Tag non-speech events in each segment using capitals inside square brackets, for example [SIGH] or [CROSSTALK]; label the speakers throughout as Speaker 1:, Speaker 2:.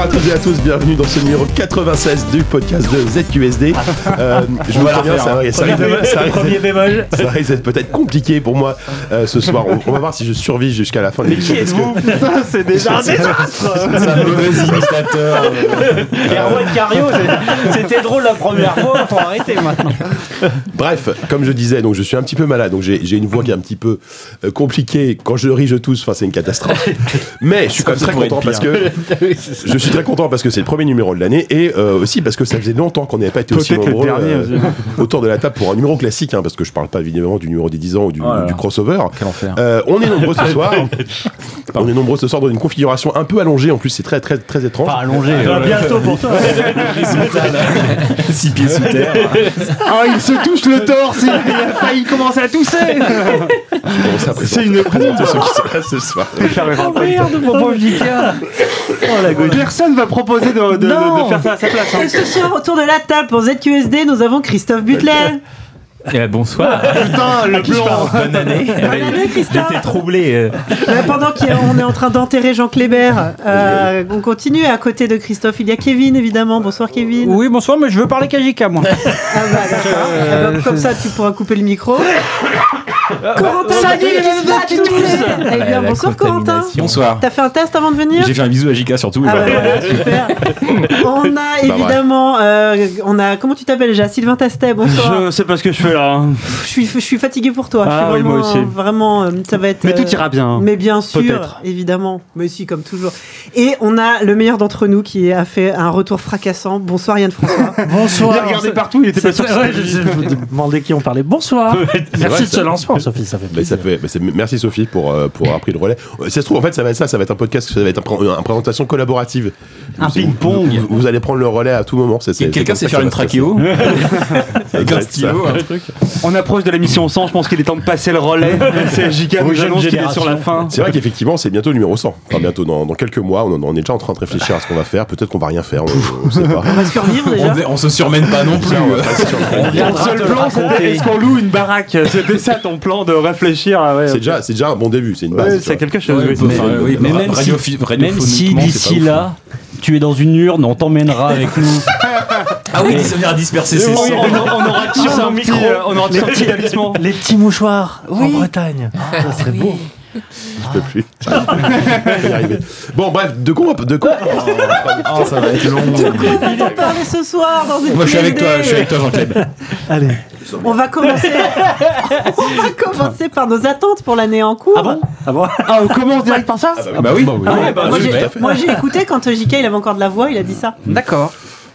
Speaker 1: à toutes et à tous, bienvenue dans ce numéro 96 du podcast de ZQSD.
Speaker 2: [LAUGHS]
Speaker 1: Euh, je vous
Speaker 2: va la
Speaker 1: préviens,
Speaker 2: refaire,
Speaker 1: ça,
Speaker 2: hein.
Speaker 1: ça
Speaker 2: [LAUGHS]
Speaker 1: risque- ça risque-
Speaker 3: Premier bémol.
Speaker 1: ça risque d'être peut-être compliqué pour moi euh, ce soir. On, on va voir si je survis jusqu'à la fin de l'émission. parce que-
Speaker 3: Putain, c'est déjà un désastre
Speaker 2: C'est un mauvais imitateur. euh,
Speaker 3: Erwan Cario, c'est- c'était drôle la première fois, faut arrêter maintenant.
Speaker 1: Bref, comme je disais, donc je suis un petit peu malade, donc j'ai j'ai une voix qui est un petit peu euh, compliquée. Quand je ris, je tousse. Enfin, c'est
Speaker 2: [LAUGHS]
Speaker 1: une catastrophe. Mais je suis quand même très
Speaker 2: pourrait être
Speaker 1: content parce que
Speaker 2: [LAUGHS]
Speaker 1: je suis très content parce que c'est le premier numéro de l'année et euh, aussi parce que ça faisait longtemps qu'on n'avait pas été aussi
Speaker 4: Peut-être le
Speaker 1: nombreux
Speaker 4: dernier
Speaker 1: euh,
Speaker 4: aussi.
Speaker 1: [LAUGHS] autour de la table pour un numéro classique, hein, parce que je parle pas évidemment du numéro des 10 ans ou du,
Speaker 2: Oh là là.
Speaker 1: du crossover.
Speaker 2: Quel enfer.
Speaker 1: Euh, on est nombreux
Speaker 2: [LAUGHS]
Speaker 1: ce soir. on est nombreux ce soir dans une configuration un peu allongée. En plus, c'est très très très étrange.
Speaker 3: allongé. bientôt pour toi.
Speaker 2: Six pieds sous terre.
Speaker 4: [LAUGHS] Ah, il se touche le torse, il a failli commencer à tousser
Speaker 1: Bon, ça présente-
Speaker 4: C'est une
Speaker 1: présente ceux qui sont là ce soir.
Speaker 3: Merde, mon pauvre Jika.
Speaker 4: Personne va proposer de, de- de- de
Speaker 3: Non.
Speaker 4: faire ça à sa place. hein.
Speaker 5: Et ce soir, autour de la table pour ZQSD, nous avons Christophe Butler.
Speaker 6: Eh, bonsoir,
Speaker 4: Putain, le blanc
Speaker 6: bonne année.
Speaker 5: Bonne année, Christophe.
Speaker 6: J'étais troublé. euh.
Speaker 5: Euh, Pendant qu'on est en train d'enterrer Jean Kléber, euh, on continue. À côté de Christophe, il y a Kevin, évidemment. Bonsoir, Kevin.
Speaker 3: Oui, bonsoir, mais je veux parler qu'à
Speaker 4: [LAUGHS]
Speaker 3: Jika, moi.
Speaker 5: Ah bah, d'accord. Ah bah, comme ça, tu pourras couper le
Speaker 2: [LAUGHS]
Speaker 5: micro. Corentin,
Speaker 2: Ah,
Speaker 3: Ça y
Speaker 2: bah,
Speaker 3: est,
Speaker 5: qui
Speaker 3: il y en a
Speaker 5: se bat
Speaker 3: qui
Speaker 5: tous.
Speaker 3: toussent.
Speaker 5: Eh bien,
Speaker 6: La
Speaker 5: bonsoir, Corentin.
Speaker 6: contamination.
Speaker 2: Bonsoir.
Speaker 5: T'as fait un test avant de venir
Speaker 2: J'ai fait un bisou à JK surtout. Bah,
Speaker 5: Ah bah
Speaker 2: [LAUGHS]
Speaker 5: voilà, super. On a évidemment, euh, on a, comment tu t'appelles déjà Sylvain Tastet, bonsoir.
Speaker 4: sais pas ce que je fais là. hein.
Speaker 5: Je suis, je suis fatigué pour toi.
Speaker 4: Ah
Speaker 5: je suis
Speaker 4: oui,
Speaker 5: vraiment,
Speaker 4: moi aussi.
Speaker 5: Vraiment, euh, ça va être.
Speaker 4: Mais
Speaker 5: euh,
Speaker 4: tout ira bien.
Speaker 5: Mais bien sûr,
Speaker 4: Peut-être.
Speaker 5: évidemment. Mais si, comme toujours. Et on a le meilleur d'entre nous qui a fait un retour fracassant. Bonsoir Yann François.
Speaker 2: [LAUGHS]
Speaker 4: Il a regardé partout, il était pas sûr. que c'était lui.
Speaker 3: me demandais qui on
Speaker 7: [LAUGHS]
Speaker 3: parlait. Bonsoir.
Speaker 1: C'est vrai,
Speaker 3: Merci de
Speaker 1: ça.
Speaker 3: ce lancement, Sophie, ça fait
Speaker 1: Mais ça
Speaker 3: plaisir.
Speaker 1: fait, mais c'est- merci Sophie pour, euh, pour avoir pris le relais. Euh, Si ça se trouve, en fait, ça va être ça, ça va être un podcast, ça va être un pré- une présentation collaborative.
Speaker 3: Un
Speaker 1: Vous-
Speaker 3: ping-pong.
Speaker 1: Vous, vous allez prendre le relais à tout moment. c'est- c'est-
Speaker 2: Quelqu'un
Speaker 1: c'est
Speaker 2: sait
Speaker 1: comme ça
Speaker 2: faire
Speaker 1: que
Speaker 2: une
Speaker 1: ça va se
Speaker 2: trachéo
Speaker 1: passer. Ça
Speaker 2: avec
Speaker 1: va
Speaker 2: un
Speaker 1: être ça.
Speaker 2: stylo, hein. un truc.
Speaker 4: On approche de la mission 100, je pense qu'il est temps de passer le [LAUGHS] relais. C'est JK
Speaker 3: Aux
Speaker 4: nous
Speaker 3: jeunes
Speaker 4: annonce qu'il est sur la
Speaker 3: générations.
Speaker 4: fin.
Speaker 1: C'est vrai qu'effectivement, c'est bientôt le numéro 100. Enfin, bientôt, dans, dans quelques mois, on, en- on est déjà en train de réfléchir à ce qu'on va faire. Peut-être qu'on va rien faire, on, on sait pas.
Speaker 5: On va survivre déjà.
Speaker 2: On, on se surmène pas non plus. euh.
Speaker 1: Tiens, on va pas se surprendre.
Speaker 4: Ton seul plan, c'était est-ce qu'on loue une baraque C'était ça ton plan de réfléchir à. ouais,
Speaker 1: C'est
Speaker 4: ok.
Speaker 1: déjà, c'est déjà un bon début, c'est une base.
Speaker 4: Ouais,
Speaker 1: tu
Speaker 4: C'est
Speaker 1: vois.
Speaker 4: quelque chose.
Speaker 2: Ouais,
Speaker 4: oui.
Speaker 2: enfin,
Speaker 1: Mais-
Speaker 2: oui,
Speaker 1: mais
Speaker 2: bah,
Speaker 3: même si-
Speaker 2: radiophoniquement,
Speaker 4: Eh,
Speaker 3: Même si
Speaker 2: c'est pas
Speaker 3: d'ici
Speaker 2: ouf.
Speaker 3: là,
Speaker 4: hein.
Speaker 3: tu es dans une urne, on t'emmènera avec nous.
Speaker 2: Ah oui, d'ici là, disperser,
Speaker 4: On,
Speaker 2: c'est
Speaker 4: on-
Speaker 2: sûr.
Speaker 4: on aura tous un petit, euh, on aura tous un petit talisman.
Speaker 3: Les petits mouchoirs en Bretagne. ça serait beau.
Speaker 1: Je peux plus. [LAUGHS] Je vais y arriver. Bon, bref, de quoi, on- de quoi
Speaker 2: Oh, ça va être long.
Speaker 5: De quoi va-t-on parler ce soir dans une
Speaker 2: Moi, je suis avec toi,
Speaker 5: TND?
Speaker 2: je suis avec toi, Jean-Claude.
Speaker 3: Allez.
Speaker 5: On va commencer. on va commencer par nos attentes pour l'année en cours.
Speaker 3: Ah bon Ah bon Ah, on commence direct par ça
Speaker 2: Ah bah oui.
Speaker 5: Ouais,
Speaker 2: bah
Speaker 5: moi,
Speaker 2: oui,
Speaker 5: j'ai-
Speaker 2: tout à fait.
Speaker 5: moi, j'ai écouté quand euh, JK il avait encore de la voix, il a dit ça.
Speaker 3: Mm. D'accord.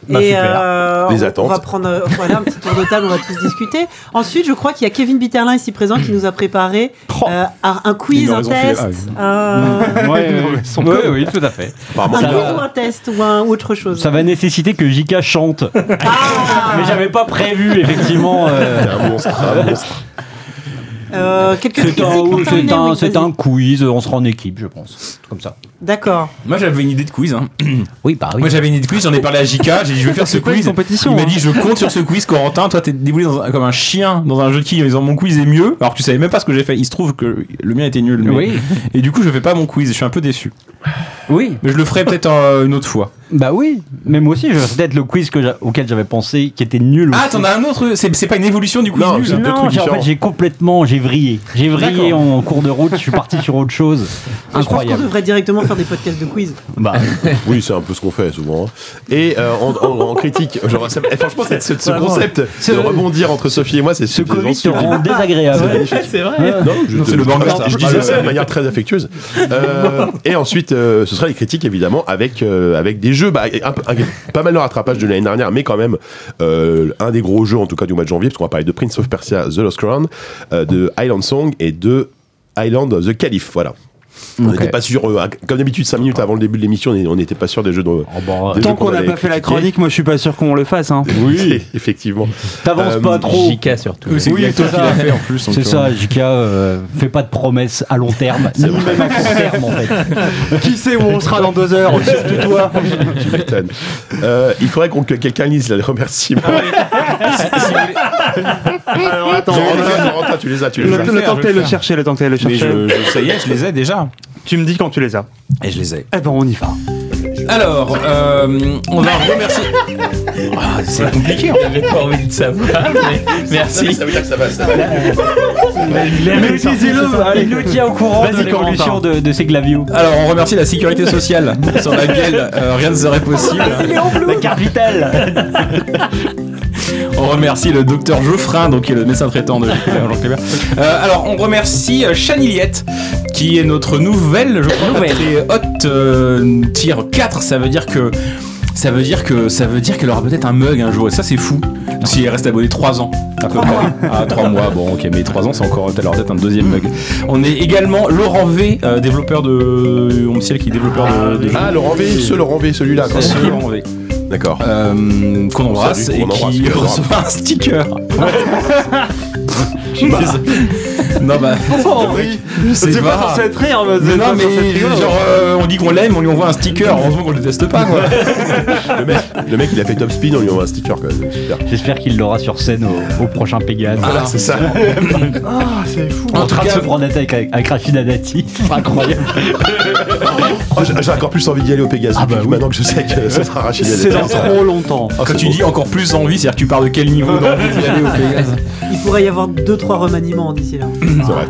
Speaker 3: Bah,
Speaker 5: et euh,
Speaker 1: Les
Speaker 5: on-
Speaker 1: attentes.
Speaker 5: on va prendre euh, voilà, un petit tour de table, on va tous discuter. Ensuite, je crois qu'il y a Kevin Bitterlin ici présent qui nous a préparé
Speaker 3: Oh.
Speaker 5: euh, un un
Speaker 2: Ils
Speaker 5: quiz,
Speaker 2: nous
Speaker 5: un
Speaker 2: ont filé-
Speaker 5: test,
Speaker 2: ah
Speaker 5: un,
Speaker 2: Oui, oui, tout à fait.
Speaker 1: Apparemment,
Speaker 5: un
Speaker 3: Mm. Ça
Speaker 5: quiz
Speaker 3: va.
Speaker 5: ou un test ou un, ou autre chose.
Speaker 3: Ça va nécessiter que Jika chante.
Speaker 2: Ah.
Speaker 3: Mais j'avais pas prévu, effectivement. euh,
Speaker 1: c'est un monstre. un monstre.
Speaker 5: Euh, quelques
Speaker 3: C'est
Speaker 5: critiques
Speaker 3: un,
Speaker 5: pour
Speaker 3: c'est
Speaker 5: terminer,
Speaker 3: un-
Speaker 5: oui,
Speaker 3: c'est
Speaker 5: vas-y.
Speaker 3: un quiz, on sera en équipe, je pense. Comme ça.
Speaker 5: D'accord.
Speaker 2: Moi, j'avais une idée de quiz. Hein.
Speaker 3: Oui, bah
Speaker 2: Moi, j'avais une idée de quiz. J'en ai parlé à Jika. J'ai dit, je vais faire ce
Speaker 4: C'est pas une
Speaker 2: quiz.
Speaker 4: compétition,
Speaker 2: Il m'a
Speaker 4: hein.
Speaker 2: dit, je compte sur ce quiz, Corentin. Toi, t'es déboulé dans un- comme un chien dans un jeu de quilles en disant mon quiz est mieux. Alors que tu savais même pas ce que j'ai fait. Il se trouve que le mien était nul. mais-
Speaker 3: Oui.
Speaker 2: Et du coup, je fais pas mon quiz. Je suis un peu déçu.
Speaker 3: Oui,
Speaker 2: Mais je le ferai peut-être euh, une autre fois.
Speaker 3: bah oui. Mais moi aussi, je vais peut-être le quiz que j'a- auquel j'avais pensé, qui était nul.
Speaker 2: Ah,
Speaker 3: aussi.
Speaker 2: t'en as un autre. C'est c'est pas une évolution du quiz
Speaker 1: Non,
Speaker 2: nul. hein
Speaker 1: c'est- deux
Speaker 3: Non,
Speaker 1: trucs
Speaker 3: j'ai- en
Speaker 1: différents.
Speaker 3: fait, j'ai complètement, j'ai vrillé. J'ai vrillé
Speaker 2: D'accord.
Speaker 3: en, cours de route, je suis parti sur
Speaker 2: [LAUGHS]
Speaker 3: autre chose.
Speaker 5: Je pense qu'on
Speaker 3: Incroyable.
Speaker 5: devrait directement faire des podcasts de quiz.
Speaker 3: Bah,
Speaker 1: [LAUGHS] Oui, c'est un peu ce qu'on fait souvent. hein. Et euh, en, en- en critique, genre, ça- eh, franchement, cette- ce, ce
Speaker 3: Vraiment.
Speaker 1: concept
Speaker 3: Ce-
Speaker 1: de rebondir entre Sophie et moi, c'est
Speaker 3: ce
Speaker 1: c'est
Speaker 3: Covid te
Speaker 2: [LAUGHS]
Speaker 1: sublime.
Speaker 3: rend désagréable. C'est vrai.
Speaker 1: Non, je-
Speaker 2: Non, c'est le
Speaker 1: je-
Speaker 2: banger,
Speaker 1: je-
Speaker 2: ça.
Speaker 4: Ah,
Speaker 1: Je
Speaker 4: bah,
Speaker 1: disais ça de manière très affectueuse. Euh, et ensuite, euh, ce sera les critiques évidemment avec euh, avec des jeux, bah, un peu- un- pas mal de rattrapage de l'année dernière, mais quand même euh, un des gros jeux en tout cas du mois de janvier, parce qu'on va parler de Prince of Persia: The Lost Crown, euh, de Island Song et de Island of the Caliph. Voilà. On n'était pas sûr, euh, comme d'habitude, 5 minutes avant le début de l'émission, on n'était pas sûr des jeux dont- des
Speaker 4: Tant
Speaker 1: jeux
Speaker 4: qu'on n'a
Speaker 1: allait
Speaker 4: pas fait la
Speaker 1: critiquer.
Speaker 4: chronique, moi je suis pas sûr qu'on le fasse. hein.
Speaker 1: Oui, [LAUGHS] effectivement.
Speaker 3: T'avances
Speaker 1: Euh,
Speaker 3: pas trop.
Speaker 6: Jika surtout.
Speaker 2: Oh. Oui, c'est
Speaker 3: Oui,
Speaker 2: toi
Speaker 3: c'est
Speaker 2: qui l'as
Speaker 3: ça.
Speaker 2: fait en plus. donc,
Speaker 3: C'est
Speaker 2: euh,
Speaker 3: ça, Jika, euh, fais pas de promesses à long terme, ni même à court terme en fait.
Speaker 4: Qui sait où on sera dans deux heures Surtout toi.
Speaker 1: Tu m'étonnes. Euh, il faudrait qu'on que quelqu'un lise là, les remerciements.
Speaker 4: Alors attends,
Speaker 1: Genre,
Speaker 4: le,
Speaker 1: Antoine, Corentin, tu les as, tu les as.
Speaker 4: le,
Speaker 2: faire,
Speaker 4: temps
Speaker 2: je
Speaker 4: que
Speaker 2: vais
Speaker 4: t'ailles
Speaker 2: le
Speaker 4: le
Speaker 2: faire.
Speaker 4: chercher, le temps que t'ailles le
Speaker 2: Mais
Speaker 4: chercher.
Speaker 2: je- je- ça y est, je les ai déjà.
Speaker 4: Tu me dis quand tu les as.
Speaker 2: Et je les ai.
Speaker 4: Eh ben on y va.
Speaker 2: Je-
Speaker 8: Alors, euh, on va remercier. Ah, c'est compliqué.
Speaker 6: J'avais pas envie de savoir,
Speaker 1: [LAUGHS]
Speaker 6: mais merci.
Speaker 1: Ça veut dire que ça va, ça va.
Speaker 3: Il nous tient au courant de
Speaker 6: Vas-y,
Speaker 3: l'évolution de, de ces glavios.
Speaker 8: Alors, on remercie la sécurité sociale sans laquelle euh, rien ne serait possible.
Speaker 3: La carte vitale.
Speaker 8: On remercie le docteur Geoffrin, donc qui est le médecin traitant de Jean Clébert. Euh, alors, on remercie euh, Chaniliette, qui est notre nouvelle, je crois,
Speaker 3: Nouvelle.
Speaker 8: très haute euh, tier 4. Ça veut dire que. Ça veut dire que ça veut dire qu'elle aura peut-être un mug un jour et ça c'est fou. Si elle reste abonnée 3 ans à peu près. Ah 3 mois, bon ok mais 3 ans c'est encore elle aura peut-être un deuxième mug. On est également Laurent V, euh, développeur de euh, on me ciel qui est développeur de, de jeux.
Speaker 1: Ah, Laurent V, ce Laurent V, celui-là. quoi.
Speaker 8: Ce Laurent V
Speaker 1: D'accord.
Speaker 8: euh, qu'on embrasse
Speaker 1: Salut,
Speaker 8: et
Speaker 1: qu'on embrasse,
Speaker 8: qui
Speaker 1: qu'on embrasse.
Speaker 8: reçoit un sticker. [LAUGHS] Je suis
Speaker 1: Bah.
Speaker 8: désolé. non bah
Speaker 1: Oh,
Speaker 8: je sais
Speaker 4: C'est pas
Speaker 8: pas.
Speaker 4: censé être rire, mais
Speaker 8: Mais
Speaker 4: c'est
Speaker 8: non
Speaker 4: pas censé
Speaker 8: mais
Speaker 4: être rigolo.
Speaker 1: hein.
Speaker 8: genre euh, on dit qu'on l'aime, on lui envoie un sticker. Heureusement qu'on le déteste pas
Speaker 1: [LAUGHS]
Speaker 8: quoi.
Speaker 1: Le mec, le mec, il a fait top spin, on lui envoie un sticker quand même. Super.
Speaker 3: [LAUGHS] J'espère qu'il l'aura sur scène au, au prochain Pégase.
Speaker 1: Voilà, c'est ça.
Speaker 4: Ah, c'est fou.
Speaker 3: En,
Speaker 8: En tout
Speaker 3: train
Speaker 8: cas-
Speaker 3: de se prendre la tête avec, avec Rachida Dati. C'est [LAUGHS] incroyable.
Speaker 1: Oh, j'ai j'ai encore plus envie d'y aller au Pégase.
Speaker 3: Ah bah
Speaker 1: depuis
Speaker 3: oui.
Speaker 1: Maintenant que je sais que ce sera Rachid
Speaker 4: C'est dans trop longtemps.
Speaker 1: Ah,
Speaker 8: Quand tu dis encore plus envie, c'est-à-dire que tu parles de quel niveau d'envie d'y
Speaker 5: [LAUGHS]
Speaker 8: aller au Pégase.
Speaker 5: Il pourrait y avoir deux trois remaniements d'ici là.
Speaker 1: C'est vrai.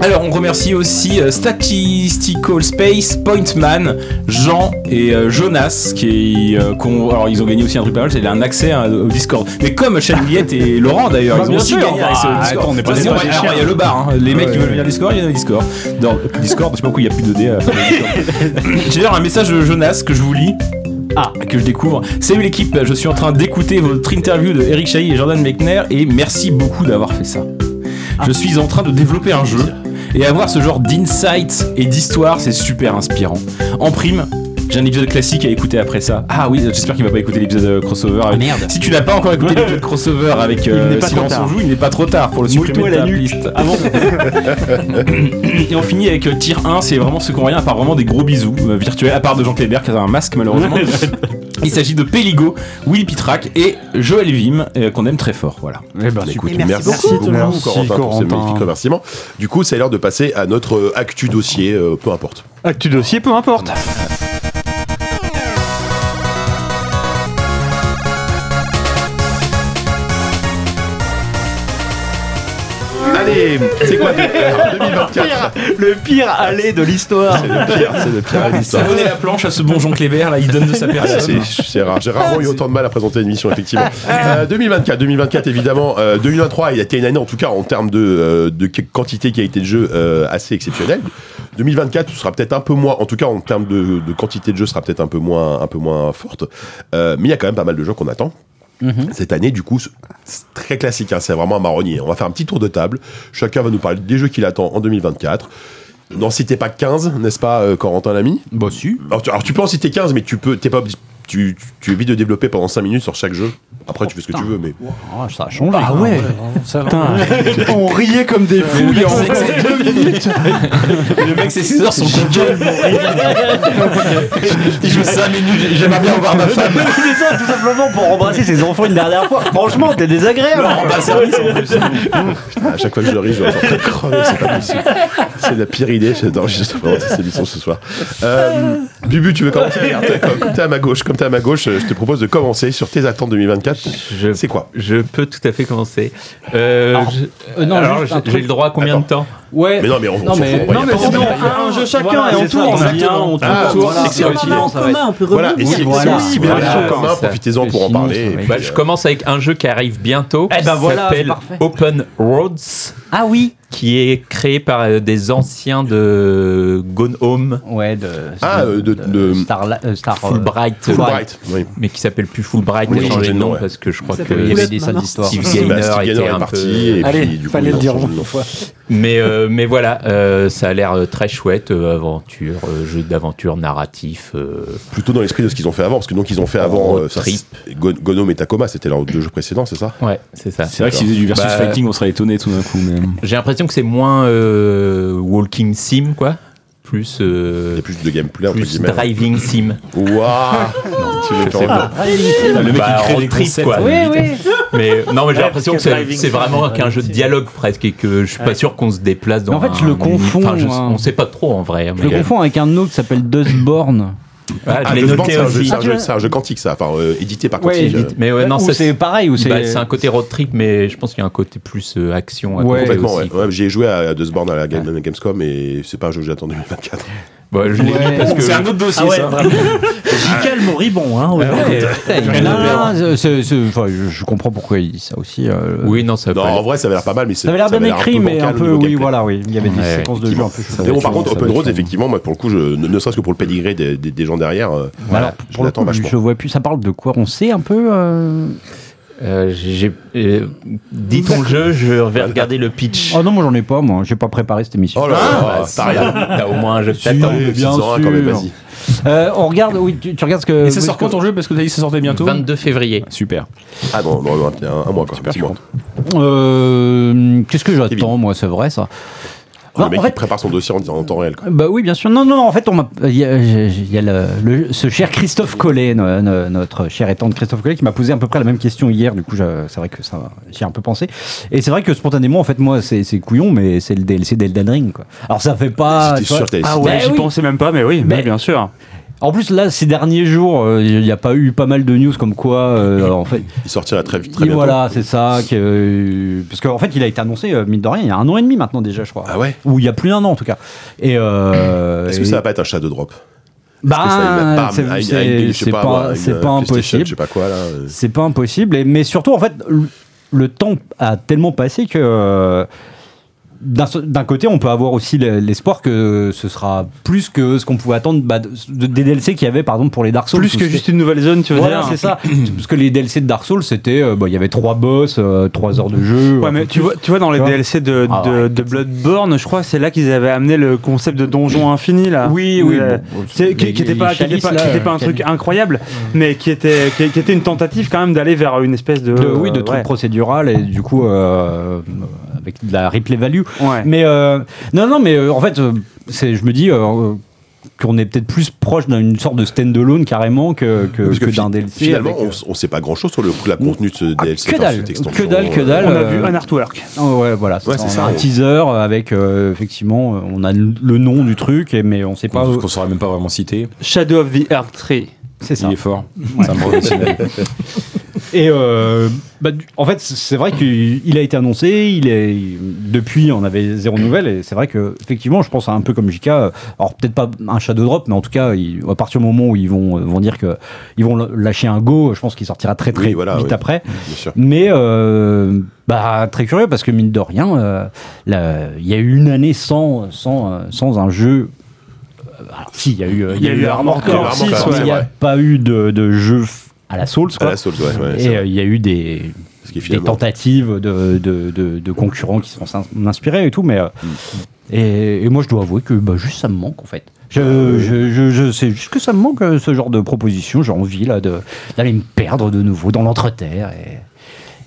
Speaker 8: Alors on remercie aussi euh, Statistical Space, Pointman, Jean et euh, Jonas qui euh, qu'on- alors ils ont gagné aussi un truc pas mal, c'est un accès à- au Discord. Mais comme Chanliette et Laurent d'ailleurs,
Speaker 4: Bah,
Speaker 8: ils ont
Speaker 4: bien
Speaker 8: aussi
Speaker 4: sûr,
Speaker 8: gagné
Speaker 4: bah,
Speaker 8: accès au Discord.
Speaker 4: attends, on est pas
Speaker 8: Parce
Speaker 4: des
Speaker 8: que,
Speaker 4: chiens.
Speaker 8: alors, il y a le bar, hein. les mecs qui
Speaker 4: Ouais.
Speaker 8: veulent venir Discord, il y en a Discord. Dans Discord, je sais pas pourquoi il n'y a plus de dés. à la fin de
Speaker 4: [LAUGHS]
Speaker 8: Discord. J'ai d'ailleurs un message de Jonas que je vous lis. Ah, que je découvre. Salut l'équipe, je suis en train d'écouter votre interview de Eric Chahi et Jordan Mechner et merci beaucoup d'avoir fait ça.
Speaker 4: Ah.
Speaker 8: Je suis en train de développer un jeu et avoir ce genre d'insights et d'histoires, c'est super inspirant. En prime, j'ai un épisode classique à écouter après ça. Ah oui, j'espère qu'il va pas écouter l'épisode euh, crossover. Avec...
Speaker 6: merde.
Speaker 8: Si tu n'as pas encore
Speaker 4: [LAUGHS]
Speaker 8: écouté l'épisode crossover avec euh,
Speaker 4: Ah, n'est pas
Speaker 8: Silence on
Speaker 4: trop tard.
Speaker 8: joue, il n'est pas trop tard pour le
Speaker 4: Moule-toi
Speaker 8: supprimer de
Speaker 4: la
Speaker 8: ta
Speaker 4: nuque.
Speaker 8: liste. Et on finit avec euh, tir 1, c'est vraiment ceux qui ont rien, à part vraiment des gros bisous euh, virtuels, à part de Jean Kléber qui a un masque malheureusement. Il s'agit de Péligo, Willy Pitrac et Joël Vim, euh, qu'on aime très fort. Voilà.
Speaker 1: Écoute,
Speaker 5: Et
Speaker 1: merci,
Speaker 5: merci
Speaker 1: beaucoup,
Speaker 4: beaucoup. Merci,
Speaker 1: Corentin, pour ce
Speaker 4: Corentin.
Speaker 1: magnifique remerciement. Du coup, c'est l'heure de passer à notre euh, actu dossier, euh, peu importe.
Speaker 4: Actu dossier, peu importe.
Speaker 1: Allez, c'est quoi 2024
Speaker 3: Le pire aller de l'histoire.
Speaker 1: C'est le pire, c'est le pire de l'histoire.
Speaker 8: Savonner la planche à ce bon Jean Kléber, là, il donne de sa
Speaker 1: Ah, là,
Speaker 8: personne.
Speaker 1: c'est c'est rare. J'ai rarement eu autant de mal à présenter une émission, effectivement. Euh, 2024, 2024, évidemment. Euh, 2023, il a été une année, en tout cas, en termes de, euh, de qu- quantité, qualité de jeu euh, assez exceptionnelle. 2024 ce sera peut-être un peu moins, en tout cas, en termes de, de quantité de jeu, sera peut-être un peu moins, un peu moins forte. Euh, mais il y a quand même pas mal de jeux qu'on attend. Cette année, du coup, c'est très classique, hein, c'est vraiment un marronnier. On va faire un petit tour de table. Chacun va nous parler des jeux qu'il attend en 2024. N'en citez pas 15, n'est-ce pas, euh, Corentin l'ami
Speaker 6: Bah si.
Speaker 1: alors tu, alors, tu peux en citer 15, mais tu peux, t'es pas, obli- tu, tu- tu évites de développer pendant 5 minutes sur chaque jeu. Après, tu fais ce que tu veux, mais.
Speaker 3: Oh, ça a changé.
Speaker 4: Ah ouais. On riait comme des fous. il y a-
Speaker 8: Le mec, ses scissors sont coquets. Il joue 5 minutes, j'aimerais bien voir ma femme.
Speaker 3: C'est ça, tout simplement pour embrasser ses enfants une dernière fois. Franchement, t'es désagréable.
Speaker 1: À chaque fois que je ris, je vais [LAUGHS] encore crever, Oh, c'est pas possible. C'est la pire idée c'est d'enregistrer vraiment cette émission ce soir. Euh, Bubu, tu veux commencer Regarde, Comme comme t'es à ma gauche, comme t'es à ma gauche, je te propose de commencer sur tes attentes 2024.
Speaker 6: Je,
Speaker 1: C'est quoi
Speaker 6: je peux tout à fait commencer. Euh,
Speaker 7: Alors,
Speaker 6: je-
Speaker 7: euh, non,
Speaker 6: alors,
Speaker 7: juste un
Speaker 6: j'ai- j'ai
Speaker 7: truc.
Speaker 6: le droit à combien de temps
Speaker 7: Ouais.
Speaker 1: Mais non, mais on, on
Speaker 7: Non,
Speaker 1: s'en
Speaker 7: mais-
Speaker 1: fout, on va y
Speaker 7: non,
Speaker 1: aller.
Speaker 7: mais
Speaker 4: Sinon,
Speaker 7: c'est-
Speaker 4: on fait un jeu chacun
Speaker 7: Voilà,
Speaker 4: et on
Speaker 7: c'est ça,
Speaker 4: tourne.
Speaker 7: exactement.
Speaker 4: on tourne.
Speaker 1: Ah,
Speaker 4: on tourne.
Speaker 1: voilà.
Speaker 5: Si on en a en commun, on peut
Speaker 1: Voilà, et
Speaker 5: rebondir.
Speaker 1: si,
Speaker 7: voilà.
Speaker 1: si- si- bien
Speaker 7: Voilà,
Speaker 1: sûr,
Speaker 7: c'est
Speaker 1: commun,
Speaker 6: ça.
Speaker 1: profitez-en pour en
Speaker 7: C'est
Speaker 1: parler.
Speaker 7: fini, ça,
Speaker 1: et
Speaker 7: mec.
Speaker 1: puis,
Speaker 6: Bah, Je
Speaker 1: euh,
Speaker 6: commence avec un jeu qui arrive bientôt.
Speaker 7: Eh ben
Speaker 6: qui
Speaker 7: voilà, c'est
Speaker 6: s'appelle
Speaker 7: parfait.
Speaker 6: Open Roads,
Speaker 7: Ah oui.
Speaker 6: qui est créé par euh, des anciens de Gone Home,
Speaker 7: Ouais, de.
Speaker 1: Ah, euh, de- de-
Speaker 7: Star. euh, Star
Speaker 3: Oh
Speaker 7: euh,
Speaker 6: Fulbright,
Speaker 1: Fulbright, oui.
Speaker 6: mais qui s'appelle plus Fulbright.
Speaker 1: Oui,
Speaker 6: il a changé de nom
Speaker 1: ouais.
Speaker 6: parce que je crois
Speaker 5: Ça
Speaker 6: que
Speaker 5: fait
Speaker 7: Il y avait
Speaker 5: Oulette,
Speaker 7: des
Speaker 5: maintenant.
Speaker 7: sales histoires.
Speaker 6: Steve
Speaker 1: Bah, Steve
Speaker 6: Gaynor
Speaker 1: Gaynor
Speaker 6: était
Speaker 1: est
Speaker 6: un
Speaker 1: parti,
Speaker 6: peu.
Speaker 1: et
Speaker 4: Allez,
Speaker 1: puis du coup,
Speaker 4: fallait
Speaker 1: ils
Speaker 4: le
Speaker 1: ont
Speaker 4: dire,
Speaker 1: changé de nom.
Speaker 6: Mais, euh, mais voilà, euh, ça a l'air euh, très chouette, euh, aventure, euh, jeu d'aventure narratif. euh,
Speaker 1: plutôt dans l'esprit de ce qu'ils ont fait avant, parce que donc ils ont fait avant
Speaker 6: Road
Speaker 1: euh, ça,
Speaker 6: trip.
Speaker 1: c'est- Gon- Gnome et Tacoma, c'était leurs deux jeux précédents, c'est ça
Speaker 6: Ouais, c'est ça.
Speaker 8: C'est vrai que s'ils faisaient du versus
Speaker 6: Bah,
Speaker 8: fighting, on serait étonné tout d'un coup. Mais...
Speaker 6: J'ai l'impression que c'est moins euh, walking sim, quoi. Plus,
Speaker 1: Il y
Speaker 6: euh,
Speaker 1: a plus de gameplay entre
Speaker 6: plus
Speaker 1: guillemets. hein.
Speaker 6: driving sim.
Speaker 3: [LAUGHS]
Speaker 1: Waouh Tu veux
Speaker 6: sais
Speaker 1: faire
Speaker 6: pas.
Speaker 3: Ah,
Speaker 1: un-
Speaker 8: le mec,
Speaker 6: Bah,
Speaker 8: il crée
Speaker 6: road
Speaker 8: des
Speaker 6: trip,
Speaker 8: concepts.
Speaker 6: quoi.
Speaker 7: Oui, oui.
Speaker 6: Mais non, mais j'ai l'impression que
Speaker 4: parce que
Speaker 6: c'est
Speaker 4: driving
Speaker 6: c'est
Speaker 4: sim,
Speaker 6: vraiment qu'un jeu de dialogue presque et que je suis pas sûr qu'on se déplace dans.
Speaker 7: Mais en fait,
Speaker 6: un
Speaker 7: je le
Speaker 6: univers. Enfin,
Speaker 7: confonds,
Speaker 6: je-
Speaker 7: hein.
Speaker 6: On sait pas trop en vrai.
Speaker 7: Je le
Speaker 6: mais-
Speaker 7: confonds avec un autre qui s'appelle Dustborn.
Speaker 6: Voilà, je
Speaker 1: Ah,
Speaker 6: l'ai
Speaker 1: je pense que
Speaker 6: noté
Speaker 1: c'est un jeu-
Speaker 6: aussi.
Speaker 1: c'est un jeu- c'est un jeu quantique, ça. Enfin, euh, édité par
Speaker 3: Ouais,
Speaker 1: quantique. euh,
Speaker 6: Mais ouais, non,
Speaker 3: Ou
Speaker 6: ça,
Speaker 3: c'est
Speaker 6: c'est
Speaker 3: pareil ou c'est.
Speaker 6: bah, c'est un côté road trip, mais je pense qu'il y a un côté plus euh, action. à
Speaker 3: Ouais,
Speaker 6: côté
Speaker 1: Complètement, ouais.
Speaker 6: aussi.
Speaker 1: Ouais, J'y ai joué à deux bornes à la Game- Gamescom et c'est pas un jeu que j'attends 2024.
Speaker 6: Bon, Bah, je l'ai
Speaker 3: Ah Ouais.
Speaker 6: dit parce que
Speaker 2: C'est un autre dossier,
Speaker 3: Ah ouais,
Speaker 2: ça.
Speaker 3: vraiment.
Speaker 4: Jical moribond, hein. ouais.
Speaker 6: Ouais,
Speaker 2: rien
Speaker 3: Non,
Speaker 2: à perdre.
Speaker 3: non, non, c'est- c'est- enfin, je, je comprends pourquoi il dit ça aussi. euh,
Speaker 6: Oui, non, ça
Speaker 1: Non,
Speaker 6: va.
Speaker 1: en vrai, ça avait l'air pas mal, mais c'est-
Speaker 3: Ça avait l'air bien
Speaker 1: un
Speaker 3: écrit,
Speaker 1: peu
Speaker 3: mais
Speaker 1: bancal
Speaker 3: un
Speaker 1: au
Speaker 3: peu,
Speaker 1: niveau
Speaker 3: oui,
Speaker 1: gameplay.
Speaker 3: voilà, oui. Il y avait des
Speaker 6: Ouais,
Speaker 3: séquences de jeu un peu
Speaker 1: Mais bon, par
Speaker 3: chelou,
Speaker 1: contre,
Speaker 3: ça
Speaker 1: Open
Speaker 3: doit
Speaker 1: Road,
Speaker 3: être-
Speaker 1: effectivement, moi, pour le coup, je, ne, ne serait-ce que pour le pedigree des, des- des gens derrière, euh,
Speaker 3: Voilà,
Speaker 1: je
Speaker 3: pour le
Speaker 1: l'attends
Speaker 3: coup,
Speaker 1: vachement.
Speaker 3: je vois plus. Ça parle de quoi On sait un peu. euh,
Speaker 6: Euh, j'ai euh, dit ton jeu, je vais regarder le pitch.
Speaker 3: Oh non, moi j'en ai pas, moi. J'ai pas préparé cette émission.
Speaker 1: Oh là là,
Speaker 6: bah,
Speaker 1: oh, t'as rien.
Speaker 6: T'as au moins un jeu que
Speaker 3: Si,
Speaker 6: t'attends.
Speaker 3: oui, Eh bien
Speaker 1: 601 quand même,
Speaker 3: sûr.
Speaker 1: vas-y.
Speaker 3: Euh, on regarde, oui, tu, tu regardes ce que.
Speaker 2: Et ça
Speaker 3: oui,
Speaker 2: sort
Speaker 3: ce que-
Speaker 2: quand ton jeu Parce que t'as dit que ça sortait bientôt
Speaker 6: 22 février.
Speaker 2: Super.
Speaker 1: Ah bon, bon, bon, un, un mois, quoi. un petit mois.
Speaker 3: Euh, Qu'est-ce que j'attends,
Speaker 1: Kevin. Oh,
Speaker 3: moi C'est vrai, ça.
Speaker 1: le
Speaker 3: Bah,
Speaker 1: mec
Speaker 3: en
Speaker 1: il
Speaker 3: fait,
Speaker 1: prépare son dossier en, disant en temps réel. Quoi.
Speaker 3: bah oui, bien sûr. Non, non, en fait, on m'a- il y a, il y a le, le- ce cher Christophe Collet, no- no- notre cher étant de Christophe Collet, qui m'a posé à peu près la même question hier. Du coup, j'a- c'est vrai que ça, j'y ai un peu pensé. Et c'est vrai que spontanément, en fait, moi, c'est c'est couillon, mais c'est le DLC d'Elden Ring. Quoi. Alors, ça fait pas.
Speaker 1: J'étais
Speaker 3: tu vois-
Speaker 1: sûr que t'allais
Speaker 4: Ah
Speaker 1: citer.
Speaker 4: ouais,
Speaker 3: Ben
Speaker 4: j'y
Speaker 3: oui.
Speaker 4: pensais même pas, mais oui, mais
Speaker 3: Mais-
Speaker 4: bien sûr.
Speaker 3: En plus, là, ces derniers jours, euh, il y a pas eu pas mal de news comme quoi, euh, en fait,
Speaker 1: Il sortira très, très
Speaker 3: Et
Speaker 1: bientôt.
Speaker 3: voilà, c'est ça. que, euh, parce qu'en fait, il a été annoncé, euh, mine de rien, il y a un an et demi maintenant déjà, je crois.
Speaker 1: Ah ouais
Speaker 3: Ou il y a plus d'un an en tout cas. Et euh,
Speaker 1: Est-ce que ça va pas être un Shadow Drop
Speaker 3: bah,
Speaker 1: Est-ce que ça, il va
Speaker 3: c'est-
Speaker 1: à une- à une-
Speaker 3: c'est-
Speaker 1: je sais
Speaker 3: c'est pas,
Speaker 1: moi, à une
Speaker 3: c'est pas
Speaker 1: PlayStation,
Speaker 3: impossible.
Speaker 1: Je sais pas quoi, là. euh.
Speaker 3: C'est pas impossible. Et, mais surtout, en fait, le- le temps a tellement passé que. euh, d'un se- d'un côté, on peut avoir aussi l'e- l'espoir que ce sera plus que ce qu'on pouvait attendre bah, de- de- des DLC qu'il y avait, par exemple, pour les Dark Souls.
Speaker 4: Plus
Speaker 3: où
Speaker 4: que
Speaker 3: c'était-
Speaker 4: juste une nouvelle zone, tu veux
Speaker 3: Voilà,
Speaker 4: dire
Speaker 3: c'est ça. Parce que les DLC de Dark Souls, c'était. euh, bah, Il y avait trois boss, euh, trois heures de jeu.
Speaker 4: Ouais,
Speaker 3: un
Speaker 4: mais
Speaker 3: peu
Speaker 4: tu
Speaker 3: plus.
Speaker 4: vois, tu vois dans les
Speaker 3: Tu vois
Speaker 4: DLC de,
Speaker 3: Ah
Speaker 4: de,
Speaker 3: ouais.
Speaker 4: de Bloodborne, je crois que c'est là qu'ils avaient amené le concept de donjon infini là.
Speaker 3: Oui, oui,
Speaker 4: Euh,
Speaker 3: bon, bon,
Speaker 4: c'est-
Speaker 3: les-
Speaker 4: qui qui était
Speaker 3: les
Speaker 4: pas, qui était
Speaker 3: chalices,
Speaker 4: pas,
Speaker 3: là,
Speaker 4: qui était pas un
Speaker 3: qui
Speaker 4: truc incroyable, mais qui était, qui, qui était une tentative quand même d'aller vers une espèce de.
Speaker 3: de, oui, de
Speaker 4: euh,
Speaker 3: trucs
Speaker 4: ouais.
Speaker 3: procédural et du coup euh, avec de la replay value.
Speaker 4: Ouais.
Speaker 3: Mais euh, non, non, mais euh, en fait, euh, c'est, je me dis euh, qu'on est peut-être plus proche d'une sorte de stand-alone carrément que, que,
Speaker 1: Parce
Speaker 3: que
Speaker 1: fi-
Speaker 3: d'un DLC.
Speaker 1: Finalement,
Speaker 3: avec, euh,
Speaker 1: on, on sait pas grand chose sur le coup, la contenu de ce
Speaker 3: ah,
Speaker 1: DLC.
Speaker 3: que
Speaker 1: enfin,
Speaker 3: dalle,
Speaker 1: cette
Speaker 3: que
Speaker 1: extension,
Speaker 3: dalle, que
Speaker 1: euh,
Speaker 3: dalle.
Speaker 4: on a
Speaker 3: euh,
Speaker 4: vu un artwork.
Speaker 3: oh, ouais, voilà,
Speaker 1: Ouais, c'est
Speaker 3: un,
Speaker 1: ça,
Speaker 3: un
Speaker 1: on-
Speaker 3: teaser avec euh, effectivement, euh, on a le le nom du truc, et- mais on sait pas.
Speaker 2: Qu'on
Speaker 3: où-
Speaker 2: qu'on saura même pas vraiment citer.
Speaker 4: Shadow of the Earth 3.
Speaker 3: C'est ça.
Speaker 2: Il est fort. C'est un professionnel.
Speaker 3: Et euh, bah, du- en fait, c- c'est vrai qu'il il a été annoncé. Il est depuis, on avait zéro nouvelle. Et c'est vrai que effectivement, je pense à un peu comme JK. euh, Alors peut-être pas un shadow drop, mais en tout cas, il- à partir du moment où ils vont euh, vont dire que ils vont l- lâcher un go, je pense qu'il sortira très très
Speaker 1: Oui, voilà,
Speaker 3: vite
Speaker 1: oui.
Speaker 3: après.
Speaker 1: Bien sûr.
Speaker 3: Mais euh, bah très curieux parce que mine de rien, euh, là, il y a eu une année sans sans euh, sans un jeu. euh, Alors si, il y a eu euh,
Speaker 4: Il y a eu Armored
Speaker 1: Core
Speaker 4: Core 6,
Speaker 1: six,
Speaker 4: ouais.
Speaker 1: ouais.
Speaker 3: il n'y a
Speaker 1: vrai.
Speaker 3: pas eu de, de jeu f- à la Souls
Speaker 1: À
Speaker 3: quoi.
Speaker 1: la Souls, ouais. ouais, c'est
Speaker 3: Et
Speaker 1: vrai.
Speaker 3: euh, il y a eu des,
Speaker 1: Parce que
Speaker 3: des
Speaker 1: finalement-
Speaker 3: tentatives de, de, de, de concurrents qui sont s'in- inspirés et tout, mais. euh,
Speaker 1: Mm.
Speaker 3: et, et moi, je dois avouer que bah, juste ça me manque en fait.
Speaker 1: Ah
Speaker 3: Je, je, je, je sais juste que ça me manque euh, ce genre de proposition. J'ai envie là de- d'aller me perdre de nouveau dans l'entreterre et,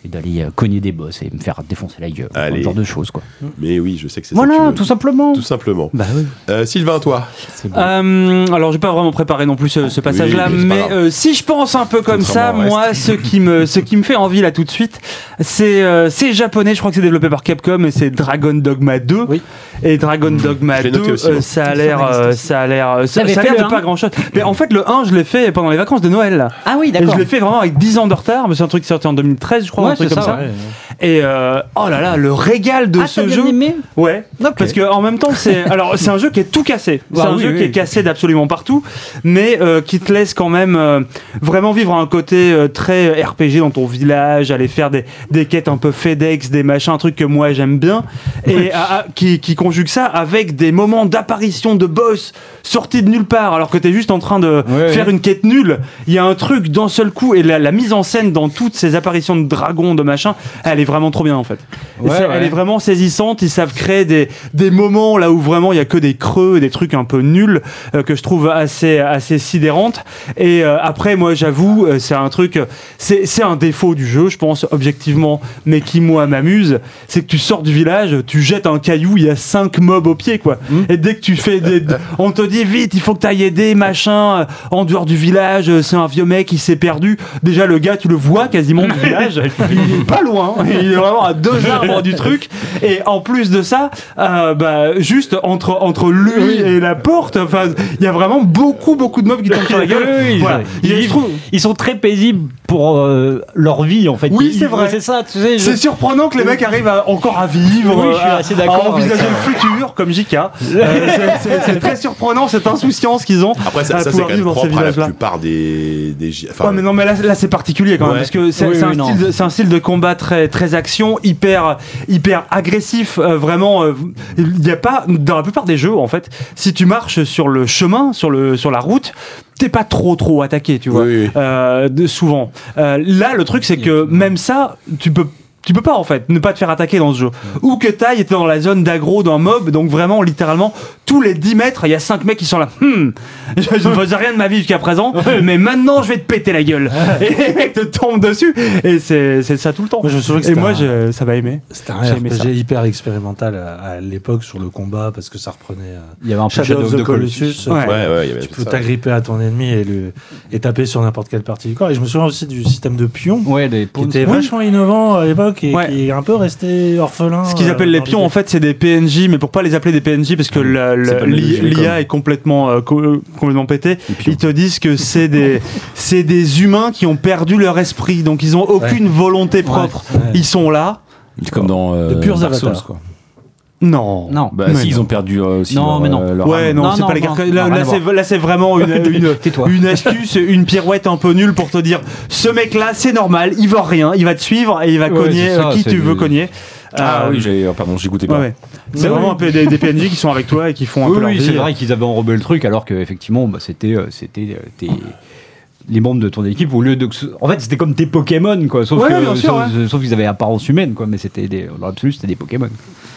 Speaker 3: et d'aller euh, cogner des boss et me faire défoncer la gueule.
Speaker 1: Allez.
Speaker 3: Ce genre de choses quoi.
Speaker 1: Mais oui, je sais que c'est ça. que
Speaker 3: euh, Voilà,
Speaker 1: tu
Speaker 3: tout
Speaker 1: veux.
Speaker 3: simplement.
Speaker 1: Tout simplement.
Speaker 3: Bah oui.
Speaker 1: Euh, Sylvain, toi
Speaker 4: Euh, alors, j'ai pas vraiment préparé non plus ce, ce passage-là,
Speaker 1: Ah, Oui, mais c'est pas
Speaker 4: mais
Speaker 1: grave.
Speaker 4: euh, si je pense un peu comme ça,
Speaker 2: Contrairement au
Speaker 4: moi, ce qui me, ce qui me fait envie là tout de suite, c'est, euh, c'est japonais. Je crois que c'est développé par Capcom et c'est Dragon Dogma 2.
Speaker 2: Oui.
Speaker 4: Et Dragon Dogma
Speaker 1: Je l'ai
Speaker 4: 2,
Speaker 1: noté aussi,
Speaker 4: euh,
Speaker 1: moi.
Speaker 4: ça a l'air, euh, ça a l'air, euh, ça,
Speaker 5: T'avais
Speaker 4: ça a
Speaker 5: fait
Speaker 4: l'air
Speaker 5: le
Speaker 4: de
Speaker 5: un
Speaker 4: pas grand-chose. Mais en fait, le 1, je l'ai fait pendant les vacances de Noël. là.
Speaker 5: Ah oui,
Speaker 4: Et
Speaker 5: d'accord.
Speaker 4: je l'ai fait vraiment avec 10 ans de retard, mais c'est un truc qui est sorti en 2013, je crois,
Speaker 3: Ouais,
Speaker 4: un truc
Speaker 3: c'est
Speaker 4: comme ça.
Speaker 3: ça,
Speaker 4: Et euh, oh là là, le régal de
Speaker 5: Ah, t'as
Speaker 4: ce
Speaker 5: bien
Speaker 4: jeu.
Speaker 5: [LAUGHS] aimé
Speaker 4: Ouais, parce que en même temps,
Speaker 3: [LAUGHS]
Speaker 4: c'est alors c'est un jeu qui est tout cassé. C'est
Speaker 3: Ah
Speaker 4: un
Speaker 3: oui,
Speaker 4: jeu
Speaker 3: oui.
Speaker 4: qui est cassé d'absolument partout, mais euh, qui te laisse quand même euh, vraiment vivre un côté euh, très RPG dans ton village, aller faire des, des quêtes un peu FedEx, des machins, un truc que moi j'aime bien, et à- à- qui, qui conjugue ça avec des moments d'apparition de boss sortis de nulle part, alors que t'es juste en train de
Speaker 3: Ouais,
Speaker 4: faire
Speaker 3: ouais.
Speaker 4: une quête nulle. Il y a un truc d'un seul coup, et la, la mise en scène dans toutes ces apparitions de dragons, de machins, elle est vraiment trop bien en fait. Et
Speaker 3: Ouais,
Speaker 4: ça, Elle
Speaker 3: ouais.
Speaker 4: est vraiment saisissante. Ils savent créer des, des moments là où vraiment il y a que des creux, des trucs un peu nuls euh, que je trouve assez, assez sidérantes. Et euh, après, moi, j'avoue, euh, c'est un truc, euh, c'est c'est un défaut du jeu, je pense, objectivement, mais qui, moi, m'amuse. C'est que tu sors du village, tu jettes un caillou, il y a cinq mobs au pied, quoi.
Speaker 3: Hmm.
Speaker 4: Et dès que tu fais des. On te dit vite, il faut que t'ailles aider, machin, euh, en dehors du village, euh, c'est un vieux mec, il s'est perdu. Déjà, le gars, tu le vois quasiment du village, il est pas loin, il il est vraiment à deux arbres du truc. Et en plus de ça, euh, bah, juste entre, entre lui et la porte, enfin, il y a vraiment beaucoup, beaucoup de mobs qui tombent sur la
Speaker 3: [LAUGHS] Oui,
Speaker 4: gueule.
Speaker 3: oui,
Speaker 4: Voilà.
Speaker 3: ils,
Speaker 4: Il
Speaker 3: ils-
Speaker 4: je trouve-
Speaker 3: ils sont très paisibles pour euh, leur vie en fait.
Speaker 4: Oui,
Speaker 3: Ils-
Speaker 4: c'est vrai.
Speaker 3: C'est ça, tu sais. je-
Speaker 4: C'est surprenant que les mecs arrivent à- encore à vivre,
Speaker 3: Oui, je suis
Speaker 4: euh, à-
Speaker 3: assez d'accord
Speaker 4: à
Speaker 3: avec
Speaker 4: envisager
Speaker 3: ça.
Speaker 4: le futur, comme JK.
Speaker 3: [LAUGHS]
Speaker 4: Euh, c'est- c'est- c'est très surprenant cette insouciance qu'ils ont.
Speaker 1: Après,
Speaker 4: à
Speaker 3: Ah,
Speaker 1: ça, ça, c'est quand
Speaker 4: pouvoir
Speaker 1: même
Speaker 4: vivre dans ces
Speaker 1: propre à la
Speaker 4: villages-là.
Speaker 1: plupart des. des gi- enfin,
Speaker 4: Ouais, mais non, mais là, là, c'est particulier quand même,
Speaker 1: Ouais.
Speaker 4: parce que c'est
Speaker 3: Oui,
Speaker 4: c'est
Speaker 3: oui,
Speaker 4: un,
Speaker 3: non.
Speaker 4: style de- c'est un style de combat très, très action, hyper, hyper agressif, euh, vraiment. euh, Il n'y a pas, dans la plupart des jeux, en fait, si tu marches sur le chemin, sur, le, sur la route, t'es pas trop, trop attaqué, tu vois.
Speaker 1: Oui, oui.
Speaker 4: Euh, de- souvent. Euh, là, le truc, c'est que même ça, tu peux. Tu peux pas en fait ne pas te faire attaquer dans ce jeu. Ou que t'ailles, t'es dans la zone d'aggro d'un mob, donc vraiment littéralement tous les 10 mètres, il y a 5 mecs qui sont là. Hmm, [LAUGHS] je, je ne faisais rien de ma vie jusqu'à présent, mais maintenant je vais te péter la gueule. [LAUGHS] Et les mecs te tombent dessus, et c'est c'est ça tout le temps.
Speaker 7: Moi, je me souviens que
Speaker 4: et
Speaker 7: c'était
Speaker 4: moi,
Speaker 7: un-
Speaker 4: je- ça va aimer.
Speaker 7: C'était
Speaker 4: J'ai
Speaker 7: un
Speaker 4: aimé ça.
Speaker 7: RPG hyper expérimental à, à l'époque sur le combat parce que ça reprenait euh,
Speaker 3: Il y avait un peu de
Speaker 7: Shadow of the Colossus.
Speaker 4: Ouais.
Speaker 3: Ah,
Speaker 1: Ouais, ouais, il y avait
Speaker 7: Tu
Speaker 1: tout
Speaker 7: peux
Speaker 1: ça.
Speaker 7: t'agripper à ton ennemi et, le, et taper sur n'importe quelle partie du corps. Et je me souviens aussi du système de pions
Speaker 3: Ouais, les
Speaker 7: qui
Speaker 3: poules.
Speaker 7: était
Speaker 4: Oui.
Speaker 7: vachement innovant à l'époque et
Speaker 4: Ouais.
Speaker 7: qui est un peu resté orphelin.
Speaker 3: Oh
Speaker 4: Ce qu'ils
Speaker 7: euh,
Speaker 4: appellent les
Speaker 7: dans
Speaker 4: pions, en
Speaker 7: l'idée.
Speaker 4: fait, c'est des PNJ, mais pour pas les appeler des PNJ, parce que la- la- l'I- l'IA est complètement, euh, co- euh, complètement pété. Ils te disent que c'est des, c'est des humains qui ont perdu leur esprit, donc ils ont aucune volonté propre.
Speaker 7: ouais.
Speaker 4: Ils sont là.
Speaker 2: Comme dans. euh,
Speaker 7: De purs
Speaker 2: Dark Souls,
Speaker 7: avatars.
Speaker 2: quoi.
Speaker 4: Non.
Speaker 3: Non.
Speaker 2: Bah
Speaker 4: Mais
Speaker 2: si, ils
Speaker 4: non.
Speaker 2: ont perdu euh, aussi.
Speaker 3: Non,
Speaker 2: leur,
Speaker 3: mais non.
Speaker 2: euh, leur
Speaker 4: Ouais,
Speaker 2: âme.
Speaker 4: non,
Speaker 3: Non,
Speaker 4: c'est
Speaker 3: non,
Speaker 4: pas les
Speaker 3: non,
Speaker 4: carcas-
Speaker 3: non,
Speaker 4: Là,
Speaker 3: rien
Speaker 4: là,
Speaker 3: à
Speaker 4: c'est, là, c'est vraiment
Speaker 3: [LAUGHS]
Speaker 4: une, une, une astuce, une pirouette un peu nulle pour te dire ce mec-là, c'est normal, il veut rien, il va te suivre et il va
Speaker 3: Ouais,
Speaker 4: cogner
Speaker 3: c'est ça,
Speaker 4: euh, qui
Speaker 3: c'est
Speaker 4: tu
Speaker 3: du-
Speaker 4: veux cogner.
Speaker 2: Ah
Speaker 4: Euh,
Speaker 2: oui, j'ai. euh, Pardon, j'ai goûté
Speaker 4: ouais,
Speaker 2: pas.
Speaker 4: ouais. C'est vraiment un peu des, des PNJ qui sont avec toi et qui font un peu
Speaker 3: Oui,
Speaker 4: leur
Speaker 3: oui,
Speaker 4: vie.
Speaker 3: c'est vrai qu'ils avaient enrobé le truc alors que effectivement, bah, c'était, euh, c'était euh, tes- les membres de ton équipe au lieu de. En fait, c'était comme des Pokémon quoi, sauf
Speaker 4: Ouais,
Speaker 3: que- euh,
Speaker 4: bien sûr,
Speaker 3: sauf- sauf qu'ils avaient apparence humaine quoi, mais c'était des, dans l'absolu c'était des Pokémon.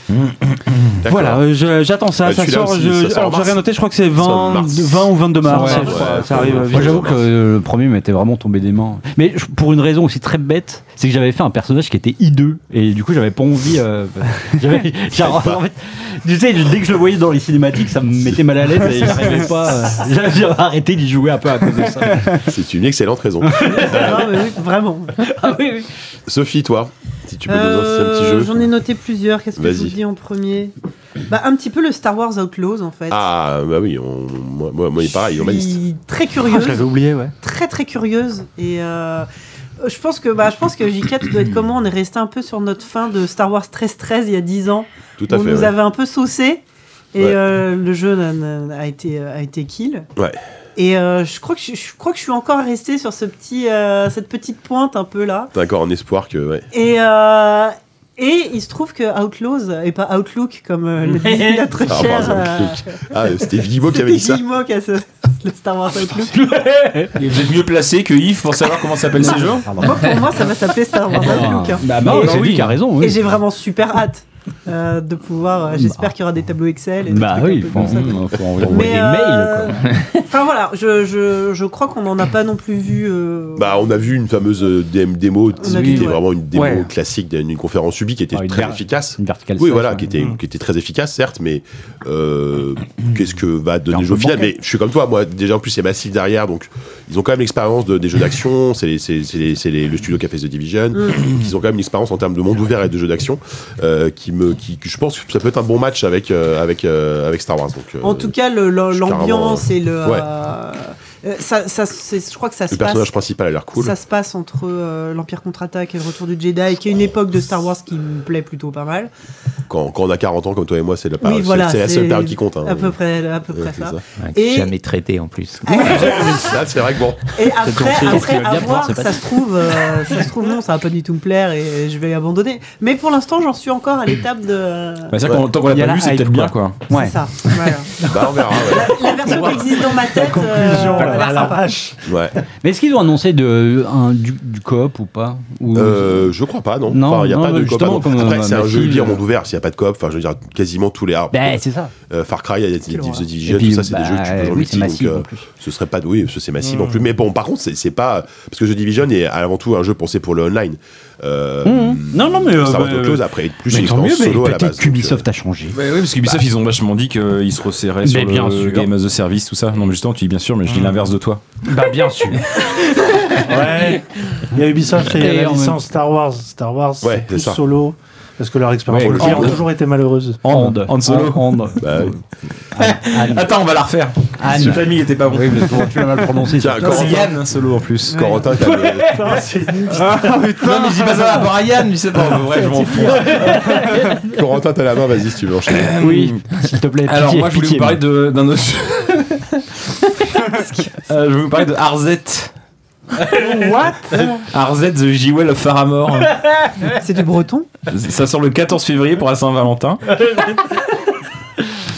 Speaker 4: Bah,
Speaker 1: D'accord.
Speaker 4: Voilà, euh, je- j'attends ça,
Speaker 1: Bah,
Speaker 4: ça
Speaker 1: celui-là
Speaker 4: sort,
Speaker 1: aussi,
Speaker 4: je-
Speaker 1: ça sort en
Speaker 4: alors, j'ai
Speaker 1: mars.
Speaker 4: rien noté, je crois que c'est
Speaker 1: Ça sort en
Speaker 4: 20,
Speaker 1: mars.
Speaker 4: 20 ou 22 mars,
Speaker 3: Ouais,
Speaker 4: je crois,
Speaker 1: ouais.
Speaker 4: ça arrive
Speaker 1: Moi,
Speaker 4: vite.
Speaker 3: Moi, j'avoue que euh, le premier m'était vraiment tombé des mains. Mais je- pour une raison aussi très bête, c'est que j'avais fait un personnage qui était hideux. Et du coup, j'avais pas envie. euh, [LAUGHS] j'avais- genre, en fait, tu sais, dès que je le voyais dans les cinématiques, ça me mettait mal à l'aise et j'arrivais pas. euh, [LAUGHS] j'avais j'avais arrêté d'y jouer un peu à cause de ça.
Speaker 1: C'est une excellente
Speaker 3: [LAUGHS]
Speaker 1: raison.
Speaker 5: Non, mais Ah, bah oui, vraiment.
Speaker 3: Ah oui, oui.
Speaker 1: Sophie, toi, si tu peux nous
Speaker 5: Euh,
Speaker 1: lancer un petit jeu.
Speaker 5: J'en ai noté plusieurs. Qu'est-ce que je
Speaker 1: Vas-y.
Speaker 5: vous dis en premier bah, Un petit peu le Star Wars Outlaws, en fait.
Speaker 1: Ah, bah oui, on- moi, moi, moi, il est pareil, on ma
Speaker 5: Je
Speaker 1: liste.
Speaker 5: suis très
Speaker 4: Ah, je l'avais
Speaker 5: curieuse,
Speaker 4: oublié, ouais.
Speaker 5: très très curieuse. Et euh, je pense que, bah, je pense que JK, tu dois être comment On est resté un peu sur notre fin de Star Wars 13-13 il y a 10 ans.
Speaker 1: Tout à
Speaker 5: On
Speaker 1: fait.
Speaker 5: nous
Speaker 1: ouais.
Speaker 5: avait un peu saucé. Et
Speaker 1: Ouais.
Speaker 5: euh, le jeu a, a été, euh, a été kill.
Speaker 1: Ouais.
Speaker 5: Et euh, je, crois que je, je crois que je suis encore resté sur ce petit, euh, cette petite pointe un peu là.
Speaker 1: T'as encore un espoir que. Ouais.
Speaker 5: Et, euh, et il se trouve que Outlaws, et pas Outlook comme euh, le
Speaker 1: [LAUGHS]
Speaker 5: dit notre
Speaker 1: Ah,
Speaker 5: cher.
Speaker 1: pardon,
Speaker 5: euh,
Speaker 1: Ah, c'était Guillemot qui avait
Speaker 5: [LAUGHS] C'était
Speaker 1: dit ça.
Speaker 5: Guillemot qui a ce- le Star Wars Outlook.
Speaker 2: Et vous êtes mieux placé que Yves pour savoir comment s'appellent ces jeux
Speaker 5: Moi, pour moi, ça va s'appeler Star Wars
Speaker 1: Ah.
Speaker 5: Outlook. hein.
Speaker 3: Bah, non,
Speaker 2: Et-
Speaker 3: c'est
Speaker 2: oui.
Speaker 3: lui qui a raison.
Speaker 5: Et
Speaker 3: Oui.
Speaker 5: j'ai vraiment super hâte euh, de pouvoir.
Speaker 1: Bah.
Speaker 5: euh, J'espère qu'il y aura des tableaux Excel. Et des
Speaker 3: Bah
Speaker 5: trucs un
Speaker 3: oui,
Speaker 5: peu
Speaker 3: faut,
Speaker 5: comme ça.
Speaker 3: faut envoyer
Speaker 5: Mais,
Speaker 3: des
Speaker 5: euh,
Speaker 3: mails.
Speaker 5: [LAUGHS] Enfin voilà, je, je, je crois qu'on n'en a pas non plus vu. euh,
Speaker 1: Bah, on a vu une fameuse euh, dém- démo qui
Speaker 5: On a vu,
Speaker 1: était
Speaker 5: ouais.
Speaker 1: vraiment une démo
Speaker 4: Ouais.
Speaker 1: classique d'une conférence subie qui était
Speaker 3: Ah, une
Speaker 1: très
Speaker 3: ver-
Speaker 1: efficace.
Speaker 3: Une verticale
Speaker 1: Oui,
Speaker 3: slash,
Speaker 1: voilà,
Speaker 3: ouais.
Speaker 1: qui
Speaker 5: Mm.
Speaker 1: était, qui était très efficace, certes, mais euh, qu'est-ce que va donner
Speaker 3: Un
Speaker 1: le jeu au
Speaker 3: peu
Speaker 1: final
Speaker 3: bancal.
Speaker 1: Mais je suis comme toi, moi, déjà en plus, c'est massif derrière, donc ils ont quand même l'expérience de- des jeux d'action, c'est les- c'est- c'est les- c'est les- le studio qui a fait The Division,
Speaker 5: Mm.
Speaker 1: ils ont quand même une expérience en termes de monde ouvert et de jeux d'action, euh, qui me, qui, que je pense que ça peut être un bon match avec, euh, avec, euh, avec Star Wars. Donc, euh,
Speaker 5: En tout cas, le- le-
Speaker 1: je suis
Speaker 5: l'ambiance et le.
Speaker 1: Ouais.
Speaker 5: euh, euh, ça, ça, c'est- je crois que ça se
Speaker 1: le
Speaker 5: passe.
Speaker 1: personnage principal a l'air cool.
Speaker 5: Ça se passe entre euh, l'Empire contre-attaque et le retour du Jedi, qui est une époque de Star Wars qui me plaît plutôt pas mal.
Speaker 1: Quand, quand on a 40 ans comme toi et moi, c'est la, période- c'est-
Speaker 5: voilà,
Speaker 1: c'est la seule
Speaker 5: c'est
Speaker 1: période qui compte. hein.
Speaker 5: À peu près, à peu
Speaker 1: Ouais,
Speaker 5: près
Speaker 1: c'est
Speaker 5: ça.
Speaker 1: ça.
Speaker 5: Et-
Speaker 6: Jamais traité en plus.
Speaker 1: Là, c'est vrai que bon.
Speaker 5: Et après,
Speaker 3: Je pense qu'il
Speaker 5: après
Speaker 3: va bien
Speaker 5: à
Speaker 3: pouvoir
Speaker 5: voir,
Speaker 3: se
Speaker 5: ça
Speaker 3: passer.
Speaker 5: se trouve, euh, ça se trouve non, ça va pas du tout me plaire et je vais abandonner. Mais pour l'instant, j'en suis encore à l'étape de.
Speaker 2: Bah, c'est vrai qu'on- tant qu'on
Speaker 4: Il y
Speaker 2: l'a
Speaker 4: a
Speaker 2: pas
Speaker 4: la
Speaker 2: vu, c'est
Speaker 4: hype,
Speaker 2: peut-être bien quoi.
Speaker 4: Ouais.
Speaker 5: C'est ça. Voilà.
Speaker 1: Bah, on verra. ouais.
Speaker 5: La version qui existe dans ma tête.
Speaker 7: Conclusion,
Speaker 5: euh,
Speaker 7: à la
Speaker 5: voilà, ça va.
Speaker 7: vache.
Speaker 5: [LAUGHS]
Speaker 1: Ouais.
Speaker 3: Mais est-ce qu'ils ont annoncé de, un, du, du coop ou pas Ou-
Speaker 1: Euh, je crois pas, non.
Speaker 3: Non,
Speaker 1: Enfin, il y a
Speaker 3: non,
Speaker 1: pas de
Speaker 3: mais
Speaker 1: coop.
Speaker 3: justement,
Speaker 1: pardon.
Speaker 3: comme,
Speaker 1: Après,
Speaker 3: euh,
Speaker 1: c'est un
Speaker 3: Massive,
Speaker 1: jeu libre en
Speaker 3: euh,
Speaker 1: monde ouvert. S'il n'y a pas de coop, enfin, je veux dire, quasiment tous les arbres.
Speaker 3: Bah, c'est ça.
Speaker 1: Euh, Far Cry, il y a
Speaker 5: Quelle
Speaker 1: The
Speaker 5: horreur.
Speaker 1: Division,
Speaker 3: Et puis,
Speaker 1: tout ça, c'est
Speaker 3: bah,
Speaker 1: des jeux que tu peux jouer en
Speaker 3: oui,
Speaker 1: multi,
Speaker 3: c'est
Speaker 1: donc
Speaker 3: massif, Mmh.
Speaker 1: euh,
Speaker 3: en plus.
Speaker 1: ce serait pas doué, parce que c'est massif non plus. Mais bon, par contre, c'est c'est pas. Parce que The Division est avant tout un jeu pensé pour le online. Euh,
Speaker 3: Non, non, mais. euh,
Speaker 1: Star Wars
Speaker 3: bah,
Speaker 1: Outlaws, après, est plus
Speaker 3: mais
Speaker 1: une
Speaker 3: tant mieux,
Speaker 1: expérience
Speaker 3: mais
Speaker 1: solo à la
Speaker 3: peut-être
Speaker 1: base. euh,
Speaker 3: qu'Ubisoft a changé.
Speaker 2: Bah oui, parce qu'Ubisoft, ils ont vachement dit qu'ils se resserraient
Speaker 3: Mais
Speaker 2: sur
Speaker 3: bien
Speaker 2: le
Speaker 3: sûr.
Speaker 2: Game as a Service, tout ça. Non, mais justement, tu dis bien sûr, mais je dis l'inverse de toi.
Speaker 3: Bah, bien sûr.
Speaker 7: Ouais. Il y a Ubisoft et il y
Speaker 3: Et
Speaker 7: a la
Speaker 3: en même-
Speaker 7: licence Star Wars. Star Wars,
Speaker 1: Ouais,
Speaker 7: c'est
Speaker 1: c'est
Speaker 7: plus
Speaker 1: ça.
Speaker 7: solo. Parce que leur expérience
Speaker 8: Ouais,
Speaker 7: multiplayer
Speaker 8: Hand.
Speaker 7: a toujours été malheureuse.
Speaker 3: Hand.
Speaker 8: Han Solo.
Speaker 3: Hand.
Speaker 1: [LAUGHS] Bah, oui.
Speaker 3: Anne.
Speaker 8: Attends, on va la refaire.
Speaker 4: Ah,
Speaker 3: Anne.
Speaker 8: Ce timing était pas bon.
Speaker 3: Ah Oui, mais comment tu l'as mal prononcé
Speaker 1: Tiens,
Speaker 3: ça
Speaker 8: Non, C'est
Speaker 1: Corentin.
Speaker 8: Yann hein, Solo en plus.
Speaker 1: Corentin, t'as le-
Speaker 8: Non,
Speaker 3: [LAUGHS]
Speaker 8: mais je dis pas ça par rapport à Yann, je sais pas. mais Bref, je m'en fous.
Speaker 1: Corentin, t'as la main, vas-y si tu veux enchaîner.
Speaker 4: Ah
Speaker 3: Oui, s'il te plaît.
Speaker 8: Alors,
Speaker 3: pitié,
Speaker 8: moi, je voulais
Speaker 3: pitié.
Speaker 8: vous parler de- d'un
Speaker 5: [LAUGHS]
Speaker 8: autre jeu. Euh, je vais vous parler de Arzet.
Speaker 5: [LAUGHS] What
Speaker 8: Arzet The Jewel of Faramore.
Speaker 5: C'est du breton
Speaker 8: Ça sort le 14 février pour la Saint-Valentin.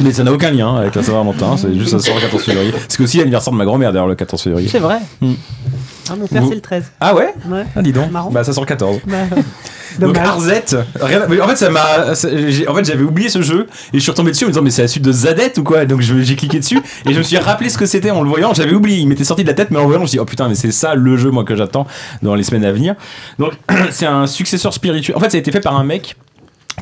Speaker 8: Mais ça n'a aucun lien avec la Saint-Valentin, c'est juste ça sort le 14 février. C'est aussi l'anniversaire de ma grand-mère d'ailleurs le 14 février.
Speaker 5: C'est vrai.
Speaker 8: Hmm.
Speaker 5: Ah, mon père,
Speaker 8: Vous-
Speaker 5: c'est le 13.
Speaker 8: Ah ouais
Speaker 5: Ouais.
Speaker 8: Ah dis donc.
Speaker 5: Marrant.
Speaker 8: Bah ça sort le 14.
Speaker 5: Bah,
Speaker 8: Donc
Speaker 5: dommage.
Speaker 8: Arzette, rien à- mais en fait ça m'a, ça- j'ai- en fait j'avais oublié ce jeu et je suis retombé dessus en me disant mais c'est la suite de Zadette ou quoi Donc je- j'ai cliqué dessus et je me suis rappelé ce que c'était en le voyant. J'avais oublié, il m'était sorti de la tête, mais en le voyant je dis oh putain mais c'est ça le jeu moi que j'attends dans les semaines à venir. Donc [CLEARS THROAT] c'est un successeur spirituel. En fait ça a été fait par un mec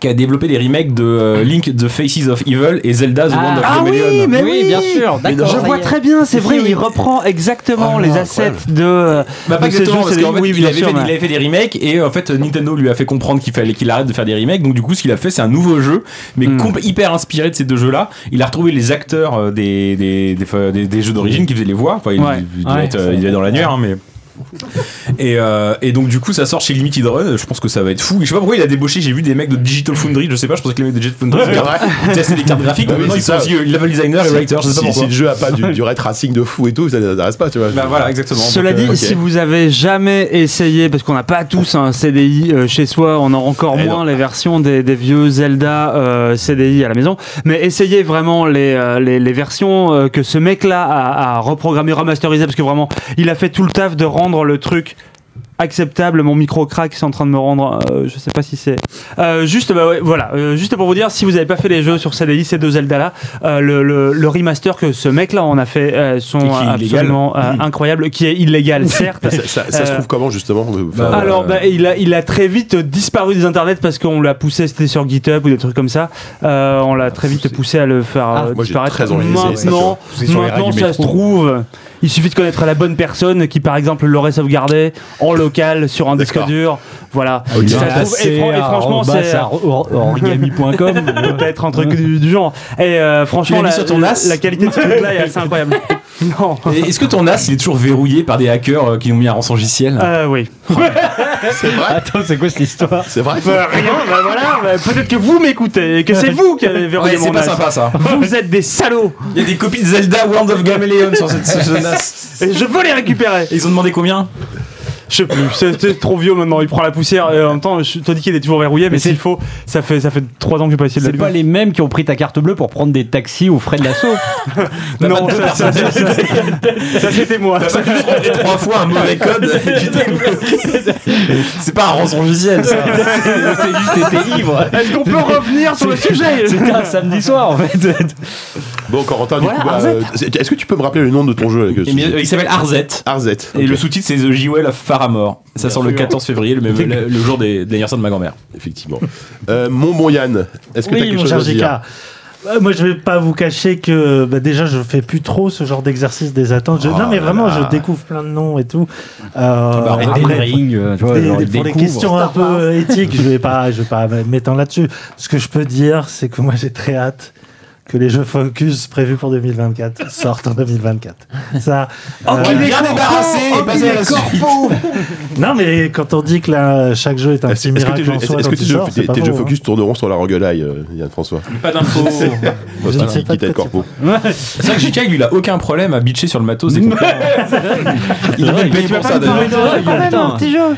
Speaker 8: qui a développé les remakes de euh, Link the Faces of Evil et Zelda The Wand of
Speaker 4: Ah oui,
Speaker 8: Rebellion.
Speaker 4: mais
Speaker 3: oui,
Speaker 4: oui,
Speaker 3: bien sûr. D'accord.
Speaker 4: Je
Speaker 3: ça
Speaker 4: vois
Speaker 3: y est.
Speaker 4: très bien, c'est vrai,
Speaker 8: Oui, oui.
Speaker 4: il reprend exactement
Speaker 8: Ah,
Speaker 4: les assets
Speaker 8: incroyable.
Speaker 4: de,
Speaker 8: Bah pas
Speaker 4: de ces jeux,
Speaker 8: exactement parce
Speaker 4: c'est-
Speaker 8: qu'en fait,
Speaker 4: oui,
Speaker 8: il,
Speaker 4: bien
Speaker 8: avait
Speaker 4: sûr,
Speaker 8: fait,
Speaker 4: mais-
Speaker 8: il avait fait des remakes et en fait Nintendo lui a fait comprendre qu'il fallait qu'il arrête de faire des remakes donc du coup ce qu'il a fait c'est un nouveau jeu mais
Speaker 4: Hmm.
Speaker 8: compl- hyper inspiré de ces deux jeux là il a retrouvé les acteurs euh, des, des, des, des- des jeux d'origine qui faisaient les voix enfin il,
Speaker 4: Ouais.
Speaker 8: il doit
Speaker 4: Ouais.
Speaker 8: être, euh, il est dans l'annuaire hein, mais et, euh, et donc du coup ça sort chez Limited Run je pense que ça va être fou je sais pas pourquoi il a débauché j'ai vu des mecs de Digital Foundry je sais pas je pense que les mecs de Digital Foundry ils [LAUGHS] ont testé des cartes graphiques
Speaker 4: Ah,
Speaker 1: Bah
Speaker 8: mais
Speaker 1: oui,
Speaker 8: maintenant
Speaker 1: c'est
Speaker 8: ils sont
Speaker 1: ça.
Speaker 8: aussi euh, level designer et writer je sais pas
Speaker 1: si, si
Speaker 8: pourquoi
Speaker 1: le jeu a pas du, du ray tracing de fou et tout, ça ne t'intéresse pas, tu vois.
Speaker 8: bah voilà exactement
Speaker 4: Cela
Speaker 8: Donc,
Speaker 4: dit,
Speaker 8: euh, ok.
Speaker 4: si vous avez jamais essayé, parce qu'on n'a pas tous un CDI euh, chez soi, on a encore
Speaker 1: Eh
Speaker 4: moins
Speaker 1: non.
Speaker 4: les versions des, des vieux Zelda euh, CDI à la maison, mais essayez vraiment les, euh, les, les versions euh, que ce mec-là a, a reprogrammées, remasterisées, parce que vraiment, il a fait tout le taf de rendre le truc acceptable mon micro crack c'est en train de me rendre euh, je sais pas si c'est Euh, juste bah ouais, voilà euh, juste pour vous dire si vous avez pas fait les jeux sur CDI ces deux Zelda là le, le- le remaster que ce mec là en a fait euh,
Speaker 8: Et
Speaker 4: sont
Speaker 8: qui est illégal.
Speaker 4: absolument euh, incroyables qui est illégal certes
Speaker 1: Ça, ça- ça se
Speaker 4: Euh,
Speaker 1: trouve comment justement
Speaker 8: bah,
Speaker 1: enfin,
Speaker 4: alors, bah, il, a, il a très vite disparu des internets parce qu'on l'a poussé, c'était sur GitHub ou des trucs comme ça. Euh, on l'a très vite poussé à le faire euh,
Speaker 1: Ah, moi, j'ai
Speaker 4: disparaître.
Speaker 1: très envie d'essayer ça,
Speaker 4: maintenant,
Speaker 1: tu vois. C'est sur les rails
Speaker 4: maintenant
Speaker 1: du
Speaker 4: ça
Speaker 1: métro.
Speaker 4: se trouve. Il suffit de connaître la bonne personne qui, par exemple, l'aurait sauvegardé en local sur un disque
Speaker 1: D'accord. Ah
Speaker 4: dur. Voilà.
Speaker 1: Ok.
Speaker 4: Si ça se trouve- et, fran- et franchement, c'est euh,
Speaker 1: [LAUGHS]
Speaker 3: origami.com.
Speaker 4: peut-être un truc du, du genre. Et euh, franchement,
Speaker 8: mis
Speaker 4: la,
Speaker 8: sur ton as
Speaker 4: la qualité de ce
Speaker 1: [LAUGHS]
Speaker 4: truc-là est assez incroyable. non.
Speaker 8: Et Est-ce que ton as il est toujours verrouillé par des hackers euh, qui l'ont mis à rançongiciel
Speaker 4: Euh, oui.
Speaker 1: c'est vrai,
Speaker 3: [LAUGHS] Attends, c'est quoi cette histoire
Speaker 1: c'est vrai.
Speaker 4: Bah, rien, bah voilà, bah, peut-être que vous m'écoutez et que c'est vous qui avez verrouillé
Speaker 8: Ouais, c'est
Speaker 4: mon
Speaker 8: pas
Speaker 4: as.
Speaker 8: sympa ça.
Speaker 4: Vous êtes des salauds
Speaker 8: [LAUGHS] Il y a des copies de Zelda World of Gameleon sur cette [LAUGHS] sur ce NAS.
Speaker 4: et je veux les récupérer.
Speaker 8: Et ils ont demandé combien
Speaker 4: Je sais plus, c'est c'est trop vieux maintenant, il prend la poussière et en même temps, je te dis qu'il est toujours verrouillé, mais, s'il faut, ça fait ça fait 3 ans que j'ai pas essayé de
Speaker 3: C'est pas
Speaker 4: l'allumer.
Speaker 3: les mêmes qui ont pris ta carte bleue pour prendre des taxis aux frais de l'assaut.
Speaker 8: Bah,
Speaker 4: Non,
Speaker 8: [LAUGHS]
Speaker 4: ça, ça, ça, ça- ça, c'était moi.
Speaker 8: Ça juste rentré trois fois un mauvais [LAUGHS] code. et tu t'es bloqué. c'est pas un rançongiciel [LAUGHS] ça.
Speaker 3: C'est juste t'étais ivre.
Speaker 4: Est-ce qu'on peut revenir sur le sujet
Speaker 3: C'était un samedi soir en fait.
Speaker 1: Bon, Corentin, du coup, bah, euh, c'est- est-ce que tu peux me rappeler le nom de ton jeu là, que-
Speaker 8: Et mais, euh, il s'appelle Arzet.
Speaker 1: Arzet.
Speaker 8: Et
Speaker 1: ok,
Speaker 8: le sous-titre c'est The Jewel of Faramore. Ça sort le 14 février, le, même, le, le jour des- de l'anniversaire de ma grand-mère.
Speaker 1: Effectivement. Euh, mon bon Yann, est-ce que t'as
Speaker 7: Oui,
Speaker 1: quelque
Speaker 7: mon
Speaker 1: chose
Speaker 7: cher
Speaker 1: à dire
Speaker 7: JK. Bah, Moi, je vais pas vous cacher que bah, déjà, je fais plus trop ce genre d'exercice des attentes. Je-
Speaker 8: Oh
Speaker 7: non, mais
Speaker 8: là
Speaker 7: vraiment,
Speaker 8: là.
Speaker 7: je découvre plein de noms et tout. Euh,
Speaker 3: Ah
Speaker 7: après,
Speaker 3: Après, ring, euh, tu vois,
Speaker 7: des-
Speaker 3: bah, genre,
Speaker 7: des-
Speaker 3: il
Speaker 7: pour des
Speaker 3: découvre.
Speaker 7: questions un
Speaker 5: Star Wars.
Speaker 7: peu euh, éthiques, je vais pas, je vais pas m'étendre là-dessus. Ce que je peux dire, c'est que moi, j'ai très hâte que les jeux Focus prévus pour 2024 sortent en 2024. Ça.
Speaker 3: Ah,
Speaker 7: euh,
Speaker 8: bien débarrassé et passé à la suite.
Speaker 7: non, mais quand on dit que là, chaque jeu est un
Speaker 1: Est-ce
Speaker 7: petit
Speaker 1: est-ce que
Speaker 7: miracle
Speaker 1: tes jeux-
Speaker 7: en
Speaker 1: est-ce-
Speaker 7: soi,
Speaker 1: est-ce
Speaker 7: quand
Speaker 1: que
Speaker 7: il
Speaker 1: tes jeux-
Speaker 7: sort, c'est
Speaker 1: tes-
Speaker 7: pas hein.
Speaker 1: tes jeux
Speaker 7: faux,
Speaker 1: focus tourneront sur la regolaille, euh, Yann François
Speaker 8: Pas d'infos.
Speaker 7: hein. Je ne sais pas de
Speaker 1: Quitte le
Speaker 7: quoi tu
Speaker 1: corpo.
Speaker 8: C'est vrai que JK lui il a aucun problème à bitcher sur le matos des concurrents. Il est même payé pour ça d'ailleurs.
Speaker 4: Ah, un petit jeu.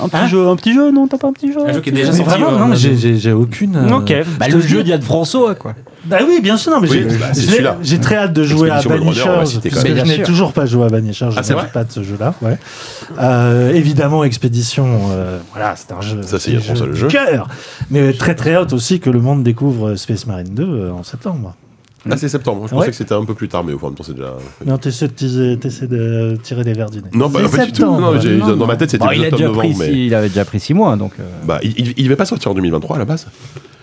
Speaker 4: Un petit jeu, un petit jeu, non, t'as pas un petit jeu
Speaker 8: Un jeu qui est déjà
Speaker 7: Mais
Speaker 8: sorti.
Speaker 7: vraiment,
Speaker 2: hein.
Speaker 8: euh,
Speaker 7: non, mais j'ai- j'ai j'ai aucune. euh,
Speaker 4: Ok.
Speaker 3: Bah, le jeu d'Yad François quoi.
Speaker 7: Bah oui, bien sûr, non, mais
Speaker 1: Oui,
Speaker 7: j'ai-
Speaker 1: bah, c'est
Speaker 7: j'ai
Speaker 1: celui-là.
Speaker 7: j'ai très hâte de jouer à
Speaker 1: Expédition Blackwater, on va
Speaker 7: Banishers,
Speaker 1: citer quand
Speaker 7: parce
Speaker 3: même.
Speaker 7: que
Speaker 3: Bien
Speaker 7: je n'ai
Speaker 3: sûr.
Speaker 7: toujours pas joué à Banishers, je
Speaker 1: Ah, c'est
Speaker 7: ne
Speaker 1: vrai
Speaker 7: m'occupe pas de ce jeu-là. Ouais. Euh, évidemment, Expédition, euh, voilà, c'est un jeu.
Speaker 1: Ça, c'est
Speaker 7: un
Speaker 1: pour ça, le jeu.
Speaker 7: Cœur Mais très très hâte aussi que le monde découvre euh, Space Marine 2 euh, en septembre.
Speaker 1: Ah, c'est septembre. Je
Speaker 7: Ouais.
Speaker 1: pensais que c'était un peu plus tard, mais au fond, en même temps, c'est déjà.
Speaker 7: Non, t'essaies de, teaser- t'essaies de tirer des verres du nez.
Speaker 1: Non, bah,
Speaker 7: C'est
Speaker 1: en fait, du tout. Non,
Speaker 7: septembre.
Speaker 1: j'ai-
Speaker 7: Non, Bah,
Speaker 1: dans ma tête, c'était
Speaker 3: Bon, il, a déjà
Speaker 1: octobre-novembre,
Speaker 3: pris,
Speaker 1: mais.
Speaker 3: six- il avait déjà pris 6 mois donc. euh,
Speaker 1: Bah, il, il, il va pas sortir en 2023 à la base.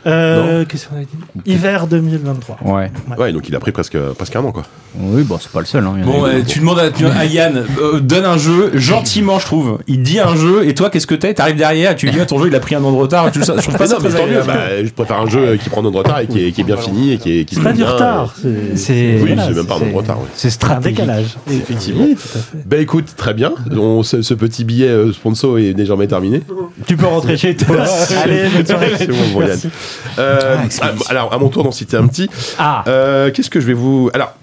Speaker 7: Euh, Qu'est-ce qu'on avait dit Hiver 2023.
Speaker 3: Ouais.
Speaker 1: Ouais, donc il a pris presque, presque un an, quoi.
Speaker 3: Oui, bon, c'est pas le seul. Hein. Il y en a
Speaker 2: Bon,
Speaker 3: eu
Speaker 2: euh,
Speaker 3: beaucoup.
Speaker 2: tu demandes à, tu- à Yann, euh, donne un jeu, gentiment, je trouve. Il dit un jeu, et toi, qu'est-ce que t'es T'arrives derrière, tu dis, ah, ton jeu, il a pris un an de retard. Tu, ça, je trouve pas
Speaker 1: Ah
Speaker 2: ça
Speaker 1: non, mais
Speaker 2: très
Speaker 1: tant mieux,
Speaker 2: agréable.
Speaker 1: bah, je préfère un jeu qui prend notre retard et qui est, qui est bien fini et qui est qui
Speaker 7: C'est
Speaker 1: se
Speaker 7: pas du
Speaker 1: bien, euh,
Speaker 7: retard.
Speaker 3: c'est
Speaker 1: Oui,
Speaker 7: voilà,
Speaker 1: c'est même pas un an de retard. Ah, oui.
Speaker 3: c'est
Speaker 7: Un
Speaker 3: stratégique.
Speaker 7: décalage.
Speaker 1: Effectivement.
Speaker 7: Oui, tout à fait.
Speaker 1: Bah écoute, très bien. On- ce, ce petit billet euh, sponsor est désormais terminé.
Speaker 3: Tu peux rentrer
Speaker 1: [LAUGHS]
Speaker 3: chez toi.
Speaker 7: Allez, bonne soirée.
Speaker 1: C'est bon, bon, Yann. Euh, à- alors, à mon tour d'en citer un petit.
Speaker 3: Ah,
Speaker 1: Euh, Qu'est-ce que je vais vous. Alors.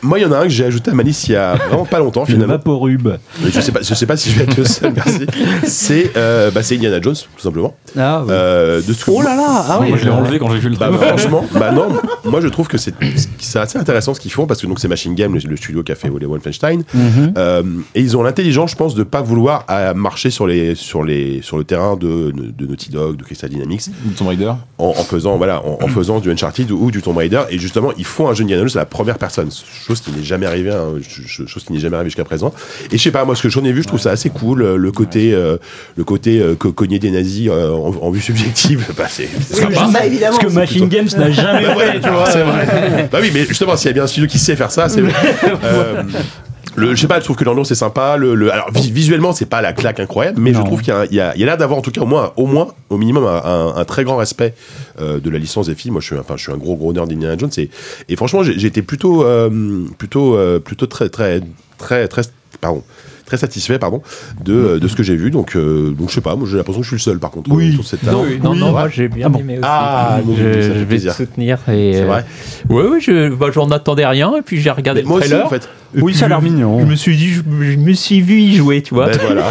Speaker 1: Moi, il y en a un que j'ai ajouté à ma liste il y a vraiment pas longtemps,
Speaker 3: le
Speaker 1: finalement.
Speaker 3: vaporub.
Speaker 1: Mais Je sais pas, je sais pas si je vais être le seul, merci. C'est euh, bah, c'est Indiana Jones, tout simplement.
Speaker 3: Ah, ouais.
Speaker 1: Euh, de tout.
Speaker 7: Oh là là ah oui.
Speaker 2: Moi, je
Speaker 3: euh,
Speaker 2: l'ai enlevé quand j'ai vu le
Speaker 1: Bah,
Speaker 2: travail.
Speaker 1: franchement, bah non, moi je trouve que c'est c'est assez intéressant ce qu'ils font parce que donc c'est Machine Game, le, le studio qui a fait les Wolfenstein,
Speaker 3: Mhm.
Speaker 1: Euh, et ils ont l'intelligence, je pense, de pas vouloir euh, marcher sur les sur les sur le terrain de, de Naughty Dog, de Crystal Dynamics,
Speaker 2: Tomb Raider.
Speaker 1: en, en faisant voilà en, en faisant du Uncharted ou du Tomb Raider et justement ils font un jeu Indiana Jones à la première personne chose qui n'est jamais arrivée hein, ch- ch- chose qui n'est jamais arrivée jusqu'à présent et je sais pas moi ce que j'en ai vu je trouve ça assez cool euh, le côté euh, le côté euh, co- cogner des nazis euh, en, en vue subjective [LAUGHS] bah, c'est c'est sympa.
Speaker 5: Bah, évidemment.
Speaker 3: Parce que Machine Games n'a jamais fait, tu vois.
Speaker 1: c'est vrai bah oui mais justement s'il y a bien un studio qui sait faire ça
Speaker 3: [LAUGHS]
Speaker 1: c'est vrai Euh, le, je sais pas, je trouve que l'ambiance est sympa. Le, le- alors vi- visuellement, c'est pas la claque incroyable, mais je
Speaker 3: Non.
Speaker 1: trouve qu'il y a, il y a- il y a l'air d'avoir en tout cas au moins, au moins, au minimum, un, un- un très grand respect euh, de la licence des films. Moi, je suis, un- enfin, je suis un gros gros nerd d'Indiana Jones et, et franchement, j'ai j'ai été plutôt, euh, plutôt, euh, plutôt très, très, très, très, pardon, très satisfait, pardon, de, euh, de ce que j'ai vu. Donc, euh, donc, je sais pas, moi, j'ai l'impression que je suis le seul, par contre.
Speaker 3: Oui.
Speaker 1: autour de cette table.
Speaker 6: Non, non, non, moi j'ai bien
Speaker 3: Ah bon.
Speaker 6: aimé aussi.
Speaker 1: Ah, bon,
Speaker 6: je,
Speaker 1: ça fait
Speaker 6: je vais
Speaker 1: plaisir.
Speaker 6: te soutenir. Et
Speaker 1: C'est vrai.
Speaker 6: Oui, oui, je, bah, j'en attendais rien et puis j'ai regardé
Speaker 1: Mais
Speaker 6: le
Speaker 1: moi aussi,
Speaker 6: trailer.
Speaker 1: en fait.
Speaker 6: Et
Speaker 3: Oui,
Speaker 6: puis
Speaker 3: ça a l'air
Speaker 6: je-
Speaker 3: mignon.
Speaker 6: Je me suis dit, je, je me suis vu y jouer, tu vois.
Speaker 1: Ben
Speaker 6: [LAUGHS]
Speaker 1: voilà.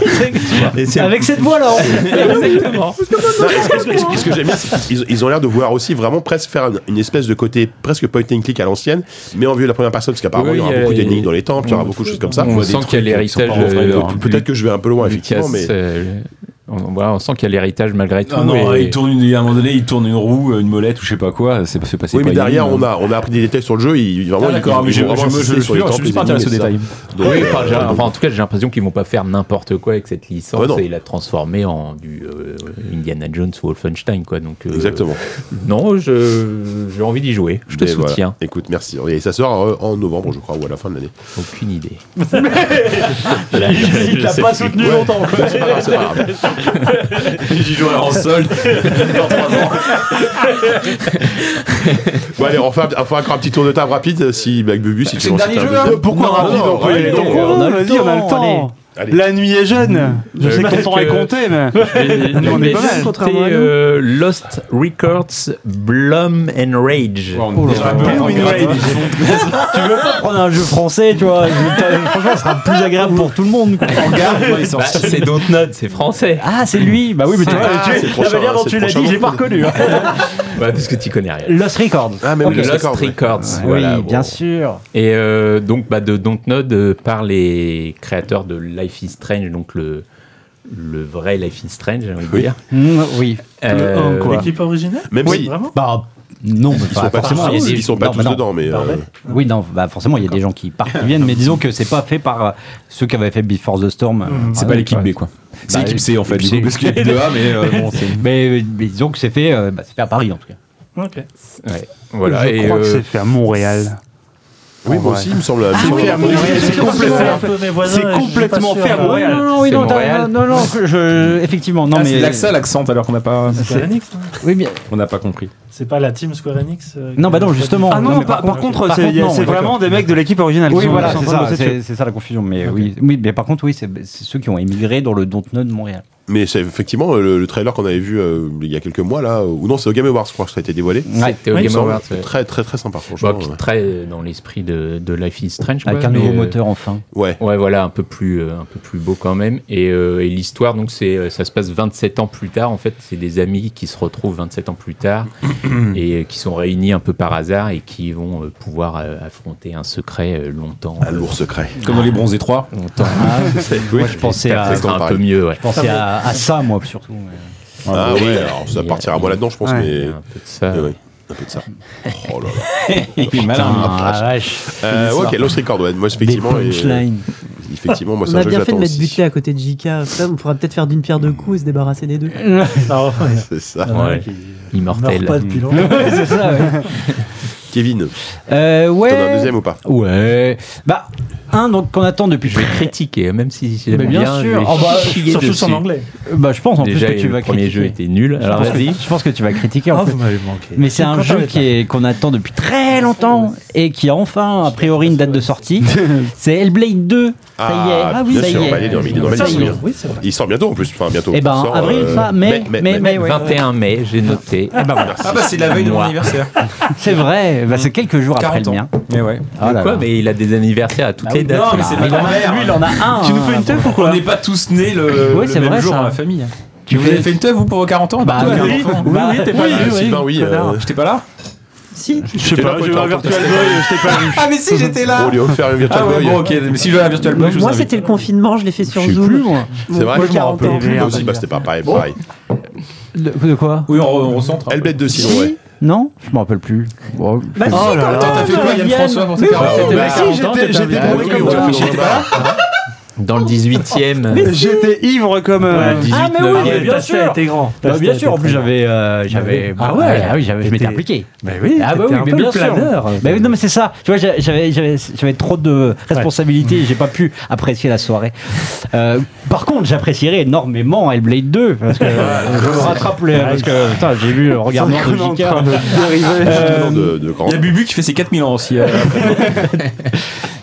Speaker 6: Et c'est-
Speaker 3: Avec cette voix là.
Speaker 1: Non,
Speaker 6: Exactement.
Speaker 1: est-ce que- est-ce que- est-ce que- ce que j'aime bien, c'est qu'ils ils ont l'air de vouloir aussi vraiment presque faire une, une espèce de côté presque point and click à l'ancienne, mais en vue de la première personne, parce qu'apparemment
Speaker 6: Oui,
Speaker 1: il y aura
Speaker 6: euh,
Speaker 1: beaucoup
Speaker 6: il-
Speaker 1: d'énigmes dans les temples, il y aura beaucoup de choses comme ça.
Speaker 6: On
Speaker 1: Peut-
Speaker 6: sent qu'il y a l'héritage. euh,
Speaker 1: Peut-être que je vais un peu loin,
Speaker 6: Lucas,
Speaker 1: effectivement, mais.
Speaker 6: euh, on, voilà, on sent qu'il y a l'héritage malgré tout.
Speaker 2: Non, non, ah,
Speaker 6: et-
Speaker 2: il tourne une, à un moment donné, il tourne une roue, une molette ou je sais pas quoi. C'est c'est passé
Speaker 1: Oui, mais
Speaker 2: pas
Speaker 1: derrière,
Speaker 2: Yann. [LAUGHS]
Speaker 1: on a, on a appris des détails sur le jeu. Il,
Speaker 2: Ah,
Speaker 1: vraiment,
Speaker 2: D'accord, mais
Speaker 1: ils- ils
Speaker 2: je
Speaker 1: vont vraiment
Speaker 2: je- je-
Speaker 1: insister
Speaker 2: je
Speaker 1: sur les
Speaker 2: je- je
Speaker 1: temples,
Speaker 2: suis pas
Speaker 1: les
Speaker 2: intéressé
Speaker 1: énigmes
Speaker 2: au
Speaker 1: et ça.
Speaker 2: détail.
Speaker 1: Donc,
Speaker 6: oui,
Speaker 1: euh,
Speaker 6: enfin, j'ai-
Speaker 1: donc,
Speaker 6: enfin, en tout cas, j'ai l'impression qu'ils vont pas faire n'importe quoi avec cette licence
Speaker 1: Ouais, non.
Speaker 6: et la transformer en du euh, Indiana Jones ou Wolfenstein, quoi. Donc, euh,
Speaker 1: Exactement.
Speaker 6: Non, je- j'ai envie d'y jouer. Je te
Speaker 1: Mais voilà.
Speaker 6: soutiens.
Speaker 1: Écoute, merci. Et ça sort euh, en novembre, je crois, ou à la fin de
Speaker 4: [LAUGHS]
Speaker 1: l'année.
Speaker 6: Aucune idée. Là, je- je sais plus.
Speaker 1: Ouais. C'est pas grave, c'est pas grave.
Speaker 2: J'y jouerai en solde.
Speaker 1: Bon, allez, on fait, un, on fait encore un petit tour de table rapide. Si, avec Bubu, si tu
Speaker 2: le
Speaker 1: veux en
Speaker 2: dernier
Speaker 1: citer
Speaker 2: jeu,
Speaker 1: un
Speaker 2: hein
Speaker 1: deuxième.
Speaker 4: Pourquoi
Speaker 2: Non,
Speaker 4: rapide
Speaker 1: non,
Speaker 4: On peut y aller
Speaker 1: allez,
Speaker 4: donc. euh,
Speaker 1: on
Speaker 3: a le
Speaker 4: Vas-y, on a le
Speaker 3: temps,
Speaker 4: temps.
Speaker 1: Allez.
Speaker 4: La nuit est jeune. Je
Speaker 6: Euh,
Speaker 4: sais que ton
Speaker 6: parce
Speaker 4: temps est
Speaker 6: que-
Speaker 4: compté, mais.
Speaker 3: [LAUGHS]
Speaker 6: Nous,
Speaker 4: on est pas
Speaker 5: mal.
Speaker 6: cité,
Speaker 5: Contrairement à nous.
Speaker 6: euh, Lost Records, Blum and Rage.
Speaker 3: tu veux pas prendre un jeu français, tu vois. Franchement, ça sera plus agréable pour tout le monde. quoi.
Speaker 6: Bah, c'est Dontnod, c'est français.
Speaker 3: Ah, c'est lui. Bah oui, mais tu vois,
Speaker 1: Ah,
Speaker 3: tu-
Speaker 1: c'est le
Speaker 3: la
Speaker 1: prochain,
Speaker 3: manière dont
Speaker 1: c'est
Speaker 3: tu
Speaker 1: le
Speaker 3: l'as dit,
Speaker 1: prochain
Speaker 3: je l'ai pas
Speaker 1: Dontnod.
Speaker 3: reconnu. hein.
Speaker 6: Ouais, parce que tu connais rien.
Speaker 3: Lost Records.
Speaker 1: Ah, mais oui, le
Speaker 6: Lost
Speaker 1: Discord, ouais.
Speaker 6: Records.
Speaker 3: euh, oui,
Speaker 6: bon.
Speaker 3: bien sûr.
Speaker 6: Et euh, donc, bah, de Dontnod, euh, par les créateurs de Life is Strange, donc le, le vrai Life is Strange, j'ai envie de dire.
Speaker 3: Mm, oui.
Speaker 4: un,
Speaker 6: Euh,
Speaker 4: quoi.
Speaker 7: L'équipe originale
Speaker 1: Même
Speaker 7: Oui,
Speaker 1: si-
Speaker 7: vraiment
Speaker 3: Bah non, mais
Speaker 1: Ils sont pas
Speaker 3: forcément,
Speaker 1: tous-
Speaker 3: il y a des-
Speaker 1: ils sont pas
Speaker 3: non,
Speaker 1: tous
Speaker 3: bah non.
Speaker 1: dedans, mais. euh,
Speaker 3: Oui, non, bah forcément, il y a des gens qui partent, qui viennent, mais disons que c'est pas fait par euh, ceux qui avaient fait Before the Storm. euh, par
Speaker 2: C'est pas
Speaker 3: exemple,
Speaker 2: l'équipe B, quoi. C'est
Speaker 3: Bah,
Speaker 2: l'équipe C, en fait, du
Speaker 3: l'équipe
Speaker 2: coup, parce qu'il y a deux A, mais [LAUGHS] euh, bon, c'est.
Speaker 3: Mais, mais disons que c'est fait, euh, bah, c'est fait à Paris en tout cas.
Speaker 7: Ok.
Speaker 6: ouais, voilà.
Speaker 4: je
Speaker 6: et,
Speaker 4: crois que
Speaker 6: euh,
Speaker 4: c'est fait à Montréal.
Speaker 1: Oui,
Speaker 4: En
Speaker 1: moi
Speaker 4: vrai.
Speaker 1: aussi, il me semble. euh, il me semble
Speaker 4: fait à
Speaker 1: avoir
Speaker 4: Montréal.
Speaker 1: entendu.
Speaker 4: C'est complètement-
Speaker 7: C'est
Speaker 4: complètement
Speaker 7: euh,
Speaker 4: ferme.
Speaker 3: Oui,
Speaker 4: Montréal.
Speaker 3: non, non, oui,
Speaker 6: C'est
Speaker 3: non, t'as-
Speaker 6: Montréal.
Speaker 3: non, non, que je- effectivement, non,
Speaker 2: Ah,
Speaker 3: mais
Speaker 2: c'est l'accent, l'accent, alors qu'on n'a pas,
Speaker 7: Square Enix non
Speaker 3: oui, bien-
Speaker 2: on n'a pas compris.
Speaker 7: C'est pas la team Square Enix euh,
Speaker 3: Non,
Speaker 7: qui-
Speaker 3: bah non, justement.
Speaker 4: Ah non,
Speaker 3: mais
Speaker 4: par, par contre,
Speaker 3: par
Speaker 4: c'est
Speaker 3: contre, non,
Speaker 4: c'est
Speaker 3: oui,
Speaker 4: vraiment des mecs de l'équipe originale. qui
Speaker 3: Oui,
Speaker 4: sont-
Speaker 3: voilà,
Speaker 4: qui
Speaker 3: c'est
Speaker 4: sont en train de
Speaker 3: ça,
Speaker 4: bosser dessus.
Speaker 3: c'est c'est ça la confusion. Mais oui, oui, mais par contre, oui, c'est c'est ceux qui ont émigré dans le Dontnod de Montréal.
Speaker 1: Mais c'est effectivement euh, le, le trailer qu'on avait vu euh, il y a quelques mois là, ou non, c'est au Game Awards, je crois que ça a été dévoilé.
Speaker 3: Ouais.
Speaker 6: c'était au
Speaker 1: Il me
Speaker 6: Game
Speaker 1: semble.
Speaker 6: Awards, ouais. Bah,
Speaker 1: Très très très sympa,
Speaker 6: Bon,
Speaker 1: franchement.
Speaker 6: qui est très euh, dans l'esprit de, de Life is Strange. quoi,
Speaker 3: Avec un nouveau
Speaker 6: mais, euh,
Speaker 3: moteur enfin.
Speaker 1: ouais.
Speaker 6: Ouais, voilà, un peu plus, euh, un peu plus beau quand même. Et, euh, et l'histoire, donc, c'est, euh, ça se passe 27 ans plus tard. En fait, c'est des amis qui se retrouvent 27 ans plus tard et euh, qui sont réunis un peu par hasard et qui vont euh, pouvoir euh, affronter un secret euh, longtemps.
Speaker 1: Un lourd secret.
Speaker 2: Comme dans les bronzés 3.
Speaker 6: Longtemps.
Speaker 3: Ah,
Speaker 6: Ah,
Speaker 3: Moi, je pensais à,
Speaker 6: Ça sera un
Speaker 1: pareil.
Speaker 6: peu mieux, ouais.
Speaker 3: je pensais à, à ça, moi, surtout. mais-
Speaker 1: Ah ouais, alors ça
Speaker 6: Et,
Speaker 1: partira
Speaker 6: euh,
Speaker 1: moi là-dedans, je pense,
Speaker 4: ouais.
Speaker 1: mais.
Speaker 6: Un peu de ça.
Speaker 1: mais ouais, Un peu de ça. Oh là là.
Speaker 2: Et puis malin.
Speaker 3: Ah, la vache.
Speaker 1: Euh, ouais, ok, Lost Record, ouais. Moi,
Speaker 3: Des
Speaker 1: effectivement. et-
Speaker 3: punchlines.
Speaker 1: effectivement, moi,
Speaker 5: On
Speaker 1: c'est un
Speaker 5: a
Speaker 1: jeu que
Speaker 5: bien fait de
Speaker 1: j'attends
Speaker 5: mettre
Speaker 1: aussi.
Speaker 5: Butlé à côté de JK. Ça, on pourra peut-être faire d'une pierre deux coups et se débarrasser des deux.
Speaker 7: Non, euh, enfin, il
Speaker 1: [LAUGHS] C'est ça.
Speaker 7: y en a un
Speaker 6: Ouais.
Speaker 7: qui meurt
Speaker 6: Immortel.
Speaker 7: pas depuis
Speaker 4: [LAUGHS]
Speaker 7: longtemps.
Speaker 3: c'est ça, ouais.
Speaker 1: Kevin,
Speaker 3: Euh, ouais.
Speaker 1: t'en as un deuxième ou pas
Speaker 3: Ouais. Bah, un donc qu'on attend depuis.
Speaker 6: Je vais critiquer, hein, même si j'aime
Speaker 3: Mais bien sûr.
Speaker 6: je
Speaker 3: Oh,
Speaker 6: vais
Speaker 3: bah,
Speaker 6: chier
Speaker 7: Surtout
Speaker 6: dessus.
Speaker 7: sans anglais.
Speaker 3: Bah, je pense en
Speaker 6: Déjà,
Speaker 3: plus que tu vas
Speaker 6: le premier
Speaker 3: critiquer.
Speaker 6: jeu était nul.
Speaker 3: Je
Speaker 6: Alors
Speaker 3: pense que-
Speaker 6: vas-y.
Speaker 3: Je pense que tu vas critiquer. en
Speaker 7: Ah,
Speaker 3: plus.
Speaker 7: vous m'avez manqué.
Speaker 3: Mais c'est un
Speaker 7: Quand
Speaker 3: jeu
Speaker 7: t'arrêtes
Speaker 3: qui est qu'on attend depuis très longtemps et qui a enfin a priori une date de sortie. c'est Hellblade 2. Ça y est.
Speaker 1: Ah, bien
Speaker 3: ça
Speaker 1: sûr,
Speaker 3: y est.
Speaker 1: bah, il est dans- il est dans ma
Speaker 3: Ça
Speaker 7: Ça,
Speaker 1: liste,
Speaker 3: y est.
Speaker 1: oui.
Speaker 7: Oui, c'est vrai.
Speaker 1: Il sort bientôt en plus. Enfin, bientôt.
Speaker 3: Eh ben,
Speaker 1: Il sort,
Speaker 3: avril,
Speaker 1: euh,
Speaker 3: fin, mai, mai, mai, ouais.
Speaker 6: 21 mai,
Speaker 3: [LAUGHS]
Speaker 6: j'ai noté.
Speaker 3: Eh ben voilà.
Speaker 2: Ah bah c'est la veille de mon
Speaker 6: Moi.
Speaker 2: anniversaire.
Speaker 3: C'est vrai. Bah, c'est quelques jours après
Speaker 2: 40
Speaker 3: le mien.
Speaker 2: ans. Mais ouais.
Speaker 3: Ah là
Speaker 6: Quoi
Speaker 3: là.
Speaker 6: Mais il a des anniversaires à toutes
Speaker 3: Ah
Speaker 6: les
Speaker 3: oui,
Speaker 6: dates.
Speaker 2: non, mais c'est
Speaker 6: Ah,
Speaker 2: pas
Speaker 3: Il en a-
Speaker 2: mère.
Speaker 3: Lui, il en a un.
Speaker 4: Tu nous fais
Speaker 3: hein,
Speaker 4: une teuf ou
Speaker 2: On
Speaker 4: quoi
Speaker 2: n'est pas tous nés le,
Speaker 3: Ouais,
Speaker 2: le
Speaker 3: c'est
Speaker 2: même
Speaker 3: vrai,
Speaker 2: jour
Speaker 3: ça.
Speaker 2: dans la famille.
Speaker 3: Ah, Tu
Speaker 2: vous
Speaker 3: fais-
Speaker 2: avez fait une teuf vous pour vos 40 ans
Speaker 3: Bah,
Speaker 2: Toi, t'es un
Speaker 3: oui.
Speaker 2: enfant.
Speaker 3: Bah,
Speaker 4: oui, t'es pas
Speaker 1: Ah,
Speaker 4: là.
Speaker 1: oui, Sylvain, oui.
Speaker 4: Connard.
Speaker 1: euh,
Speaker 2: J'étais pas là
Speaker 5: Si,
Speaker 4: Je sais
Speaker 1: T'es là,
Speaker 4: pas,
Speaker 1: toi,
Speaker 4: j'ai eu
Speaker 1: t'as
Speaker 4: un
Speaker 1: un
Speaker 4: Virtual Boy, je t'ai pas vu.
Speaker 2: Ah mais si j'étais
Speaker 1: On
Speaker 2: là
Speaker 1: lui a offert une Virtual
Speaker 2: Ah ouais
Speaker 1: Boy.
Speaker 2: bon ok mais si je joue à la Virtual Boy je vous
Speaker 5: moi
Speaker 2: invite.
Speaker 5: c'était le confinement, je l'ai fait sur
Speaker 3: Je sais
Speaker 5: Zoom.
Speaker 3: plus, moi.
Speaker 1: C'est vrai,
Speaker 5: Moi,
Speaker 1: je
Speaker 5: je
Speaker 1: m'en
Speaker 5: m'en rappelle.
Speaker 1: Moi aussi, bah, c'était pas pareil. pareil.
Speaker 3: De, de quoi
Speaker 2: Oui on, re- on recentre.
Speaker 1: Elle bête de
Speaker 3: Si
Speaker 1: sinon, ouais.
Speaker 3: Non Je me rappelle plus. Bon,
Speaker 5: Bah si,
Speaker 4: Oh là
Speaker 5: quand
Speaker 4: là.
Speaker 2: T'as fait quoi Yann
Speaker 3: Yann.
Speaker 2: François pour ses
Speaker 3: Mais
Speaker 2: 40
Speaker 1: oui,
Speaker 2: ans
Speaker 1: c'était
Speaker 2: Bah,
Speaker 1: ma
Speaker 2: si,
Speaker 1: senti,
Speaker 7: Si,
Speaker 2: j'étais-
Speaker 7: j'étais- j'étais
Speaker 1: Ah,
Speaker 7: bourré
Speaker 1: ok,
Speaker 7: comme
Speaker 1: ouais,
Speaker 7: toi.
Speaker 1: ouais,
Speaker 2: J'étais
Speaker 1: ouais.
Speaker 2: pas là
Speaker 6: Dans le 18e.
Speaker 4: J'étais ivre comme. euh,
Speaker 6: Ouais, 18,
Speaker 3: Ah, mais oui,
Speaker 6: 9e.
Speaker 3: mais bien
Speaker 4: Pasta
Speaker 3: sûr.
Speaker 4: était grand.
Speaker 3: Bah, bien sûr, en plus
Speaker 7: très
Speaker 3: j'avais. euh, j'avais
Speaker 7: Ah
Speaker 3: bon,
Speaker 7: ouais.
Speaker 3: ah oui, j'avais- je m'étais
Speaker 7: T'étais-
Speaker 3: impliqué.
Speaker 7: Mais oui,
Speaker 3: Ah bah oui,
Speaker 7: t'étais un
Speaker 3: mais
Speaker 7: peu
Speaker 3: bien
Speaker 7: le
Speaker 3: sûr.
Speaker 7: planeur.
Speaker 3: Bah oui, non, mais c'est ça. Tu vois, j'a- j'avais, j'avais, j'avais trop de responsabilités et j'ai pas pu apprécier la soirée. Euh, par contre, j'apprécierais énormément Hellblade 2 parce que euh, je me rattrape les- parce que putain, j'ai vu euh, le regard noir de
Speaker 4: On est en
Speaker 3: JK.
Speaker 4: train de dériver.
Speaker 1: Non,
Speaker 3: Euh,
Speaker 1: de- de grand.
Speaker 2: Il y a Bubu qui fait ses 4000 ans aussi. euh.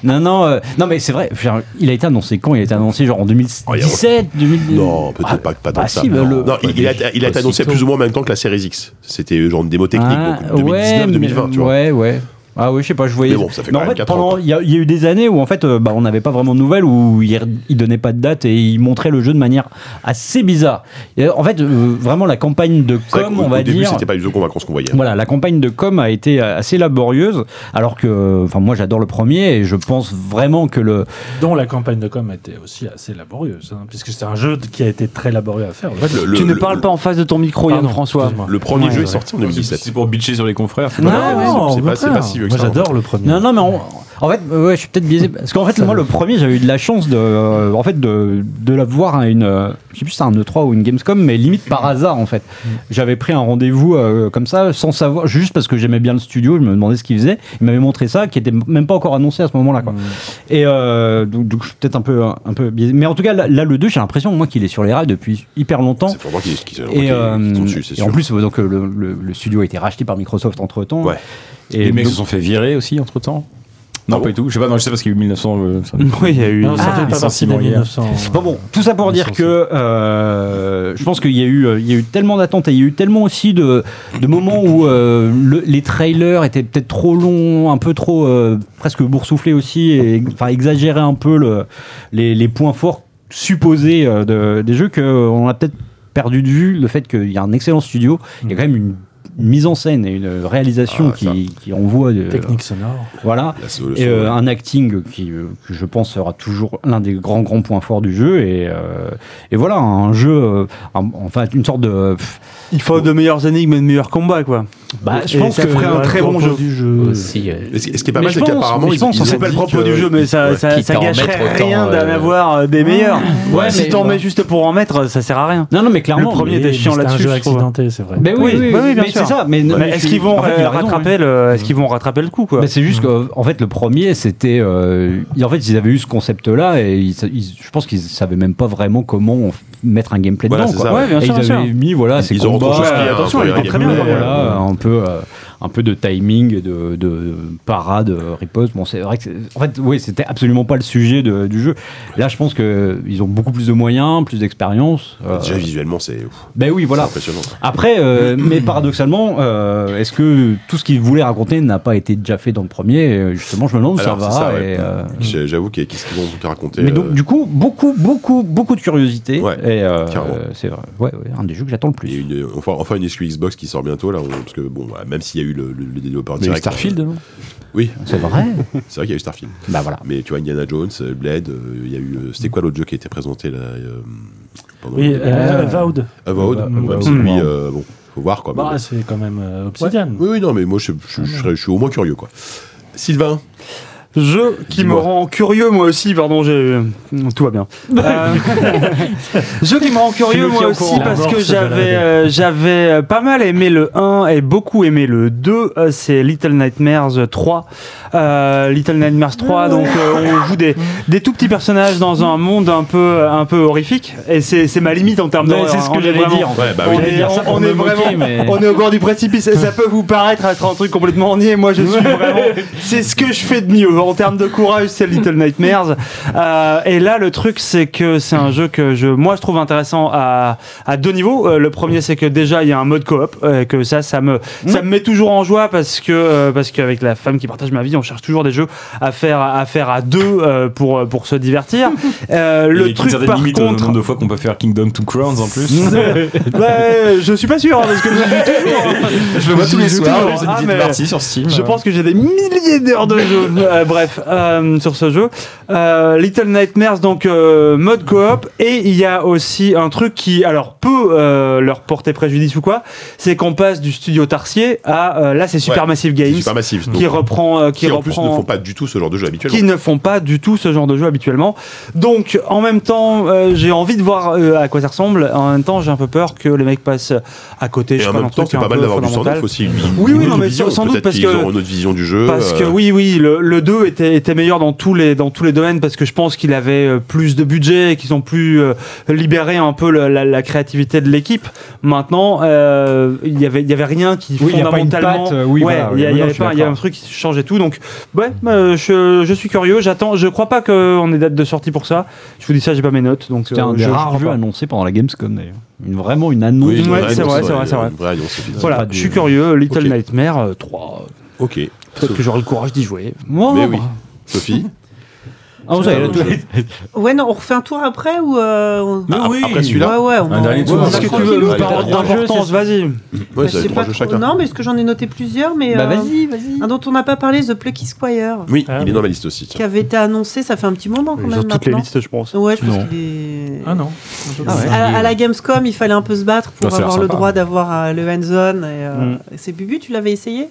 Speaker 3: non, non, euh, non, mais c'est vrai. genre, il a été annoncé quand Il a été annoncé genre en 2017, 2000.
Speaker 1: Non, peut-être
Speaker 3: Ah,
Speaker 1: pas, pas tant
Speaker 3: bah
Speaker 1: que ça.
Speaker 3: si, bah,
Speaker 1: non,
Speaker 3: le-
Speaker 1: Non, il, il a, il a été annoncé
Speaker 6: Aussitôt.
Speaker 1: plus ou moins en même temps que la série X. C'était genre une démo technique,
Speaker 3: Ah,
Speaker 1: donc 2019,
Speaker 3: ouais,
Speaker 1: 2020, tu vois.
Speaker 3: Ouais, ouais. Ah oui, je sais pas, je voyais.
Speaker 1: Mais bon, ça fait quand
Speaker 3: Mais en
Speaker 1: même
Speaker 3: fait,
Speaker 1: quatre ans,
Speaker 3: pendant,
Speaker 1: quoi.
Speaker 3: il y, a il y a eu des années où en fait, euh, bah, on n'avait pas vraiment de nouvelles, où ils il donnaient pas de date et ils montraient le jeu de manière assez bizarre. Et, euh, en fait, euh, vraiment la campagne de
Speaker 1: C'est vrai
Speaker 3: com,
Speaker 1: qu'au-
Speaker 3: on
Speaker 1: au
Speaker 3: va
Speaker 1: début,
Speaker 3: dire.
Speaker 1: c'était pas du tout convaincant ce qu'on voyait.
Speaker 3: Voilà, la campagne de com a été euh, assez laborieuse, alors que, enfin, moi j'adore le premier et je pense vraiment que le.
Speaker 7: Dont la campagne de com était aussi assez laborieuse, hein, puisque c'est un jeu qui a été très laborieux à faire. le-
Speaker 1: Le- le-
Speaker 4: Tu ne
Speaker 1: le-
Speaker 4: parles pas en face de ton micro, Yann
Speaker 7: Pardon,
Speaker 4: François.
Speaker 7: excuse-moi.
Speaker 1: Le premier
Speaker 4: Ouais,
Speaker 1: jeu est
Speaker 4: ouais.
Speaker 1: sorti en 2017.
Speaker 2: pour bitcher sur les confrères.
Speaker 3: Non,
Speaker 7: Ah
Speaker 3: ouais,
Speaker 7: non,
Speaker 1: c'est
Speaker 7: au
Speaker 1: pas- c'est pas
Speaker 7: contraire.
Speaker 1: si vieux que
Speaker 7: Moi
Speaker 1: ça,
Speaker 7: j'adore le premier.
Speaker 3: Non, non, mais on- en fait, euh, ouais, je suis peut-être biaisé parce qu'en fait, moi, le premier, j'avais eu de la chance de, euh, en fait, de, de la voir à une, euh, je sais plus si c'était un E3 ou une Gamescom, mais limite par hasard, en fait. J'avais pris un rendez-vous euh, comme ça, sans savoir, juste parce que j'aimais bien le studio, je me demandais ce qu'il faisait. Il m'avait montré ça, qui était même pas encore annoncé à ce moment-là, quoi. Et euh, donc, donc, je suis peut-être un peu, un peu biaisé. Mais en tout cas, là, là, le 2, j'ai l'impression, moi, qu'il est sur les rails depuis hyper longtemps.
Speaker 1: C'est pour moi qu'ils qu'ils- qu'ils
Speaker 3: Et, euh,
Speaker 1: sont dessus, c'est
Speaker 3: et en
Speaker 1: sûr.
Speaker 3: plus, euh, donc, euh, le, le- le studio a été racheté par Microsoft entre temps.
Speaker 1: Ouais.
Speaker 3: Et
Speaker 2: les mecs
Speaker 3: donc-
Speaker 2: se sont fait virer aussi entre temps Non,
Speaker 1: Ah
Speaker 2: pas
Speaker 1: bon
Speaker 2: du tout. Je sais pas, non, je sais parce qu'il y a eu 1900. euh, ça-
Speaker 4: Oui, il y a eu.
Speaker 7: Non, ça
Speaker 3: Ah,
Speaker 7: fait pas partie des
Speaker 2: licenciement hier.
Speaker 7: 1900.
Speaker 3: Bon, bon, tout ça pour dire que euh, je pense qu'il y a eu, euh, il y a eu tellement d'attentes et il y a eu tellement aussi de, de moments où euh, le- les trailers étaient peut-être trop longs, un peu trop euh, presque boursouflés aussi, et enfin exagéraient un peu le- les, les points forts supposés euh, de- des jeux que euh, on a peut-être perdu de vue le fait qu'il y a un excellent studio, il y a quand même une mise en scène et une réalisation
Speaker 1: Ah, ça.
Speaker 3: qui, qui envoie de,
Speaker 7: Technique sonore.
Speaker 3: voilà
Speaker 1: Là, c'est- c'est-
Speaker 3: et euh, un acting qui, euh, que je pense sera toujours l'un des grands grands points forts du jeu et, euh, et voilà un jeu euh, un- enfin une sorte de pff,
Speaker 4: Il faut de meilleurs énigmes et de meilleurs combats, quoi.
Speaker 3: bah, je
Speaker 4: Et
Speaker 3: pense
Speaker 4: ça
Speaker 3: que
Speaker 4: ferait un très bon jeu.
Speaker 7: du jeu.
Speaker 6: Aussi, euh,
Speaker 1: Mais Ce qui ce qui est pas
Speaker 3: Mais
Speaker 1: mal,
Speaker 3: je
Speaker 1: c'est
Speaker 3: pense-
Speaker 1: qu'apparemment,
Speaker 3: mais
Speaker 1: ils
Speaker 3: je pense
Speaker 1: ils
Speaker 3: qu'on
Speaker 1: ont
Speaker 3: s'est
Speaker 4: C'est pas le
Speaker 1: dit
Speaker 4: propos
Speaker 1: que-
Speaker 4: du jeu, mais ça,
Speaker 1: Ouais.
Speaker 4: ça,
Speaker 6: Quitte
Speaker 4: ça
Speaker 6: à en
Speaker 4: gâcherait
Speaker 6: mettre autant,
Speaker 4: rien d'en
Speaker 6: euh,
Speaker 4: avoir euh, des meilleurs.
Speaker 3: Ouais,
Speaker 4: si
Speaker 3: mais-
Speaker 4: t'en mets juste pour en mettre, ça sert à rien.
Speaker 3: non non mais clairement
Speaker 4: Le premier
Speaker 3: mais-
Speaker 4: était chiant
Speaker 7: C'est un
Speaker 4: là-dessus,
Speaker 7: jeu
Speaker 4: je trouve.
Speaker 7: accidenté, c'est vrai.
Speaker 3: mais oui,
Speaker 4: Oui,
Speaker 3: oui, oui,
Speaker 4: oui, bien
Speaker 3: mais
Speaker 4: sûr.
Speaker 3: c'est ça mais,
Speaker 4: Mais
Speaker 3: mais
Speaker 4: est-ce
Speaker 3: tu-
Speaker 4: qu'ils vont
Speaker 3: en fait,
Speaker 4: euh,
Speaker 3: il a raison, hein.
Speaker 4: rattraper le, est-ce qu'ils vont rattraper le coup, quoi
Speaker 3: Bah, c'est juste
Speaker 1: Mm.
Speaker 3: que, en fait, le premier, c'était. euh, en fait, ils avaient eu ce concept-là et ils- ils- je pense qu'ils savaient même pas vraiment comment on f- mettre un gameplay
Speaker 1: Voilà,
Speaker 3: dedans.
Speaker 1: c'est
Speaker 3: quoi.
Speaker 1: ça,
Speaker 4: ouais. Ouais, bien
Speaker 3: Et
Speaker 4: sûr,
Speaker 3: ils
Speaker 4: bien
Speaker 3: avaient
Speaker 4: sûr.
Speaker 3: mis voilà, ces
Speaker 1: Ils auront
Speaker 3: combats,
Speaker 1: autre chose qu'il y a,
Speaker 3: euh,
Speaker 1: un
Speaker 4: attention,
Speaker 1: peu
Speaker 4: ils vont
Speaker 1: les
Speaker 4: très bien, hein.
Speaker 1: gameplay,
Speaker 4: vraiment,
Speaker 1: euh,
Speaker 3: voilà, un peu, euh, un peu de timing et de, de parade, euh, riposte. Bon, c'est vrai que, c'est- en fait, oui, c'était absolument pas le sujet de- du jeu. Là, je pense que ils ont beaucoup plus de moyens, plus d'expérience. euh,
Speaker 1: Déjà, visuellement, c'est ouf,
Speaker 3: ben oui,
Speaker 1: c'est
Speaker 3: voilà.
Speaker 1: impressionnant.
Speaker 3: Après,
Speaker 1: [CLEARS THROAT]
Speaker 3: euh, mais paradoxalement, euh, est-ce que tout ce qu'ils voulaient raconter n'a pas été déjà fait dans le premier Et Justement, je me demande où ça
Speaker 1: Alors,
Speaker 3: va.
Speaker 1: c'est ça, ouais.
Speaker 3: et, euh,
Speaker 1: J'ai- J'avoue, qu'est- qu'est-ce qu'ils vont vous raconter
Speaker 3: Mais donc,
Speaker 1: euh,
Speaker 3: du coup, beaucoup, beaucoup, beaucoup de curiosité.
Speaker 1: Ouais,
Speaker 3: et euh,
Speaker 1: carrément.
Speaker 3: euh, c'est vrai. Ouais, ouais, un des jeux que j'attends le
Speaker 1: Il
Speaker 3: plus.
Speaker 1: y a une, enfin, enfin une exclu Xbox qui sort bientôt là, on- parce que bon, voilà, même s'il y a eu le, le, le développeur
Speaker 2: Mais
Speaker 1: direct.
Speaker 2: Starfield,
Speaker 1: euh,
Speaker 2: non
Speaker 1: oui,
Speaker 3: C'est vrai.
Speaker 1: c'est vrai qu'il y a eu Starfield.
Speaker 4: [LAUGHS]
Speaker 3: bah voilà.
Speaker 1: Mais tu vois Indiana Jones, euh, Blade, euh, il y a eu. euh, C'était quoi l'autre jeu qui était présenté là euh, pendant
Speaker 7: Oui,
Speaker 1: le-
Speaker 7: euh, Avowed.
Speaker 1: Avowed.
Speaker 3: Avowed.
Speaker 1: Même si
Speaker 3: Avowed.
Speaker 1: lui, euh, bon, faut voir quoi. mais
Speaker 7: Bah,
Speaker 1: bon.
Speaker 7: c'est quand même euh, Obsidian.
Speaker 1: Oui, oui, non, mais moi je, je- je serais- je suis au moins curieux quoi. Sylvain,
Speaker 4: Jeu qui me
Speaker 1: Dis-moi.
Speaker 4: rend curieux, moi aussi, pardon, j'ai- tout va bien. Euh, [LAUGHS] jeu qui me rend curieux,
Speaker 7: Fais-le qui est
Speaker 4: moi
Speaker 7: au
Speaker 4: aussi,
Speaker 7: courant.
Speaker 4: parce
Speaker 7: D'abord,
Speaker 4: que
Speaker 7: se
Speaker 4: j'avais
Speaker 7: balader.
Speaker 4: euh, j'avais euh, pas mal aimé le 1 et beaucoup aimé le 2. euh, C'est Little Nightmares 3. Euh, Little Nightmares 3, donc euh, on joue des, des tout petits personnages dans un monde un peu, un peu horrifique. Et c'est c'est ma limite en termes
Speaker 8: Ouais,
Speaker 4: d'horreur,
Speaker 8: c'est ce
Speaker 4: hein,
Speaker 8: que
Speaker 4: on est
Speaker 8: j'allais
Speaker 4: vraiment-
Speaker 8: dire. en fait.
Speaker 1: Ouais, bah
Speaker 4: on
Speaker 1: oui.
Speaker 8: J'allais
Speaker 4: est,
Speaker 8: dire ça pour
Speaker 4: on
Speaker 8: me
Speaker 4: est
Speaker 8: moquer,
Speaker 4: vraiment,
Speaker 8: mais-
Speaker 4: [LAUGHS] on est au bord du précipice et ça peut vous paraître être un truc complètement niais. Moi, je suis vraiment, c'est ce que je fais de mieux en termes de courage, c'est Little Nightmares. Euh, et là, le truc, c'est que c'est un jeu que je, moi, je trouve intéressant à, à deux niveaux. Euh, le premier, c'est que déjà, il y a un mode coop, euh, que ça, ça me, ça me met toujours en joie parce que, euh, parce qu'avec la femme qui partage ma vie, on cherche toujours des jeux à faire, à faire à deux euh, pour, pour se divertir. Euh,
Speaker 8: Il y a
Speaker 4: le
Speaker 8: une
Speaker 4: truc,
Speaker 8: certaine
Speaker 4: par
Speaker 8: limite au
Speaker 4: contre,
Speaker 8: nombre de fois qu'on peut faire Kingdom to Crowns en plus.
Speaker 4: [LAUGHS] ouais, je suis pas sûr hein, parce que je joue toujours.
Speaker 8: Je le vois tous les
Speaker 4: J'y joue
Speaker 8: soirs,
Speaker 4: toujours.
Speaker 8: c'est une
Speaker 4: Ah,
Speaker 8: petite
Speaker 4: mais-
Speaker 8: partie sur Steam.
Speaker 4: Je
Speaker 8: Euh,
Speaker 4: pense que j'ai des milliers d'heures de jeu. [LAUGHS] Euh, bref, euh, sur ce jeu, Euh, Little Nightmares donc euh, mode coop et il y a aussi un truc qui alors peut euh, leur porter préjudice ou quoi, c'est qu'on passe du studio Tarsier à euh, là c'est Supermassive
Speaker 1: C'est
Speaker 4: Games
Speaker 1: super massif.
Speaker 4: qui reprend euh, qui,
Speaker 1: qui en plus ne
Speaker 4: reprend
Speaker 1: font pas du tout ce genre de jeu habituellement.
Speaker 4: qui ne font pas du tout ce genre de jeu habituellement. Donc, en même temps, euh, j'ai envie de voir euh, à quoi ça ressemble. En même temps, j'ai un peu peur que les mecs passent à côté.
Speaker 1: Et
Speaker 4: je
Speaker 1: en
Speaker 4: sais pas,
Speaker 1: même
Speaker 4: d'un
Speaker 1: temps,
Speaker 4: truc
Speaker 1: c'est
Speaker 4: un
Speaker 1: pas mal
Speaker 4: peu
Speaker 1: d'avoir du
Speaker 4: fondamental.
Speaker 1: 109 aussi. une-
Speaker 4: Oui,
Speaker 1: une
Speaker 4: oui, non,
Speaker 1: autre
Speaker 4: mais
Speaker 1: vision.
Speaker 4: sans doute,
Speaker 1: Peut-être
Speaker 4: parce
Speaker 1: qu'ils
Speaker 4: que-
Speaker 1: auront une autre vision du jeu.
Speaker 4: Parce que
Speaker 1: euh,
Speaker 4: oui, oui, le, le 2 était, était meilleur dans tous les dans tous les domaines parce que je pense qu'il avait euh, plus de budget et qu'ils ont pu euh, libérer un peu le- la, la créativité de l'équipe. Maintenant, euh, il y avait il y avait rien qui
Speaker 9: Oui, il y a pas une
Speaker 4: fondamentalement
Speaker 9: patte, euh, oui,
Speaker 4: ouais,
Speaker 9: voilà,
Speaker 4: il y, a-
Speaker 9: oui,
Speaker 4: il y
Speaker 9: non,
Speaker 4: avait
Speaker 9: je suis
Speaker 4: pas- il y a un
Speaker 9: d'accord.
Speaker 4: truc qui changeait tout. Donc ouais, euh, je, je suis curieux. J'attends. Je crois pas qu'on ait date de sortie pour ça. Je vous dis ça, j'ai pas mes notes. Donc
Speaker 3: C'était
Speaker 4: euh,
Speaker 3: un des
Speaker 4: je- je
Speaker 3: rares
Speaker 4: crois
Speaker 3: jeux
Speaker 4: pas.
Speaker 3: annoncés pendant la Gamescom d'ailleurs. Une- Vraiment une annonce.
Speaker 1: oui, une
Speaker 4: ouais,
Speaker 1: vraie
Speaker 4: c'est
Speaker 1: annonce,
Speaker 4: vrai, c'est vrai,
Speaker 1: ouais,
Speaker 4: c'est vrai.
Speaker 1: une vraie annonce, effectivement.
Speaker 4: Voilà,
Speaker 3: pas
Speaker 4: je
Speaker 3: du-
Speaker 4: suis curieux. Little
Speaker 1: Ok.
Speaker 4: Nightmare euh, 3.
Speaker 1: Ok.
Speaker 4: Peut-être que j'aurai le courage d'y jouer.
Speaker 1: Mais oui. Sophie
Speaker 3: Ah, vous avez-
Speaker 5: Ouais, non, on refait un tour après ou. euh, on-
Speaker 8: Ah, oui.
Speaker 1: Après celui-là
Speaker 5: Ouais, ouais, on
Speaker 8: Un
Speaker 5: en-
Speaker 8: dernier
Speaker 5: on
Speaker 8: tour,
Speaker 5: en
Speaker 8: parce
Speaker 5: a
Speaker 8: que tu
Speaker 5: tranquille,
Speaker 1: veux
Speaker 5: on
Speaker 1: parler
Speaker 5: parle
Speaker 1: d'un
Speaker 5: d'un jeu,
Speaker 4: D'importance, vas-y.
Speaker 1: Ouais,
Speaker 5: Bah, je
Speaker 1: ça va
Speaker 5: sais
Speaker 1: être
Speaker 5: pas
Speaker 1: trois jeux
Speaker 5: trop-
Speaker 1: chacun.
Speaker 5: Non, mais ce que j'en ai noté plusieurs, mais.
Speaker 3: Bah
Speaker 5: euh,
Speaker 3: vas-y, vas-y.
Speaker 5: Un dont on n'a pas parlé, The Plucky Squire,
Speaker 1: Oui, il est dans ma liste aussi. tiens.
Speaker 5: qui avait été annoncé, ça fait un petit moment quand même
Speaker 4: Sur toutes les
Speaker 5: maintenant.
Speaker 4: listes, je pense.
Speaker 5: Ouais, je
Speaker 3: Non.
Speaker 5: pense qu'il est.
Speaker 9: Ah non.
Speaker 5: à, à la Gamescom, il fallait un peu se battre pour
Speaker 1: Bah,
Speaker 8: Ah, ça a l'air
Speaker 5: avoir le
Speaker 8: sympa.
Speaker 5: droit d'avoir euh, le hands-on. et, euh,
Speaker 4: Mm.
Speaker 5: C'est Bubu, tu l'avais essayé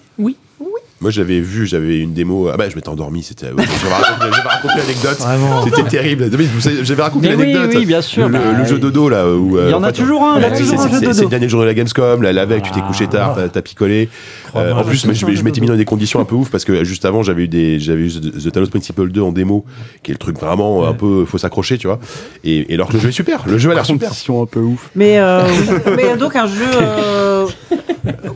Speaker 1: Moi, j'avais vu, j'avais une démo. Ah bah, je m'étais endormi. C'était. Je vais raconter- je vais raconter l'anecdote.
Speaker 4: Ah.
Speaker 7: Vraiment.
Speaker 1: C'était terrible. Non, mais vous savez, J'avais raconté
Speaker 3: Mais oui,
Speaker 1: l'anecdote.
Speaker 3: oui, bien sûr.
Speaker 1: le,
Speaker 3: bah,
Speaker 1: le jeu dodo là où euh,
Speaker 3: Il y en a
Speaker 1: fait,
Speaker 3: toujours
Speaker 1: on-
Speaker 3: un, il y a
Speaker 1: ouais,
Speaker 3: toujours
Speaker 1: c'est-
Speaker 3: un jeu
Speaker 1: c'est-
Speaker 3: dodo.
Speaker 1: c'est le dernier journée de la Gamescom la, la veille tu t'es couché tard t'as- t'as picolé Euh, en plus mais je, je m'étais mis dans des conditions un peu ouf parce que euh, juste avant j'avais eu des j'avais eu The Talos Principle 2 en démo qui est le truc vraiment un peu faut s'accrocher tu vois et, et alors que le jeu est super le jeu a l'air super
Speaker 9: un peu ouf.
Speaker 5: Mais,
Speaker 1: [LAUGHS]
Speaker 5: euh, mais donc un jeu, euh,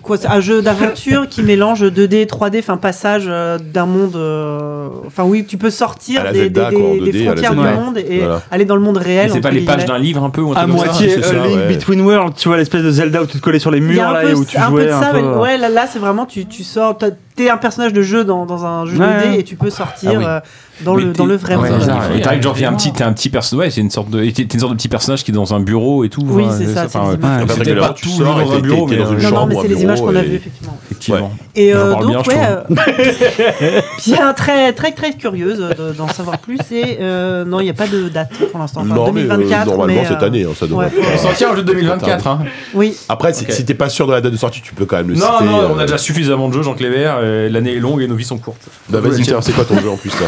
Speaker 5: quoi, c'est un jeu d'aventure qui mélange 2D et 3D, enfin passage euh, d'un monde, euh, enfin oui, tu peux
Speaker 1: À
Speaker 5: sortir
Speaker 1: la
Speaker 5: des,
Speaker 1: Zelda,
Speaker 5: des-
Speaker 1: quoi, en
Speaker 5: des
Speaker 1: 2D, à la
Speaker 5: frontières du
Speaker 1: Zelda.
Speaker 5: monde et
Speaker 1: Voilà.
Speaker 5: aller dans le monde réel.
Speaker 8: C'est pas
Speaker 5: entre
Speaker 8: les pages
Speaker 5: guillemets.
Speaker 8: d'un livre un peu ou un
Speaker 4: à
Speaker 8: truc comme ça
Speaker 4: moitié
Speaker 1: c'est
Speaker 4: euh,
Speaker 1: ça,
Speaker 4: Link
Speaker 1: ouais.
Speaker 4: Between Worlds, tu vois l'espèce de Zelda où tu te collais sur les
Speaker 5: Il y a
Speaker 4: murs
Speaker 5: un
Speaker 4: là
Speaker 5: peu,
Speaker 4: et où tu
Speaker 5: un peu
Speaker 4: jouais
Speaker 5: de ça,
Speaker 4: un peu. hein.
Speaker 5: mais ouais, là, là, c'est vraiment tu, tu sors, t'as- t'es un personnage de jeu dans, dans un jeu
Speaker 4: Ouais,
Speaker 5: 2D
Speaker 4: ouais.
Speaker 5: et tu peux sortir
Speaker 8: Ah oui.
Speaker 5: euh, dans,
Speaker 8: Mais
Speaker 5: le,
Speaker 8: t'es-
Speaker 5: dans le vrai
Speaker 8: Ouais,
Speaker 5: monde.
Speaker 8: c'est ça.
Speaker 10: Ouais.
Speaker 8: Et t'arrives, genre, t'es un petit, t'es un petit personnage, ouais, c'est une sorte de, t'es t'es une sorte de petit personnage qui est dans un bureau et tout.
Speaker 5: Oui,
Speaker 8: enfin,
Speaker 5: c'est ça, c'est
Speaker 8: enfin,
Speaker 5: les images.
Speaker 8: ouais,
Speaker 1: Enfin,
Speaker 8: C'était
Speaker 1: régulièrement,
Speaker 8: pas
Speaker 1: tu
Speaker 8: tout
Speaker 1: sors et
Speaker 8: dans un
Speaker 1: t'es-
Speaker 8: bureau,
Speaker 1: t'es
Speaker 8: mais
Speaker 1: dans une
Speaker 5: Non, non,
Speaker 1: chambre,
Speaker 5: mais c'est
Speaker 1: un
Speaker 5: les images
Speaker 1: bureau
Speaker 5: qu'on a
Speaker 1: et-
Speaker 5: vues, effectivement.
Speaker 8: effectivement.
Speaker 5: Et
Speaker 8: Ça
Speaker 5: euh,
Speaker 8: parle
Speaker 5: donc,
Speaker 8: bien,
Speaker 5: ouais,
Speaker 8: je
Speaker 5: euh, [LAUGHS] bien très, très, très curieuse euh, de- d'en savoir plus. Et euh, non, il n'y a pas de date pour l'instant. Enfin,
Speaker 1: non mais euh,
Speaker 5: 2024.
Speaker 1: normalement
Speaker 5: mais,
Speaker 1: cette
Speaker 5: euh,
Speaker 1: année hein, ça devrait
Speaker 5: ouais.
Speaker 1: pas-
Speaker 8: On sortira un jeu de 2024. Hein.
Speaker 5: Oui,
Speaker 1: après si-
Speaker 8: Ok.
Speaker 1: si t'es pas sûr de la date de sortie tu peux quand même le
Speaker 8: Non,
Speaker 1: citer
Speaker 8: non, on
Speaker 1: euh,
Speaker 8: a déjà suffisamment de jeux, Jean Clébert. euh, L'année est longue et nos vies sont courtes.
Speaker 1: bah, vas-y tiens c'est quoi ton jeu en plus toi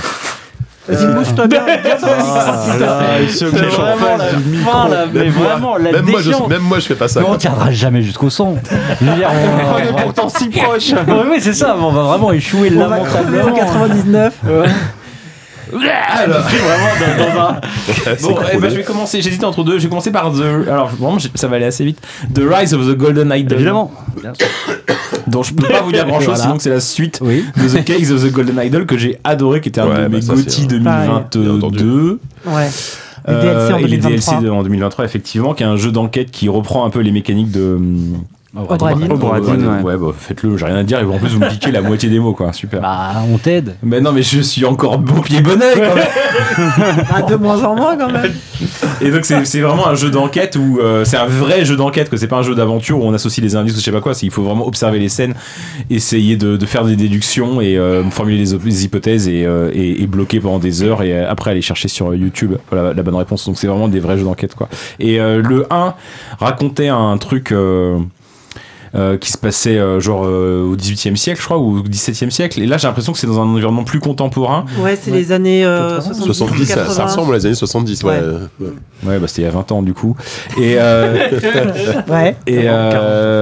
Speaker 5: vas-y, bouge-toi
Speaker 4: [LAUGHS]
Speaker 5: bien.
Speaker 4: euh, Ah, C'est vraiment la fin, là, mais
Speaker 1: Même moi-
Speaker 4: vraiment la
Speaker 1: même moi, je,
Speaker 4: défiance. Ah,
Speaker 1: même moi je fais pas ça
Speaker 3: Mais
Speaker 1: [LAUGHS]
Speaker 3: on tiendra jamais jusqu'au 100. Je veux dire,
Speaker 4: On
Speaker 3: on-
Speaker 4: est pourtant si
Speaker 5: [LAUGHS]
Speaker 4: proche.
Speaker 3: Ouais, oui, c'est ça, on va vraiment échouer
Speaker 5: On va crever en
Speaker 3: lamentablement.
Speaker 5: 99.
Speaker 8: Ah,
Speaker 4: [LAUGHS]
Speaker 8: Bon, eh ben,
Speaker 1: cool.
Speaker 8: je vais commencer. J'hésite entre deux. Je vais commencer par The. Alors, vraiment, j'ai- ça va aller assez vite. The Rise of the Golden Idol.
Speaker 3: Évidemment.
Speaker 8: Dont je peux pas vous dire grand chose,
Speaker 3: Voilà.
Speaker 8: sinon que c'est la suite
Speaker 3: Oui.
Speaker 8: de The Case of the Golden Idol que j'ai adoré, qui était un
Speaker 1: Ouais,
Speaker 8: de
Speaker 1: bah,
Speaker 8: mes
Speaker 1: ça,
Speaker 8: GOTY
Speaker 1: c'est- Bien entendu.
Speaker 8: 2022.
Speaker 5: Ouais. Les
Speaker 8: Euh,
Speaker 5: DLC en
Speaker 8: et les DLC
Speaker 5: 2023.
Speaker 8: de- en 2023, effectivement, qui est un jeu d'enquête qui reprend un peu les mécaniques de. hum,
Speaker 3: Oh,
Speaker 5: Obradine.
Speaker 4: Obradine,
Speaker 8: ouais, bah, faites-le, j'ai rien à dire. Et en plus, vous me piquez la moitié des mots, quoi. Super.
Speaker 3: Bah, on t'aide.
Speaker 8: Mais non, mais je suis encore bon pied bon oeil, quand même.
Speaker 5: Ah, de moins en moins, quand même.
Speaker 8: Et donc c'est c'est vraiment un jeu d'enquête où euh, c'est un vrai jeu d'enquête que c'est pas un jeu d'aventure où on associe les indices ou je sais pas quoi. C'est il faut vraiment observer les scènes, essayer de, de faire des déductions et euh, formuler des, op- des hypothèses et, euh, et- et bloquer pendant des heures et euh, après aller chercher sur YouTube voilà, la bonne réponse. Donc c'est vraiment des vrais jeux d'enquête quoi. Et euh, le 1 racontait un truc. euh, euh, qui se passait euh, genre euh, au 18e siècle, je crois, ou au 17e siècle. Et là, j'ai l'impression que c'est dans un environnement plus contemporain.
Speaker 5: Ouais, c'est
Speaker 7: Ouais.
Speaker 5: les années euh,
Speaker 1: 70,
Speaker 5: 70,
Speaker 1: ça, ça
Speaker 5: 80.
Speaker 1: ressemble aux années 70, ouais.
Speaker 5: Ouais.
Speaker 1: Ouais.
Speaker 8: Ouais, bah c'était il y a 20 ans du coup. Et, euh,
Speaker 5: Ouais.
Speaker 8: et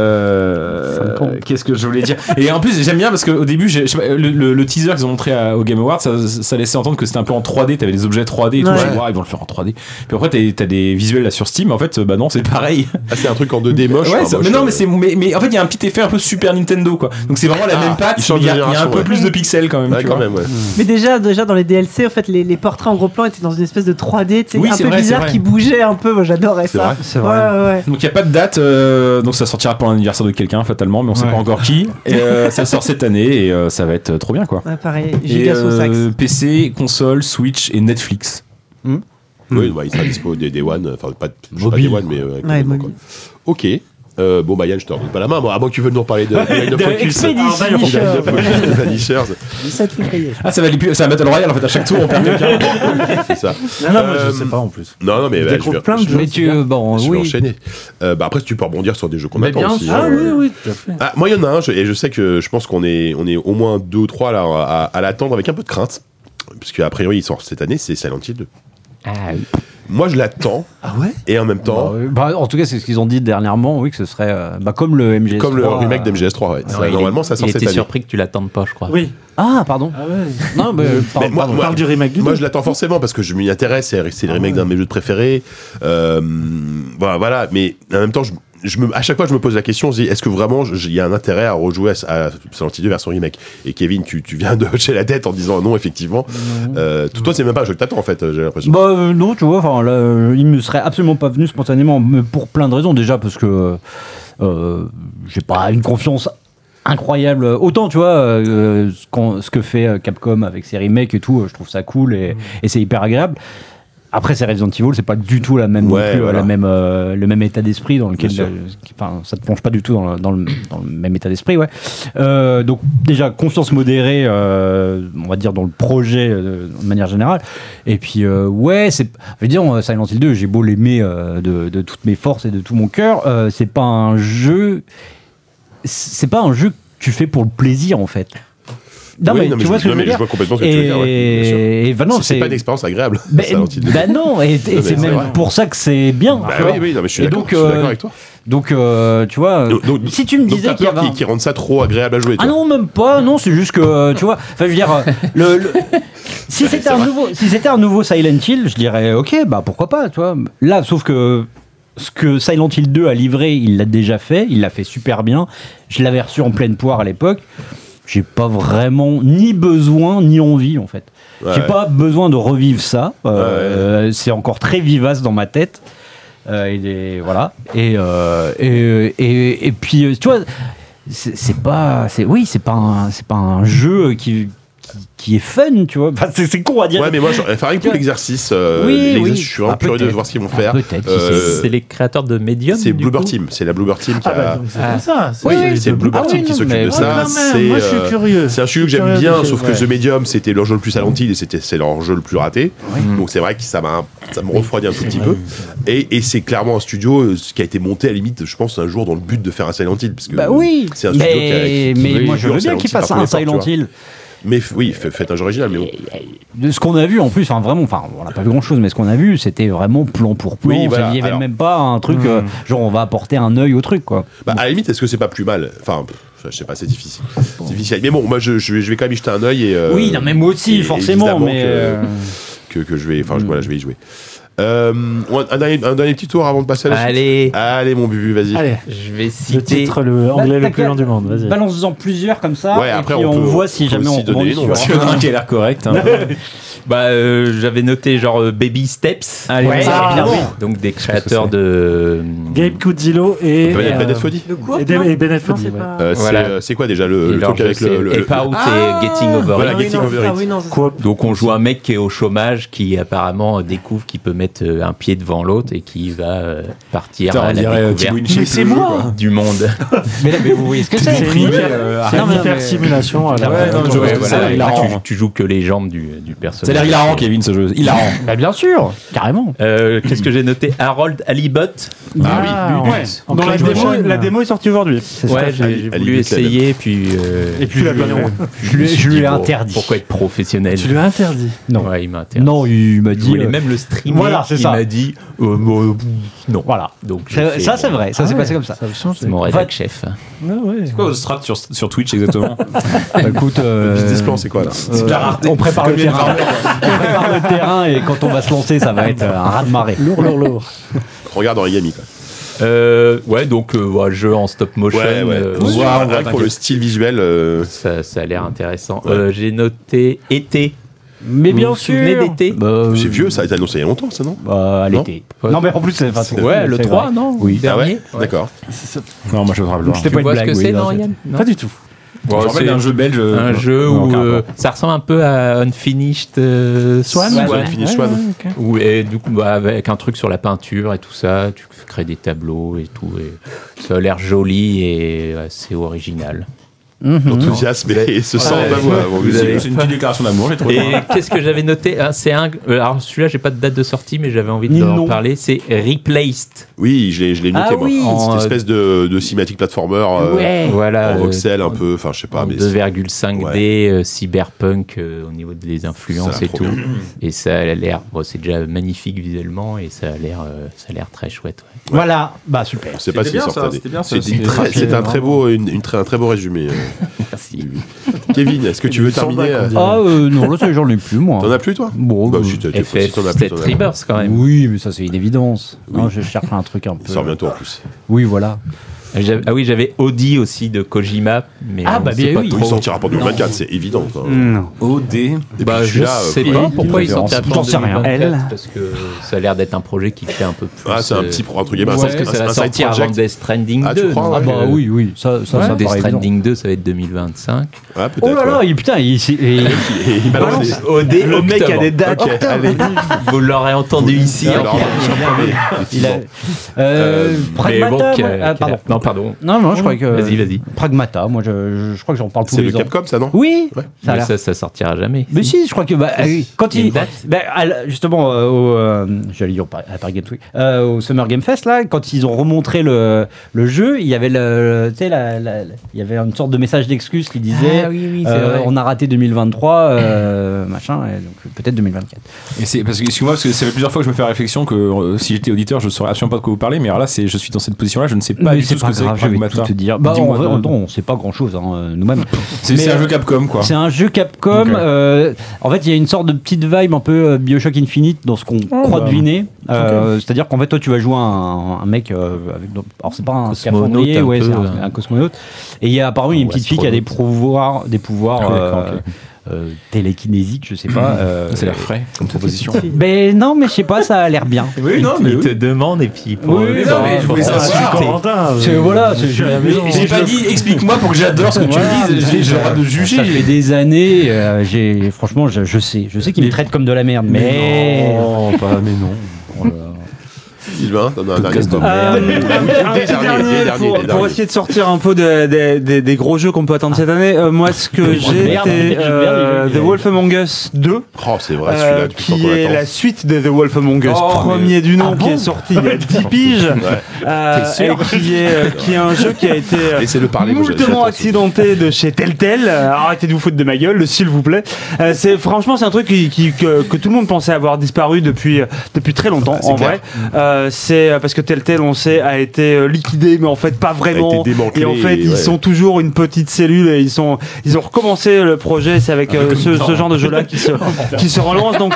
Speaker 8: euh,
Speaker 3: 50.
Speaker 8: qu'est-ce que je voulais dire Et en plus, j'aime bien parce qu'au début, j'ai- je sais pas, le, le- le teaser qu'ils ont montré à- au Game Awards, ça, ça laissait entendre que c'était un peu en 3D. T'avais des objets 3D et tout.
Speaker 5: Ouais.
Speaker 8: Je me suis dit, Ouah, ils vont le faire en 3D. Puis après, t'as- t'as des visuels là sur Steam. En fait, bah non, c'est pareil.
Speaker 1: Ah, c'est un truc en 2D moche.
Speaker 8: Ouais,
Speaker 1: enfin,
Speaker 8: ça-
Speaker 1: moche,
Speaker 8: mais non,
Speaker 1: euh,
Speaker 8: mais c'est mais, mais en fait il y a un petit effet un peu Super Nintendo quoi. Donc c'est vraiment la
Speaker 1: Ah,
Speaker 8: même patte,
Speaker 1: il
Speaker 8: mais
Speaker 1: change
Speaker 8: il y, a-
Speaker 1: de
Speaker 8: il y a un
Speaker 1: génération,
Speaker 8: peu
Speaker 1: ouais.
Speaker 8: plus de pixels quand même.
Speaker 1: Ouais,
Speaker 8: tu
Speaker 1: quand
Speaker 8: vois.
Speaker 1: même, ouais.
Speaker 5: Mais déjà, déjà dans les DLC, en fait, les, les portraits en gros plan étaient dans une espèce de 3D, tu sais,
Speaker 8: Oui,
Speaker 5: un
Speaker 8: c'est
Speaker 5: peu
Speaker 8: vrai, c'est
Speaker 5: bizarre
Speaker 8: vrai.
Speaker 5: qui bougeait un peu. Moi, j'adorais
Speaker 8: C'est
Speaker 5: ça.
Speaker 8: vrai,
Speaker 3: c'est
Speaker 5: Ouais, ouais, ouais.
Speaker 8: Donc il n'y a pas de date, euh, donc ça sortira pour l'anniversaire de quelqu'un fatalement, mais on sait
Speaker 3: Ouais.
Speaker 8: pas encore qui. Et, euh, ça sort cette année et euh, ça va être euh, trop bien quoi.
Speaker 5: Ouais, pareil,
Speaker 8: Et,
Speaker 5: giga sous
Speaker 8: euh,
Speaker 5: sax.
Speaker 8: PC, console, Switch et Netflix.
Speaker 1: Oui, bah, il sera dispo des Day One, enfin pas, je sais pas
Speaker 3: Mobile.
Speaker 1: Day One, mais euh, avec
Speaker 5: Ouais,
Speaker 1: le nom,
Speaker 5: mobile.
Speaker 1: quoi. Ok. Euh, bon, bah Yann, je te redonne pas la main, moi, avant que tu veux nous reparler de Line of Focus. [LAUGHS]
Speaker 5: euh,
Speaker 1: Line of Focus, de Vanishers,
Speaker 7: 17 février.
Speaker 8: Ah ça va aller plus, c'est un Battle Royale en fait à chaque tour on
Speaker 5: [LAUGHS]
Speaker 8: perd quelqu'un.
Speaker 1: c'est ça.
Speaker 7: Non, non, moi,
Speaker 1: Euh,
Speaker 7: je sais pas en plus.
Speaker 1: Non, non, mais
Speaker 7: Je
Speaker 1: bah, je
Speaker 7: découvre
Speaker 1: vais,
Speaker 7: plein de jeux.
Speaker 3: Mais tu, euh, bon,
Speaker 1: je vais
Speaker 3: Ah oui.
Speaker 1: enchaîner. Euh, bah, après, tu peux rebondir sur des jeux qu'on
Speaker 6: Mais
Speaker 1: attend
Speaker 6: bien
Speaker 1: aussi.
Speaker 6: sûr.
Speaker 1: hein.
Speaker 7: Ah oui, oui, tout à fait.
Speaker 1: Ah, moi, il y en a un, je- et je sais que je pense qu'on est, on est au moins deux ou trois là, à, à l'attendre avec un peu de crainte, puisque a priori, il sort cette année, c'est Silent Hill 2.
Speaker 6: Ah oui.
Speaker 1: Moi, je l'attends,
Speaker 7: Ah ouais
Speaker 1: et en même temps,
Speaker 3: Bah, euh, bah, en tout cas, c'est ce qu'ils ont dit dernièrement, oui, que ce serait euh, bah, comme le MGS.
Speaker 1: comme le
Speaker 3: euh,
Speaker 1: remake d'MGS3, ouais. Ça,
Speaker 6: Non, il est-
Speaker 1: normalement, ça sort
Speaker 6: Il
Speaker 1: cette
Speaker 6: était
Speaker 1: année.
Speaker 6: surpris que tu l'attendes pas, je crois.
Speaker 7: Oui.
Speaker 3: Ah, pardon.
Speaker 7: Ah ouais.
Speaker 3: Non, mais,
Speaker 1: Mais
Speaker 3: pardon,
Speaker 1: moi-
Speaker 3: pardon.
Speaker 7: On parle du remake du
Speaker 1: Moi,
Speaker 7: deux.
Speaker 1: je l'attends forcément parce que je m'y intéresse. C'est
Speaker 3: Ah
Speaker 1: c'est le remake d'un de mes jeux de préférés. Euh, voilà, voilà. Mais en même temps, je, je me, à chaque fois, je me pose la question je dis, est-ce que vraiment je- il y a un intérêt à rejouer à, à Silent Hill 2 version remake Et Kevin, tu, tu viens de [LAUGHS] hocher la tête en disant non, effectivement. Euh, toi, c'est même pas un jeu que t'attends en fait, j'ai l'impression.
Speaker 3: Bah euh, non, tu vois, enfin, là, euh, il me serait absolument pas venu spontanément, mais pour plein de raisons. Déjà parce que euh, j'ai pas une confiance incroyable. Autant, tu vois, euh, ce, qu'on- ce que fait euh, Capcom avec ses remakes et tout, euh, je trouve ça cool et,
Speaker 7: Mm.
Speaker 3: et c'est hyper agréable. Après, c'est Resident Evil, c'est pas du tout la même, non
Speaker 1: Ouais,
Speaker 3: plus, euh,
Speaker 1: voilà.
Speaker 3: la même, euh, le même état d'esprit dans lequel,
Speaker 1: Bien sûr.
Speaker 3: euh, qui- enfin, ça te plonge pas du tout dans le, dans le- dans le même état d'esprit, ouais. Euh, donc déjà confiance modérée, euh, on va dire dans le projet euh, de manière générale. Et puis euh, ouais, c'est, je veux dire, euh, Silent Hill 2, j'ai beau l'aimer euh, de, de toutes mes forces et de tout mon cœur, euh, c'est pas un jeu, c'est pas un jeu que tu fais pour le plaisir en fait. Non,
Speaker 1: Oui,
Speaker 3: mais tu vois
Speaker 1: je,
Speaker 3: ce que je veux
Speaker 1: mais
Speaker 3: dire.
Speaker 1: vois complètement ce que tu veux
Speaker 3: Et,
Speaker 1: dire. ouais, bien sûr.
Speaker 3: et bah
Speaker 1: C'est-
Speaker 3: non,
Speaker 1: c'est
Speaker 3: c'est
Speaker 1: pas une expérience agréable.
Speaker 3: bah,
Speaker 1: Silent Hill 2.
Speaker 3: bah non, et, et
Speaker 1: Ah, mais c'est
Speaker 3: c'est même
Speaker 1: vrai.
Speaker 3: pour ça que c'est bien.
Speaker 1: Bah
Speaker 3: tu vois.
Speaker 1: oui, oui, non, mais je suis
Speaker 3: Et
Speaker 1: d'accord
Speaker 3: donc,
Speaker 1: je suis d'accord
Speaker 3: euh,
Speaker 1: avec toi.
Speaker 3: Donc euh, tu vois,
Speaker 1: Donc- donc-
Speaker 3: si tu me
Speaker 1: Donc,
Speaker 3: disais
Speaker 1: t'as
Speaker 3: qu'il y
Speaker 1: peur
Speaker 3: avait un-
Speaker 1: qu'ils qu'ils rendent ça trop agréable à jouer.
Speaker 3: ah
Speaker 1: toi.
Speaker 3: non, même pas, non, c'est juste que, euh, tu vois, enfin, je veux dire, euh,
Speaker 1: [LAUGHS]
Speaker 3: le, le- si c'était un, nouveau- si c'était un nouveau Silent Hill, je dirais, ok, bah pourquoi pas, tu vois. Là, sauf que ce que Silent Hill 2 a livré, il l'a déjà fait, il l'a fait super bien. Je l'avais reçu en pleine poire à l'époque. J'ai pas vraiment ni besoin ni envie, en fait.
Speaker 1: Ouais,
Speaker 3: J'ai
Speaker 1: ouais.
Speaker 3: pas besoin de revivre ça. Euh, C'est encore très vivace dans ma tête. Euh, et des- voilà. Et, euh, et, et, et puis, euh, tu vois, c'est c'est pas. c'est- Oui, c'est pas, un- c'est pas un jeu qui, qui, qui est fun, tu vois. Enfin, c'est c'est con à dire.
Speaker 1: Ouais, mais moi, je- enfin, rien que pour l'exercice, euh,
Speaker 3: Oui,
Speaker 1: l'exercice,
Speaker 3: oui.
Speaker 1: je suis vraiment
Speaker 3: Ah,
Speaker 1: curieux de
Speaker 3: peut-être.
Speaker 1: voir ce qu'ils vont
Speaker 3: Ah,
Speaker 1: faire.
Speaker 3: peut-être,
Speaker 1: Euh,
Speaker 3: si
Speaker 6: C'est c'est les créateurs de Medium.
Speaker 1: C'est
Speaker 6: du
Speaker 1: Bloober
Speaker 6: coup
Speaker 1: Team, c'est la Bloober Team qui
Speaker 7: Ah bah
Speaker 1: a.
Speaker 7: donc c'est
Speaker 6: Ah.
Speaker 7: comme ça. c'est-
Speaker 1: Oui,
Speaker 3: oui,
Speaker 1: c'est
Speaker 3: c'est
Speaker 1: le Bloober
Speaker 3: ah
Speaker 1: Team
Speaker 3: oui,
Speaker 1: qui
Speaker 3: non,
Speaker 1: s'occupe
Speaker 3: mais-
Speaker 1: de
Speaker 7: Oh,
Speaker 1: ça.
Speaker 7: quand même,
Speaker 1: C'est
Speaker 7: moi, je suis
Speaker 1: euh,
Speaker 7: curieux.
Speaker 1: c'est un studio que
Speaker 7: Je suis
Speaker 1: j'aime
Speaker 7: curieux
Speaker 1: bien,
Speaker 7: de ce-
Speaker 1: sauf que
Speaker 7: ouais.
Speaker 1: The Medium, c'était leur jeu le plus salenti et c'était c'est leur jeu le plus raté. Donc c'est vrai que ça m'a ça me refroidit un tout petit peu. Et, et c'est clairement un studio euh, qui a été monté à la limite, je pense, un jour dans le but de faire un Silent Hill. Parce que
Speaker 3: Bah oui,
Speaker 1: c'est un studio qui a-
Speaker 3: mais,
Speaker 1: qui-
Speaker 3: mais
Speaker 1: qui
Speaker 3: moi
Speaker 1: veut
Speaker 3: je veux
Speaker 1: Silent
Speaker 3: bien
Speaker 1: Hill
Speaker 3: qu'il
Speaker 1: par
Speaker 3: fasse
Speaker 1: tous
Speaker 3: un
Speaker 1: les ports, tu
Speaker 3: Silent
Speaker 1: vois.
Speaker 3: Hill.
Speaker 1: Mais f- oui, f- faites un jeu original, mais bon.
Speaker 3: De ce qu'on a vu en plus, enfin vraiment, enfin on n'a pas vu grand chose, mais ce qu'on a vu c'était vraiment plan pour plan.
Speaker 1: Oui,
Speaker 3: Ça,
Speaker 1: voilà,
Speaker 3: Il y avait
Speaker 1: alors. Hmm.
Speaker 3: même pas un truc euh, genre on va apporter un œil au truc quoi.
Speaker 1: Bah, à la limite, est-ce que c'est pas plus mal Enfin, pff, je sais pas, c'est difficile. C'est difficile. Mais bon, moi, je, je vais, je vais quand même y jeter un œil. Et, euh,
Speaker 3: oui, non, mais moi aussi
Speaker 1: et-
Speaker 3: forcément,
Speaker 1: évidemment
Speaker 3: mais.
Speaker 1: que- [LAUGHS]
Speaker 3: euh,
Speaker 1: que, que je vais, enfin je- voilà, je vais y jouer. Euh, un, un dernier, un dernier petit tour avant de passer à la suite.
Speaker 6: Allez,
Speaker 1: Allez mon bubu, vas-y.
Speaker 7: Allez, Bah,
Speaker 6: je vais
Speaker 7: le
Speaker 6: citer.
Speaker 7: titre le anglais le plus long du monde, vas-y.
Speaker 3: Balance-en plusieurs comme ça,
Speaker 1: Ouais,
Speaker 3: et
Speaker 1: après,
Speaker 3: puis
Speaker 1: on
Speaker 3: on,
Speaker 1: peut-
Speaker 3: voit
Speaker 1: on
Speaker 3: si
Speaker 1: peut
Speaker 3: jamais
Speaker 1: aussi
Speaker 3: on
Speaker 1: donner les noms, hein.
Speaker 3: rebondit
Speaker 8: Parce
Speaker 5: [LAUGHS]
Speaker 3: sur-
Speaker 8: que d'un qui a l'air correct. hein.
Speaker 6: Bah, euh, j'avais noté genre euh, Baby Steps.
Speaker 8: Allez,
Speaker 3: Ouais,
Speaker 8: on va-
Speaker 7: Ah,
Speaker 3: bien,
Speaker 7: bon.
Speaker 3: oui.
Speaker 6: Donc des créateurs de.
Speaker 7: Gabe Cudzillo et.
Speaker 1: Planet-
Speaker 7: euh,
Speaker 1: Planet Foddy.
Speaker 5: Le quoi
Speaker 7: et Dave- et Bennett
Speaker 5: Non,
Speaker 7: Foddy,
Speaker 5: c'est
Speaker 7: ouais.
Speaker 5: pas-
Speaker 1: Euh, c'est-
Speaker 6: Voilà.
Speaker 1: euh, C'est quoi déjà le, le truc avec le, le- le-
Speaker 6: Ape Out et Getting Over
Speaker 1: Voilà,
Speaker 6: It.
Speaker 5: Ah oui,
Speaker 1: Getting
Speaker 5: non,
Speaker 1: Over
Speaker 5: ah
Speaker 1: It.
Speaker 5: oui, non, c'est ça.
Speaker 7: Coop.
Speaker 6: Donc on joue un mec qui est au chômage qui apparemment découvre qu'il peut mettre mettre euh, un pied devant l'autre et qui va euh, partir
Speaker 1: Putain,
Speaker 6: à
Speaker 1: on
Speaker 6: la
Speaker 1: dirait euh, Tim
Speaker 6: découverte
Speaker 1: Winchell, le jeu,
Speaker 5: hein.
Speaker 1: quoi.
Speaker 6: du [LAUGHS] monde.
Speaker 3: Mais, là, mais vous voyez ce que c'est
Speaker 7: C'est Ah, une hyper-
Speaker 8: euh,
Speaker 7: c'est
Speaker 3: non,
Speaker 7: une
Speaker 3: mais-
Speaker 7: hyper simulation. à la-
Speaker 8: Ouais, non, mais je vois
Speaker 6: Ouais,
Speaker 8: ce que
Speaker 6: voilà,
Speaker 8: c'est,
Speaker 6: et
Speaker 8: hilarant.
Speaker 6: là, tu, tu joues que les jambes du,
Speaker 8: Ça
Speaker 6: du
Speaker 8: a
Speaker 6: personnage.
Speaker 8: l'air hilarant, Kevin, ce jeu. Hilarant. [LAUGHS]
Speaker 3: Bah bien sûr, carrément.
Speaker 6: Euh, Qu'est-ce que j'ai noté Harold Alibot.
Speaker 7: Ah,
Speaker 4: Ouais.
Speaker 7: en- en
Speaker 4: Dans la
Speaker 7: Clash
Speaker 4: démo,
Speaker 7: Royale.
Speaker 5: euh.
Speaker 4: la démo est sortie aujourd'hui.
Speaker 6: Ouais, j'ai
Speaker 1: Ali-
Speaker 6: j'ai
Speaker 1: Ali
Speaker 6: voulu
Speaker 1: Button.
Speaker 6: essayer, puis. euh,
Speaker 4: Et puis la dernière.
Speaker 6: puis me
Speaker 3: je
Speaker 6: suis
Speaker 3: lui
Speaker 6: dit,
Speaker 3: ai
Speaker 6: bon,
Speaker 3: interdit.
Speaker 6: Pourquoi être professionnel
Speaker 7: Tu lui as interdit.
Speaker 3: Non.
Speaker 6: Ouais, il m'a interdit.
Speaker 3: Non, il m'a
Speaker 6: Je
Speaker 3: dit.
Speaker 6: voulais
Speaker 3: euh,
Speaker 6: même le streamer.
Speaker 3: Voilà, c'est
Speaker 6: il
Speaker 3: ça.
Speaker 6: m'a dit euh, euh, non.
Speaker 3: Voilà.
Speaker 6: Donc j'ai
Speaker 3: Ça,
Speaker 6: fait,
Speaker 3: ça, c'est
Speaker 6: bon,
Speaker 3: vrai, ça s'est passé comme ça.
Speaker 7: Ça me change.
Speaker 6: C'est mon
Speaker 3: En fait-
Speaker 6: rédac chef.
Speaker 7: Ouais, ouais.
Speaker 8: Quoi, votre strat sur, sur Twitch exactement
Speaker 3: Bah, écoute, euh,
Speaker 1: Le business plan, c'est quoi là
Speaker 3: euh, on prépare le terrain. on prépare le terrain et quand on va se lancer, ça va être euh, un raz de marée.
Speaker 7: Lourd, lourd, lourd.
Speaker 1: Regarde Origami. Quoi.
Speaker 6: Euh, ouais, donc euh, ouais, jeu en stop motion.
Speaker 1: Ouais, ouais.
Speaker 6: euh,
Speaker 1: Ouah,
Speaker 6: ouais,
Speaker 1: rien que pour le style visuel. euh,
Speaker 6: ça, ça a l'air intéressant. Euh, J'ai noté été.
Speaker 3: Mais
Speaker 6: Vous
Speaker 3: bien
Speaker 6: vous
Speaker 3: sûr.
Speaker 6: souvenez d'été
Speaker 3: Bah,
Speaker 1: C'est vieux, ça a été annoncé il y a longtemps, ça, non Ah
Speaker 3: bah, à
Speaker 1: Non.
Speaker 3: l'été. Non, mais en plus, c'est enfin, c'est-
Speaker 6: Ouais, le
Speaker 3: c'est
Speaker 6: 3,
Speaker 3: vrai.
Speaker 6: non
Speaker 3: Oui.
Speaker 1: Ah
Speaker 6: Dernier
Speaker 1: ouais D'accord.
Speaker 8: Non, moi je me rappelle.
Speaker 3: Donc, C'était
Speaker 6: Tu
Speaker 3: pas une
Speaker 6: vois ce
Speaker 3: blague.
Speaker 6: que
Speaker 3: oui,
Speaker 6: c'est,
Speaker 3: là,
Speaker 6: non,
Speaker 3: c'est-
Speaker 6: Yann
Speaker 7: Pas du tout.
Speaker 8: Je me rappelle d'un jeu belge.
Speaker 6: un jeu où euh, ça ressemble un peu à Unfinished euh, Swan.
Speaker 1: Swan,
Speaker 6: ouais.
Speaker 1: Finish Swan.
Speaker 6: Où, et du coup, bah, avec un truc sur la peinture et tout ça, tu crées des tableaux et tout. Et ça a l'air joli et assez original.
Speaker 1: L'enthousiasme et- et ce sang
Speaker 6: Ouais.
Speaker 1: va voir. bon,
Speaker 8: C'est
Speaker 1: visible.
Speaker 8: une petite déclaration d'amour, j'ai trouvé.
Speaker 6: Et qu'est-ce que j'avais noté Ah, C'est un. euh, Alors celui-là, j'ai pas de date de sortie, mais j'avais envie de en parler. C'est Replaced.
Speaker 1: Oui, je l'ai- je l'ai noté,
Speaker 6: Ah
Speaker 1: moi.
Speaker 6: oui.
Speaker 1: Cette
Speaker 6: En, euh,
Speaker 1: espèce de, de cinématique platformer euh,
Speaker 6: Voilà.
Speaker 1: en
Speaker 6: euh,
Speaker 1: voxel, un peu, enfin, je sais pas,
Speaker 6: en
Speaker 1: mais
Speaker 6: 2,5D, euh, cyberpunk euh, au niveau des
Speaker 1: Ça a
Speaker 6: influences et
Speaker 1: l'air
Speaker 6: tout.
Speaker 1: trop
Speaker 6: Et ça a l'air, bon, c'est déjà magnifique visuellement et ça a l'air, euh, ça a l'air très chouette. ouais.
Speaker 3: Voilà, bah super.
Speaker 1: je sais
Speaker 8: C'était
Speaker 1: pas si c'est
Speaker 8: bien, ça,
Speaker 1: sorti.
Speaker 8: c'était bien, ça,
Speaker 1: C'est une
Speaker 8: c'était-
Speaker 1: très-
Speaker 8: c'était
Speaker 1: c'est un
Speaker 8: vraiment-
Speaker 1: très beau, une, une très- un très beau résumé. euh.
Speaker 6: Merci.
Speaker 1: Kevin, est-ce que tu veux terminer euh,
Speaker 3: Ah euh, non, là, ça, j'en ai plus, moi.
Speaker 1: T'en as plus, toi
Speaker 3: Bon,
Speaker 1: Bah,
Speaker 3: euh,
Speaker 1: si t'as- t'as- si
Speaker 6: FF,
Speaker 1: t'en as plus,
Speaker 6: c'était
Speaker 1: t'en as plus.
Speaker 6: Rebirth quand même.
Speaker 3: Oui, mais ça, c'est une évidence. Hein, je cherche un truc un peu.
Speaker 1: Il sort bientôt en plus.
Speaker 3: Oui, voilà.
Speaker 6: J'avais- Ah oui, j'avais Audi aussi de Kojima, mais
Speaker 3: Ah,
Speaker 6: on
Speaker 3: bah,
Speaker 6: sait
Speaker 3: bien
Speaker 6: pas
Speaker 3: oui.
Speaker 1: Il
Speaker 6: trop.
Speaker 1: sortira pour 2024, c'est évident. quoi.
Speaker 4: Non.
Speaker 8: OD.
Speaker 1: Et
Speaker 6: Bah,
Speaker 1: puis
Speaker 6: je
Speaker 1: celui-là, euh,
Speaker 6: sais
Speaker 1: ouais.
Speaker 6: pas pourquoi ils
Speaker 3: référence.
Speaker 6: sortent après
Speaker 3: J'en sais rien.
Speaker 6: 2024,
Speaker 4: Elle.
Speaker 6: parce que ça a l'air d'être un projet qui fait un peu plus.
Speaker 1: Ah, c'est un
Speaker 6: euh,
Speaker 1: petit pro- un truc, un-
Speaker 6: je pense que
Speaker 1: un-
Speaker 6: ça
Speaker 1: un
Speaker 6: va
Speaker 1: side
Speaker 6: sortir avant
Speaker 1: project.
Speaker 6: Death Stranding
Speaker 1: Ah, tu
Speaker 6: 2.
Speaker 1: crois,
Speaker 6: donc,
Speaker 1: ouais.
Speaker 3: Ah bah
Speaker 6: euh,
Speaker 3: oui, oui, ça, ça, ça me
Speaker 6: Death
Speaker 3: paraît évident.
Speaker 6: Stranding 2, ça va être 2025.
Speaker 4: Ah,
Speaker 1: Ouais,
Speaker 3: Oh là
Speaker 1: peut-être.
Speaker 3: là,
Speaker 1: ouais.
Speaker 3: il, putain, il, s'est- et-
Speaker 1: Il il balance. les-
Speaker 6: OD,
Speaker 4: Le mec a des dates.
Speaker 1: Ok, allez.
Speaker 6: [LAUGHS] Vous l'aurez entendu ici. hein.
Speaker 1: Alors,
Speaker 6: en
Speaker 1: on va
Speaker 6: premier.
Speaker 3: il a-
Speaker 6: Euh,
Speaker 3: euh,
Speaker 6: mais
Speaker 3: Pragmata,
Speaker 6: bon,
Speaker 3: moi-
Speaker 6: qui a-
Speaker 3: ah,
Speaker 6: qui a-
Speaker 3: pardon. Euh,
Speaker 6: Non, pardon.
Speaker 3: Non, non, je crois que
Speaker 6: Vas-y, vas-y.
Speaker 3: Pragmata, moi, je, je- je crois que j'en parle tous
Speaker 1: C'est le
Speaker 3: les ans.
Speaker 1: Capcom, ça, non
Speaker 3: Oui,
Speaker 1: Ouais.
Speaker 3: ça a
Speaker 6: Mais
Speaker 3: l'air.
Speaker 6: ça, ça sortira jamais.
Speaker 3: Mais si, je crois que bah, euh, quand
Speaker 6: Il y a
Speaker 3: il,
Speaker 6: une date
Speaker 3: bah, à la- justement euh, au, euh, j'allais dire au Paris- à Paris Games Week, euh, au Summer Game Fest là, quand ils ont remontré le, le jeu, il y avait le, tu sais, la- la- la- il y avait une sorte de message d'excuse qui disait
Speaker 6: Ah oui, oui, c'est
Speaker 3: euh,
Speaker 6: vrai.
Speaker 3: on a raté 2023 euh, machin et donc peut-être 2024.
Speaker 8: Et c'est parce que excuse-moi parce que ça fait plusieurs fois que je me fais la réflexion que euh, si j'étais auditeur, je saurais absolument pas de quoi vous parlez. Mais alors là, c'est je suis dans cette position-là, je ne sais pas
Speaker 3: Mais
Speaker 8: du tout
Speaker 3: c'est
Speaker 8: ce que
Speaker 3: pas
Speaker 8: c'est.
Speaker 3: grave, je vais
Speaker 8: Pragmata.
Speaker 3: tout te dire. Bah,
Speaker 8: Dis-moi,
Speaker 3: en vrai,
Speaker 8: attends.
Speaker 3: non, on sait pas grand chose nous-mêmes.
Speaker 8: C'est
Speaker 3: Mais,
Speaker 8: c'est un
Speaker 3: euh,
Speaker 8: jeu Capcom quoi.
Speaker 3: C'est un jeu Capcom.
Speaker 8: Ok.
Speaker 3: euh, en fait, il y a une sorte de petite vibe un peu euh, Bioshock Infinite dans ce qu'on croit
Speaker 7: bah.
Speaker 3: deviner. Euh, C'est-à-dire qu'en fait, toi, tu vas jouer un, un mec euh, avec. Alors, c'est pas un
Speaker 6: Cosmonaute,
Speaker 3: scaphandrier,
Speaker 6: un
Speaker 3: ouais,
Speaker 6: peu,
Speaker 3: c'est un,
Speaker 6: hein.
Speaker 3: un cosmonaute. Et il y a apparemment
Speaker 6: Ou
Speaker 3: une petite fille qui a des pouvoirs, des pouvoirs
Speaker 8: Ah, d'accord,
Speaker 3: euh,
Speaker 8: ok.
Speaker 3: euh, télékinésiques, je sais pas. euh,
Speaker 8: C'est l'air frais comme proposition.
Speaker 3: mais Ben, non, mais je sais pas, ça a l'air bien.
Speaker 8: Oui, non,
Speaker 6: Il te demande et puis. pour-
Speaker 3: Oui,
Speaker 6: pour-
Speaker 3: non, mais je
Speaker 6: pour
Speaker 8: voulais
Speaker 7: Ah,
Speaker 6: ça,
Speaker 7: je suis
Speaker 8: savoir.
Speaker 6: t'es-
Speaker 7: Corentin.
Speaker 3: C'est-
Speaker 7: euh,
Speaker 3: voilà, c'est-
Speaker 7: je suis à la
Speaker 3: mais-
Speaker 7: maison.
Speaker 3: mais
Speaker 8: J'ai pas dit explique-moi pour que j'adore ce que tu
Speaker 3: Voilà,
Speaker 8: me dises. j'ai- J'ai le droit de
Speaker 3: Ça fait
Speaker 8: juger.
Speaker 3: des années, euh, j'ai franchement, je, je sais, je sais qu'ils me traitent comme de la merde, mais,
Speaker 7: Non, pas, mais non.
Speaker 1: Sylvain, t'en as un dernier.
Speaker 8: Podcast de
Speaker 4: Euh,
Speaker 8: merde.
Speaker 4: un
Speaker 1: Des
Speaker 4: petit
Speaker 1: derniers,
Speaker 4: dernier
Speaker 1: des derniers,
Speaker 4: pour,
Speaker 1: des
Speaker 4: pour
Speaker 1: derniers.
Speaker 4: essayer de sortir un peu de- des- des- des gros jeux qu'on peut attendre cette année. euh, moi, ce que
Speaker 3: gros jeux de
Speaker 4: j'ai,
Speaker 3: merde, des
Speaker 4: c'est
Speaker 3: jeux de
Speaker 4: euh,
Speaker 3: merde, il-
Speaker 4: The Wolf Among Us 2.
Speaker 1: Oh, c'est vrai,
Speaker 4: euh,
Speaker 1: celui-là, depuis le temps
Speaker 4: qui
Speaker 1: qu'on
Speaker 4: est
Speaker 1: l'attend. ah
Speaker 4: la suite de The Wolf Among Us,
Speaker 8: Oh,
Speaker 4: premier du nom, qui
Speaker 1: [LAUGHS]
Speaker 4: est sorti il y a 10 piges, euh, et qui est, euh, qui est un jeu qui a été euh,
Speaker 1: Laissez-le parler. moi,
Speaker 4: moultement
Speaker 1: j'attends.
Speaker 4: accidenté de chez Telltale. Euh, Arrêtez de vous foutre de ma gueule, s'il vous plaît. Euh, c'est franchement c'est un truc qui, qui- que, que tout le monde pensait avoir disparu depuis euh, depuis très longtemps en
Speaker 1: clair.
Speaker 4: vrai. Euh, c'est euh, parce que Telltale on sait a été euh, liquidé mais en fait pas
Speaker 1: A
Speaker 4: vraiment.
Speaker 1: été démantelé,
Speaker 4: Et en fait ils
Speaker 1: ouais.
Speaker 4: sont toujours une petite cellule et ils sont ils ont recommencé le projet. C'est avec euh, ce, ce genre de jeu là qui se qui se relance. Donc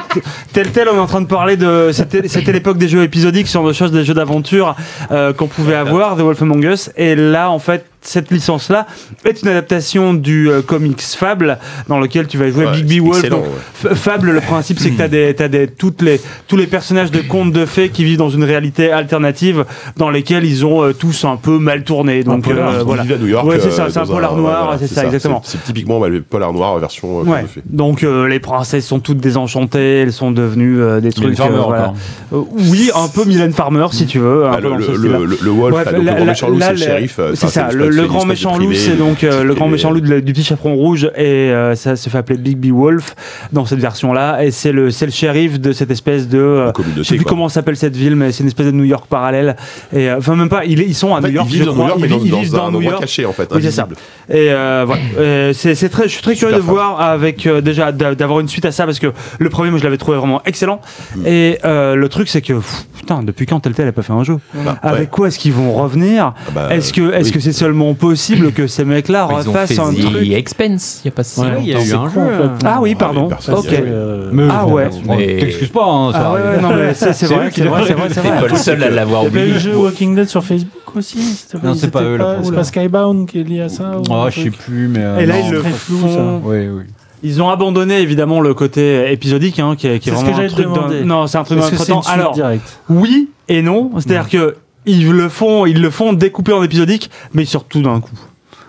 Speaker 4: Telltale on est en train de parler de c'était c'était l'époque des jeux épisodiques, ce genre de choses, des jeux d'aventure euh, qu'on pouvait avoir The Wolf Among Us. Et là en fait cette licence-là est une adaptation du euh, comics Fable, dans lequel tu vas jouer
Speaker 1: Ouais,
Speaker 4: Big B. Wolf.
Speaker 1: excellent,
Speaker 4: Donc,
Speaker 1: ouais.
Speaker 4: F- Fable, le principe, c'est que t'as des, t'as des, toutes les, tous les personnages de contes de fées qui vivent dans une réalité alternative dans lesquelles ils ont euh, tous un peu mal tourné. Donc,
Speaker 1: polar,
Speaker 4: euh,
Speaker 1: ils
Speaker 4: voilà.
Speaker 1: vivent à New York.
Speaker 4: Ouais, c'est
Speaker 1: euh,
Speaker 4: ça, c'est un
Speaker 1: dans
Speaker 4: polar noir,
Speaker 1: voilà,
Speaker 4: c'est ça, exactement.
Speaker 1: C'est c'est typiquement bah, le polar noir version euh,
Speaker 4: Ouais.
Speaker 1: Conte de fées.
Speaker 4: Donc euh, les princesses sont toutes désenchantées, elles sont devenues euh, des trucs.
Speaker 2: Farmer,
Speaker 4: euh, voilà.
Speaker 2: encore.
Speaker 4: Euh, oui, un peu Mylène Farmer si tu veux. un
Speaker 1: Ah,
Speaker 4: peu
Speaker 1: le,
Speaker 4: dans ce
Speaker 1: le,
Speaker 4: style-là.
Speaker 1: le, le- le Wolf,
Speaker 4: Bref,
Speaker 1: là, donc, le
Speaker 4: la-
Speaker 1: grand
Speaker 4: la-
Speaker 1: méchant loup,
Speaker 4: la-
Speaker 1: c'est le shérif. euh,
Speaker 4: C'est ça,
Speaker 1: un
Speaker 4: le,
Speaker 1: espèce-
Speaker 4: le
Speaker 1: une
Speaker 4: grand
Speaker 1: espèce de
Speaker 4: méchant
Speaker 1: privé,
Speaker 4: loup, c'est donc euh,
Speaker 1: qui
Speaker 4: le grand
Speaker 1: est-
Speaker 4: méchant loup de la- du petit chaperon rouge et euh, ça se fait appeler Big B Wolf dans cette version-là et c'est le c'est le shérif de cette espèce de euh,
Speaker 1: Une communauté,
Speaker 4: je sais plus
Speaker 1: quoi.
Speaker 4: comment s'appelle cette ville mais c'est une espèce de New York parallèle et euh, enfin même pas il est- ils sont à
Speaker 1: En fait,
Speaker 4: New York
Speaker 1: ils
Speaker 4: je
Speaker 1: vivent dans New
Speaker 4: crois
Speaker 1: York,
Speaker 4: Ils
Speaker 1: mais
Speaker 4: vi- ils
Speaker 1: dans-
Speaker 4: vivent
Speaker 1: dans
Speaker 4: dans
Speaker 1: un
Speaker 4: New
Speaker 1: endroit
Speaker 4: York
Speaker 1: caché, en fait.
Speaker 4: Oui, c'est ça.
Speaker 1: invisible.
Speaker 4: et euh, voilà. Euh, c'est c'est très, je suis très curieux de
Speaker 1: Super
Speaker 4: voir avec euh, déjà d'a- d'avoir une suite à ça parce que le premier, moi, je l'avais trouvé vraiment excellent. Et euh, le truc, c'est que pff, putain, depuis quand Telltale a pas fait un jeu
Speaker 1: Bah,
Speaker 4: Avec
Speaker 1: ouais.
Speaker 4: quoi est-ce qu'ils vont revenir
Speaker 1: Ah bah,
Speaker 4: Est-ce que est-ce
Speaker 1: oui.
Speaker 4: que c'est seulement possible que ces mecs-là
Speaker 6: Ils ont fait
Speaker 4: refassent un
Speaker 6: The
Speaker 4: truc
Speaker 6: Expense, il n'y a pas si
Speaker 2: Ouais, il y a
Speaker 6: longtemps.
Speaker 2: eu
Speaker 7: C'est
Speaker 2: un
Speaker 7: con,
Speaker 2: jeu,
Speaker 7: en fait.
Speaker 4: Ah oui, pardon.
Speaker 1: oui, personne n'y
Speaker 4: ok.
Speaker 1: a joué.
Speaker 7: Euh,
Speaker 4: Ah ouais.
Speaker 3: Oh,
Speaker 6: Mais-
Speaker 11: T'excuses pas, hein, ça
Speaker 4: Ah ouais,
Speaker 11: arrive.
Speaker 4: ouais, non mais c'est c'est
Speaker 2: C'est
Speaker 4: vrai,
Speaker 2: eux qui
Speaker 4: c'est vrai, c'est vrai, c'est
Speaker 6: T'es
Speaker 4: vrai.
Speaker 6: pas le seul à
Speaker 7: Il
Speaker 6: l'avoir
Speaker 7: y avait
Speaker 6: oublié.
Speaker 7: le jeu Walking Dead sur Facebook aussi c'était
Speaker 11: Non,
Speaker 7: ils
Speaker 11: c'est pas
Speaker 7: étaient
Speaker 11: eux, là, pour
Speaker 7: C'est
Speaker 11: le
Speaker 7: pas
Speaker 11: coup.
Speaker 7: Skybound qui est lié à
Speaker 3: [LAUGHS]
Speaker 7: ça ou
Speaker 11: Ah,
Speaker 7: un
Speaker 11: je sais
Speaker 7: truc
Speaker 11: plus, mais. euh,
Speaker 4: Et là,
Speaker 11: non.
Speaker 4: ils le
Speaker 7: Très flou, ça.
Speaker 4: font.
Speaker 11: Oui, oui.
Speaker 4: Ils ont abandonné évidemment le côté épisodique, hein, qui est, qui est
Speaker 7: C'est ce
Speaker 4: vraiment
Speaker 7: que
Speaker 4: un
Speaker 7: j'allais
Speaker 4: truc.
Speaker 7: te demander.
Speaker 4: d'un- Non, c'est un truc d'un
Speaker 7: Est-ce que
Speaker 4: autre
Speaker 7: c'est une
Speaker 4: temps.
Speaker 7: suite
Speaker 4: Alors,
Speaker 7: directe
Speaker 4: Oui et non, c'est-à-dire que ils le font, ils le font découpé en épisodique, mais surtout d'un coup.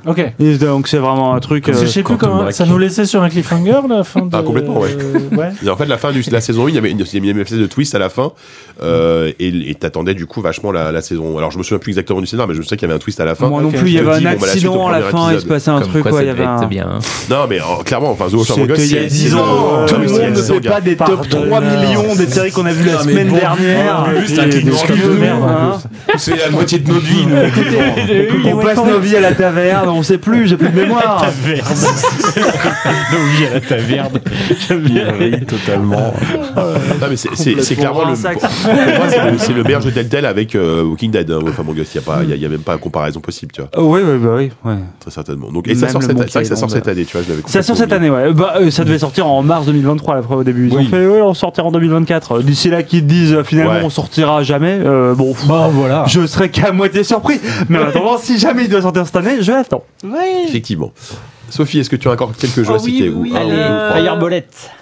Speaker 7: Ok.
Speaker 4: Et donc c'est vraiment un truc.
Speaker 7: Parce que
Speaker 4: euh,
Speaker 7: je sais plus
Speaker 2: Quantum
Speaker 7: comment
Speaker 2: Break.
Speaker 7: ça nous laissait sur un cliffhanger la fin de
Speaker 1: Ah, complètement, ouais.
Speaker 7: Euh, [LAUGHS] ouais.
Speaker 1: Et en fait, la fin de la saison 1, il y avait une, il y avait une espèce de twist à la fin, euh, et et t'attendais du coup vachement la, la saison. Alors, je me souviens plus exactement du scénar, mais je me souviens qu'il y avait un twist à la fin.
Speaker 4: moi non
Speaker 7: ok.
Speaker 4: plus, il y
Speaker 1: Je te
Speaker 4: avait
Speaker 1: dis,
Speaker 4: un
Speaker 1: bon, bah, la suite au
Speaker 4: accident à la
Speaker 1: premier
Speaker 4: fin, il se
Speaker 1: épisode.
Speaker 4: passait un
Speaker 6: Comme
Speaker 4: truc,
Speaker 6: quoi,
Speaker 4: quoi,
Speaker 6: ça
Speaker 4: il y avait
Speaker 6: devait être
Speaker 4: un.
Speaker 6: bien. hein.
Speaker 1: Non, mais euh, clairement, enfin, The Watcher Mongol,
Speaker 4: C'était il y a
Speaker 1: c'est-
Speaker 4: 10
Speaker 1: c'est-
Speaker 4: ans.
Speaker 1: Putain, mais c'est il y a
Speaker 4: on ne
Speaker 1: 10 ans,
Speaker 4: fait
Speaker 1: gars.
Speaker 4: pas des top 3 millions des séries qu'on a vues la semaine dernière.
Speaker 2: Juste un
Speaker 4: Et
Speaker 2: kick
Speaker 4: donc,
Speaker 2: comme
Speaker 4: de
Speaker 2: nous,
Speaker 4: merde,
Speaker 2: hein.
Speaker 4: hein.
Speaker 2: C'est la moitié de notre vie, nous.
Speaker 4: On passe nos vies à la taverne, on sait plus, j'ai plus de mémoire.
Speaker 7: Ah,
Speaker 4: [LAUGHS]
Speaker 2: totalement.
Speaker 1: Non, mais c'est- c'est c'est clairement le.
Speaker 4: Complètement
Speaker 1: pour- pour moi, c'est le- C'est le meilleur jeu Telltale avec euh, Walking Dead. hein. Enfin, mon gars, il n'y a, pas- il y a- il y a même pas de comparaison possible, tu vois,
Speaker 4: [LAUGHS] Oui, oui, bah oui. ouais.
Speaker 1: très certainement. Donc, et ça
Speaker 4: Même
Speaker 1: sort
Speaker 4: le
Speaker 1: cette,
Speaker 4: Monkey
Speaker 1: c'est vrai que ça sort
Speaker 4: Island.
Speaker 1: cette année, tu vois, je l'avais
Speaker 4: Ça sort cette
Speaker 1: complètement
Speaker 4: année, ouais. Bah, euh, ça devait sortir en mars 2023, la preuve au début. Ils ont fait, ouais, on sortira en 2024. Euh, D'ici là, qu'ils disent, euh, finalement,
Speaker 1: Ouais.
Speaker 4: on sortira jamais. euh, bon, pff,
Speaker 11: Bah voilà.
Speaker 4: je serais qu'à moitié surpris. Mais en attendant, si jamais il doit sortir cette année, je l'attends.
Speaker 1: oublié. Effectivement. Sophie, est-ce que tu as encore quelques jeux
Speaker 5: Oh
Speaker 1: à
Speaker 5: oui,
Speaker 1: citer
Speaker 5: oui,
Speaker 1: ou un ou deux,
Speaker 5: euh,
Speaker 1: trois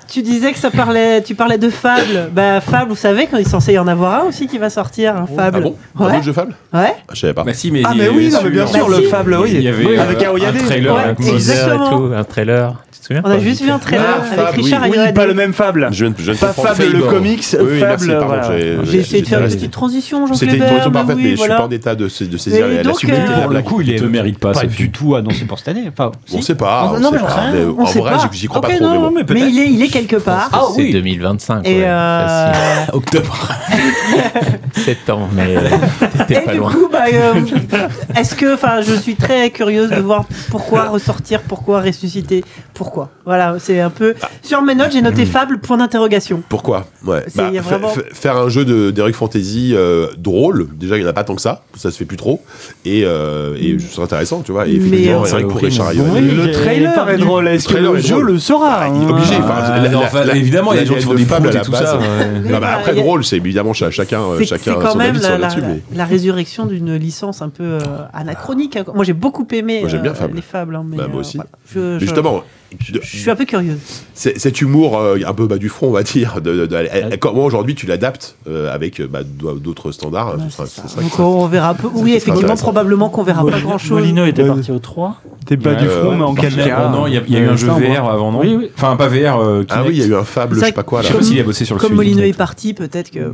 Speaker 5: Tu disais que ça parlait, tu parlais de Fable. Bah Fable, vous savez qu'il est censé y en avoir un aussi qui va sortir, un Fable.
Speaker 1: Ah bon Un
Speaker 5: Ouais.
Speaker 1: autre jeu Fable
Speaker 5: Ouais.
Speaker 1: Ah, Je savais pas.
Speaker 2: Bah si, mais.
Speaker 4: Ah, mais oui, non, mais bien sûr,
Speaker 5: Bah
Speaker 4: le
Speaker 5: si.
Speaker 4: Fable, oui.
Speaker 2: Il y avait euh,
Speaker 4: avec Aoyade.
Speaker 2: un trailer
Speaker 5: Ouais,
Speaker 2: avec
Speaker 5: exactement.
Speaker 2: Moses.
Speaker 6: Teaser et tout, un trailer. Tu te souviens
Speaker 5: On a juste vu un trailer
Speaker 1: Ah,
Speaker 5: avec
Speaker 1: Fable,
Speaker 5: Richard
Speaker 4: Oui,
Speaker 5: et Yoann.
Speaker 4: pas le même Fable.
Speaker 1: Je viens de- je viens de
Speaker 4: Pas
Speaker 1: comprendre.
Speaker 4: Fable, le
Speaker 1: Fable.
Speaker 4: comics,
Speaker 1: Oui, oui, merci,
Speaker 4: Fable.
Speaker 1: pardon,
Speaker 4: voilà.
Speaker 1: j'ai-
Speaker 5: J'ai essayé de faire une
Speaker 1: j'ai-
Speaker 5: petite transition, jean
Speaker 1: C'était une transition parfaite, mais
Speaker 5: oui,
Speaker 1: je suis pas
Speaker 5: voilà.
Speaker 1: en état de ces de ces-
Speaker 5: Mais
Speaker 1: la
Speaker 5: donc,
Speaker 1: subtilité de
Speaker 5: euh,
Speaker 1: la
Speaker 2: Pour le
Speaker 1: blague.
Speaker 2: coup, il
Speaker 11: te
Speaker 2: ne mérite pas,
Speaker 11: Pas
Speaker 2: Sophie.
Speaker 11: du tout annoncé pour cette année. Enfin,
Speaker 1: On
Speaker 11: si.
Speaker 1: sait pas,
Speaker 5: Non,
Speaker 1: Ah, on
Speaker 5: non,
Speaker 1: sait
Speaker 5: mais j'en sais
Speaker 1: pas.
Speaker 5: rien,
Speaker 1: mais
Speaker 5: on
Speaker 1: En
Speaker 5: sait
Speaker 1: vrai,
Speaker 5: pas.
Speaker 1: j'y- j'y crois
Speaker 5: Ok,
Speaker 1: pas trop.
Speaker 5: non,
Speaker 1: mais bon.
Speaker 5: non, mais
Speaker 11: peut-être.
Speaker 5: il est, il est quelque part.
Speaker 11: Ah
Speaker 6: c'est
Speaker 11: oui.
Speaker 6: 2025.
Speaker 5: Et
Speaker 6: ouais, Ah,
Speaker 5: euh,
Speaker 6: facile.
Speaker 2: Octobre.
Speaker 6: Septembre, mais euh,
Speaker 5: Et
Speaker 6: t'étais pas
Speaker 5: du
Speaker 6: loin.
Speaker 5: coup, bah, euh, est-ce que, enfin, je suis très curieuse de voir pourquoi ressortir, pourquoi ressusciter, pourquoi. Voilà, c'est un peu. Sur mes notes, j'ai noté Fable point d'interrogation.
Speaker 1: Pourquoi ouais.
Speaker 5: C'est- il y a
Speaker 1: fa-
Speaker 5: vraiment-
Speaker 1: fa- Faire un jeu de- d'Heroic Fantasy euh, drôle, déjà il n'y en a pas tant que ça, ça se fait plus trop, et, euh, et je- c'est intéressant, tu vois. Et
Speaker 5: Mais,
Speaker 1: effectivement,
Speaker 5: euh,
Speaker 1: c'est vrai que pour Richard
Speaker 4: Oui,
Speaker 1: Ayoade,
Speaker 4: le trailer est drôle. Est-ce que
Speaker 1: trailer
Speaker 4: le
Speaker 1: est
Speaker 4: jeu
Speaker 1: drôle. Ah,
Speaker 4: le sera
Speaker 1: il est
Speaker 4: hein
Speaker 1: obligé. Enfin, la- la-
Speaker 2: Enfin,
Speaker 1: la-
Speaker 2: évidemment, il y a
Speaker 1: la-
Speaker 2: des gens qui
Speaker 1: la-
Speaker 2: font
Speaker 1: la-
Speaker 2: des
Speaker 1: la-
Speaker 2: proutes et
Speaker 1: la-
Speaker 2: tout
Speaker 1: la-
Speaker 2: ça.
Speaker 1: la-
Speaker 2: ouais.
Speaker 1: Non, mais Bah, après,
Speaker 5: il y a-
Speaker 1: drôle, c'est évidemment ch- chacun, euh,
Speaker 5: C'est c'est
Speaker 1: chacun a
Speaker 5: quand
Speaker 1: son
Speaker 5: même
Speaker 1: avis sur-
Speaker 5: la, la-
Speaker 1: là-dessus. mais-
Speaker 5: la résurrection d'une licence un peu euh, anachronique. hein. Moi, j'ai beaucoup aimé
Speaker 1: Moi, j'aime bien
Speaker 5: euh,
Speaker 1: Fable.
Speaker 5: les fables. hein, mais,
Speaker 1: Bah, moi
Speaker 5: euh,
Speaker 1: aussi.
Speaker 5: voilà. Je-
Speaker 1: mais
Speaker 5: je-
Speaker 1: Justement, de-
Speaker 5: Je suis un peu curieuse.
Speaker 1: c'est- cet humour euh, un peu bas du front, on va dire, de, de- de- elle- comment aujourd'hui tu l'adaptes euh, avec euh, bah, d'autres standards
Speaker 5: Ouais,
Speaker 1: ce
Speaker 5: c'est
Speaker 1: sera-
Speaker 5: ça.
Speaker 1: ce sera-
Speaker 5: Donc on verra un peu. Oui,
Speaker 1: sera
Speaker 5: effectivement,
Speaker 1: intéressant.
Speaker 5: probablement qu'on verra pas grand chose.
Speaker 7: Ah, Molino était
Speaker 4: Ouais.
Speaker 7: parti au 3 [LAUGHS]
Speaker 4: T'es pas du
Speaker 1: euh,
Speaker 4: front, mais en 4K.
Speaker 2: Non, il y a- il y a eu un jeu VR avant, non
Speaker 7: Oui, oui.
Speaker 2: Enfin, pas VR. euh,
Speaker 1: Ah oui, il y a eu un fable, je sais pas quoi
Speaker 2: Je
Speaker 1: là.
Speaker 2: sais pas s'il a bossé sur le
Speaker 5: Comme
Speaker 2: suivi.
Speaker 5: Molino est parti, peut-être que.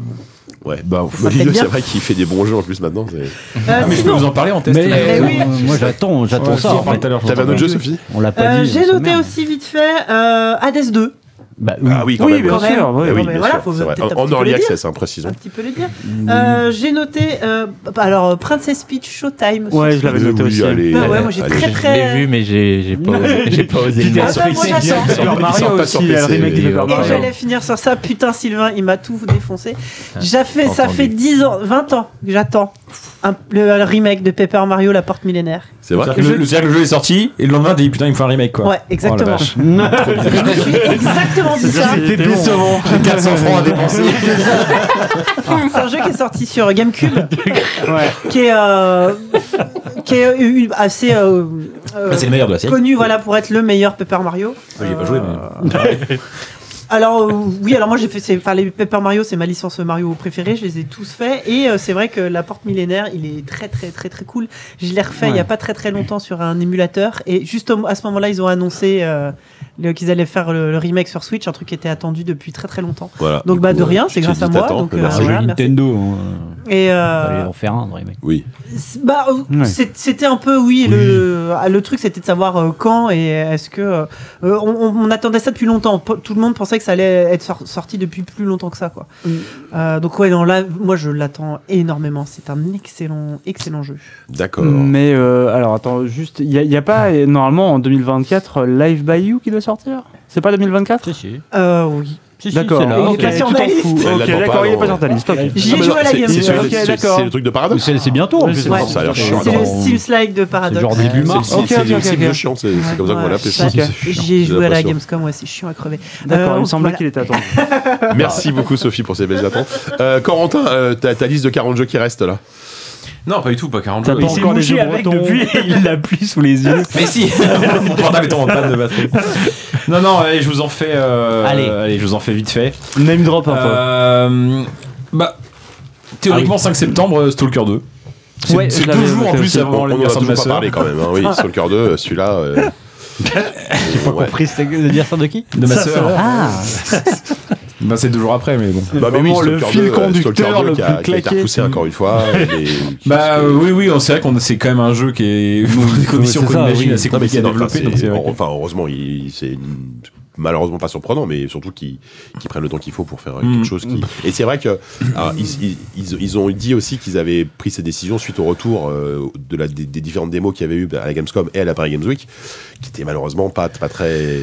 Speaker 1: Ouais, bah,
Speaker 5: Ça s'appelle
Speaker 1: Molino,
Speaker 5: bien.
Speaker 1: c'est vrai qu'il fait des bons jeux en plus maintenant. c'est-
Speaker 5: Euh,
Speaker 2: Ah, mais je peux
Speaker 5: sinon,
Speaker 2: vous en parler en test.
Speaker 11: Mais, euh,
Speaker 5: Mais oui.
Speaker 11: moi j'attends, j'attends ça. en fait.
Speaker 1: T'avais un autre jeu, Sophie
Speaker 11: On l'a pas
Speaker 5: euh,
Speaker 11: dit.
Speaker 5: j'ai
Speaker 11: ça
Speaker 5: noté
Speaker 11: merde.
Speaker 5: aussi vite fait euh, Hades 2.
Speaker 11: Bah oui.
Speaker 1: Ah oui, quand
Speaker 4: Oui,
Speaker 1: même.
Speaker 4: bien
Speaker 5: Quand même.
Speaker 4: sûr.
Speaker 1: Ah
Speaker 4: ouais.
Speaker 1: oui,
Speaker 5: Non, mais
Speaker 1: bien
Speaker 5: voilà,
Speaker 1: sûr,
Speaker 5: faut
Speaker 1: c'est vrai.
Speaker 5: peut-être un petit
Speaker 1: En en
Speaker 5: peu
Speaker 1: early
Speaker 5: le dire.
Speaker 1: access, hein,
Speaker 5: un
Speaker 1: précisons.
Speaker 5: petit peu le dire. Euh, J'ai noté, euh, bah, alors, euh, Princess Peach Showtime. aussi.
Speaker 4: Ouais, je l'avais
Speaker 1: Euh,
Speaker 4: noté
Speaker 1: oui,
Speaker 4: aussi.
Speaker 1: allez,
Speaker 5: Bah ouais,
Speaker 1: allez,
Speaker 5: moi, j'ai
Speaker 1: allez.
Speaker 5: très,
Speaker 6: Je l'ai vu, mais j'ai j'ai pas osé- j'ai pas
Speaker 5: [LAUGHS]
Speaker 6: osé le
Speaker 5: Ah
Speaker 6: dire.
Speaker 5: bah, moi, j'attends.
Speaker 4: Super
Speaker 1: sort
Speaker 4: Mario
Speaker 1: pas sur
Speaker 4: aussi, il y a le
Speaker 1: PC,
Speaker 4: remake de
Speaker 6: mais,
Speaker 4: Super
Speaker 6: euh,
Speaker 5: Et
Speaker 6: Pardon.
Speaker 4: Mario.
Speaker 5: j'allais finir sur ça. Putain, Sylvain, il m'a tout défoncé.
Speaker 1: Ah,
Speaker 5: J'ai fait, ça
Speaker 6: Entendu.
Speaker 5: fait 10 ans, 20 ans que j'attends un- le, le remake de Paper Mario, La Porte
Speaker 1: [LAUGHS]
Speaker 5: Millénaire.
Speaker 1: C'est vrai.
Speaker 2: C'est-à-dire que le- C'est-à-dire que le jeu est sorti et le lendemain, t'as dit putain, il me faut un remake quoi.
Speaker 5: Ouais, exactement. je me suis exactement dit ça.
Speaker 4: C'était décevant.
Speaker 2: J'ai 400 francs à dépenser.
Speaker 5: C'est un jeu qui est sorti sur GameCube,
Speaker 4: Ouais.
Speaker 5: qui est euh, qui est euh, une- assez euh, euh,
Speaker 2: C'est le meilleur de la série.
Speaker 5: connu voilà, pour être le meilleur Paper Mario.
Speaker 2: J'ai pas joué, mais.
Speaker 5: Alors euh, oui, alors moi j'ai fait, c'est- enfin les Paper Mario, c'est ma licence Mario préférée, je les ai tous faits et euh, c'est vrai que la porte millénaire, il est très très très très cool. Je l'ai refait il y a pas très très longtemps sur un émulateur et juste au- à ce moment-là, ils ont annoncé euh, le- qu'ils allaient faire le, le remake sur Switch, un truc qui était attendu depuis très très longtemps.
Speaker 1: Voilà.
Speaker 5: Donc
Speaker 1: Du
Speaker 5: bah
Speaker 1: coup,
Speaker 5: de
Speaker 1: euh,
Speaker 5: rien,
Speaker 1: je
Speaker 5: c'est
Speaker 1: t'ai
Speaker 5: grâce
Speaker 1: dit,
Speaker 5: à moi.
Speaker 1: t'attends,
Speaker 5: Donc, euh,
Speaker 1: merci.
Speaker 5: voilà, merci.
Speaker 11: Nintendo.
Speaker 1: hein.
Speaker 5: Et
Speaker 11: On va
Speaker 5: euh,
Speaker 11: en faire un, vrai mec.
Speaker 1: Oui.
Speaker 5: c'est- Bah, euh,
Speaker 11: Ouais.
Speaker 5: c'est- c'était un peu, oui, le, ah, le truc c'était de savoir euh, quand et est-ce que. euh, euh, on, on- on attendait ça depuis longtemps. Po- Tout le monde pensait que ça allait être sor- sorti depuis plus longtemps que ça, quoi. Euh, donc, ouais, non, là, moi je l'attends énormément. C'est un excellent, excellent jeu.
Speaker 1: D'accord. Ah.
Speaker 4: Mais euh, alors attends, juste, il n'y a, y a pas euh, normalement en 2024 euh, Live by You qui doit sortir C'est pas 2024
Speaker 5: Euh, oui.
Speaker 4: D'accord.
Speaker 11: c'est là.
Speaker 4: Ok,
Speaker 5: Il est pas sur
Speaker 4: tu
Speaker 5: ma
Speaker 4: t'en
Speaker 5: liste.
Speaker 4: fous.
Speaker 1: Elle
Speaker 4: Ok,
Speaker 1: l'attend
Speaker 4: d'accord,
Speaker 1: pas,
Speaker 4: il est pas
Speaker 1: non.
Speaker 4: sur ta liste. ok.
Speaker 5: J'y ai
Speaker 1: Ah, mais
Speaker 5: joué
Speaker 1: non,
Speaker 5: à la
Speaker 1: c'est-
Speaker 5: Game
Speaker 1: c'est-
Speaker 5: Boy.
Speaker 1: c'est-
Speaker 4: Ok,
Speaker 1: c'est-
Speaker 4: d'accord.
Speaker 1: C'est le truc de paradoxe.
Speaker 11: C'est c'est bientôt. en
Speaker 4: Ouais,
Speaker 11: plus.
Speaker 4: c'est
Speaker 5: Ouais.
Speaker 1: ça a l'air chiant.
Speaker 5: C'est
Speaker 1: attends.
Speaker 5: le Sims Like de
Speaker 11: C'est
Speaker 5: Paradox.
Speaker 11: genre début
Speaker 1: C'est le
Speaker 11: mars.
Speaker 1: Sims,
Speaker 4: Ok,
Speaker 1: c'est
Speaker 4: ok,
Speaker 1: le
Speaker 4: ok,
Speaker 1: Sims
Speaker 4: ok.
Speaker 1: le chiant, c'est c'est comme ça qu'on
Speaker 5: Ouais,
Speaker 1: va l'appeler.
Speaker 5: ça-
Speaker 1: je pense.
Speaker 5: J'ai
Speaker 1: J'ai
Speaker 5: joué à la
Speaker 1: l'impression.
Speaker 5: Gamescom, ouais, c'est chiant à crever.
Speaker 4: D'accord,
Speaker 5: Euh,
Speaker 4: il me
Speaker 5: [LAUGHS]
Speaker 4: semblait
Speaker 5: voilà.
Speaker 4: qu'il était à temps.
Speaker 1: Merci beaucoup Sophie pour ces belles attentes. Euh, Corentin, euh, t'as ta liste de 40 jeux qui restent là.
Speaker 8: Non, pas du tout, pas 40
Speaker 4: T'as
Speaker 8: euros.
Speaker 4: pas encore
Speaker 8: [LAUGHS]
Speaker 4: des jeux bretons. [LAUGHS]
Speaker 11: il l'appuie sous les yeux.
Speaker 8: Mais si Mon portable est en panne de batterie. [LAUGHS] Non, non, allez, je vous en fais. euh,
Speaker 11: Allez.
Speaker 8: allez, je vous en fais vite fait.
Speaker 4: Name drop un peu.
Speaker 8: Euh, bah, théoriquement, 5 septembre, euh, Stalker 2. C'est
Speaker 4: Ouais,
Speaker 8: c'est
Speaker 4: je
Speaker 8: deux
Speaker 4: l'avais
Speaker 8: jours en
Speaker 4: évoqué
Speaker 8: plus
Speaker 4: aussi.
Speaker 1: On
Speaker 8: avant
Speaker 1: on en a
Speaker 8: l'anniversaire de
Speaker 1: toujours
Speaker 8: ma
Speaker 1: pas
Speaker 8: sœur.
Speaker 1: parlé quand même. Hein.
Speaker 8: [LAUGHS]
Speaker 1: Oui, Stalker 2, celui-là. euh,
Speaker 11: J'ai pas
Speaker 1: Ouais.
Speaker 11: compris, c'était le dire ça de qui
Speaker 8: De ma sœur.
Speaker 11: Ah
Speaker 8: [LAUGHS] Bah, c'est deux jours après, mais bon.
Speaker 1: Bah, mais oui,
Speaker 4: Vraiment le
Speaker 1: Stalker
Speaker 4: fil
Speaker 1: 2, euh,
Speaker 4: conducteur
Speaker 1: Stalker 2
Speaker 4: le
Speaker 1: qui a, qui
Speaker 4: plus
Speaker 1: a été
Speaker 4: claqué.
Speaker 1: repoussé encore
Speaker 8: [LAUGHS]
Speaker 1: une fois. mais-
Speaker 8: Bah euh, oui, oui, c'est vrai qu'on c'est quand même un jeu qui est dans [LAUGHS] des conditions
Speaker 11: c'est
Speaker 8: qu'on
Speaker 11: ça,
Speaker 8: imagine
Speaker 11: oui.
Speaker 8: assez
Speaker 1: Non, mais
Speaker 8: compliqué à
Speaker 1: non, enfin,
Speaker 8: développer.
Speaker 1: c'est-
Speaker 8: donc c'est vrai que-
Speaker 1: Enfin, heureusement, il- c'est malheureusement pas surprenant, mais surtout qu'ils qu'ils prennent le temps qu'il faut pour faire euh,
Speaker 8: Mm.
Speaker 1: quelque chose qui. Et c'est vrai que alors, ils, ils- ils- ils ont dit aussi qu'ils avaient pris ces décisions suite au retour euh, de la, des, des différentes démos qu'il y avait eu à la Gamescom et à la Paris Games Week, qui étaient malheureusement pas, pas très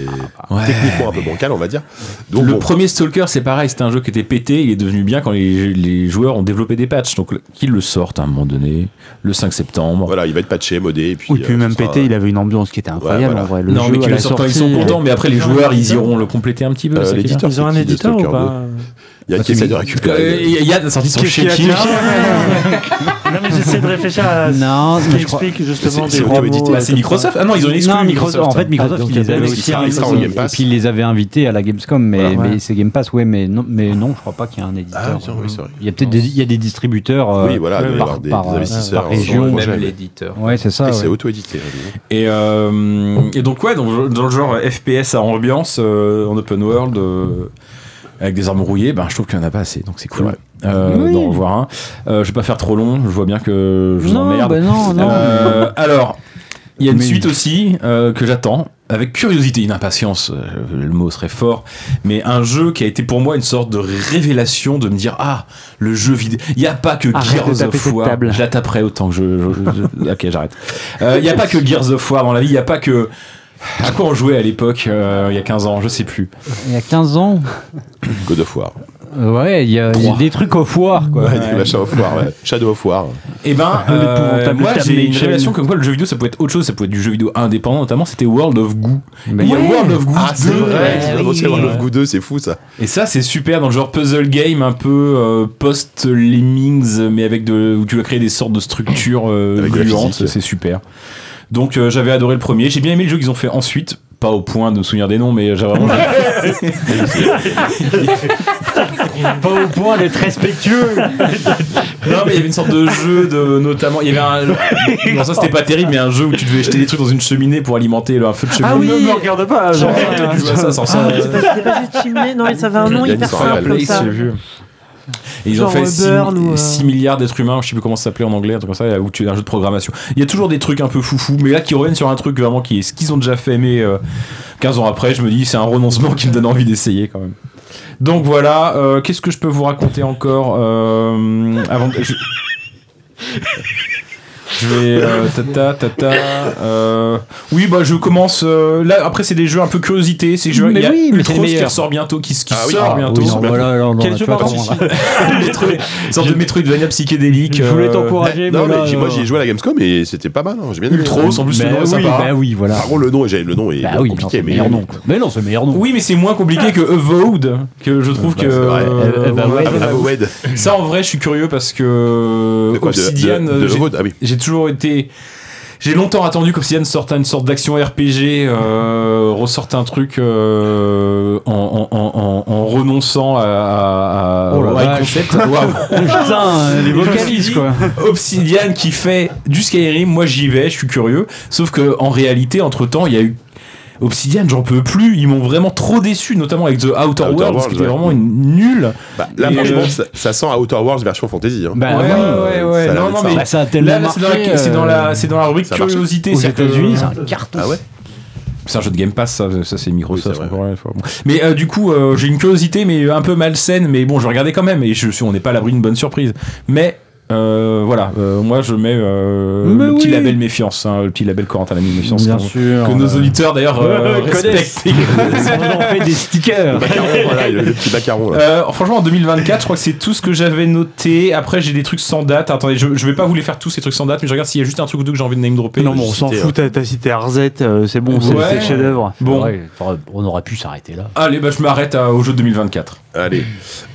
Speaker 8: ouais,
Speaker 1: techniquement un peu bancal, on va dire. Donc
Speaker 8: le
Speaker 1: bon,
Speaker 8: premier Stalker, c'est pareil, c'était un jeu qui était pété, il est devenu bien quand les, les joueurs ont développé des patchs. Donc le- qu'ils le sortent à un moment donné, le 5 septembre.
Speaker 1: voilà, il va être patché, modé, et puis.
Speaker 4: Oui, puis
Speaker 1: euh,
Speaker 4: même
Speaker 1: ce sera-
Speaker 4: pété, il avait une ambiance qui était incroyable
Speaker 1: voilà.
Speaker 4: en vrai. Le
Speaker 8: non,
Speaker 4: jeu
Speaker 8: mais
Speaker 4: à
Speaker 8: qu'ils
Speaker 4: la
Speaker 8: le sortent quand ils
Speaker 4: sortie,
Speaker 8: sont
Speaker 4: euh,
Speaker 8: contents, mais après les joueurs, ils iront le compléter un petit peu.
Speaker 1: Euh,
Speaker 8: c'est clair.
Speaker 1: l'éditeur,
Speaker 7: Ils ont un
Speaker 1: c'est qui de
Speaker 7: éditeur ou
Speaker 1: Stalker
Speaker 7: pas
Speaker 8: Ah,
Speaker 1: Il y a qui essaie de
Speaker 8: Euh,
Speaker 1: récupérer.
Speaker 8: Il y a sorti sur
Speaker 4: Qu'est-ce qu'il y a
Speaker 8: Shake Shack.
Speaker 7: Non, mais j'essaie de réfléchir à ce
Speaker 11: Non,
Speaker 7: qui
Speaker 11: mais je crois.
Speaker 7: explique justement
Speaker 1: c'est
Speaker 7: des gros
Speaker 1: auto-édité.
Speaker 7: mots,
Speaker 8: Bah,
Speaker 7: euh,
Speaker 8: c'est
Speaker 7: comme
Speaker 8: Microsoft. Ah non, ils ont une exclu hein.
Speaker 11: Non, Microsoft, en fait, Microsoft,
Speaker 7: Ah, donc,
Speaker 11: ils les avaient
Speaker 1: hein. il
Speaker 11: aussi.
Speaker 1: sera- il sera en
Speaker 11: et-
Speaker 1: Game
Speaker 11: et
Speaker 1: Pass.
Speaker 11: puis, ils les avaient invités à la Gamescom, mais,
Speaker 7: Voilà.
Speaker 11: mais c'est Game Pass, ouais, mais non, mais non je crois pas qu'il y ait un éditeur.
Speaker 1: Ah, tiens, oui, c'est vrai.
Speaker 11: il y a peut-être des, il y a des distributeurs. euh,
Speaker 1: Oui, voilà, il doit y
Speaker 11: par-
Speaker 1: avoir des,
Speaker 11: par-
Speaker 1: des
Speaker 11: par
Speaker 1: investisseurs. sur
Speaker 11: région,
Speaker 1: le projet,
Speaker 6: même
Speaker 1: mais-
Speaker 6: l'éditeur.
Speaker 11: Ouais, c'est ça.
Speaker 1: Et
Speaker 3: Ah,
Speaker 11: ouais.
Speaker 1: c'est auto-édité. hein, dis donc.
Speaker 8: Et, euh, et donc ouais, donc, dans le genre FPS à ambiance euh, en open world euh, avec des armes rouillées, ben je trouve qu'il n'y en a pas assez, donc c'est cool euh, d'en revoir un. Euh, je vais pas faire trop long, je vois bien que je vous
Speaker 11: Non,
Speaker 8: emmerde.
Speaker 11: bah
Speaker 4: Oh
Speaker 11: non, non.
Speaker 8: Euh, alors, il y a une
Speaker 11: Mais-
Speaker 8: suite aussi euh, que j'attends avec curiosité, une impatience, euh, le mot serait fort, mais un jeu qui a été pour moi une sorte de révélation de me dire ah le jeu vidéo, il n'y a pas que
Speaker 4: Arrête de
Speaker 8: Gears
Speaker 4: taper
Speaker 8: of
Speaker 4: cette
Speaker 8: War,
Speaker 4: table.
Speaker 8: je la taperai autant que je, je- je- ok j'arrête. Euh, Il n'y a pas que Gears of War dans la vie, il n'y a pas que à quoi on jouait à l'époque euh, il y a 15 ans, je sais plus.
Speaker 11: Il y a 15 ans.
Speaker 1: God of War.
Speaker 11: Euh, Ouais, il y a il y a
Speaker 8: Trois.
Speaker 11: des trucs aux foires, quoi.
Speaker 1: Ouais, [LAUGHS] des machins au foire, ouais. Shadow of War.
Speaker 8: Et
Speaker 4: [LAUGHS]
Speaker 8: ben euh,
Speaker 4: L'épouvantable
Speaker 8: moi
Speaker 4: Dame
Speaker 8: j'ai une
Speaker 4: Nation.
Speaker 8: révélation comme quoi le jeu vidéo ça pouvait être autre chose, ça pouvait être du jeu vidéo indépendant notamment, c'était World of Goo. Il y a World of Goo 2.
Speaker 1: Ah, c'est vrai, c'est World of Goo 2, c'est fou ça.
Speaker 8: Et ça, c'est super dans le genre puzzle game un peu euh, post-Lemmings, mais avec de, où tu vas créer des sortes de structures euh,
Speaker 1: Avec de la
Speaker 8: gluantes,
Speaker 1: physique.
Speaker 8: c'est super. Donc euh, j'avais adoré le premier, j'ai bien aimé le jeu qu'ils ont fait ensuite, pas au point de me souvenir des noms, mais j'ai vraiment...
Speaker 1: [LAUGHS]
Speaker 11: Pas au point d'être respectueux.
Speaker 8: non, mais il y avait une sorte de jeu, de, notamment... Il y avait un... Non, ça c'était pas terrible, mais un jeu où tu devais jeter des trucs dans une cheminée pour alimenter le- un feu de cheminée.
Speaker 4: Ah oui, ne me regarde pas.
Speaker 8: Genre,
Speaker 4: genre,
Speaker 8: tu vois ça, ça
Speaker 5: Ah,
Speaker 8: ressemble à-
Speaker 5: c'est pas- C'était pas juste filmé. Non, mais ça avait un nom
Speaker 1: Il y a une
Speaker 5: hyper
Speaker 1: sorte de
Speaker 5: simple comme
Speaker 1: place,
Speaker 5: ça.
Speaker 8: j'ai vu. Et ils ont
Speaker 5: Genre,
Speaker 8: fait
Speaker 5: euh,
Speaker 8: 6,
Speaker 5: Burn ou, euh,
Speaker 8: milliards d'êtres humains, je sais plus comment ça s'appelait en anglais, un truc comme ça, où tu as un jeu de programmation. Il y a toujours des trucs un peu foufou, mais là qui reviennent sur un truc vraiment qui est ce qu'ils ont déjà fait, mais euh, 15 ans après, je me dis c'est un renoncement qui me donne envie d'essayer quand même. Donc voilà, euh, qu'est-ce que je peux vous raconter encore euh, avant de- je... je vais euh, tata tata. euh, Oui bah je commence euh, là après c'est des jeux un peu curiosité, c'est jeux il y
Speaker 11: Mais
Speaker 8: a
Speaker 11: oui, mais c'est les
Speaker 8: Ultros qui
Speaker 11: meilleurs.
Speaker 8: ressort bientôt, qui, qui
Speaker 1: Ah oui,
Speaker 8: sort
Speaker 1: ah,
Speaker 8: bientôt.
Speaker 1: oui, non,
Speaker 8: Bientôt.
Speaker 11: Voilà, alors,
Speaker 4: Quel
Speaker 11: là,
Speaker 4: jeu,
Speaker 11: tu vois,
Speaker 3: bah,
Speaker 4: pardon,
Speaker 11: comment-
Speaker 8: Metroid- une sorte de Metroidvania psychédélique.
Speaker 4: Je voulais
Speaker 8: euh,
Speaker 3: Ah,
Speaker 4: t'encourager,
Speaker 1: Non,
Speaker 4: mais
Speaker 1: mais euh,
Speaker 4: là,
Speaker 1: j'ai- moi
Speaker 4: non.
Speaker 1: j'y ai joué à la Gamescom et c'était pas mal. hein, J'ai bien aimé.
Speaker 8: Ultros, en plus, le
Speaker 11: Bah
Speaker 8: nom est
Speaker 11: oui,
Speaker 8: sympa.
Speaker 11: bah oui, voilà.
Speaker 1: Par contre, le nom, j'ai- le nom Ah est
Speaker 11: Bah oui, non, c'est
Speaker 1: compliqué,
Speaker 11: le
Speaker 1: mais.
Speaker 11: meilleur nom. quoi. Mais non, c'est le meilleur nom.
Speaker 8: Oui, mais c'est moins compliqué que Avowed, que je trouve que.
Speaker 1: c'est vrai.
Speaker 8: euh,
Speaker 11: Eh ben,
Speaker 8: voilà.
Speaker 1: Ah, bah, Avowed.
Speaker 8: Ça, en vrai, je suis curieux parce que
Speaker 1: De quoi, de-
Speaker 8: Euh, Obsidian, euh,
Speaker 1: de- de
Speaker 8: j'ai-
Speaker 1: Avowed, Ah oui.
Speaker 8: j'ai toujours été J'ai longtemps attendu qu'Obsidian sorte une sorte d'action RPG, euh, ressorte un truc euh, en, en- en- en- en renonçant à, à, à-
Speaker 3: Oh la
Speaker 8: au high
Speaker 3: vache.
Speaker 8: concept. Waouh.
Speaker 3: Putain, les vocalises quoi.
Speaker 8: Obsidian qui fait du Skyrim, moi j'y vais, je suis curieux. Sauf que en réalité, entre temps, il y a eu Obsidian, j'en peux plus. Ils m'ont vraiment trop déçu, notamment avec The Outer,
Speaker 1: Outer
Speaker 8: Worlds,
Speaker 1: Worlds,
Speaker 8: qui était
Speaker 1: ouais.
Speaker 8: vraiment une nulle.
Speaker 1: Bah, là,
Speaker 8: Et,
Speaker 1: franchement,
Speaker 8: euh,
Speaker 1: ça, ça sent à Outer Worlds version fantasy. hein.
Speaker 11: Ben
Speaker 3: Bah,
Speaker 8: Ah, ouais, ouais,
Speaker 1: euh,
Speaker 8: ouais,
Speaker 1: ça
Speaker 8: Non,
Speaker 1: a l'air
Speaker 8: non,
Speaker 1: de
Speaker 8: mais
Speaker 1: ça.
Speaker 3: Bah, ça a
Speaker 8: là,
Speaker 3: tellement
Speaker 8: là, c'est dans la-
Speaker 3: marché,
Speaker 8: c'est dans la,
Speaker 3: euh,
Speaker 8: c'est dans la rubrique
Speaker 1: ça a marché.
Speaker 8: curiosité.
Speaker 3: aux
Speaker 8: c'est-à-dire que- euh,
Speaker 3: États-Unis, c'est un carton.
Speaker 1: Ah ouais
Speaker 8: C'est un jeu de Game Pass, ça, ça, c'est Microsoft.
Speaker 1: Oui, c'est vrai.
Speaker 8: encore une fois. Bon. Mais euh, du coup, euh, j'ai une curiosité, mais un peu malsaine, mais bon, je regardais quand même, et je suis, on n'est pas à l'abri d'une bonne surprise. Mais euh, voilà, euh, moi je mets euh,
Speaker 3: Mais
Speaker 8: le petit
Speaker 3: oui.
Speaker 8: label méfiance, hein, le petit label Corentin Lamy méfiance.
Speaker 3: Bien
Speaker 8: qu'on-
Speaker 3: sûr.
Speaker 8: que nos auditeurs d'ailleurs
Speaker 3: [LAUGHS]
Speaker 8: euh,
Speaker 3: Ouais,
Speaker 8: respectent. [LAUGHS]
Speaker 3: On en fait des stickers.
Speaker 8: Bah,
Speaker 1: Macaron, voilà, le, le petit macaron là.
Speaker 8: Euh, franchement, en 2024, je crois que c'est tout ce que j'avais noté. Après, j'ai des trucs sans date. Attendez, je, je vais pas vous les faire tous ces trucs sans date, mais je regarde s'il y a juste un truc ou deux que j'ai envie de name dropper.
Speaker 4: Non, bon, on s'en
Speaker 1: cité,
Speaker 4: fout, t'as t'as cité Arzette, euh, c'est bon, c'est
Speaker 8: Ouais.
Speaker 4: c'est le chef-d'œuvre.
Speaker 8: Bon,
Speaker 11: Ouais, enfin, on aurait pu s'arrêter là.
Speaker 8: allez, bah, je m'arrête à- au jeu de 2024.
Speaker 1: Allez.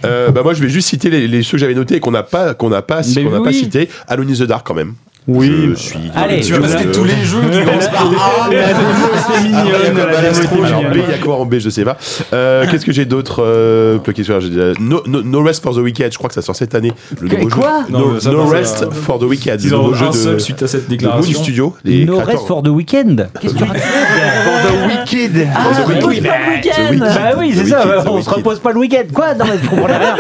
Speaker 1: Euh, bah moi, je vais juste citer les, les ceux que j'avais notés et qu'on n'a pas, qu'on n'a pas,
Speaker 11: Mais
Speaker 1: qu'on n'a pas
Speaker 11: oui.
Speaker 1: cité. Alone in the Dark quand même.
Speaker 4: Oui.
Speaker 1: Je suis.
Speaker 11: Allez,
Speaker 8: Tu vas
Speaker 1: Euh,
Speaker 8: passer tous les jeux [LAUGHS] qui commencent par
Speaker 4: Ah, la démo, c'est
Speaker 1: Ah, il y a
Speaker 4: mignonne,
Speaker 1: quoi,
Speaker 4: la démo
Speaker 1: Balastro,
Speaker 4: était
Speaker 1: alors, B,
Speaker 4: mignonne.
Speaker 1: il y a quoi en B, je sais pas. Euh,
Speaker 11: Ah.
Speaker 1: Qu'est-ce que j'ai d'autre euh, plucké sur- j'ai déjà- no, no- No Rest for the Wicked, je crois que ça sort cette année. Le nouveau jeu.
Speaker 11: quoi
Speaker 1: No,
Speaker 8: Non, mais ça,
Speaker 1: No
Speaker 8: non, c'est
Speaker 1: Rest
Speaker 8: un-
Speaker 1: for the Wicked,
Speaker 8: Ils
Speaker 1: le
Speaker 8: en ont
Speaker 1: nouveau
Speaker 8: un
Speaker 1: jeu
Speaker 8: seul
Speaker 1: de,
Speaker 8: suite à cette
Speaker 1: de Moon
Speaker 8: déclaration.
Speaker 1: Studio. les
Speaker 11: No
Speaker 1: créateurs-
Speaker 11: rest for the weekend. Qu'est-ce que tu
Speaker 8: [LAUGHS]
Speaker 11: racontes Ah,
Speaker 4: Wicked.
Speaker 1: For the Wicked.
Speaker 5: oui, pas le
Speaker 1: The
Speaker 5: week-end
Speaker 1: Wicked,
Speaker 11: Bah oui,
Speaker 1: The
Speaker 11: c'est ça,
Speaker 1: Wicked,
Speaker 11: ouais,
Speaker 1: The
Speaker 11: on se
Speaker 1: Wicked.
Speaker 11: repose pas le week-end. Quoi Non, mais je comprends rien.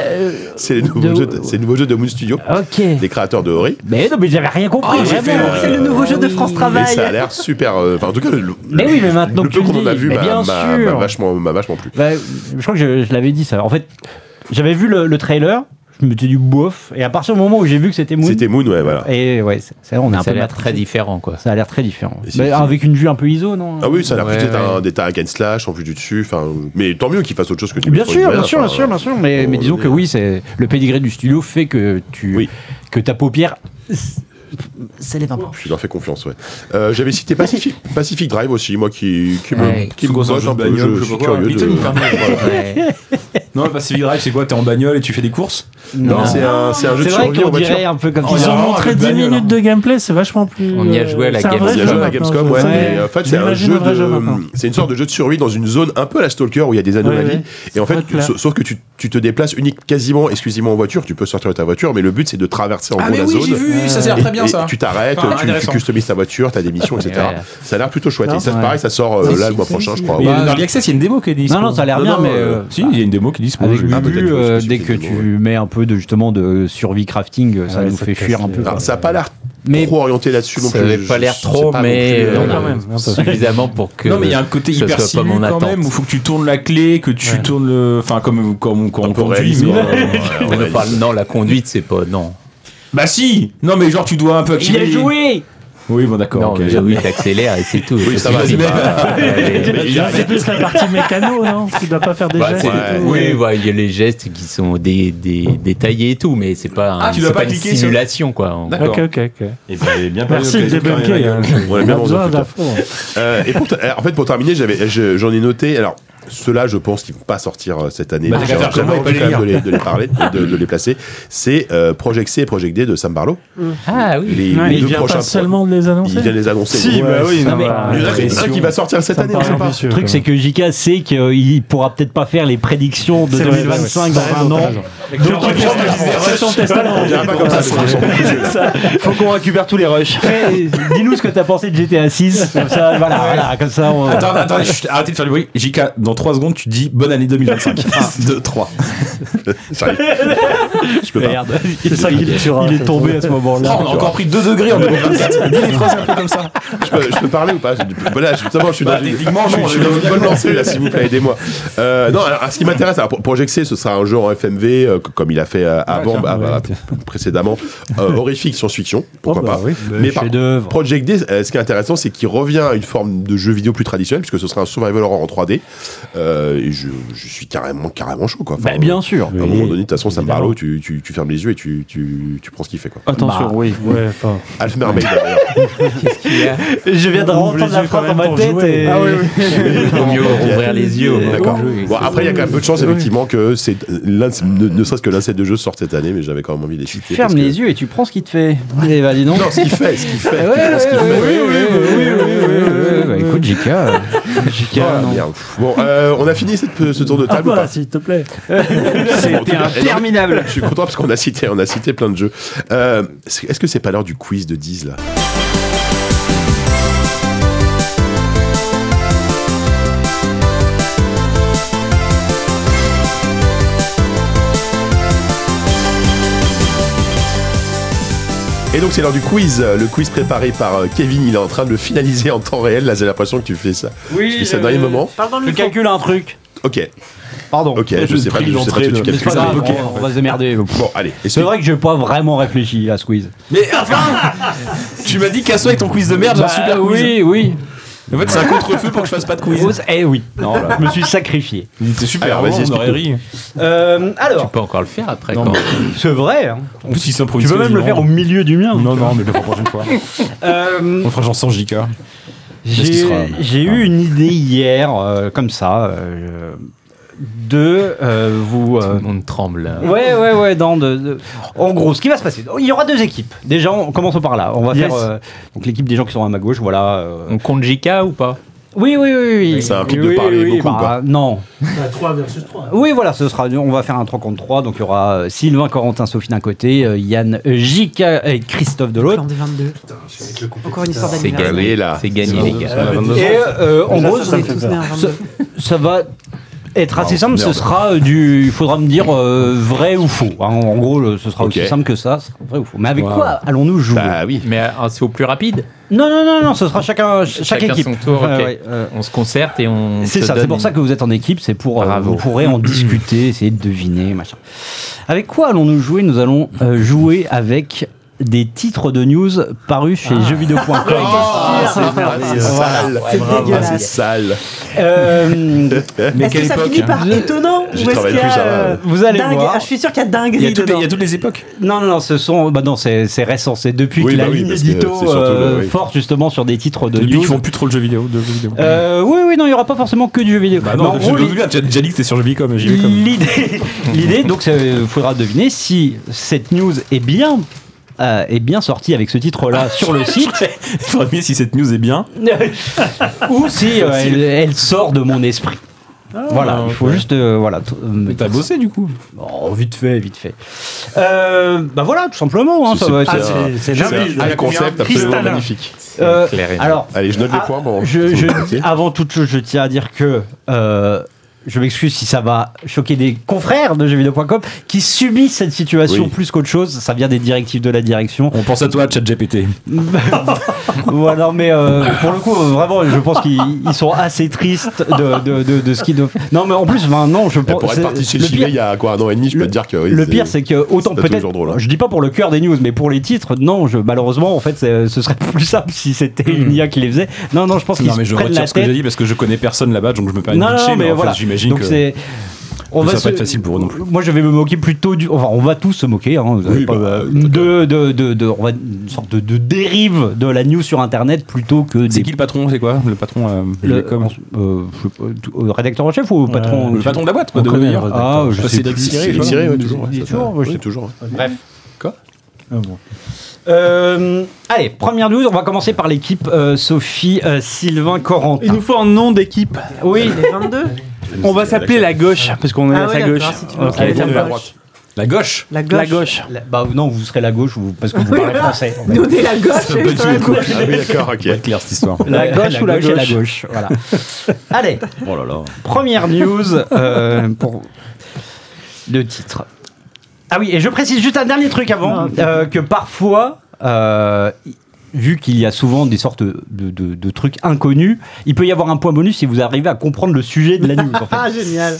Speaker 11: Euh,
Speaker 1: C'est les nouveaux
Speaker 11: De- Ah.
Speaker 1: jeux de- c'est le nouveau jeu de Moon Studio,
Speaker 11: [LAUGHS] ok.
Speaker 1: des créateurs de Ori.
Speaker 11: Mais non, mais j'avais rien
Speaker 5: Oh,
Speaker 11: compris.
Speaker 8: Ah, j'ai fait,
Speaker 11: vraiment.
Speaker 8: euh,
Speaker 5: C'est le nouveau jeu de France
Speaker 1: Et
Speaker 5: Travail.
Speaker 1: ça a l'air super. euh, Enfin, en tout cas, le, le-
Speaker 11: Mais oui, mais maintenant
Speaker 1: le
Speaker 11: que
Speaker 1: peu
Speaker 11: tu
Speaker 1: qu'on
Speaker 11: le
Speaker 1: en a
Speaker 11: dis,
Speaker 1: vu
Speaker 11: mais
Speaker 8: bah,
Speaker 1: m'a-
Speaker 11: bien
Speaker 1: m'a
Speaker 11: sûr.
Speaker 1: m'a vachement, m'a vachement plu.
Speaker 11: Bah, je crois que je, je l'avais dit ça. En fait, j'avais vu le, le trailer, je me suis dit bof. Et à partir du moment où j'ai vu que c'était Moon,
Speaker 1: C'était Moon, ouais, voilà.
Speaker 11: et ouais, c'est c'est vrai, on est un
Speaker 6: Ah, Ça a
Speaker 11: peu
Speaker 6: l'air
Speaker 11: matrixé.
Speaker 6: très différent, quoi.
Speaker 11: Ça a l'air très différent.
Speaker 1: Et c'est-
Speaker 11: Bah, avec une vue un peu ISO, non hein
Speaker 1: Ah oui, ça a l'air
Speaker 6: Ouais,
Speaker 1: plus d'être
Speaker 6: ouais.
Speaker 1: un, d'être un hack and slash en vue du dessus. Enfin, mais tant mieux qu'ils fassent autre chose que du
Speaker 11: Bien
Speaker 1: Metroidvania,
Speaker 11: sûr, bien sûr, bien
Speaker 1: enfin,
Speaker 11: sûr, bien sûr, mais,
Speaker 1: on
Speaker 11: mais
Speaker 1: en
Speaker 11: disons
Speaker 1: est-
Speaker 11: que oui, c'est le pedigree du studio fait que tu
Speaker 1: Oui.
Speaker 11: que ta paupière s- s'élève un peu.
Speaker 1: Je leur fais confiance, ouais. Euh,
Speaker 11: [LAUGHS]
Speaker 1: J'avais cité Pacific, Pacific Drive aussi, moi qui, qui
Speaker 6: Ouais.
Speaker 1: me, qui me
Speaker 8: Sous-
Speaker 1: botte
Speaker 8: sous-
Speaker 1: un peu.
Speaker 8: bagnole,
Speaker 1: Je,
Speaker 8: je sais
Speaker 1: suis
Speaker 8: pas quoi.
Speaker 1: curieux.
Speaker 8: Little
Speaker 1: de-
Speaker 8: Inferno,
Speaker 1: [LAUGHS]
Speaker 8: voilà.
Speaker 6: [LAUGHS] Ouais.
Speaker 8: Non, le Pacific Drive, c'est quoi T'es en bagnole et tu fais des courses
Speaker 1: Non, c'est un, c'est un jeu de
Speaker 11: C'est vrai
Speaker 1: survie en
Speaker 11: qu'on
Speaker 1: voiture. Ah,
Speaker 11: dirait un peu comme ça.
Speaker 8: Oh, il y
Speaker 7: Ils
Speaker 8: a
Speaker 7: ont
Speaker 8: vraiment un
Speaker 7: montré
Speaker 8: jeu de
Speaker 7: 10
Speaker 8: bagnole,
Speaker 7: minutes de gameplay, c'est vachement plus.
Speaker 6: On y a joué à la
Speaker 7: c'est un
Speaker 6: Gamescom.
Speaker 7: vrai
Speaker 1: Il y a
Speaker 7: jeu
Speaker 1: jamais à
Speaker 7: maintenant,
Speaker 1: Gamescom,
Speaker 7: je
Speaker 1: ouais.
Speaker 7: sais.
Speaker 1: mais euh, en fait,
Speaker 7: Je
Speaker 1: c'est un
Speaker 7: l'imagine
Speaker 1: jeu
Speaker 7: vrai jeu maintenant.
Speaker 1: de, euh, c'est une sorte de jeu de survie dans une zone un peu à la Stalker où il y a des
Speaker 7: Ouais,
Speaker 1: anomalies.
Speaker 7: ouais.
Speaker 1: Et en fait,
Speaker 7: Très clair.
Speaker 1: sa- sauf que tu, tu te déplaces unique, quasiment exclusivement en voiture. Tu peux sortir de ta voiture, mais le but c'est de traverser
Speaker 8: Ah,
Speaker 1: en gros la zone.
Speaker 8: vu, ça sert
Speaker 1: Et- et Tu t'arrêtes,
Speaker 8: Enfin,
Speaker 1: tu- tu,
Speaker 8: intéressant.
Speaker 1: customises ta voiture, t'as des missions, etc.
Speaker 6: Ouais.
Speaker 1: Ça a l'air plutôt chouette.
Speaker 7: Non,
Speaker 1: et ça,
Speaker 11: ouais.
Speaker 1: pareil, ça sort euh,
Speaker 7: Si,
Speaker 1: là
Speaker 7: si,
Speaker 1: le mois
Speaker 7: si,
Speaker 1: prochain,
Speaker 7: si.
Speaker 1: je crois.
Speaker 8: Mais
Speaker 1: Ouais.
Speaker 8: dans l'Early Access, il y a une démo qui est dispo.
Speaker 11: Non, non, ça a l'air
Speaker 1: Non,
Speaker 11: bien,
Speaker 1: non,
Speaker 11: mais
Speaker 1: euh,
Speaker 11: euh,
Speaker 8: Si, il y a une démo qui est dispo.
Speaker 11: avec
Speaker 8: j'ai vu.
Speaker 1: Ah,
Speaker 11: Bubu,
Speaker 1: peut-être,
Speaker 11: euh,
Speaker 1: je sais
Speaker 11: dès
Speaker 1: pas
Speaker 11: que
Speaker 1: si
Speaker 11: tu
Speaker 1: c'est
Speaker 11: mets un peu de justement de survie crafting,
Speaker 1: Ah
Speaker 11: ça
Speaker 7: Ouais,
Speaker 11: nous
Speaker 7: ça
Speaker 11: fait
Speaker 7: te
Speaker 11: fuir un
Speaker 7: casse
Speaker 11: peu.
Speaker 7: les-
Speaker 3: bah,
Speaker 1: Alors, ça a pas l'air
Speaker 11: Mais
Speaker 1: trop orienté là-dessus non
Speaker 6: Ça
Speaker 1: plus.
Speaker 6: avait
Speaker 1: Je-
Speaker 6: pas l'air
Speaker 1: je sais
Speaker 6: trop,
Speaker 1: pas non
Speaker 6: mais
Speaker 1: plus,
Speaker 6: euh,
Speaker 1: euh,
Speaker 7: quand même. un peu.
Speaker 6: suffisamment pour que.
Speaker 8: Non mais il y a un côté
Speaker 6: ce
Speaker 8: hyper
Speaker 6: soit pas
Speaker 8: simu
Speaker 6: mon
Speaker 8: quand
Speaker 6: attente.
Speaker 8: même où faut que tu tournes la clé, que tu
Speaker 6: Ouais.
Speaker 8: tournes le, enfin comme comme comme
Speaker 1: un
Speaker 8: on
Speaker 1: peu
Speaker 8: conduit.
Speaker 1: réaliste,
Speaker 8: mais- euh,
Speaker 1: quoi. Ouais, ouais,
Speaker 6: On
Speaker 1: ouais.
Speaker 6: parle, non, la conduite, c'est pas. Non.
Speaker 8: Bah si. Non mais genre tu dois un peu
Speaker 11: il
Speaker 8: activer.
Speaker 11: a joué
Speaker 8: Oui bon d'accord.
Speaker 6: Non,
Speaker 8: ok.
Speaker 6: mais oui, t'accélères et c'est tout.
Speaker 1: Oui, ça va, c'est pas-
Speaker 6: Ouais,
Speaker 1: Mais il a
Speaker 7: C'est
Speaker 1: fait-
Speaker 7: plus la partie mécano, non Tu dois pas faire des
Speaker 1: Bah,
Speaker 7: gestes.
Speaker 1: c'est-
Speaker 7: et tout.
Speaker 6: Oui, ouais, il y a les gestes qui sont dé- dé- détaillés et tout, mais c'est pas, un-
Speaker 8: Ah, tu
Speaker 6: c'est
Speaker 8: dois pas
Speaker 6: une
Speaker 8: cliquer sur-
Speaker 6: simulation, quoi. en-
Speaker 8: D'accord.
Speaker 7: Ok, ok, ok.
Speaker 8: Et bah, j'ai bien parlé
Speaker 7: Merci de
Speaker 8: de Crazy Crazy
Speaker 7: débunker.
Speaker 8: Crazy.
Speaker 7: hein.
Speaker 1: On a
Speaker 7: On
Speaker 1: bien
Speaker 7: a
Speaker 1: mangé,
Speaker 7: besoin
Speaker 1: putain.
Speaker 7: d'infos. hein.
Speaker 1: Euh, et pour ta- euh, en fait, pour terminer, j'avais, je- j'en ai noté. Alors, ceux-là, je pense qu'ils vont pas sortir euh, cette année.
Speaker 8: Bah, t'as
Speaker 1: J'ai-
Speaker 8: qu'à faire
Speaker 1: j'ai
Speaker 8: comme moi et
Speaker 1: envie
Speaker 8: pas
Speaker 1: quand
Speaker 8: les
Speaker 1: même de les, de les parler, et de, de les placer. C'est euh, Project C et Project D de Sam Barlow.
Speaker 6: Ah oui.
Speaker 1: Les,
Speaker 7: Mm. Ouais,
Speaker 1: les
Speaker 7: Il
Speaker 1: deux
Speaker 7: vient
Speaker 1: prochains.
Speaker 7: pas seulement de les
Speaker 1: Ils
Speaker 7: annoncer.
Speaker 1: viennent les annoncer.
Speaker 4: Si, bah oui,
Speaker 11: non,
Speaker 4: non,
Speaker 11: mais-
Speaker 4: bah,
Speaker 1: Il y en a qui- un qui va sortir cette
Speaker 7: Ça me
Speaker 1: année, je sais
Speaker 7: paraît
Speaker 1: pas.
Speaker 7: ambitieux.
Speaker 11: Le truc, c'est que JK sait qu'il pourra peut-être pas faire les prédictions de
Speaker 7: C'est vrai,
Speaker 11: 2025
Speaker 7: t'as
Speaker 11: dans un
Speaker 7: raison, t'as
Speaker 11: an.
Speaker 7: raison.
Speaker 8: Donc, on prend des
Speaker 7: C'est son testament.
Speaker 1: On [LAUGHS] dirait pas comme ça, c'est son-
Speaker 11: Faut qu'on récupère tous les rushs. Dis-nous ce que t'as pensé de GTA 6.
Speaker 4: [LAUGHS]
Speaker 11: Comme ça, voilà, voilà, comme ça, on.
Speaker 8: Attends, attends, chut, arrêtez de faire du bruit. JK, dans 3 secondes, tu dis bonne année [LAUGHS] 2025. 1, 2, 3.
Speaker 1: J'arrive. Je peux pas.
Speaker 11: Merde.
Speaker 7: C'est ça qu'il
Speaker 11: Il
Speaker 4: euh,
Speaker 11: est tombé à ce moment-là.
Speaker 8: on a encore pris 2 degrés en 2024. [LAUGHS] Dis les phrases un peu comme ça.
Speaker 1: Je peux, je peux parler ou pas J'ai du- Voilà, justement, je suis dans
Speaker 8: Bah,
Speaker 1: une-
Speaker 8: techniquement,
Speaker 1: je suis-
Speaker 8: non,
Speaker 1: je suis dans une bonne lancée, là, s'il vous plaît, aidez-moi. Euh, non, alors, ce qui m'intéresse, alors, pour Project C, ce sera un jeu en FMV, euh, c- comme il a fait euh, avant, bah, bah, [LAUGHS] précédemment, euh, horrifique science-fiction,
Speaker 3: Oh,
Speaker 1: pourquoi
Speaker 3: bah
Speaker 1: pas. Mais par-
Speaker 11: Chef-d'œuvre.
Speaker 1: Project D, euh, ce qui est intéressant, c'est qu'il revient à une forme de jeu vidéo plus traditionnel, puisque ce sera un survival horror en 3D, euh, et je, je suis carrément, carrément chaud, quoi. Enfin,
Speaker 3: Bah, bien sûr.
Speaker 1: À un moment donné, de toute façon, Sam Barlow, tu, tu, tu fermes les yeux et tu, tu, tu prends ce qu'il fait, quoi.
Speaker 4: Attention, oui.
Speaker 7: Ouais, enfin,
Speaker 3: Ah,
Speaker 1: Alf
Speaker 3: [LAUGHS]
Speaker 1: Mermaid, d'ailleurs.
Speaker 3: Je viens de
Speaker 7: Ouvre les
Speaker 3: rentendre la
Speaker 7: yeux
Speaker 3: phrase
Speaker 7: quand
Speaker 3: dans
Speaker 7: même
Speaker 3: ma
Speaker 7: pour
Speaker 3: tête.
Speaker 7: jouer.
Speaker 3: Et...
Speaker 7: Ah oui,
Speaker 4: [LAUGHS]
Speaker 6: Vaut mieux ouvrir les yeux. au moment
Speaker 1: D'accord.
Speaker 6: où-
Speaker 1: Bon, après, il y a quand même peu de chance, effectivement, que c'est l'un, de- ne, ne serait-ce que l'un de ces deux jeux sorte cette année, mais j'avais quand même envie de les
Speaker 3: Tu
Speaker 1: citer.
Speaker 3: fermes les yeux et tu prends ce qui te fait. Eh bah dis donc.
Speaker 1: Non, ce qu'il fait, ce
Speaker 3: [LAUGHS]
Speaker 1: qu'il fait.
Speaker 3: Ouais,
Speaker 1: tu prends ce qu'il
Speaker 3: ouais,
Speaker 1: fait.
Speaker 3: ouais, ouais, ouais, ouais, ouais, ouais. Écoute, JK. euh, JK,
Speaker 1: Voilà,
Speaker 3: non.
Speaker 1: Ah, merde. Bon, euh, on a fini cette- ce tour de
Speaker 7: ah
Speaker 1: table ou
Speaker 7: bah,
Speaker 1: pas
Speaker 7: s'il te plaît.
Speaker 1: En tout
Speaker 3: C'était
Speaker 1: cas,
Speaker 3: interminable.
Speaker 1: Je suis content parce qu'on a cité, on a cité plein de jeux. Euh, c'est- Est-ce que c'est pas l'heure du quiz de 10 là Et donc c'est l'heure du quiz, le quiz préparé par euh, Kevin, il est en train de le finaliser en temps réel, là j'ai l'impression que tu fais ça.
Speaker 3: Oui,
Speaker 1: tu fais ça
Speaker 3: je-
Speaker 1: dans les moments
Speaker 5: Parle dans le
Speaker 3: Je
Speaker 5: micro.
Speaker 3: calcule un truc.
Speaker 1: Ok,
Speaker 3: Pardon.
Speaker 1: ok, je sais pas, je sais pas ce que tu
Speaker 3: C'est pas
Speaker 1: calcules.
Speaker 3: grave,
Speaker 1: mais-
Speaker 3: on, on va se démerder.
Speaker 1: Bon allez,
Speaker 3: C'est vrai que j'ai pas vraiment réfléchi à Squeeze.
Speaker 8: Mais enfin Bah, Tu m'as dit casse-toi avec ton quiz de
Speaker 3: Ah
Speaker 8: merde,
Speaker 3: bah,
Speaker 8: j'ai un super quiz.
Speaker 3: Oui, oui.
Speaker 8: En fait, c'est un contre-feu pour que je fasse pas de quiz.
Speaker 3: Rose, Eh oui. Je me suis sacrifié.
Speaker 8: C'est super,
Speaker 1: Alors,
Speaker 8: vraiment,
Speaker 1: vas-y,
Speaker 8: on aurait ri.
Speaker 3: Euh, alors,
Speaker 6: On peut encore le faire après.
Speaker 8: Non,
Speaker 6: quand-
Speaker 3: c'est vrai. hein.
Speaker 8: En plus, il s'improvise.
Speaker 3: Tu peux même le
Speaker 8: quasiment.
Speaker 3: faire au milieu du mien.
Speaker 8: Non, non, mais la prochaine fois.
Speaker 3: Euh,
Speaker 8: On le fera genre 100 gigas. Qu'est-ce qui
Speaker 3: J'ai
Speaker 8: sera
Speaker 3: j'ai eu une idée hier, euh, comme ça, euh, de euh, vous.
Speaker 6: Tout
Speaker 3: euh,
Speaker 6: le monde tremble. là.
Speaker 3: Ouais, ouais, ouais. Dans de, de- En gros, ce qui va se passer, il y aura deux équipes. Déjà, on commence par là. On va faire euh, donc l'équipe des gens qui sont à ma gauche, voilà. euh.
Speaker 6: On compte JK ou pas
Speaker 3: Oui, oui, oui, oui.
Speaker 1: Ça implique
Speaker 3: Oui,
Speaker 1: de parler
Speaker 3: oui,
Speaker 1: beaucoup, ou pas
Speaker 3: Non.
Speaker 7: Bah, 3 versus 3.
Speaker 3: Oui, voilà, ce sera. On va faire un 3 contre 3. Donc il y aura euh, Sylvain, Corentin, Sophie d'un côté, euh, Yann, euh, Jika et Christophe de l'autre.
Speaker 5: Plan des 22. Encore une histoire
Speaker 6: C'est
Speaker 5: d'anniversaire.
Speaker 1: allez
Speaker 6: gagné.
Speaker 1: là.
Speaker 6: C'est gagné, les gars.
Speaker 3: Et euh, en
Speaker 7: Déjà,
Speaker 3: gros,
Speaker 7: ça,
Speaker 3: ça,
Speaker 7: ça me
Speaker 5: On est tous nés un 22.
Speaker 3: ça va être
Speaker 1: Oh,
Speaker 3: assez simple. Ce sera euh, du. Il faudra me dire euh, vrai ou faux. hein. en gros, le- ce sera
Speaker 1: Ok.
Speaker 3: aussi simple que ça. ce sera vrai ou faux. Mais avec quoi allons-nous jouer
Speaker 1: Bah oui.
Speaker 6: Mais euh, c'est au plus rapide.
Speaker 3: Non, non, non, non. Ce sera chacun, ch- chaque
Speaker 6: Chacun
Speaker 3: équipe.
Speaker 6: son tour,
Speaker 3: Ouais,
Speaker 6: ok.
Speaker 3: ouais, euh,
Speaker 6: On se concerte et on.
Speaker 3: C'est
Speaker 6: se
Speaker 3: ça,
Speaker 6: donne
Speaker 3: c'est pour ça que vous êtes en équipe, c'est pour euh,
Speaker 6: Bravo.
Speaker 3: vous pourrez
Speaker 6: [CLEARS THROAT]
Speaker 3: en discuter, essayer de deviner, machin. Avec quoi allons-nous jouer Nous allons euh, jouer avec des titres de news parus chez
Speaker 5: Ah.
Speaker 3: jeuxvideo.com.
Speaker 5: [LAUGHS] Oh.
Speaker 1: c'est sale.
Speaker 5: C'est dégueulasse.
Speaker 1: Ah, c'est sale.
Speaker 3: Euh,
Speaker 5: Est-ce que ça finit par étonnant
Speaker 1: J'y
Speaker 5: ou est-ce
Speaker 1: travaille
Speaker 5: qu'il y
Speaker 1: plus,
Speaker 5: a
Speaker 1: ça va.
Speaker 5: euh,
Speaker 3: Vous allez
Speaker 5: dingue
Speaker 3: voir.
Speaker 5: Ah, Je suis sûr qu'il y a
Speaker 8: Il y a
Speaker 5: dinguerie
Speaker 8: toutes les- il y
Speaker 5: dedans.
Speaker 8: a toutes les époques.
Speaker 3: non, non, non, ce sont, bah non, c'est c'est récent, c'est depuis
Speaker 1: Oui,
Speaker 3: qu'il
Speaker 1: bah
Speaker 3: a
Speaker 1: oui,
Speaker 3: eu une
Speaker 1: parce que c'est
Speaker 3: édito
Speaker 1: surtout
Speaker 3: euh,
Speaker 1: le- oui.
Speaker 3: forte justement sur des titres de
Speaker 8: Depuis
Speaker 3: news.
Speaker 8: qu'ils font plus trop le jeu vidéo. De jeux vidéo.
Speaker 3: Euh, oui, oui, non, il n'y aura pas forcément que du jeu vidéo.
Speaker 8: Bah
Speaker 3: Mais en
Speaker 8: non, je
Speaker 3: gros,
Speaker 8: me souviens, tu as déjà dit que t'es sur Juvicom, j'y vais comme.
Speaker 3: L'idée, l'idée, donc, il faudra deviner si cette news est bien, euh, est bien sortie avec ce titre-là sur le site,
Speaker 8: [LAUGHS] Il faudrait bien si cette news est bien.
Speaker 3: ou si euh, elle, elle sort de mon esprit. voilà, il faut juste, euh, voilà. t- euh,
Speaker 8: T'as bossé du coup.
Speaker 3: Oh, vite fait, vite fait. Euh, bah voilà, tout simplement. hein,
Speaker 1: C'est-
Speaker 3: ça va être-
Speaker 1: c'est- C'est
Speaker 7: c'est- c'est joli.
Speaker 1: un- un concept absolument
Speaker 7: Cristallin.
Speaker 1: magnifique.
Speaker 3: Euh,
Speaker 6: clair et net.
Speaker 3: alors,
Speaker 1: Allez, je note
Speaker 3: Ah,
Speaker 1: les points. Bon,
Speaker 3: je-
Speaker 1: faut
Speaker 3: je-
Speaker 1: noter.
Speaker 3: avant toute chose, je tiens à dire que euh, je m'excuse si ça va choquer des confrères de jeuxvideo.com qui subissent cette situation
Speaker 1: Oui.
Speaker 3: plus qu'autre chose. Ça vient des directives de la direction. [LAUGHS]
Speaker 8: On pense à toi, ChatGPT.
Speaker 3: voilà, mais euh, pour le coup, euh, vraiment, je pense qu'ils ils sont assez tristes de, de, de, de ce qu'ils doivent. Non, mais en plus, maintenant, je
Speaker 1: Eh,
Speaker 3: pense.
Speaker 1: Pour être
Speaker 3: c'est-
Speaker 1: parti chez
Speaker 3: le
Speaker 1: Chivé
Speaker 3: pire-
Speaker 1: il y a quoi un an et demi, je peux
Speaker 3: le-
Speaker 1: te dire que oui,
Speaker 3: le
Speaker 1: c'est-
Speaker 3: pire, c'est que autant
Speaker 1: c'est pas
Speaker 3: peut-être.
Speaker 1: toujours drôle, hein.
Speaker 3: Je dis pas pour le cœur des news, mais pour les titres, non. Je, malheureusement, en fait, c'est- ce serait [LAUGHS] plus simple si c'était une IA qui les faisait. Non, non, je pense qu'ils
Speaker 8: Hmm. Non, mais
Speaker 3: se
Speaker 8: je
Speaker 3: prennent la
Speaker 8: retire ce que j'ai
Speaker 3: tête.
Speaker 8: dit parce que je connais personne là-bas, donc je me permets de
Speaker 3: Non, non,
Speaker 8: bitcher,
Speaker 3: mais
Speaker 8: mais en
Speaker 3: voilà.
Speaker 8: fait, j'imagine
Speaker 3: Donc
Speaker 8: que.
Speaker 3: c'est. On
Speaker 8: ça va pas être facile pour eux non plus.
Speaker 3: Moi, je vais me moquer plutôt du. Enfin, on va tous se moquer. hein, vous avez
Speaker 1: Oui,
Speaker 3: pas-
Speaker 1: bah, euh,
Speaker 3: de, de, de, de- on va- une sorte de, de dérive de la news sur Internet plutôt que des.
Speaker 8: C'est qui le patron C'est quoi Le patron euh,
Speaker 3: le,
Speaker 8: Juvicom
Speaker 3: euh, je sais pas, tout- euh, rédacteur en chef ou patron
Speaker 8: Le patron de la boîte, quoi, de
Speaker 7: connaît le
Speaker 8: Meilleur.
Speaker 7: rédacteur.
Speaker 3: Ah, je
Speaker 8: Ah,
Speaker 3: sais
Speaker 8: c'est
Speaker 3: plus.
Speaker 8: Daxi.
Speaker 1: Thierry,
Speaker 8: Thierry,
Speaker 1: Thierry,
Speaker 8: ouais,
Speaker 1: ouais, toujours. ouais,
Speaker 3: Il est
Speaker 1: ça, ça-
Speaker 3: toujours, moi, je
Speaker 1: oui,
Speaker 3: sais
Speaker 1: toujours.
Speaker 7: Ah bon.
Speaker 3: Euh, allez, première news, on va commencer par l'équipe euh, Sophie, euh, Sylvain,
Speaker 4: Il
Speaker 3: Corentin.
Speaker 4: nous faut un nom d'équipe.
Speaker 3: Oui,
Speaker 5: Les 22
Speaker 4: On va s'appeler la gauche, parce qu'on est
Speaker 5: Ah
Speaker 4: à
Speaker 5: ouais,
Speaker 4: sa gauche.
Speaker 5: d'accord, si tu veux.
Speaker 4: Ok.
Speaker 5: Ah,
Speaker 1: Ou de la
Speaker 5: La
Speaker 1: droite.
Speaker 5: gauche.
Speaker 8: La gauche
Speaker 5: La gauche.
Speaker 4: La gauche.
Speaker 3: La- bah non, vous serez la gauche vous- parce que vous parlez français. en fait.
Speaker 5: Nous, on est la gauche. et sur la gauche.
Speaker 1: Ah oui, d'accord, ok.
Speaker 8: C'est clair cette histoire.
Speaker 3: La gauche ou la gauche,
Speaker 4: gauche.
Speaker 3: et la gauche, voilà. [LAUGHS] Allez,
Speaker 8: Oh là là.
Speaker 3: première news euh, pour le titre. Ah oui, et je précise juste un dernier truc avant euh, que parfois euh, vu qu'il y a souvent des sortes de, de- de trucs inconnus, il peut y avoir un point bonus si vous arrivez à comprendre le sujet de la news. en fait.
Speaker 5: Ah, génial.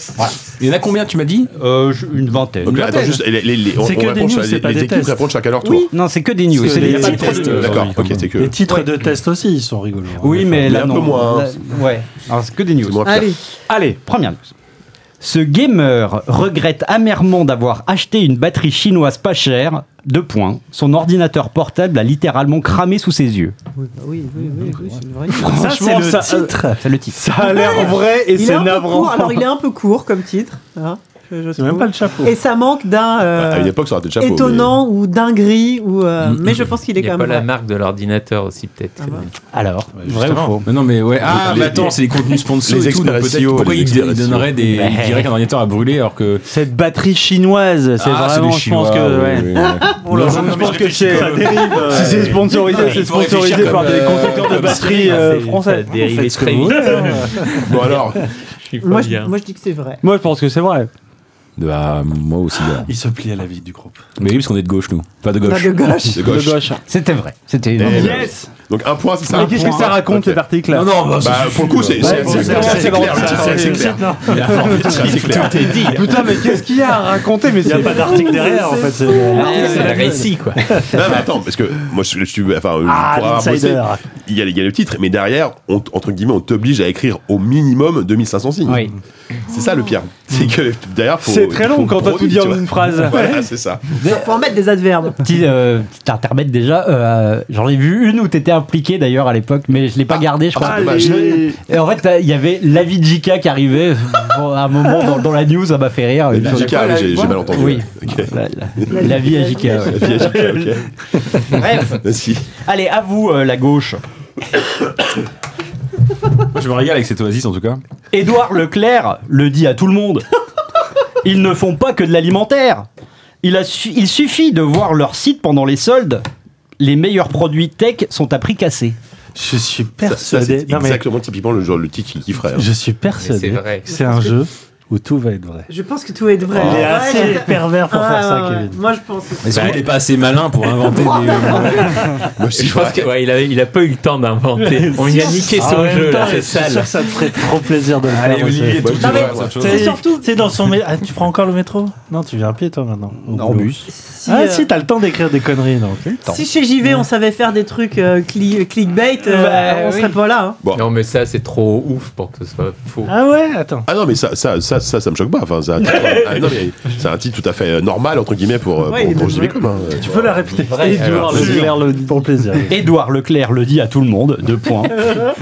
Speaker 8: Il y en a combien, tu m'as dit
Speaker 3: Euh, je- une vingtaine.
Speaker 1: Donc, attends, juste, les, les- les- on,
Speaker 4: C'est
Speaker 1: on
Speaker 4: que des
Speaker 1: répond
Speaker 4: news,
Speaker 1: sur-
Speaker 4: c'est
Speaker 1: les,
Speaker 4: pas
Speaker 1: les
Speaker 4: des
Speaker 1: équipes
Speaker 4: tests.
Speaker 1: répondent chacun à leur tour.
Speaker 3: Oui, non, c'est que des news.
Speaker 4: Parce que
Speaker 3: C'est
Speaker 4: les
Speaker 3: des-
Speaker 4: Il y a pas de
Speaker 1: Euh,
Speaker 4: test,
Speaker 1: D'accord, ok, c'est que.
Speaker 7: Les titres de test aussi, ils sont rigolos.
Speaker 3: Oui, mais
Speaker 1: Mais
Speaker 3: là,
Speaker 1: un peu
Speaker 3: non.
Speaker 1: moins, hein.
Speaker 3: Là, ouais, alors c'est que des news.
Speaker 1: C'est moins pire.
Speaker 5: Allez.
Speaker 3: Allez, première news. Ce gamer regrette amèrement d'avoir acheté une batterie chinoise pas chère. Deux points. Son ordinateur portable a littéralement cramé sous ses yeux.
Speaker 5: Oui, bah oui, oui, oui, oui, c'est une vraie.
Speaker 4: Ça, euh, c'est
Speaker 7: Franchement,
Speaker 4: le
Speaker 7: ça,
Speaker 4: titre.
Speaker 3: C'est le titre.
Speaker 4: Ça a l'air vrai et
Speaker 5: Il est
Speaker 4: c'est
Speaker 5: un peu court.
Speaker 4: navrant.
Speaker 5: Alors, il est un peu court comme titre. hein, je- je
Speaker 7: C'est même
Speaker 5: trouve.
Speaker 7: pas le chapeau.
Speaker 5: Et ça manque d'un euh,
Speaker 1: À une époque, ça aurait été le chapeau. Mm, mais-
Speaker 5: étonnant ou dinguerie ou. euh, mais je pense qu'il est
Speaker 6: Il n'y a
Speaker 5: quand
Speaker 6: pas
Speaker 5: même.
Speaker 6: la
Speaker 5: vrai.
Speaker 6: marque de l'ordinateur aussi, peut-être.
Speaker 5: Ah bah.
Speaker 3: Alors, vrai ou
Speaker 8: Justement.
Speaker 3: faux
Speaker 8: Mais non, mais ouais. Ah,
Speaker 1: Les-
Speaker 8: mais attends, c'est les contenus sponsors
Speaker 1: les
Speaker 8: et tout. donc
Speaker 1: experts
Speaker 8: peut-être
Speaker 1: SEO,
Speaker 8: pourquoi
Speaker 1: les
Speaker 8: ils
Speaker 1: experts
Speaker 8: ils donneraient des. Ils diraient qu'un ordinateur a brûlé alors que.
Speaker 4: Cette batterie chinoise, c'est
Speaker 8: Ah,
Speaker 4: vraiment,
Speaker 8: des
Speaker 4: je pense
Speaker 8: Chinois,
Speaker 4: que. ouais.
Speaker 8: oui, oui,
Speaker 3: [LAUGHS]
Speaker 8: oui.
Speaker 4: On leur- je pense que c'est. euh, Si c'est sponsorisé, c'est
Speaker 8: faut réfléchir
Speaker 4: sponsorisé par
Speaker 8: comme,
Speaker 4: des
Speaker 8: euh,
Speaker 4: constructeurs de
Speaker 8: comme
Speaker 4: batteries
Speaker 6: Ah,
Speaker 4: euh,
Speaker 6: c'est-
Speaker 4: français.
Speaker 6: Ça a dérivé
Speaker 4: Faites ce que
Speaker 6: très
Speaker 4: vous
Speaker 6: vite.
Speaker 4: voulez. hein.
Speaker 1: Bon, alors,
Speaker 6: Je suis pas
Speaker 5: Moi, je-
Speaker 6: bien.
Speaker 5: moi, je dis que c'est
Speaker 1: [LAUGHS]
Speaker 5: vrai.
Speaker 4: Moi, je pense que c'est vrai.
Speaker 8: Bah, moi aussi. gars.
Speaker 7: Ils se plient à la vie du groupe.
Speaker 8: Mais oui, parce qu'on est de gauche, nous. Pas de
Speaker 5: Pas
Speaker 8: gauche.
Speaker 5: de
Speaker 4: [LAUGHS]
Speaker 5: gauche.
Speaker 1: de gauche.
Speaker 4: De gauche.
Speaker 3: C'était vrai. C'était une.
Speaker 1: Eh ben,
Speaker 4: Yes
Speaker 1: Donc, un point, c'est ça
Speaker 4: Mais qu'est-ce que ça raconte,
Speaker 1: Ok.
Speaker 4: cet article-là
Speaker 8: bah,
Speaker 1: Bah, pour le coup, c'est c'est-
Speaker 4: bon,
Speaker 1: c'est- c'est-
Speaker 4: c'est-
Speaker 1: c'est
Speaker 4: c'est-
Speaker 1: clair.
Speaker 4: c'est-
Speaker 1: c'est- C'est
Speaker 4: c'est-
Speaker 1: clair. C'est assez clair.
Speaker 4: Tout est dit. Putain, mais qu'est-ce qu'il y a à raconter Mais
Speaker 7: Il n'y a pas d'article derrière, en fait. c'est-
Speaker 6: C'est la récit, quoi.
Speaker 1: Non, mais attends, parce que moi, je je suis. Enfin, euh, pour
Speaker 7: Ah,
Speaker 1: avoir bossé,
Speaker 7: l'insider.
Speaker 1: il y, a, il y a le titre, mais derrière, on t- entre guillemets, on t'oblige à écrire au minimum 2500 signes.
Speaker 3: Oui.
Speaker 1: C'est ça le pire. C'est que derrière, faut.
Speaker 4: C'est très long quand
Speaker 1: t'as
Speaker 4: t'as tout dit en une phrase.
Speaker 1: [LAUGHS] Voilà, c'est ça.
Speaker 5: Faut en mettre des adverbes.
Speaker 3: Petit, euh, petit intermède déjà. euh, J'en ai vu une où t'étais impliqué d'ailleurs à l'époque, mais je l'ai pas gardé, je crois.
Speaker 1: Ah, dommage.
Speaker 4: Allez.
Speaker 3: Et en fait, t'as- il y avait l'avis de JK qui arrivait bon, à un moment dans, dans la news, ça m'a fait rire.
Speaker 1: La vie carrée, j'ai j'ai mal entendu.
Speaker 3: Oui.
Speaker 1: Ok.
Speaker 3: La- la- L'avis à JK. ouais.
Speaker 1: La vie carrée, ok.
Speaker 3: Bref,
Speaker 1: Vas-y.
Speaker 3: allez, à vous euh, la gauche.
Speaker 8: Moi, je me régale avec cet oasis en tout cas.
Speaker 3: Édouard Leclerc le dit à tout le monde. Ils ne font pas que de l'alimentaire. Il, a su- il suffit de voir leur site pendant les soldes. Les meilleurs produits tech sont à prix cassé.
Speaker 7: Je suis
Speaker 1: Ça,
Speaker 7: persuadé.
Speaker 1: c'est
Speaker 7: Non, mais
Speaker 1: exactement typiquement le, genre, le titre qu'il kifferait. hein.
Speaker 7: je suis
Speaker 6: Mais C'est
Speaker 7: persuadé.
Speaker 6: vrai.
Speaker 7: C'est un jeu où tout va être vrai.
Speaker 5: Je pense que tout va être vrai.
Speaker 7: Il est assez
Speaker 5: Ouais,
Speaker 7: pervers pour faire ça,
Speaker 5: Ah, ouais, ouais.
Speaker 7: Kevin.
Speaker 5: Moi, je pense. aussi.
Speaker 8: Mais surtout, il est pas assez malin pour
Speaker 3: [LAUGHS]
Speaker 8: inventer des.
Speaker 1: Moi, je
Speaker 6: Je
Speaker 1: pense
Speaker 6: crois que- ouais, il, a, il a pas eu le temps
Speaker 4: [LAUGHS]
Speaker 6: d'inventer. On lui a niqué
Speaker 4: Ah
Speaker 7: En
Speaker 6: son
Speaker 7: même
Speaker 6: jeu,
Speaker 7: temps,
Speaker 6: là,
Speaker 7: je
Speaker 6: c'est
Speaker 7: suis
Speaker 6: sale.
Speaker 7: sûr que ça te ferait trop plaisir de le faire. aussi.
Speaker 1: moi, je
Speaker 5: Non, mais-
Speaker 1: dirais, moi.
Speaker 5: C'est surtout-
Speaker 7: C'est dans son. mé- Ah, tu prends encore le métro Non, tu viens à pied, toi, maintenant. En bus.
Speaker 5: Si,
Speaker 7: ah,
Speaker 5: euh,
Speaker 7: si, t'as le temps d'écrire des conneries, donc.
Speaker 5: si chez JV on savait faire des trucs euh, cli- clickbait, euh,
Speaker 7: Bah,
Speaker 5: on serait pas là. hein.
Speaker 6: Non, mais ça, c'est trop ouf pour que ce soit faux.
Speaker 7: Ah ouais, attends.
Speaker 1: Ah non, mais ça, ça, ça, ça, ça me choque pas. Enfin, c'est un titre, ah non, mais c'est un titre tout à fait euh, normal, entre guillemets, pour, euh,
Speaker 5: Ouais,
Speaker 1: pour,
Speaker 5: il est
Speaker 1: pour
Speaker 5: bien
Speaker 1: JV.com, hein.
Speaker 7: Tu peux la répéter.
Speaker 6: Vrai,
Speaker 7: Et tu
Speaker 6: alors,
Speaker 7: vois, le
Speaker 6: sûr.
Speaker 7: clair, le- pour le plaisir.
Speaker 3: Édouard Leclerc le dit à tout le monde, deux points.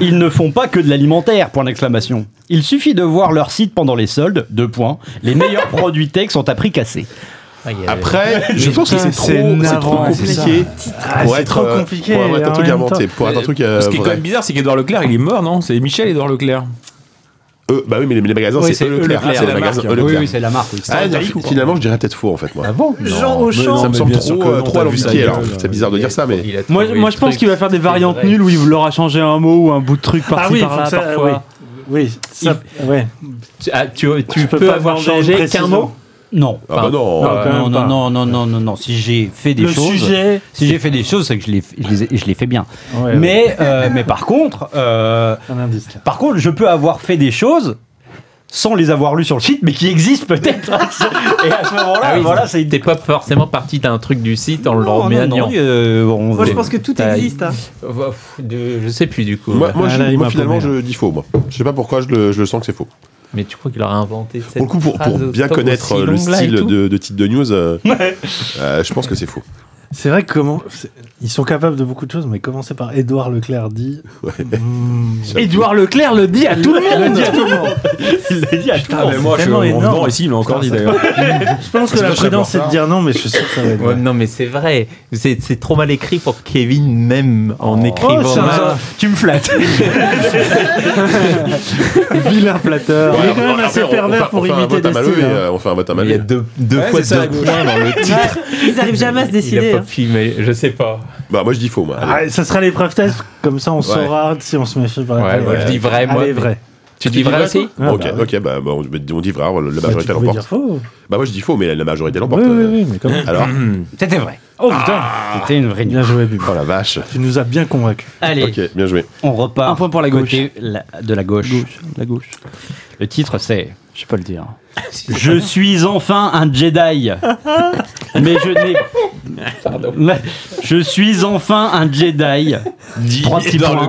Speaker 3: Ils ne font pas que de l'alimentaire, point d'exclamation. Il suffit de voir leur site pendant les soldes, deux points. Les meilleurs produits tech sont à prix cassé.
Speaker 6: Ah, il y a-
Speaker 1: Après, je pense que c'est
Speaker 4: putain,
Speaker 1: trop,
Speaker 4: c'est
Speaker 1: c'est trop
Speaker 4: navrant, ouais, c'est
Speaker 1: compliqué pour
Speaker 7: c'est
Speaker 1: être
Speaker 7: trop
Speaker 1: euh,
Speaker 7: compliqué,
Speaker 1: pour avoir
Speaker 7: et
Speaker 1: un
Speaker 7: en
Speaker 1: truc
Speaker 7: même
Speaker 1: inventé, pour avoir un truc euh,
Speaker 8: Ce qui est quand
Speaker 1: vrai.
Speaker 8: même bizarre, c'est qu'Edouard Leclerc, il est mort, non C'est Michel Edouard Leclerc.
Speaker 1: Eux, bah oui, mais les, les magasins,
Speaker 3: Oui,
Speaker 1: c'est
Speaker 3: c'est
Speaker 1: eux Leclerc.
Speaker 8: Leclerc,
Speaker 1: c'est
Speaker 8: c'est
Speaker 1: les
Speaker 8: la
Speaker 1: magasins
Speaker 8: marque.
Speaker 1: eux Leclerc.
Speaker 3: c'est la marque.
Speaker 1: Ah, non, fi- finalement, je dirais peut-être faux en fait, moi.
Speaker 5: Jean Auchan.
Speaker 1: ça me semble
Speaker 8: bien sûr
Speaker 1: trop,
Speaker 8: que
Speaker 1: euh,
Speaker 8: non,
Speaker 1: trop
Speaker 8: t'as vu sa
Speaker 1: alambiqué.
Speaker 8: gueule,
Speaker 1: Alors,
Speaker 8: là.
Speaker 1: c'est bizarre de dire ça, mais.
Speaker 6: il a
Speaker 4: Moi,
Speaker 6: trouvé
Speaker 4: moi
Speaker 6: le
Speaker 4: je pense
Speaker 6: truc.
Speaker 4: qu'il va faire des variantes
Speaker 6: vrai.
Speaker 4: nulles où il leur a changé un mot ou un bout de truc par-ci
Speaker 7: il
Speaker 4: par-là
Speaker 7: faut que ça-
Speaker 4: parfois.
Speaker 7: Oui, ça, ouais.
Speaker 6: Tu, ah, tu, tu
Speaker 7: Je peux
Speaker 6: peux
Speaker 7: pas
Speaker 6: avoir
Speaker 7: demander une
Speaker 6: changé
Speaker 7: précision.
Speaker 6: qu'un mot
Speaker 3: Non.
Speaker 1: Ah bah non.
Speaker 4: quand
Speaker 3: non,
Speaker 4: même
Speaker 3: non,
Speaker 4: pas.
Speaker 3: non, non, non, non, non. Si j'ai fait des
Speaker 7: Le
Speaker 3: choses.
Speaker 7: sujet.
Speaker 3: Si j'ai fait des choses, c'est que je les, je les ai- je les fais bien.
Speaker 7: Ouais, ouais.
Speaker 3: mais, euh, mais par contre, euh,
Speaker 7: Un indice, là.
Speaker 3: par contre, je peux avoir fait des choses sans les avoir lues sur le site, mais qui existent peut-être. [LAUGHS] Et à ce moment-là,
Speaker 6: Ah oui,
Speaker 3: voilà, c'est
Speaker 6: T'es pas forcément parti d'un truc du site en le
Speaker 3: Non, non,
Speaker 6: remédiant.
Speaker 3: non, euh, on-
Speaker 5: Moi, je pense que tout
Speaker 6: T'as-
Speaker 5: existe. hein.
Speaker 6: Euh, pff, de- Je sais plus du coup.
Speaker 1: Moi, moi,
Speaker 7: Ah,
Speaker 1: je-
Speaker 7: là, il
Speaker 1: moi,
Speaker 7: m'a
Speaker 1: finalement,
Speaker 7: paumé,
Speaker 1: je dis faux, moi. Je sais pas pourquoi je le, je le sens que c'est faux.
Speaker 6: Mais tu crois qu'il aurait inventé cette
Speaker 1: Pour le coup, pour, pour
Speaker 6: phrase
Speaker 1: bien
Speaker 6: autant
Speaker 1: connaître
Speaker 6: aussi
Speaker 1: euh, le
Speaker 6: longue, là, et
Speaker 1: style
Speaker 6: tout
Speaker 1: de, de titre de news, euh, euh, je pense que c'est faux.
Speaker 7: C'est vrai que comment. c'est- Ils sont capables de beaucoup de choses, mais commencer par Édouard Leclerc dit. Mmh.
Speaker 4: Édouard Leclerc le dit à tout le monde.
Speaker 3: Il l'a dit à tout le
Speaker 8: Ah,
Speaker 3: monde.
Speaker 8: mais moi, je suis
Speaker 7: tellement
Speaker 8: en
Speaker 7: énorme.
Speaker 8: vendant ici, il l'a encore dit d'ailleurs.
Speaker 7: Je pense que
Speaker 1: C'est
Speaker 7: la
Speaker 1: pas très
Speaker 7: prudence, c'est
Speaker 1: important.
Speaker 7: de dire non, mais je suis sûr que ça va être.
Speaker 6: Ouais,
Speaker 7: vrai.
Speaker 6: non, mais c'est vrai. C'est c'est trop mal écrit pour Kevin, même en écrivant.
Speaker 7: ça
Speaker 6: mal.
Speaker 7: va.
Speaker 3: Tu
Speaker 4: [LAUGHS]
Speaker 3: me flattes.
Speaker 7: Vilain flatteur.
Speaker 1: Ouais,
Speaker 7: Il est
Speaker 1: on-
Speaker 7: quand même
Speaker 1: après,
Speaker 7: assez
Speaker 1: on- on fait-
Speaker 7: pervers pour
Speaker 1: on fait un
Speaker 7: imiter
Speaker 1: vote à
Speaker 7: des
Speaker 1: Malo
Speaker 7: styles.
Speaker 1: et,
Speaker 7: hein.
Speaker 1: euh, On fait un vote à
Speaker 6: Il
Speaker 1: Malo.
Speaker 6: y a deux, deux
Speaker 8: Ouais,
Speaker 6: fois
Speaker 8: c'est ça,
Speaker 6: deux
Speaker 8: la gauche.
Speaker 6: points dans le titre.
Speaker 5: Ils arrivent jamais à se
Speaker 6: Il
Speaker 5: décider.
Speaker 6: a pas
Speaker 5: hein.
Speaker 6: filmé, je sais pas.
Speaker 1: Bah, moi, je dis faux, moi. Allez.
Speaker 7: Ah, ça sera l'épreuve test, comme ça on saura si on se méfie. par
Speaker 6: Ouais, moi, je dis vrai, moi,
Speaker 7: Allez,
Speaker 6: mais-
Speaker 7: vrai.
Speaker 6: Tu dis vrai aussi
Speaker 7: Ah,
Speaker 1: ok,
Speaker 7: bah oui.
Speaker 1: ok, bah, bah, on, on dit vrai, la
Speaker 7: Bah, tu
Speaker 1: majorité
Speaker 7: pouvais
Speaker 1: l'emporte.
Speaker 7: dire faux.
Speaker 1: Bah, moi je dis faux, mais la, la majorité
Speaker 7: Oui,
Speaker 1: l'emporte.
Speaker 7: oui,
Speaker 1: euh.
Speaker 7: oui, mais
Speaker 1: [LAUGHS]
Speaker 7: quand même.
Speaker 1: Alors,
Speaker 3: C'était vrai. Oh putain, c'était une vraie nuit.
Speaker 7: Bien joué, Bubu.
Speaker 1: oh la vache.
Speaker 7: Tu nous as bien convaincus.
Speaker 3: Allez,
Speaker 1: Ok, bien joué.
Speaker 3: on repart.
Speaker 4: Un point pour la gauche.
Speaker 3: côté la- de la gauche.
Speaker 4: Gauche, la gauche.
Speaker 3: Le titre c'est
Speaker 4: Je sais pas le dire.
Speaker 3: Je suis enfin un Jedi. Mais je n'ai. Mais Je suis enfin un Jedi. Trois petits points.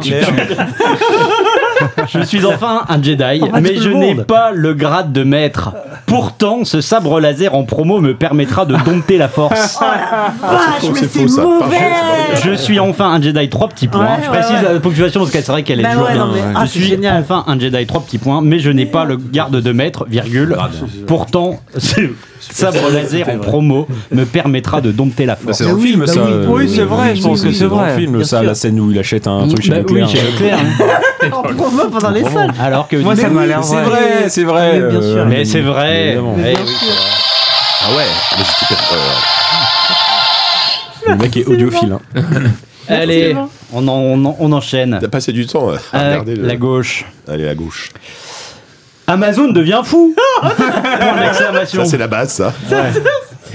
Speaker 3: Je suis enfin un Jedi,
Speaker 7: Ah,
Speaker 3: mais
Speaker 7: tout
Speaker 3: je
Speaker 7: le
Speaker 3: n'ai
Speaker 7: monde.
Speaker 3: pas le grade de maître. Pourtant, ce sabre laser en promo me permettra de dompter la force.
Speaker 5: Vache,
Speaker 1: faux,
Speaker 5: mais
Speaker 1: c'est
Speaker 5: c'est
Speaker 1: faux, ça. Par contre, c'est
Speaker 5: mauvais
Speaker 3: Je suis enfin un Jedi, trois petits points.
Speaker 5: Ouais,
Speaker 3: je
Speaker 5: ouais,
Speaker 3: précise
Speaker 5: ouais.
Speaker 3: la ponctuation parce qu'elle c'est vrai qu'elle est
Speaker 5: Bah
Speaker 3: toujours
Speaker 5: ouais,
Speaker 3: bien.
Speaker 5: non, mais-
Speaker 3: Je
Speaker 5: ah, c'est
Speaker 3: suis
Speaker 5: génial.
Speaker 3: enfin un Jedi, trois petits points, mais je n'ai pas le garde de maître, virgule.
Speaker 1: Ah,
Speaker 3: Pourtant, [LAUGHS] ce sabre laser en promo me permettra de dompter la force.
Speaker 1: Bah,
Speaker 8: C'est dans le film, ça. euh,
Speaker 4: Oui, c'est vrai, je
Speaker 8: oui,
Speaker 4: pense
Speaker 8: oui,
Speaker 4: que c'est
Speaker 8: dans le
Speaker 4: vrai.
Speaker 8: film,
Speaker 5: Bien
Speaker 8: ça,
Speaker 5: sûr.
Speaker 8: la scène où il achète un truc chez
Speaker 3: Bah oui,
Speaker 8: Leclerc.
Speaker 3: chez Leclerc, hein.
Speaker 5: En promo pendant les salles
Speaker 3: Alors que
Speaker 4: Moi, ça m'a l'air
Speaker 8: C'est
Speaker 4: vrai.
Speaker 8: vrai, c'est vrai.
Speaker 5: Mais bien sûr.
Speaker 8: euh,
Speaker 3: Mais c'est vrai.
Speaker 8: évidemment.
Speaker 3: Eh
Speaker 5: Bien
Speaker 3: oui.
Speaker 5: sûr.
Speaker 8: Ah ouais. mais j'étais pas- euh, Le mec est audiophile. hein.
Speaker 3: Allez, on, en- on en- on enchaîne.
Speaker 1: T'as passé du temps euh, à
Speaker 3: Avec
Speaker 1: regarder. le-
Speaker 3: la gauche.
Speaker 1: Allez, la gauche.
Speaker 3: Amazon devient
Speaker 8: [LAUGHS]
Speaker 3: fou.
Speaker 8: Ah,
Speaker 3: Point d'exclamation.
Speaker 1: Ça, c'est la base, ça.
Speaker 6: [LAUGHS]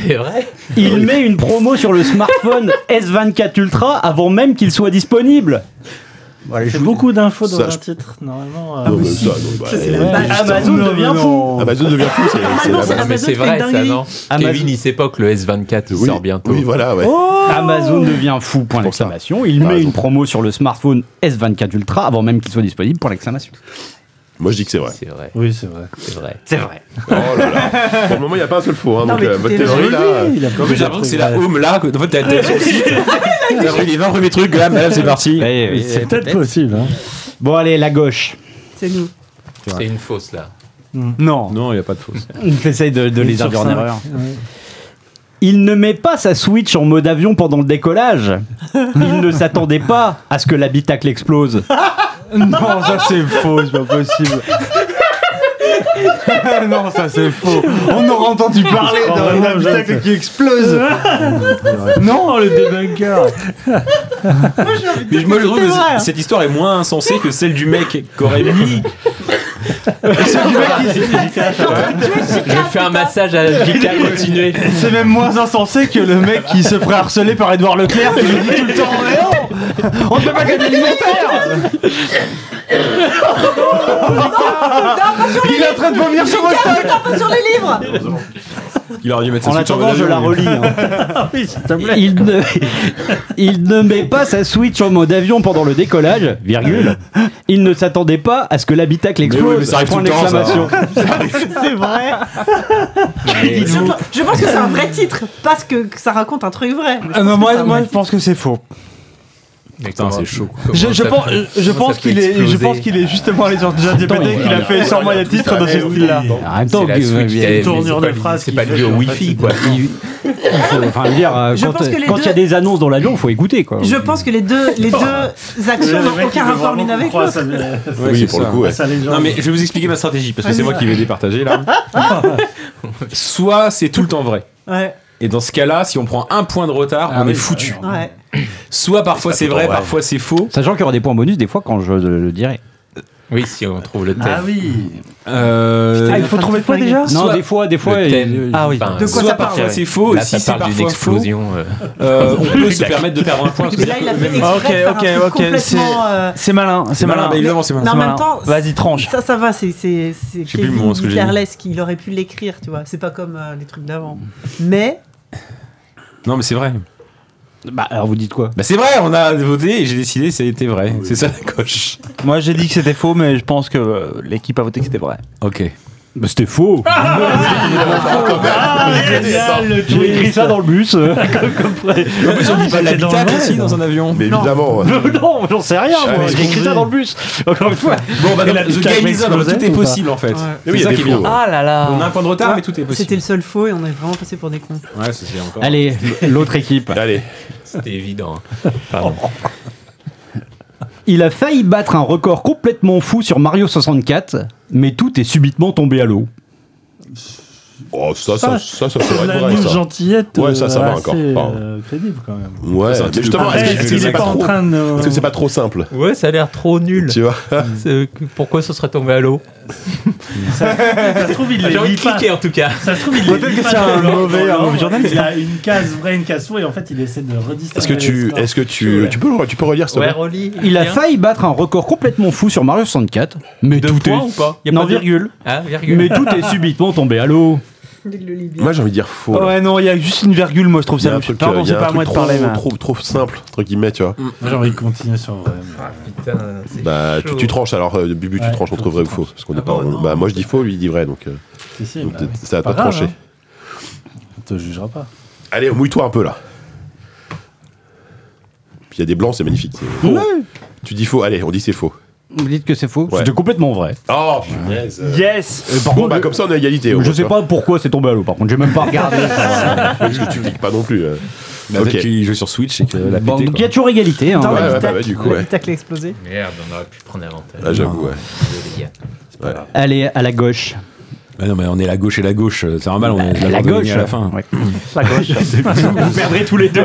Speaker 6: C'est vrai
Speaker 3: Il met une promo sur le smartphone S24 Ultra avant même qu'il soit disponible.
Speaker 7: C'est beaucoup d'infos dans
Speaker 1: Ça,
Speaker 7: un
Speaker 1: je-
Speaker 7: titre, normalement. euh,
Speaker 1: Non, mais ça, non, bah,
Speaker 5: c'est
Speaker 1: euh,
Speaker 5: la
Speaker 1: juste-
Speaker 3: Amazon devient fou.
Speaker 1: Amazon devient fou, c'est c'est
Speaker 5: non,
Speaker 1: la
Speaker 5: c'est
Speaker 1: base.
Speaker 5: Amazon
Speaker 6: Ah, bah, Mais c'est
Speaker 5: fait
Speaker 6: vrai,
Speaker 5: une
Speaker 6: ça,
Speaker 5: dinguerie.
Speaker 6: non
Speaker 3: Amazon-
Speaker 6: Kevin, il sait pas que le S24
Speaker 1: Oui,
Speaker 6: sort bientôt.
Speaker 1: Oui, voilà, ouais.
Speaker 3: Amazon devient fou. Point d'exclamation. Il
Speaker 1: T'as
Speaker 3: met
Speaker 1: raison.
Speaker 3: une promo sur le smartphone S24 Ultra avant même qu'il soit disponible. Point d'exclamation.
Speaker 1: Moi, je dis que c'est vrai.
Speaker 6: C'est vrai,
Speaker 7: Oui, c'est vrai.
Speaker 6: c'est vrai.
Speaker 3: C'est vrai.
Speaker 1: Oh là là. Pour le moment, il n'y a pas un seul faux. Hein,
Speaker 5: Non,
Speaker 1: donc,
Speaker 5: mais
Speaker 1: euh,
Speaker 5: tout
Speaker 1: votre
Speaker 5: est
Speaker 1: théorie, là. euh,
Speaker 7: Il a
Speaker 8: Non, mais j'ai l'impression que c'est la home là. que- En fait, t'as- t'as sur le site. T'as pris les 20 premiers trucs, là, madame, c'est parti.
Speaker 7: C'est peut-être possible. hein.
Speaker 3: Eh, Bon allez, la gauche.
Speaker 5: C'est nous.
Speaker 6: C'est une fausse là.
Speaker 4: Non.
Speaker 8: Non, il n'y a pas de fausse.
Speaker 3: J'essaye de, de les
Speaker 7: sur
Speaker 3: induire en
Speaker 7: cinq.
Speaker 3: erreur. Il ne met pas sa Switch en mode avion pendant le décollage. Il ne s'attendait pas à ce que l'habitacle explose.
Speaker 4: Non, ça c'est faux, c'est pas possible. non, ça c'est faux. On aura entendu parler d'un
Speaker 7: vraiment,
Speaker 4: habitacle qui [LAUGHS] explose. non, le débunker.
Speaker 8: Mais moi je trouve
Speaker 5: C'est
Speaker 8: que
Speaker 5: vrai, hein.
Speaker 8: cette histoire est moins insensée que celle du mec qu'aurait mis.
Speaker 6: J'ai fait un massage à la Jika, continuez.
Speaker 4: C'est même moins insensé que le mec qui se ferait harceler par Édouard Leclerc qui lui dit tout le temps Mais non On ne peut pas gagner l'alimentaire Il est en train de vomir sur votre table
Speaker 5: Putain, pas sur les livres
Speaker 8: Il aurait dû mettre
Speaker 3: En
Speaker 8: ça sous
Speaker 3: attendant,
Speaker 8: le
Speaker 3: je la
Speaker 8: avion.
Speaker 3: relis. hein. [LAUGHS] Il, ne, il ne met pas sa Switch en mode avion pendant le décollage, virgule. Il ne s'attendait pas à ce que l'habitacle
Speaker 8: Mais
Speaker 3: explose.
Speaker 8: oui, mais ça arrive tout
Speaker 3: point
Speaker 8: le temps. ça.
Speaker 3: d'exclamation.
Speaker 5: C'est vrai Surtout, Je pense que c'est un vrai titre, parce que que ça raconte un truc vrai. Je
Speaker 7: Ah,
Speaker 5: pense
Speaker 4: non,
Speaker 5: que c'est
Speaker 4: moi,
Speaker 5: un
Speaker 4: moi
Speaker 5: vrai
Speaker 4: je pense que c'est faux.
Speaker 6: Mais
Speaker 8: Putain,
Speaker 6: comment-
Speaker 8: c'est chaud.
Speaker 6: comment
Speaker 4: Je, je
Speaker 6: ça
Speaker 4: pense,
Speaker 6: peut-
Speaker 4: je
Speaker 6: comment
Speaker 4: pense
Speaker 6: ça peut
Speaker 4: qu'il est, je
Speaker 6: exploser
Speaker 4: pense qu'il est justement allé sur ChatGPT qu'il a fait sûrement des titres dans ce style-là.
Speaker 3: En même temps,
Speaker 6: C'est la
Speaker 3: il-
Speaker 6: Switch,
Speaker 3: il-
Speaker 6: mais c'est
Speaker 7: tournure
Speaker 6: pas
Speaker 7: de
Speaker 6: lié-
Speaker 7: phrase
Speaker 6: C'est
Speaker 7: qui
Speaker 6: pas
Speaker 7: fait
Speaker 6: lié au
Speaker 7: que-
Speaker 6: Wi-Fi quoi.
Speaker 3: il- il faut- enfin, je veux dire, euh,
Speaker 5: Je
Speaker 3: quand
Speaker 5: pense que les
Speaker 3: quand il y a
Speaker 5: deux-
Speaker 3: des annonces dans l'avion, faut écouter quoi.
Speaker 5: Je pense que les deux, les
Speaker 7: [LAUGHS]
Speaker 5: deux actions
Speaker 7: Le
Speaker 5: n'ont
Speaker 7: mec, il
Speaker 5: aucun
Speaker 7: veut
Speaker 5: rapport
Speaker 7: vraiment
Speaker 5: l'une avec
Speaker 7: qu'on croie à
Speaker 5: l'autre.
Speaker 7: sa-
Speaker 8: Ouais,
Speaker 1: Oui,
Speaker 8: c'est
Speaker 1: pour
Speaker 8: ça.
Speaker 1: le coup, ouais.
Speaker 7: à
Speaker 1: [LAUGHS]
Speaker 7: sa légende.
Speaker 8: Non mais je vais vous expliquer ma stratégie parce que c'est moi qui vais départager là. Soit c'est tout le temps vrai.
Speaker 5: Ouais,
Speaker 8: Et dans ce cas-là, si on prend un point de retard, on est foutu.
Speaker 5: ouais.
Speaker 7: Ah,
Speaker 8: Soit parfois c'est vrai, parfois c'est faux.
Speaker 3: Sachant qu'il y aura des points bonus des fois quand je le le dirai.
Speaker 6: Oui, si on trouve le thème.
Speaker 7: Ah oui.
Speaker 8: Euh,
Speaker 4: Ah, il faut trouver quoi déjà
Speaker 3: Non,
Speaker 8: Soit-
Speaker 3: des fois, des fois.
Speaker 6: Le
Speaker 3: il-
Speaker 6: thème.
Speaker 4: Ah oui.
Speaker 6: Enfin,
Speaker 5: De quoi
Speaker 8: soit
Speaker 5: ça parle
Speaker 8: parfois
Speaker 5: ouais.
Speaker 8: c'est faux.
Speaker 6: Là,
Speaker 8: et Oh, si
Speaker 6: ça
Speaker 8: c'est
Speaker 6: parle d'une
Speaker 8: parfois faux,
Speaker 6: explosion. euh.
Speaker 8: euh, on peut se permettre de perdre un point. parce que-
Speaker 5: Là, il a fait
Speaker 7: Ah,
Speaker 5: exprès
Speaker 4: Ok,
Speaker 5: de faire
Speaker 4: ok,
Speaker 5: un truc
Speaker 4: ok,
Speaker 5: complètement... euh,
Speaker 4: C'est malin, c'est
Speaker 8: C'est malin,
Speaker 4: malin.
Speaker 8: bah, évidemment, c'est
Speaker 5: mais
Speaker 8: malin.
Speaker 5: en
Speaker 4: C'est
Speaker 5: même temps,
Speaker 4: vas-y tranche.
Speaker 5: Ça, ça va, c'est c'est c'est
Speaker 8: sais plus le moment, ce que j'ai dit.
Speaker 5: careless qu'il aurait pu l'écrire, tu vois. C'est pas comme euh, les trucs d'avant. Mais
Speaker 8: Non mais c'est vrai.
Speaker 3: Bah, alors vous dites quoi
Speaker 8: Bah c'est vrai, on a voté et j'ai décidé ça a été vrai. C'est ça la coche.
Speaker 4: Moi j'ai dit que c'était faux, mais je pense que euh, l'équipe a voté que c'était vrai.
Speaker 8: Ok.
Speaker 3: bah, C'était faux.
Speaker 7: le
Speaker 3: J'ai écrit ça dans le
Speaker 7: [LAUGHS]
Speaker 3: bus. euh, comme- comme près.
Speaker 8: En plus on dit pas l'habitacle aussi dans un avion.
Speaker 1: Mais évidemment. ouais.
Speaker 3: non, j'en sais rien.
Speaker 1: Ah,
Speaker 3: moi,
Speaker 1: mais
Speaker 3: J'ai écrit ça dans le bus. Encore une fois.
Speaker 8: Bon bah donc,
Speaker 7: la-
Speaker 8: The
Speaker 7: la-
Speaker 8: Game is up,
Speaker 7: explosait
Speaker 8: tout est
Speaker 7: ou pas
Speaker 8: possible en fait. C'est
Speaker 1: Oui, il y a
Speaker 8: ça
Speaker 1: des
Speaker 8: qui est bien.
Speaker 1: faux.
Speaker 4: Ah là là
Speaker 8: On a un point de retard mais tout est
Speaker 5: c'était
Speaker 8: possible.
Speaker 5: le seul faux et on est vraiment passé pour des cons.
Speaker 8: Ouais, c'est encore.
Speaker 3: Allez, l'autre équipe.
Speaker 1: Allez,
Speaker 6: C'était évident. hein.
Speaker 3: Il a failli battre un record complètement fou sur Mario 64, mais tout est subitement tombé à l'eau.
Speaker 1: Oh, ça, ça, ça, ça, ça,
Speaker 7: la
Speaker 1: pourrait être vrai,
Speaker 4: hein.
Speaker 7: nulle
Speaker 1: ça.
Speaker 7: gentillette
Speaker 1: Ouais, ça, ça va
Speaker 7: euh,
Speaker 1: encore.
Speaker 7: assez,
Speaker 1: Pardon.
Speaker 7: euh, crédible quand même.
Speaker 1: Ouais,
Speaker 8: Ça,
Speaker 1: mais justement,
Speaker 7: Après,
Speaker 1: est-ce que- est-ce que
Speaker 7: il
Speaker 1: c'est
Speaker 7: est
Speaker 1: pas
Speaker 7: pas en
Speaker 1: trop-
Speaker 7: train de...
Speaker 1: est-ce que c'est pas trop simple
Speaker 12: Ouais, ça a l'air trop nul.
Speaker 1: Tu vois
Speaker 12: C'est- Pourquoi ça serait tombé à
Speaker 6: [LAUGHS]
Speaker 12: l'eau
Speaker 7: Ça se trouve, il
Speaker 12: J'ai
Speaker 7: les
Speaker 12: envie
Speaker 7: lit
Speaker 12: de
Speaker 7: pas.
Speaker 12: cliquer en tout cas.
Speaker 7: Ça se trouve, il les
Speaker 4: Peut-être
Speaker 7: lit
Speaker 4: que
Speaker 7: [LAUGHS] pas
Speaker 4: c'est
Speaker 7: dans
Speaker 4: un
Speaker 7: l'ordre.
Speaker 4: mauvais- un mauvais journaliste.
Speaker 7: Il a une case vraie, une case faux, et en fait, il essaie de redistribuer.
Speaker 1: Est-ce que tu, est-ce que tu, tu peux, le re- tu peux relire ce
Speaker 12: Ouais,
Speaker 1: mec
Speaker 12: relis.
Speaker 3: Il a
Speaker 12: Tiens.
Speaker 3: failli battre un record complètement fou sur Mario 64, mais
Speaker 12: Deux
Speaker 3: tout
Speaker 12: points
Speaker 3: est...
Speaker 12: ou pas Y a
Speaker 3: Non,
Speaker 12: pas de-
Speaker 3: virgule.
Speaker 12: Ah, virgule.
Speaker 3: Mais tout est subitement tombé à l'eau.
Speaker 5: Il le lit bien.
Speaker 1: Moi, j'ai envie de dire faux. là.
Speaker 4: Ouais, Euh, non, il y a juste une virgule, moi je trouve
Speaker 1: Il y a
Speaker 4: ça.
Speaker 1: un
Speaker 4: moche.
Speaker 1: truc, euh,
Speaker 4: Pardon,
Speaker 1: il y
Speaker 4: c'est
Speaker 1: a un
Speaker 4: pas à moi
Speaker 1: truc
Speaker 4: de parler. mais-
Speaker 1: trop, trop, trop simple, entre guillemets, tu vois.
Speaker 7: J'ai envie de continuer sur vrai. mais-
Speaker 12: Ah, Putain, c'est
Speaker 1: Bah,
Speaker 12: chaud.
Speaker 1: tu, tu tranches alors, euh, Bubu, tu
Speaker 7: Ouais,
Speaker 1: tranches
Speaker 7: faut
Speaker 1: entre
Speaker 7: que
Speaker 1: vrai ou
Speaker 7: tu
Speaker 1: faux. Parce qu'on
Speaker 7: Ah
Speaker 1: n'est pas.
Speaker 7: bon, non.
Speaker 1: bah, moi, je dis faux, lui, il dit vrai, donc euh,
Speaker 7: Si, si,
Speaker 1: donc
Speaker 7: bah
Speaker 1: t'es-
Speaker 7: oui.
Speaker 1: c'est à toi
Speaker 7: Pas
Speaker 1: de
Speaker 7: grave,
Speaker 1: trancher.
Speaker 7: hein. On te jugera pas.
Speaker 1: Allez, mouille-toi un peu là. Puis il y a des blancs, c'est magnifique. c'est- Tu dis faux, allez, on dit c'est faux.
Speaker 3: Vous dites que c'est faux
Speaker 1: Ouais.
Speaker 3: C'était complètement vrai.
Speaker 12: Ah,
Speaker 1: Oh, punaise.
Speaker 4: Yes
Speaker 1: Euh, par contre, bah, comme ça, on a égalité.
Speaker 3: je sais pas pourquoi c'est tombé à l'eau, par contre, j'ai même pas regardé.
Speaker 1: Parce que tu cliques pas non plus. euh.
Speaker 8: Mais
Speaker 12: Bah,
Speaker 1: Ok.
Speaker 8: Peut-être qu'il Bah, joue sur Switch et que la
Speaker 3: Bon,
Speaker 8: pété,
Speaker 3: donc
Speaker 8: quoi.
Speaker 3: il y a toujours égalité. hein.
Speaker 5: Dans
Speaker 1: ouais,
Speaker 5: l'habitacle,
Speaker 1: bah, ouais, du coup, ouais.
Speaker 5: l'habitacle a explosé.
Speaker 6: Merde, on aurait pu prendre avantage.
Speaker 1: Ah, j'avoue, ouais.
Speaker 6: les gars.
Speaker 3: Allez, à la gauche.
Speaker 8: Bah non, mais on est la gauche et la gauche, euh, c'est normal, on est
Speaker 3: À la gauche.
Speaker 8: à la fin.
Speaker 3: ouais.
Speaker 11: Vous perdrez tous les deux.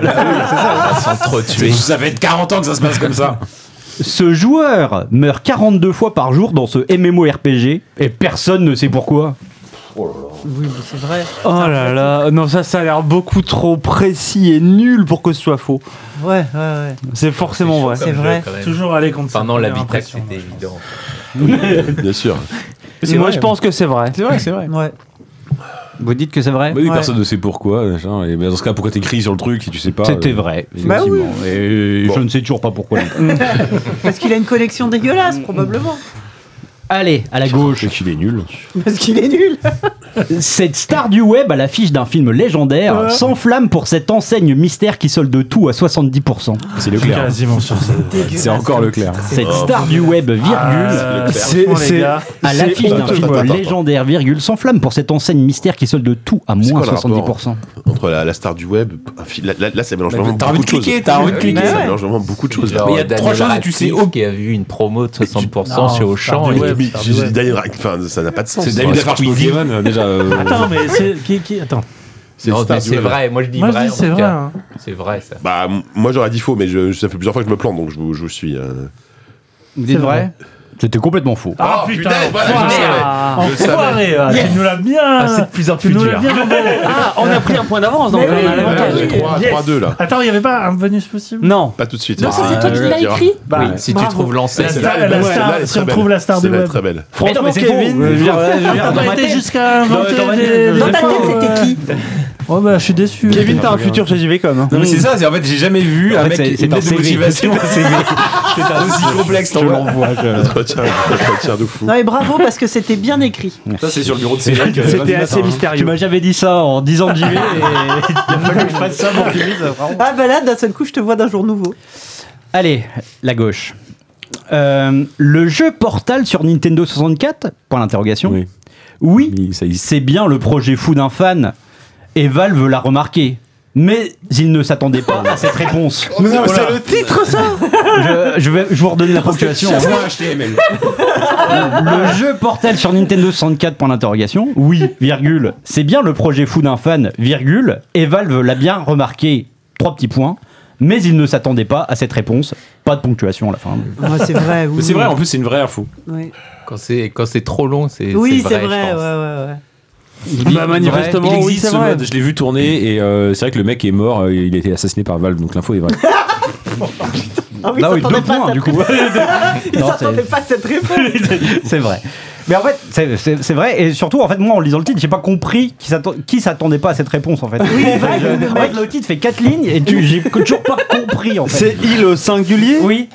Speaker 8: S'entretuer. Ça fait 40 ans que ça se passe comme ça.
Speaker 3: Ce joueur meurt 42 fois par jour dans ce MMORPG et personne ne sait pourquoi.
Speaker 5: Oui, mais c'est vrai.
Speaker 4: Oh là là, non, ça, ça a l'air beaucoup trop précis et nul pour que ce soit faux.
Speaker 5: Ouais, ouais, ouais.
Speaker 4: C'est forcément vrai.
Speaker 5: C'est vrai.
Speaker 7: Toujours aller contre ça.
Speaker 6: Pendant
Speaker 7: j'ai
Speaker 6: l'habitat,
Speaker 7: l'impression,
Speaker 6: c'était
Speaker 7: moi, je pense.
Speaker 6: évident.
Speaker 1: Bien sûr.
Speaker 4: Moi, je pense que c'est vrai.
Speaker 8: C'est vrai, c'est vrai.
Speaker 5: Ouais.
Speaker 3: Vous dites que c'est vrai
Speaker 8: Bah oui,
Speaker 5: Ouais.
Speaker 8: personne ne sait pourquoi. machin. Et bah dans ce cas, pourquoi t'écris sur le truc si tu sais pas
Speaker 3: C'était
Speaker 8: euh,
Speaker 3: vrai.
Speaker 5: Bah oui.
Speaker 3: effectivement. Et euh,
Speaker 1: Bon.
Speaker 3: je ne sais toujours pas pourquoi.
Speaker 5: Parce qu'il a une connexion dégueulasse, probablement.
Speaker 3: Allez, à la
Speaker 8: Je
Speaker 3: gauche.
Speaker 8: sais qu'il est nul.
Speaker 5: Parce qu'il est nul.
Speaker 3: Cette star du web à l'affiche d'un film légendaire s'enflamme pour cette enseigne mystère qui solde tout à 70%.
Speaker 8: C'est
Speaker 7: Je suis
Speaker 8: Leclerc.
Speaker 7: quasiment sûr. c'est-
Speaker 8: C'est encore Leclerc.
Speaker 3: Cette star du web, virgule,
Speaker 7: Ah,
Speaker 4: C'est-
Speaker 7: franchement, les
Speaker 4: c'est-
Speaker 7: gars,
Speaker 3: à
Speaker 4: c'est-
Speaker 3: l'affiche d'un
Speaker 1: Attends,
Speaker 3: film
Speaker 1: attends, attends.
Speaker 3: légendaire, virgule, s'enflamme pour cette enseigne mystère qui solde tout à moins
Speaker 1: quoi le rapport
Speaker 3: 70%.
Speaker 1: Entre la, la star du web, un fi- là, là- là, ça mélange vraiment
Speaker 8: T'as envie
Speaker 1: beaucoup
Speaker 8: de
Speaker 1: de choses.
Speaker 8: cliquer, t'as envie de cliquer.
Speaker 1: Ça mélange vraiment beaucoup de choses.
Speaker 6: Genre,
Speaker 8: Mais il y a
Speaker 6: Daniel
Speaker 8: trois choses et tu sais
Speaker 6: Radcliffe
Speaker 8: où-
Speaker 6: qui a vu une promo de 60%
Speaker 7: Non,
Speaker 6: chez Auchan.
Speaker 7: c'est
Speaker 6: et-
Speaker 7: pas du web.
Speaker 1: Mais
Speaker 7: Star
Speaker 1: j'ai
Speaker 7: du
Speaker 1: dit
Speaker 7: web.
Speaker 1: Daniel Radcliffe, enfin, ça n'a pas de sens.
Speaker 8: C'est David
Speaker 1: Enfin,
Speaker 8: Lafarge Pokémon, euh, déjà. euh,
Speaker 7: Attends, mais c'est. Qui, qui... Attends.
Speaker 1: c'est
Speaker 6: Non,
Speaker 1: Star
Speaker 6: mais
Speaker 1: du
Speaker 6: c'est
Speaker 1: web.
Speaker 6: vrai, moi je dis
Speaker 7: Moi,
Speaker 6: vrai.
Speaker 7: je
Speaker 6: en
Speaker 7: dis c'est
Speaker 6: tout
Speaker 7: vrai.
Speaker 6: cas.
Speaker 7: hein.
Speaker 6: C'est vrai ça.
Speaker 1: Bah, m- moi j'aurais dit faux, mais je, ça fait plusieurs fois que je me plante, donc je vous, je vous suis. euh.
Speaker 3: Vous dites
Speaker 7: C'est vrai.
Speaker 3: vrai C'était complètement faux.
Speaker 7: Ah,
Speaker 1: Oh,
Speaker 7: putain,
Speaker 1: putain, voilà,
Speaker 7: enfoiré. Ah,
Speaker 1: je savais.
Speaker 7: Enfoiré, ah, tu nous l'as bien.
Speaker 6: de plus en
Speaker 7: tu nous l'as bien.
Speaker 4: Ah, on a pris un point d'avance dans
Speaker 5: Mais
Speaker 4: le-
Speaker 5: oui.
Speaker 4: on a
Speaker 1: Ouais,
Speaker 4: l'avantage.
Speaker 1: j'ai trois-
Speaker 7: Yes.
Speaker 1: 3-2 là.
Speaker 7: Attends, il n'y avait pas un bonus possible
Speaker 4: Non.
Speaker 1: Pas tout de suite.
Speaker 5: Non,
Speaker 1: hein.
Speaker 5: ça, c'est toi qui
Speaker 1: Tu
Speaker 5: l'as
Speaker 1: diras.
Speaker 5: écrit.
Speaker 8: Ah,
Speaker 7: Bah,
Speaker 6: Oui, si tu
Speaker 5: bravo.
Speaker 6: trouves
Speaker 7: La
Speaker 6: l'ancêtre.
Speaker 7: star-
Speaker 1: Celle-là, elle est
Speaker 7: la star-
Speaker 1: celle-là, elle est
Speaker 7: si
Speaker 1: très
Speaker 7: on
Speaker 1: belle.
Speaker 7: trouve la star du
Speaker 1: Celle-là, elle est
Speaker 7: web.
Speaker 1: très belle.
Speaker 4: Franchement, Kevin,
Speaker 5: Ah,
Speaker 7: On était jusqu'à inventer des- des
Speaker 5: Dans ta tête,
Speaker 7: efforts, euh.
Speaker 5: c'était qui
Speaker 7: Oh bah, je suis déçu.
Speaker 4: Kevin, t'as un futur chez JVcom. hein.
Speaker 8: Non, mais c'est ça, c'est en fait, j'ai jamais vu
Speaker 3: En
Speaker 8: un
Speaker 3: fait,
Speaker 8: mec
Speaker 3: c'est-
Speaker 8: qui
Speaker 3: c'est
Speaker 8: une
Speaker 3: un
Speaker 8: lettre de
Speaker 3: CV.
Speaker 8: motivation
Speaker 4: [LAUGHS]
Speaker 7: [LAUGHS]
Speaker 8: aussi complexe.
Speaker 7: Ah,
Speaker 8: t'en vois.
Speaker 1: Entretien, entretien oh, de fou.
Speaker 5: Non, mais bravo, parce que c'était bien écrit.
Speaker 8: Ça, c'est sur le bureau de Cédric. euh,
Speaker 4: C'était
Speaker 8: lundi
Speaker 4: assez
Speaker 8: matin, hein.
Speaker 4: mystérieux.
Speaker 3: Tu m'as jamais dit ça en 10 ans de JV et il a fallu que
Speaker 4: [LAUGHS]
Speaker 3: je fasse [LAUGHS] ça pour Kevin, ça, vraiment.
Speaker 5: Ah, bah là, d'un seul coup, je te vois d'un jour nouveau.
Speaker 3: Allez, la gauche. Euh, le jeu Portal sur Nintendo 64 Point d'interrogation.
Speaker 8: Oui.
Speaker 3: Oui,
Speaker 8: Mais ça existe.
Speaker 3: c'est bien le projet fou d'un fan et Valve l'a remarqué. Mais il ne s'attendait pas à
Speaker 4: [LAUGHS]
Speaker 3: cette réponse.
Speaker 4: c'est le titre, ça
Speaker 3: Je, je vais, je vous redonne la ponctuation.
Speaker 8: Au moins HTML.
Speaker 3: Le jeu Portal sur Nintendo 64 Point d'interrogation. Oui, virgule. C'est bien le projet fou d'un fan, virgule. Et Valve l'a bien remarqué. Trois petits points. Mais il ne s'attendait pas à cette réponse. Pas de ponctuation à la fin.
Speaker 5: Ouais, c'est
Speaker 8: Mais
Speaker 5: vrai. Oui,
Speaker 8: C'est vrai, en plus, c'est une vraie info.
Speaker 5: Oui,
Speaker 6: Quand c'est quand c'est trop long, c'est
Speaker 5: Oui,
Speaker 6: c'est
Speaker 5: c'est
Speaker 6: je
Speaker 5: vrai.
Speaker 6: pense.
Speaker 5: ouais, ouais, ouais.
Speaker 4: Bah, manifestement,
Speaker 8: Il
Speaker 4: oui,
Speaker 8: existe
Speaker 4: c'est
Speaker 8: ce
Speaker 4: vrai.
Speaker 8: mode, je l'ai vu tourner et euh, c'est vrai que le mec est mort, euh, il a été assassiné par Valve, donc l'info est vraie. Bah,
Speaker 5: Ah oui,
Speaker 3: Là,
Speaker 5: il
Speaker 3: Bah oui,
Speaker 5: s'attendait
Speaker 3: deux
Speaker 5: pas à
Speaker 3: points,
Speaker 5: cette
Speaker 3: du coup.
Speaker 5: [LAUGHS] réponse. Il
Speaker 3: Non,
Speaker 5: s'attendait
Speaker 3: c'est-
Speaker 5: pas à cette
Speaker 4: [LAUGHS]
Speaker 5: réponse.
Speaker 3: C'est vrai. Mais en fait, c'est- c'est c'est vrai. Et surtout, en fait, moi, en lisant le titre, j'ai pas compris qui s'attend- qui s'attendait pas à cette réponse, en fait. Oui,
Speaker 5: le mec.
Speaker 3: le titre fait quatre lignes et tu- j'ai toujours pas compris, en fait.
Speaker 4: C'est il au singulier
Speaker 3: Oui.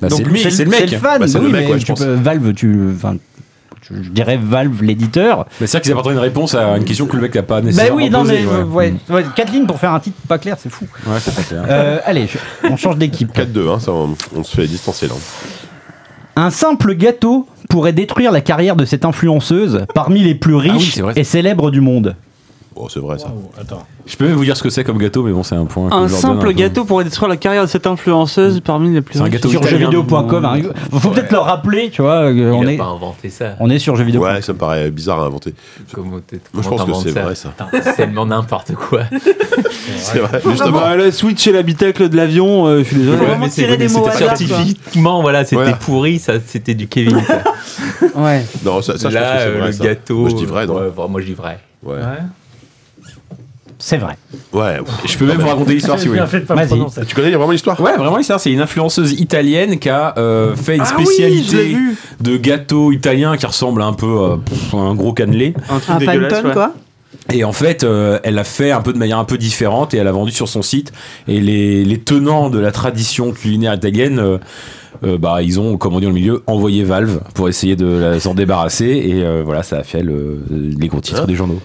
Speaker 8: Bah,
Speaker 3: Donc,
Speaker 8: c'est lui, c'est le mec.
Speaker 3: fan.
Speaker 1: Bah, c'est le
Speaker 3: oui,
Speaker 1: mec,
Speaker 3: mais
Speaker 1: ouais, je
Speaker 3: tu
Speaker 1: pense.
Speaker 3: peux- Valve, tu. enfin, tu- Je dirais Valve l'éditeur.
Speaker 8: Mais c'est vrai qu'ils apportent une réponse à une question que le mec n'a pas
Speaker 3: Bah
Speaker 8: nécessairement
Speaker 3: oui, non
Speaker 8: posée,
Speaker 3: mais
Speaker 8: ouais. Mm.
Speaker 3: ouais, ouais, quatre lignes pour faire un titre pas clair, c'est fou.
Speaker 8: Ouais, c'est pas clair.
Speaker 3: Euh, allez, je- on change d'équipe.
Speaker 1: 4-2, hein, ça, on, on se fait distancer là.
Speaker 3: Un simple gâteau pourrait détruire la carrière de cette influenceuse parmi les plus riches
Speaker 8: Ah c'est vrai.
Speaker 3: et célèbres du monde.
Speaker 1: Oh, c'est vrai ça.
Speaker 8: Je peux même vous dire ce que c'est comme gâteau, mais bon, c'est un point. que
Speaker 4: Un
Speaker 8: je leur donne
Speaker 4: simple
Speaker 8: peu.
Speaker 4: gâteau pourrait détruire la carrière de cette influenceuse parmi les plus
Speaker 8: C'est un
Speaker 4: riches.
Speaker 8: gâteau
Speaker 4: Sur-
Speaker 3: sur
Speaker 8: italien.
Speaker 3: jeuxvideo.com. hein. Faut peut-être leur rappeler, tu vois. euh,
Speaker 6: Il
Speaker 3: On
Speaker 6: n'a
Speaker 3: est,
Speaker 6: pas inventé ça.
Speaker 3: on est sur jeuxvideo.
Speaker 1: Ouais, ça me paraît bizarre à inventer.
Speaker 6: Comment t'es-
Speaker 1: Moi, je pense
Speaker 6: comment
Speaker 1: que
Speaker 6: t'inventes
Speaker 1: c'est vrai ça.
Speaker 6: Putain, C'est tellement n'importe quoi.
Speaker 1: C'est vrai, justement.
Speaker 4: Bah, le switch et l'habitacle de l'avion, euh, je suis désolé.
Speaker 5: Ouais. vraiment
Speaker 6: c'est-
Speaker 5: tirer des mots
Speaker 6: c'était
Speaker 5: au hasard,
Speaker 6: Scientifiquement, voilà, c'était
Speaker 1: Voilà.
Speaker 6: pourri, ça, c'était du Kevin.
Speaker 1: [LAUGHS]
Speaker 6: ça.
Speaker 4: Ouais.
Speaker 1: Non, ça, ça, je pense
Speaker 6: Là,
Speaker 1: que c'est
Speaker 6: euh,
Speaker 1: vrai.
Speaker 6: le
Speaker 1: ça.
Speaker 6: gâteau. euh,
Speaker 1: Moi, je dis vrai, non
Speaker 6: ouais, vraiment, moi, je dis vrai.
Speaker 1: Ouais.
Speaker 3: C'est vrai.
Speaker 1: Ouais. pff,
Speaker 8: Je peux même vous raconter l'histoire si vous voulez.
Speaker 7: bien fait de pas me
Speaker 3: Vas-y.
Speaker 7: prononcer.
Speaker 1: Tu connais vraiment l'histoire
Speaker 8: Ouais, vraiment, ça, c'est une influenceuse italienne qui a euh, fait une
Speaker 4: Ah oui, je l'ai
Speaker 8: spécialité
Speaker 4: vu.
Speaker 8: de gâteau italien qui ressemble un peu euh, pff, à un gros cannelé.
Speaker 4: Un truc
Speaker 5: Un
Speaker 4: dégueulasse.
Speaker 5: Pantone,
Speaker 4: ouais.
Speaker 5: quoi.
Speaker 8: Et en fait, euh, elle l'a fait un peu de manière un peu différente et elle a vendu sur son site. Et les, les tenants de la tradition culinaire italienne, euh, euh, bah, ils ont, comme on dit dans le milieu, envoyé Valve pour essayer de la- s'en débarrasser. Et euh, voilà, ça a fait le- les gros titres
Speaker 1: Hein
Speaker 8: des journaux.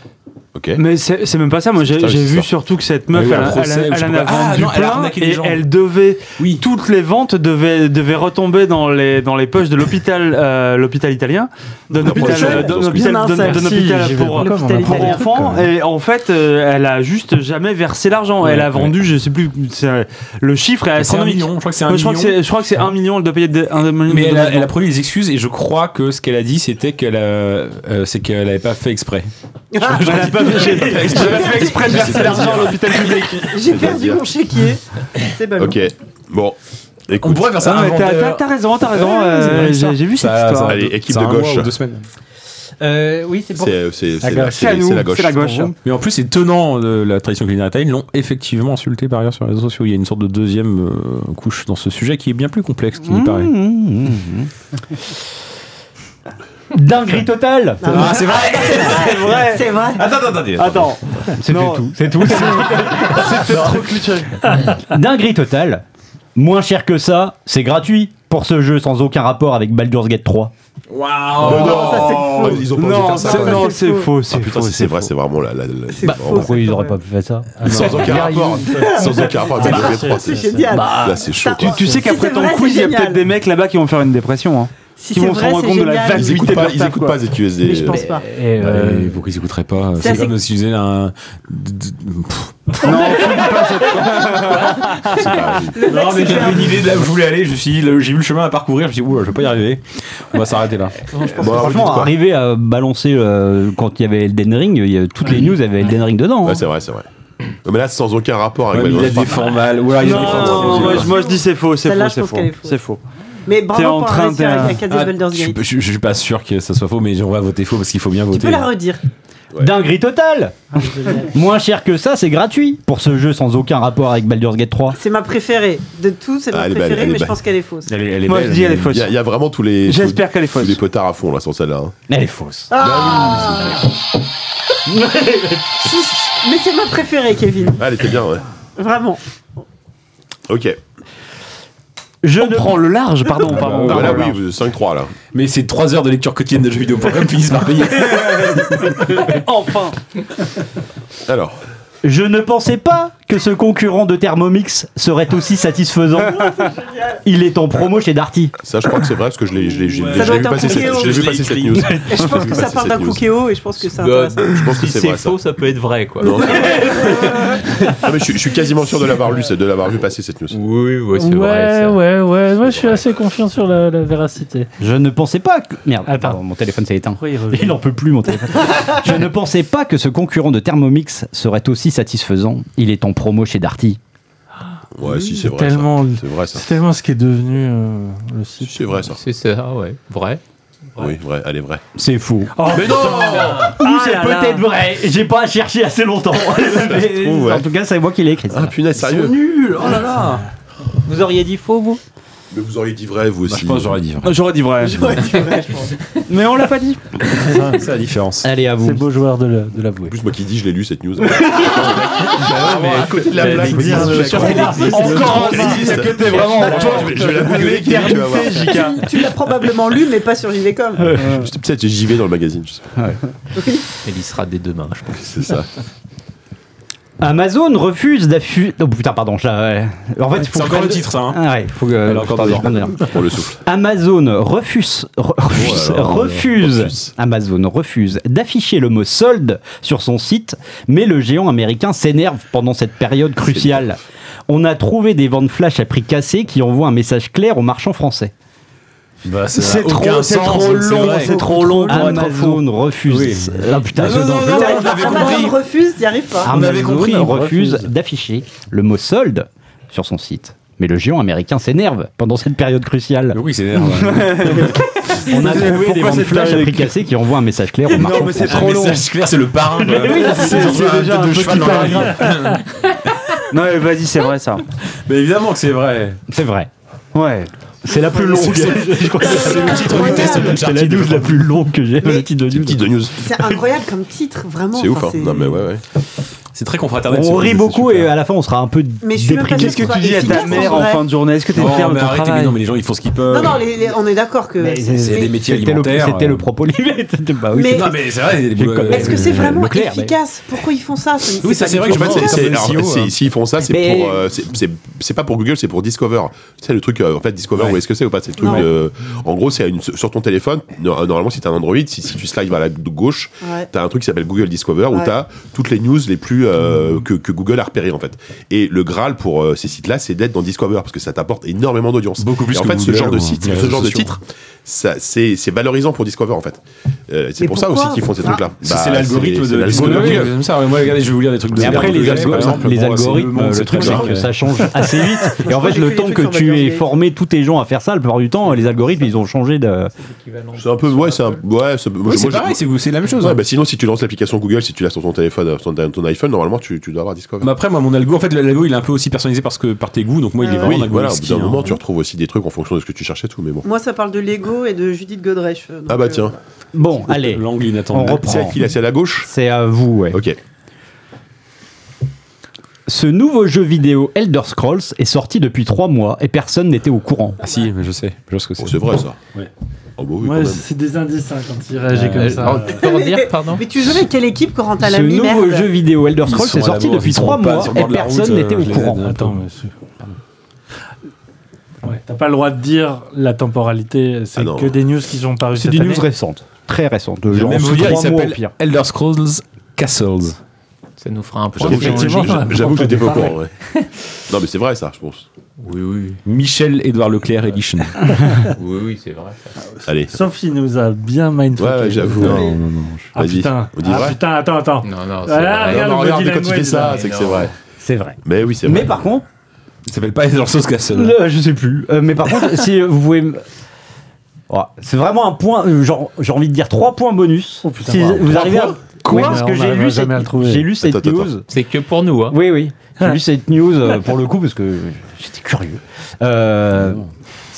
Speaker 1: Ok.
Speaker 4: Mais c'est c'est même pas ça. Moi, j'ai
Speaker 1: Putain,
Speaker 4: j'ai
Speaker 1: c'est
Speaker 4: vu
Speaker 1: ça.
Speaker 4: surtout que cette
Speaker 8: Il
Speaker 4: meuf,
Speaker 8: y a eu
Speaker 4: elle,
Speaker 8: Ah un procès,
Speaker 4: elle-
Speaker 8: je sais
Speaker 4: elle en
Speaker 8: pas
Speaker 4: a
Speaker 8: quoi. Ah,
Speaker 4: vendu
Speaker 8: non, elle a
Speaker 4: plein
Speaker 8: arnaqué les
Speaker 4: et
Speaker 8: gens.
Speaker 4: elle devait.
Speaker 8: Oui.
Speaker 4: Toutes les ventes devaient, devaient retomber dans les, dans les poches de l'hôpital euh, l'hôpital italien, d'un hôpital,
Speaker 1: prochaine.
Speaker 4: euh, d'un
Speaker 1: Parce que-
Speaker 4: hôpital-
Speaker 5: Demain,
Speaker 4: d'un- d'un
Speaker 5: celle-ci,
Speaker 4: hôpital
Speaker 7: j'y vais
Speaker 4: pour,
Speaker 7: pas.
Speaker 4: pour
Speaker 5: L'hôpital italien.
Speaker 4: enfants. Et en fait, euh, elle a juste jamais versé l'argent. elle a vendu, je sais plus, c'est- le chiffre est
Speaker 8: C'est un
Speaker 4: astronomique.
Speaker 8: million, je crois que c'est un
Speaker 4: Ouais, je, crois que
Speaker 8: million.
Speaker 4: c'est- je crois que c'est 1 million, elle doit payer de- un million.
Speaker 8: Mais
Speaker 4: de
Speaker 8: elle a,
Speaker 4: dommages.
Speaker 8: elle a produit des excuses et je crois que ce qu'elle a dit, c'était qu'elle a- euh, c'est qu'elle n'avait pas fait exprès.
Speaker 4: [LAUGHS] Elle a
Speaker 8: [LAUGHS]
Speaker 4: pas fait- j'ai- j'ai pas fait exprès de verser l'argent à
Speaker 5: [LAUGHS]
Speaker 4: l'hôpital public.
Speaker 5: J'ai perdu mon chéquier. C'est ballot.
Speaker 1: Ok. Bon. Écoute. hein,
Speaker 8: faire
Speaker 4: Ah, mais T'as t'as- t'as raison, t'as raison.
Speaker 8: Ouais,
Speaker 4: euh,
Speaker 8: c'est une vraie
Speaker 4: j'ai- J'ai vu cette
Speaker 8: Ça- ça-
Speaker 4: histoire.
Speaker 1: Allez, équipe
Speaker 8: ça a
Speaker 1: de
Speaker 8: un mois
Speaker 1: gauche.
Speaker 8: ou deux semaines.
Speaker 4: Euh, oui, c'est
Speaker 1: C'est c'est-
Speaker 7: La
Speaker 1: c'est la
Speaker 7: gauche.
Speaker 1: c'est- c'est la gauche.
Speaker 4: C'est la gauche.
Speaker 8: Mais en plus, les tenants de la tradition culinaire italienne l'ont effectivement insulté par ailleurs sur les réseaux sociaux. Il y a une sorte de deuxième euh, couche dans ce sujet qui est bien plus complexe qu'il n'y
Speaker 5: Mmh.
Speaker 8: paraît.
Speaker 3: [LAUGHS] Dinguerie totale.
Speaker 8: Euh,
Speaker 5: Ah, c'est vrai. C'est vrai. C'est vrai.
Speaker 8: Attends, attendez.
Speaker 4: Attends,
Speaker 3: C'est
Speaker 4: Non.
Speaker 3: tout. C'est
Speaker 5: [LAUGHS]
Speaker 3: tout. Dinguerie totale. Moins cher que ça, c'est gratuit pour ce jeu sans aucun rapport avec Baldur's Gate 3.
Speaker 5: Oh,
Speaker 8: Waouh
Speaker 5: ça, c'est faux.
Speaker 1: Oh, Ils ont pas osé
Speaker 4: non,
Speaker 1: faire ça.
Speaker 4: c'est-
Speaker 1: quand même.
Speaker 4: non, c'est faux,
Speaker 1: Ah,
Speaker 4: c'est
Speaker 1: putain,
Speaker 4: faux.
Speaker 1: si c'est vrai, c'est vraiment la. la- la-
Speaker 5: C'est
Speaker 1: la-
Speaker 5: faux.
Speaker 3: Pourquoi ils
Speaker 5: c'est
Speaker 3: auraient
Speaker 5: vrai.
Speaker 3: pas fait ça
Speaker 1: Sans
Speaker 5: [LAUGHS]
Speaker 1: aucun rapport.
Speaker 5: Bah,
Speaker 1: Sans aucun rapport avec le
Speaker 5: Ah,
Speaker 1: 3
Speaker 5: C'est génial.
Speaker 1: Là, c'est chaud.
Speaker 4: Tu,
Speaker 1: quoi.
Speaker 4: tu sais
Speaker 5: Si
Speaker 4: qu'après
Speaker 5: c'est
Speaker 4: ton
Speaker 5: vrai,
Speaker 4: quiz,
Speaker 5: c'est
Speaker 4: il y a
Speaker 5: génial.
Speaker 4: peut-être des mecs là-bas qui vont faire une dépression. Hein.
Speaker 5: Si
Speaker 4: Qui
Speaker 5: c'est
Speaker 4: vont se
Speaker 5: vrai,
Speaker 4: rendre
Speaker 5: c'est
Speaker 4: compte de la
Speaker 5: génial.
Speaker 1: Ils
Speaker 4: validité
Speaker 1: écoutent
Speaker 4: de
Speaker 1: pas,
Speaker 4: leur
Speaker 1: ils
Speaker 4: taf,
Speaker 1: écoutent
Speaker 4: quoi.
Speaker 1: pas les QSD.
Speaker 5: Mais je pense pas.
Speaker 11: Et, euh,
Speaker 8: Et Pourquoi ils n'écouteraient pas
Speaker 5: Ça,
Speaker 8: C'est
Speaker 5: c'est-
Speaker 8: comme si j'utilisais un. d- d- pff.
Speaker 1: Ah,
Speaker 8: Non, mais j'avais une idée de là où je voulais aller. Je me suis dit, le- j'ai vu le chemin à parcourir. Je me suis dit, ouh, je vais pas y arriver. On va s'arrêter là.
Speaker 1: Bon, alors, vous dites
Speaker 3: Franchement,
Speaker 1: quoi
Speaker 3: arriver à balancer euh, quand il y avait Elden Ring, il y a- toutes les news avaient Elden Ring dedans.
Speaker 1: Ouais,
Speaker 3: hein.
Speaker 1: c'est vrai, c'est vrai. Non, mais là, sans aucun rapport avec
Speaker 8: Ouais, mais il a
Speaker 1: Baldur's
Speaker 8: des
Speaker 1: Gate.
Speaker 8: formales. Ou alors, il a des
Speaker 4: Non,
Speaker 8: formes
Speaker 4: non, non,
Speaker 8: trop
Speaker 4: moi,
Speaker 8: bizarres.
Speaker 4: je, moi, je dis c'est faux, c'est
Speaker 5: Celle-là,
Speaker 4: faux,
Speaker 5: je
Speaker 4: c'est
Speaker 5: pense
Speaker 4: faux.
Speaker 5: qu'elle est fausse.
Speaker 4: C'est faux.
Speaker 5: Mais
Speaker 4: T'es
Speaker 5: bravo
Speaker 4: en
Speaker 5: pour
Speaker 4: train
Speaker 5: réussir
Speaker 4: de-
Speaker 5: avec la case de
Speaker 8: Ah,
Speaker 5: Baldur's
Speaker 8: je,
Speaker 5: Gate.
Speaker 8: je- je suis pas sûr que ça soit faux, mais j'aimerais voter faux parce qu'il faut bien
Speaker 5: Tu
Speaker 8: voter.
Speaker 5: peux la redire.
Speaker 3: Dinguerie totale. [LAUGHS] Moins cher que ça, c'est gratuit pour ce jeu sans aucun rapport avec Baldur's Gate 3.
Speaker 5: C'est ma préférée. De tout, c'est ma
Speaker 1: Ah, elle est belle,
Speaker 5: préférée,
Speaker 1: elle est
Speaker 5: mais je
Speaker 1: belle.
Speaker 5: pense qu'elle est fausse.
Speaker 8: Elle est- elle est
Speaker 4: Moi,
Speaker 8: belle,
Speaker 4: je dis elle est
Speaker 8: mais-
Speaker 1: Il
Speaker 4: fausse.
Speaker 1: y, a- il y a vraiment tous les.
Speaker 4: J'espère qu'elle est
Speaker 1: tous
Speaker 4: fausse.
Speaker 1: les potards à fond là sur celle-là. hein.
Speaker 3: Elle est fausse.
Speaker 5: Ah. Mais c'est ma préférée, Kevin.
Speaker 1: Ah, elle était bien, ouais.
Speaker 5: Vraiment.
Speaker 1: Ok.
Speaker 3: Je prends le large, pardon.
Speaker 1: Ah, bah, là, oui, vous- 5-3 là.
Speaker 8: Mais ces 3 heures de lecture quotidienne de jeuxvideo.com finissent par payer.
Speaker 4: Enfin
Speaker 1: Alors.
Speaker 3: [LAUGHS] Je ne pensais pas que ce concurrent de Thermomix serait aussi satisfaisant. Il est en promo chez Darty.
Speaker 1: Ça, je crois que c'est vrai parce que je l'ai je l'ai- je l'ai-
Speaker 5: Ça
Speaker 1: je
Speaker 5: doit
Speaker 1: l'ai vu
Speaker 5: être un
Speaker 1: passer cette
Speaker 5: cookie,
Speaker 1: je l'ai vu
Speaker 8: je
Speaker 1: passer
Speaker 8: l'ai
Speaker 1: cette
Speaker 8: écrit.
Speaker 1: news.
Speaker 5: Et je
Speaker 1: bah,
Speaker 5: pense que ça part d'un cookéo et je pense que c'est
Speaker 6: Bah,
Speaker 5: intéressant.
Speaker 1: Je pense que
Speaker 6: si
Speaker 1: c'est
Speaker 6: c'est
Speaker 1: vrai. ça.
Speaker 6: faux, ça peut être vrai, quoi.
Speaker 1: Non, Ah, mais je, suis- je suis quasiment sûr de l'avoir lu, c'est de l'avoir vu passer cette news.
Speaker 6: Oui, ouais, c'est
Speaker 12: ouais,
Speaker 6: vrai. ça.
Speaker 12: ouais, ouais. Moi, je suis assez confiant sur la, la véracité.
Speaker 3: Je ne pensais pas que. Merde,
Speaker 12: Ah, pardon.
Speaker 3: pardon, mon téléphone s'est éteint.
Speaker 12: Oui,
Speaker 3: Il n'en peut plus, mon téléphone. Je ne pensais pas que ce concurrent de Thermomix serait aussi satisfaisant. Il est en promo chez Darty.
Speaker 1: Ouais, si c'est
Speaker 12: C'est
Speaker 1: vrai.
Speaker 12: tellement-
Speaker 1: ça. C'est vrai ça.
Speaker 12: C'est tellement ce qui est devenu euh, le
Speaker 1: Si,
Speaker 12: site.
Speaker 1: C'est vrai ça.
Speaker 6: C'est ça, ouais. Vrai.
Speaker 1: Oui, vrai, elle est vraie.
Speaker 3: C'est faux.
Speaker 1: mais non
Speaker 3: Ou c'est peut-être vrai. J'ai pas cherché assez longtemps. Mais-
Speaker 1: trouve, ouais.
Speaker 3: En tout cas, c'est moi qui l'ai écrit. ça.
Speaker 1: Ah punaise, sérieux
Speaker 3: Vous auriez dit faux, vous
Speaker 1: Mais vous auriez dit vrai vous aussi.
Speaker 8: je pense que j'aurais dit.
Speaker 4: J'aurais dit vrai. Mais on l'a pas dit.
Speaker 8: C'est la différence.
Speaker 3: Allez, à vous.
Speaker 12: C'est beau joueur de le- de l'avouer.
Speaker 1: En plus, moi qui dis, je l'ai lu cette news. Bah ouais, mais à côté de la blague,
Speaker 12: existe,
Speaker 1: je suis sûr qu'elle existe.
Speaker 4: Encore
Speaker 1: Elle
Speaker 4: un
Speaker 1: existe.
Speaker 4: que t'es vraiment en
Speaker 1: Je vais- je vais la googler, tu vas voir.
Speaker 5: Tu- Tu l'as probablement lu, mais pas sur JVcom.
Speaker 1: Je- Peut-être j'y vais dans le magazine, je sais pas.
Speaker 6: Elle y sera dès demain, je pense.
Speaker 1: C'est ça.
Speaker 3: Amazon refuse d'affu... Oh putain, pardon. je la- ouais. En fait, il
Speaker 8: C'est
Speaker 3: faut que je
Speaker 8: encore le
Speaker 3: prenne-
Speaker 8: titre, ça. hein.
Speaker 3: Ah ouais, faut que.
Speaker 8: Elle a encore
Speaker 3: attendez,
Speaker 8: deux
Speaker 3: je prends
Speaker 8: ans.
Speaker 3: des-
Speaker 1: pour le souffle.
Speaker 3: Amazon refuse, re- refuse,
Speaker 1: alors,
Speaker 3: refuse-
Speaker 1: refuse.
Speaker 3: Amazon refuse d'afficher le mot solde sur son site, mais le géant américain s'énerve pendant cette période cruciale. On a trouvé des ventes flash à prix cassé qui envoient un message clair aux marchands français.
Speaker 8: Bah, ça
Speaker 4: C'est
Speaker 8: n'a aucun
Speaker 4: trop, c'est
Speaker 8: sens,
Speaker 4: trop
Speaker 8: c'est
Speaker 4: long,
Speaker 8: vrai.
Speaker 4: c'est trop long pour être fou.
Speaker 3: Amazon refuse. Ah, putain,
Speaker 8: Non, non, non, non, on avait compris.
Speaker 5: Amazon refuse d'y arrive pas.
Speaker 3: Amazon
Speaker 8: avait compris,
Speaker 3: refuse
Speaker 8: refuse.
Speaker 3: d'afficher le mot solde sur son site. Mais le géant américain s'énerve pendant cette période cruciale.
Speaker 8: Oui, c'est énervant.
Speaker 3: On a trouvé des
Speaker 4: Pourquoi
Speaker 3: ventes
Speaker 4: cette
Speaker 3: flash à
Speaker 4: période
Speaker 3: prix cassé qui envoient un message clair aux
Speaker 4: Non,
Speaker 3: marchands
Speaker 4: mais
Speaker 3: français.
Speaker 4: c'est
Speaker 8: Un
Speaker 4: trop long.
Speaker 8: message clair, c'est le parrain. quoi.
Speaker 4: c'est-
Speaker 8: Ils ont
Speaker 4: c'est
Speaker 8: un
Speaker 4: déjà
Speaker 8: tête de
Speaker 4: un
Speaker 8: cheval
Speaker 4: petit
Speaker 8: dans la vie.
Speaker 4: Non, mais vas-y, c'est vrai ça.
Speaker 8: Mais évidemment que c'est vrai.
Speaker 3: C'est vrai.
Speaker 4: Ouais.
Speaker 3: C'est la plus longue.
Speaker 8: C'est le titre du test de
Speaker 3: C'est la
Speaker 8: Uncharted.
Speaker 3: news la plus longue que j'ai.
Speaker 5: Mais-
Speaker 3: Le titre de news.
Speaker 1: Petite de news.
Speaker 5: C'est incroyable comme titre, vraiment.
Speaker 1: C'est ouf,
Speaker 5: Enfin,
Speaker 1: hein. Non, mais ouais, ouais.
Speaker 8: C'est très confraternel.
Speaker 3: On
Speaker 8: ce
Speaker 3: rit
Speaker 8: jeu,
Speaker 3: beaucoup
Speaker 8: c'est
Speaker 3: et
Speaker 8: super.
Speaker 3: à la fin on sera un peu
Speaker 5: Mais je suis même pas
Speaker 3: déprimé.
Speaker 5: sûre
Speaker 4: Qu'est-ce que tu dis à ta
Speaker 5: Efficace,
Speaker 4: mère
Speaker 5: en
Speaker 4: en
Speaker 5: vrai.
Speaker 4: fin de journée Est-ce que t'es fier
Speaker 8: Non,
Speaker 4: de
Speaker 8: mais
Speaker 4: ton
Speaker 8: arrêtez, mais
Speaker 4: travail
Speaker 8: non, mais les gens ils font ce qu'ils
Speaker 5: Non,
Speaker 8: peuvent.
Speaker 5: non, les- les- on est d'accord que.
Speaker 3: Mais
Speaker 5: Est-ce
Speaker 8: des métiers
Speaker 3: c'était le-
Speaker 8: alimentaires,
Speaker 3: C'était le
Speaker 8: euh.
Speaker 3: propos libéré. [LAUGHS] c'était pas-
Speaker 5: Mais-
Speaker 8: Non, mais c'est vrai. il y a des
Speaker 3: J'ai
Speaker 8: boulots-
Speaker 3: connu-
Speaker 8: euh,
Speaker 5: que c'est vraiment
Speaker 3: Leclerc, mais-
Speaker 5: efficace Pourquoi ils font ça C'est-
Speaker 8: Oui, ça,
Speaker 5: c'est pas
Speaker 8: c'est
Speaker 5: du
Speaker 8: vrai
Speaker 5: tout
Speaker 8: que je
Speaker 1: En
Speaker 8: pense
Speaker 1: fait, c'est-
Speaker 8: que
Speaker 1: c'est-
Speaker 8: c'est
Speaker 1: alors,
Speaker 8: SEO,
Speaker 1: c'est-
Speaker 8: hein.
Speaker 1: S'ils font ça, c'est
Speaker 3: Mais-
Speaker 1: pour. euh, c'est- c'est- C'est pas pour Google, c'est pour Discover. C'est le truc, euh, en fait, Discover,
Speaker 8: Ouais.
Speaker 1: où est-ce que c'est ou pas C'est le truc.
Speaker 5: Non.
Speaker 1: de- en gros, c'est une- sur ton téléphone. no- Normalement, si t'as un Android, si, si tu slides vers la gauche,
Speaker 5: Ouais.
Speaker 1: t'as un truc qui s'appelle Google Discover où
Speaker 5: Ouais.
Speaker 1: t'as toutes les news les plus euh, que, que Google a repérées en fait. Et le graal pour euh, ces sites-là, c'est d'être dans Discover parce que ça t'apporte énormément d'audience.
Speaker 8: Beaucoup plus
Speaker 1: Et en
Speaker 8: que
Speaker 1: fait, ce
Speaker 8: Google
Speaker 1: genre de
Speaker 8: ou
Speaker 1: site,
Speaker 8: les
Speaker 1: ce
Speaker 8: réseaux
Speaker 1: genre de
Speaker 8: sociaux.
Speaker 1: titre, ça, c'est c'est valorisant pour Discover en fait. Euh, c'est
Speaker 5: Mais
Speaker 1: pour ça aussi
Speaker 5: pourquoi
Speaker 1: qu'ils font ces
Speaker 5: Ah.
Speaker 1: trucs-là.
Speaker 8: C'est-
Speaker 1: Bah,
Speaker 8: c'est l'algorithme
Speaker 1: c'est
Speaker 8: de euh,
Speaker 1: l'algorithme
Speaker 8: Discovery.
Speaker 1: Google.
Speaker 8: Comme ça, ouais, moi, regardez, je vais vous lire des trucs de
Speaker 3: Mais
Speaker 8: Google,
Speaker 3: après, les,
Speaker 8: Google, par
Speaker 3: algo-
Speaker 8: exemple.
Speaker 3: les
Speaker 8: Bon, c'est
Speaker 3: algorithmes,
Speaker 8: monde,
Speaker 3: le
Speaker 8: c'est
Speaker 3: truc,
Speaker 8: très
Speaker 3: c'est
Speaker 8: large.
Speaker 3: que ça [LAUGHS] change assez vite. Et en fait,
Speaker 5: J'ai
Speaker 3: le
Speaker 5: fait
Speaker 3: temps
Speaker 5: des
Speaker 3: que
Speaker 5: trucs sur
Speaker 3: tu aies
Speaker 5: Valkyrie.
Speaker 3: formé tous tes gens à faire ça, la plupart du temps, les algorithmes, ils ont changé de.
Speaker 1: C'est un peu ouais, c'est un ouais. c'est- moi,
Speaker 8: Oui, c'est
Speaker 1: je-
Speaker 8: pareil, c'est c'est la même chose.
Speaker 1: Ouais,
Speaker 8: hein.
Speaker 1: bah sinon, si tu lances l'application Google, si tu l'as sur ton téléphone, euh, sur ton, ton iPhone, normalement, tu, tu dois avoir Discover.
Speaker 8: Mais après, moi, mon algo, en fait, l'algo, il est un peu aussi personnalisé parce que par tes goûts, donc moi, il est
Speaker 5: Ah
Speaker 8: vraiment
Speaker 1: oui,
Speaker 8: un algo
Speaker 1: voilà, au bout
Speaker 8: whisky,
Speaker 1: d'un
Speaker 8: hein.
Speaker 1: moment, tu retrouves aussi des trucs en fonction de ce que tu cherchais, tout, mais bon.
Speaker 5: Moi, ça parle de Lego et de Judith Godrèche. euh,
Speaker 1: Ah
Speaker 5: donc,
Speaker 1: bah
Speaker 5: euh,
Speaker 1: tiens,
Speaker 3: Bon, allez,
Speaker 8: L'angle
Speaker 3: on
Speaker 8: inattendu.
Speaker 1: c'est à
Speaker 3: reprend.
Speaker 1: qui là C'est à la gauche
Speaker 3: C'est à vous, ouais.
Speaker 1: Ok.
Speaker 3: Ce nouveau jeu vidéo Elder Scrolls est sorti depuis 3 mois et personne n'était au courant.
Speaker 8: Ah si, mais je sais, je vois ce que
Speaker 1: Bon,
Speaker 8: c'est.
Speaker 1: c'est vrai, ça.
Speaker 8: Ouais.
Speaker 1: Oh bah oui, quand
Speaker 7: Moi,
Speaker 1: même.
Speaker 7: c'est des indices hein, quand il réagit
Speaker 1: Euh,
Speaker 7: comme
Speaker 1: oh,
Speaker 7: ça.
Speaker 13: Alors, tu peux redire, pardon
Speaker 5: Mais tu joues avec quelle équipe quand t'as la
Speaker 3: Ce nouveau jeu
Speaker 5: mi-merde
Speaker 3: vidéo Elder
Speaker 8: Ils
Speaker 3: Scrolls
Speaker 8: sont
Speaker 3: est
Speaker 8: à
Speaker 3: sorti
Speaker 8: la bourre,
Speaker 3: depuis
Speaker 8: ils sont
Speaker 3: 3
Speaker 8: pas
Speaker 3: mois
Speaker 8: sur le
Speaker 3: et
Speaker 8: bord de la
Speaker 3: personne
Speaker 8: route,
Speaker 3: n'était
Speaker 8: euh,
Speaker 3: au
Speaker 8: je les
Speaker 3: courant.
Speaker 8: aide.
Speaker 7: Attends, mais c'est- Ouais, t'as pas le droit de dire la temporalité, c'est
Speaker 1: Ah non.
Speaker 7: que des news qui sont parues
Speaker 3: C'est
Speaker 7: cette
Speaker 3: des news
Speaker 7: année.
Speaker 3: récentes, très récentes, de
Speaker 8: Je vais
Speaker 3: genre
Speaker 8: même
Speaker 3: sous
Speaker 8: vous dire, il
Speaker 3: trois mois au
Speaker 8: s'appelle
Speaker 3: pire.
Speaker 8: Elder Scrolls Castles.
Speaker 6: Ça nous fera un point.
Speaker 1: J'avoue que j'ai-
Speaker 7: Effectivement.
Speaker 1: j'ai- J'avoue que j'étais pas au courant, ouais. Non, mais c'est vrai, ça, je pense.
Speaker 6: Oui, oui,
Speaker 8: Michel Edouard Leclerc Edition.
Speaker 6: oui, oui, c'est vrai.
Speaker 1: Allez.
Speaker 7: Sophie nous a bien
Speaker 1: Ouais,
Speaker 7: mindfucké.
Speaker 1: ouais, j'avoue.
Speaker 8: Non, non, non.
Speaker 7: Ah
Speaker 1: Vas-y,
Speaker 7: putain,
Speaker 1: on dit
Speaker 7: ah,
Speaker 1: vrai
Speaker 7: putain, attends, attends.
Speaker 6: Non, non, c'est
Speaker 7: Voilà,
Speaker 6: vrai.
Speaker 1: Ah,
Speaker 7: regarde
Speaker 1: non,
Speaker 7: le
Speaker 1: regarde,
Speaker 7: body
Speaker 1: quand il fait
Speaker 7: language,
Speaker 1: ça,
Speaker 6: là.
Speaker 1: c'est que
Speaker 6: Mais
Speaker 1: c'est
Speaker 6: non.
Speaker 1: vrai.
Speaker 3: C'est vrai.
Speaker 1: Mais oui, c'est
Speaker 3: Euh, Mais
Speaker 1: vrai.
Speaker 3: par contre,
Speaker 8: Ça s'appelle pas Elder Scrolls Castle.
Speaker 3: Euh, je sais plus. Euh, mais par [LAUGHS] contre, si vous pouvez. m- Ouais, c'est vraiment un point, euh, genre j'ai envie de dire trois points bonus.
Speaker 7: Oh, putain,
Speaker 3: si
Speaker 7: wow.
Speaker 3: vous arrivez à
Speaker 7: Quoi
Speaker 3: Parce que
Speaker 7: On
Speaker 3: j'ai
Speaker 7: n'arrivera
Speaker 3: lu
Speaker 7: jamais
Speaker 3: cette,
Speaker 7: à le trouver.
Speaker 3: j'ai lu cette
Speaker 1: Attends, attends,
Speaker 3: news.
Speaker 6: C'est que pour nous, hein.
Speaker 3: Oui, oui. J'ai lu cette news euh, pour le coup parce que j'étais curieux. Euh,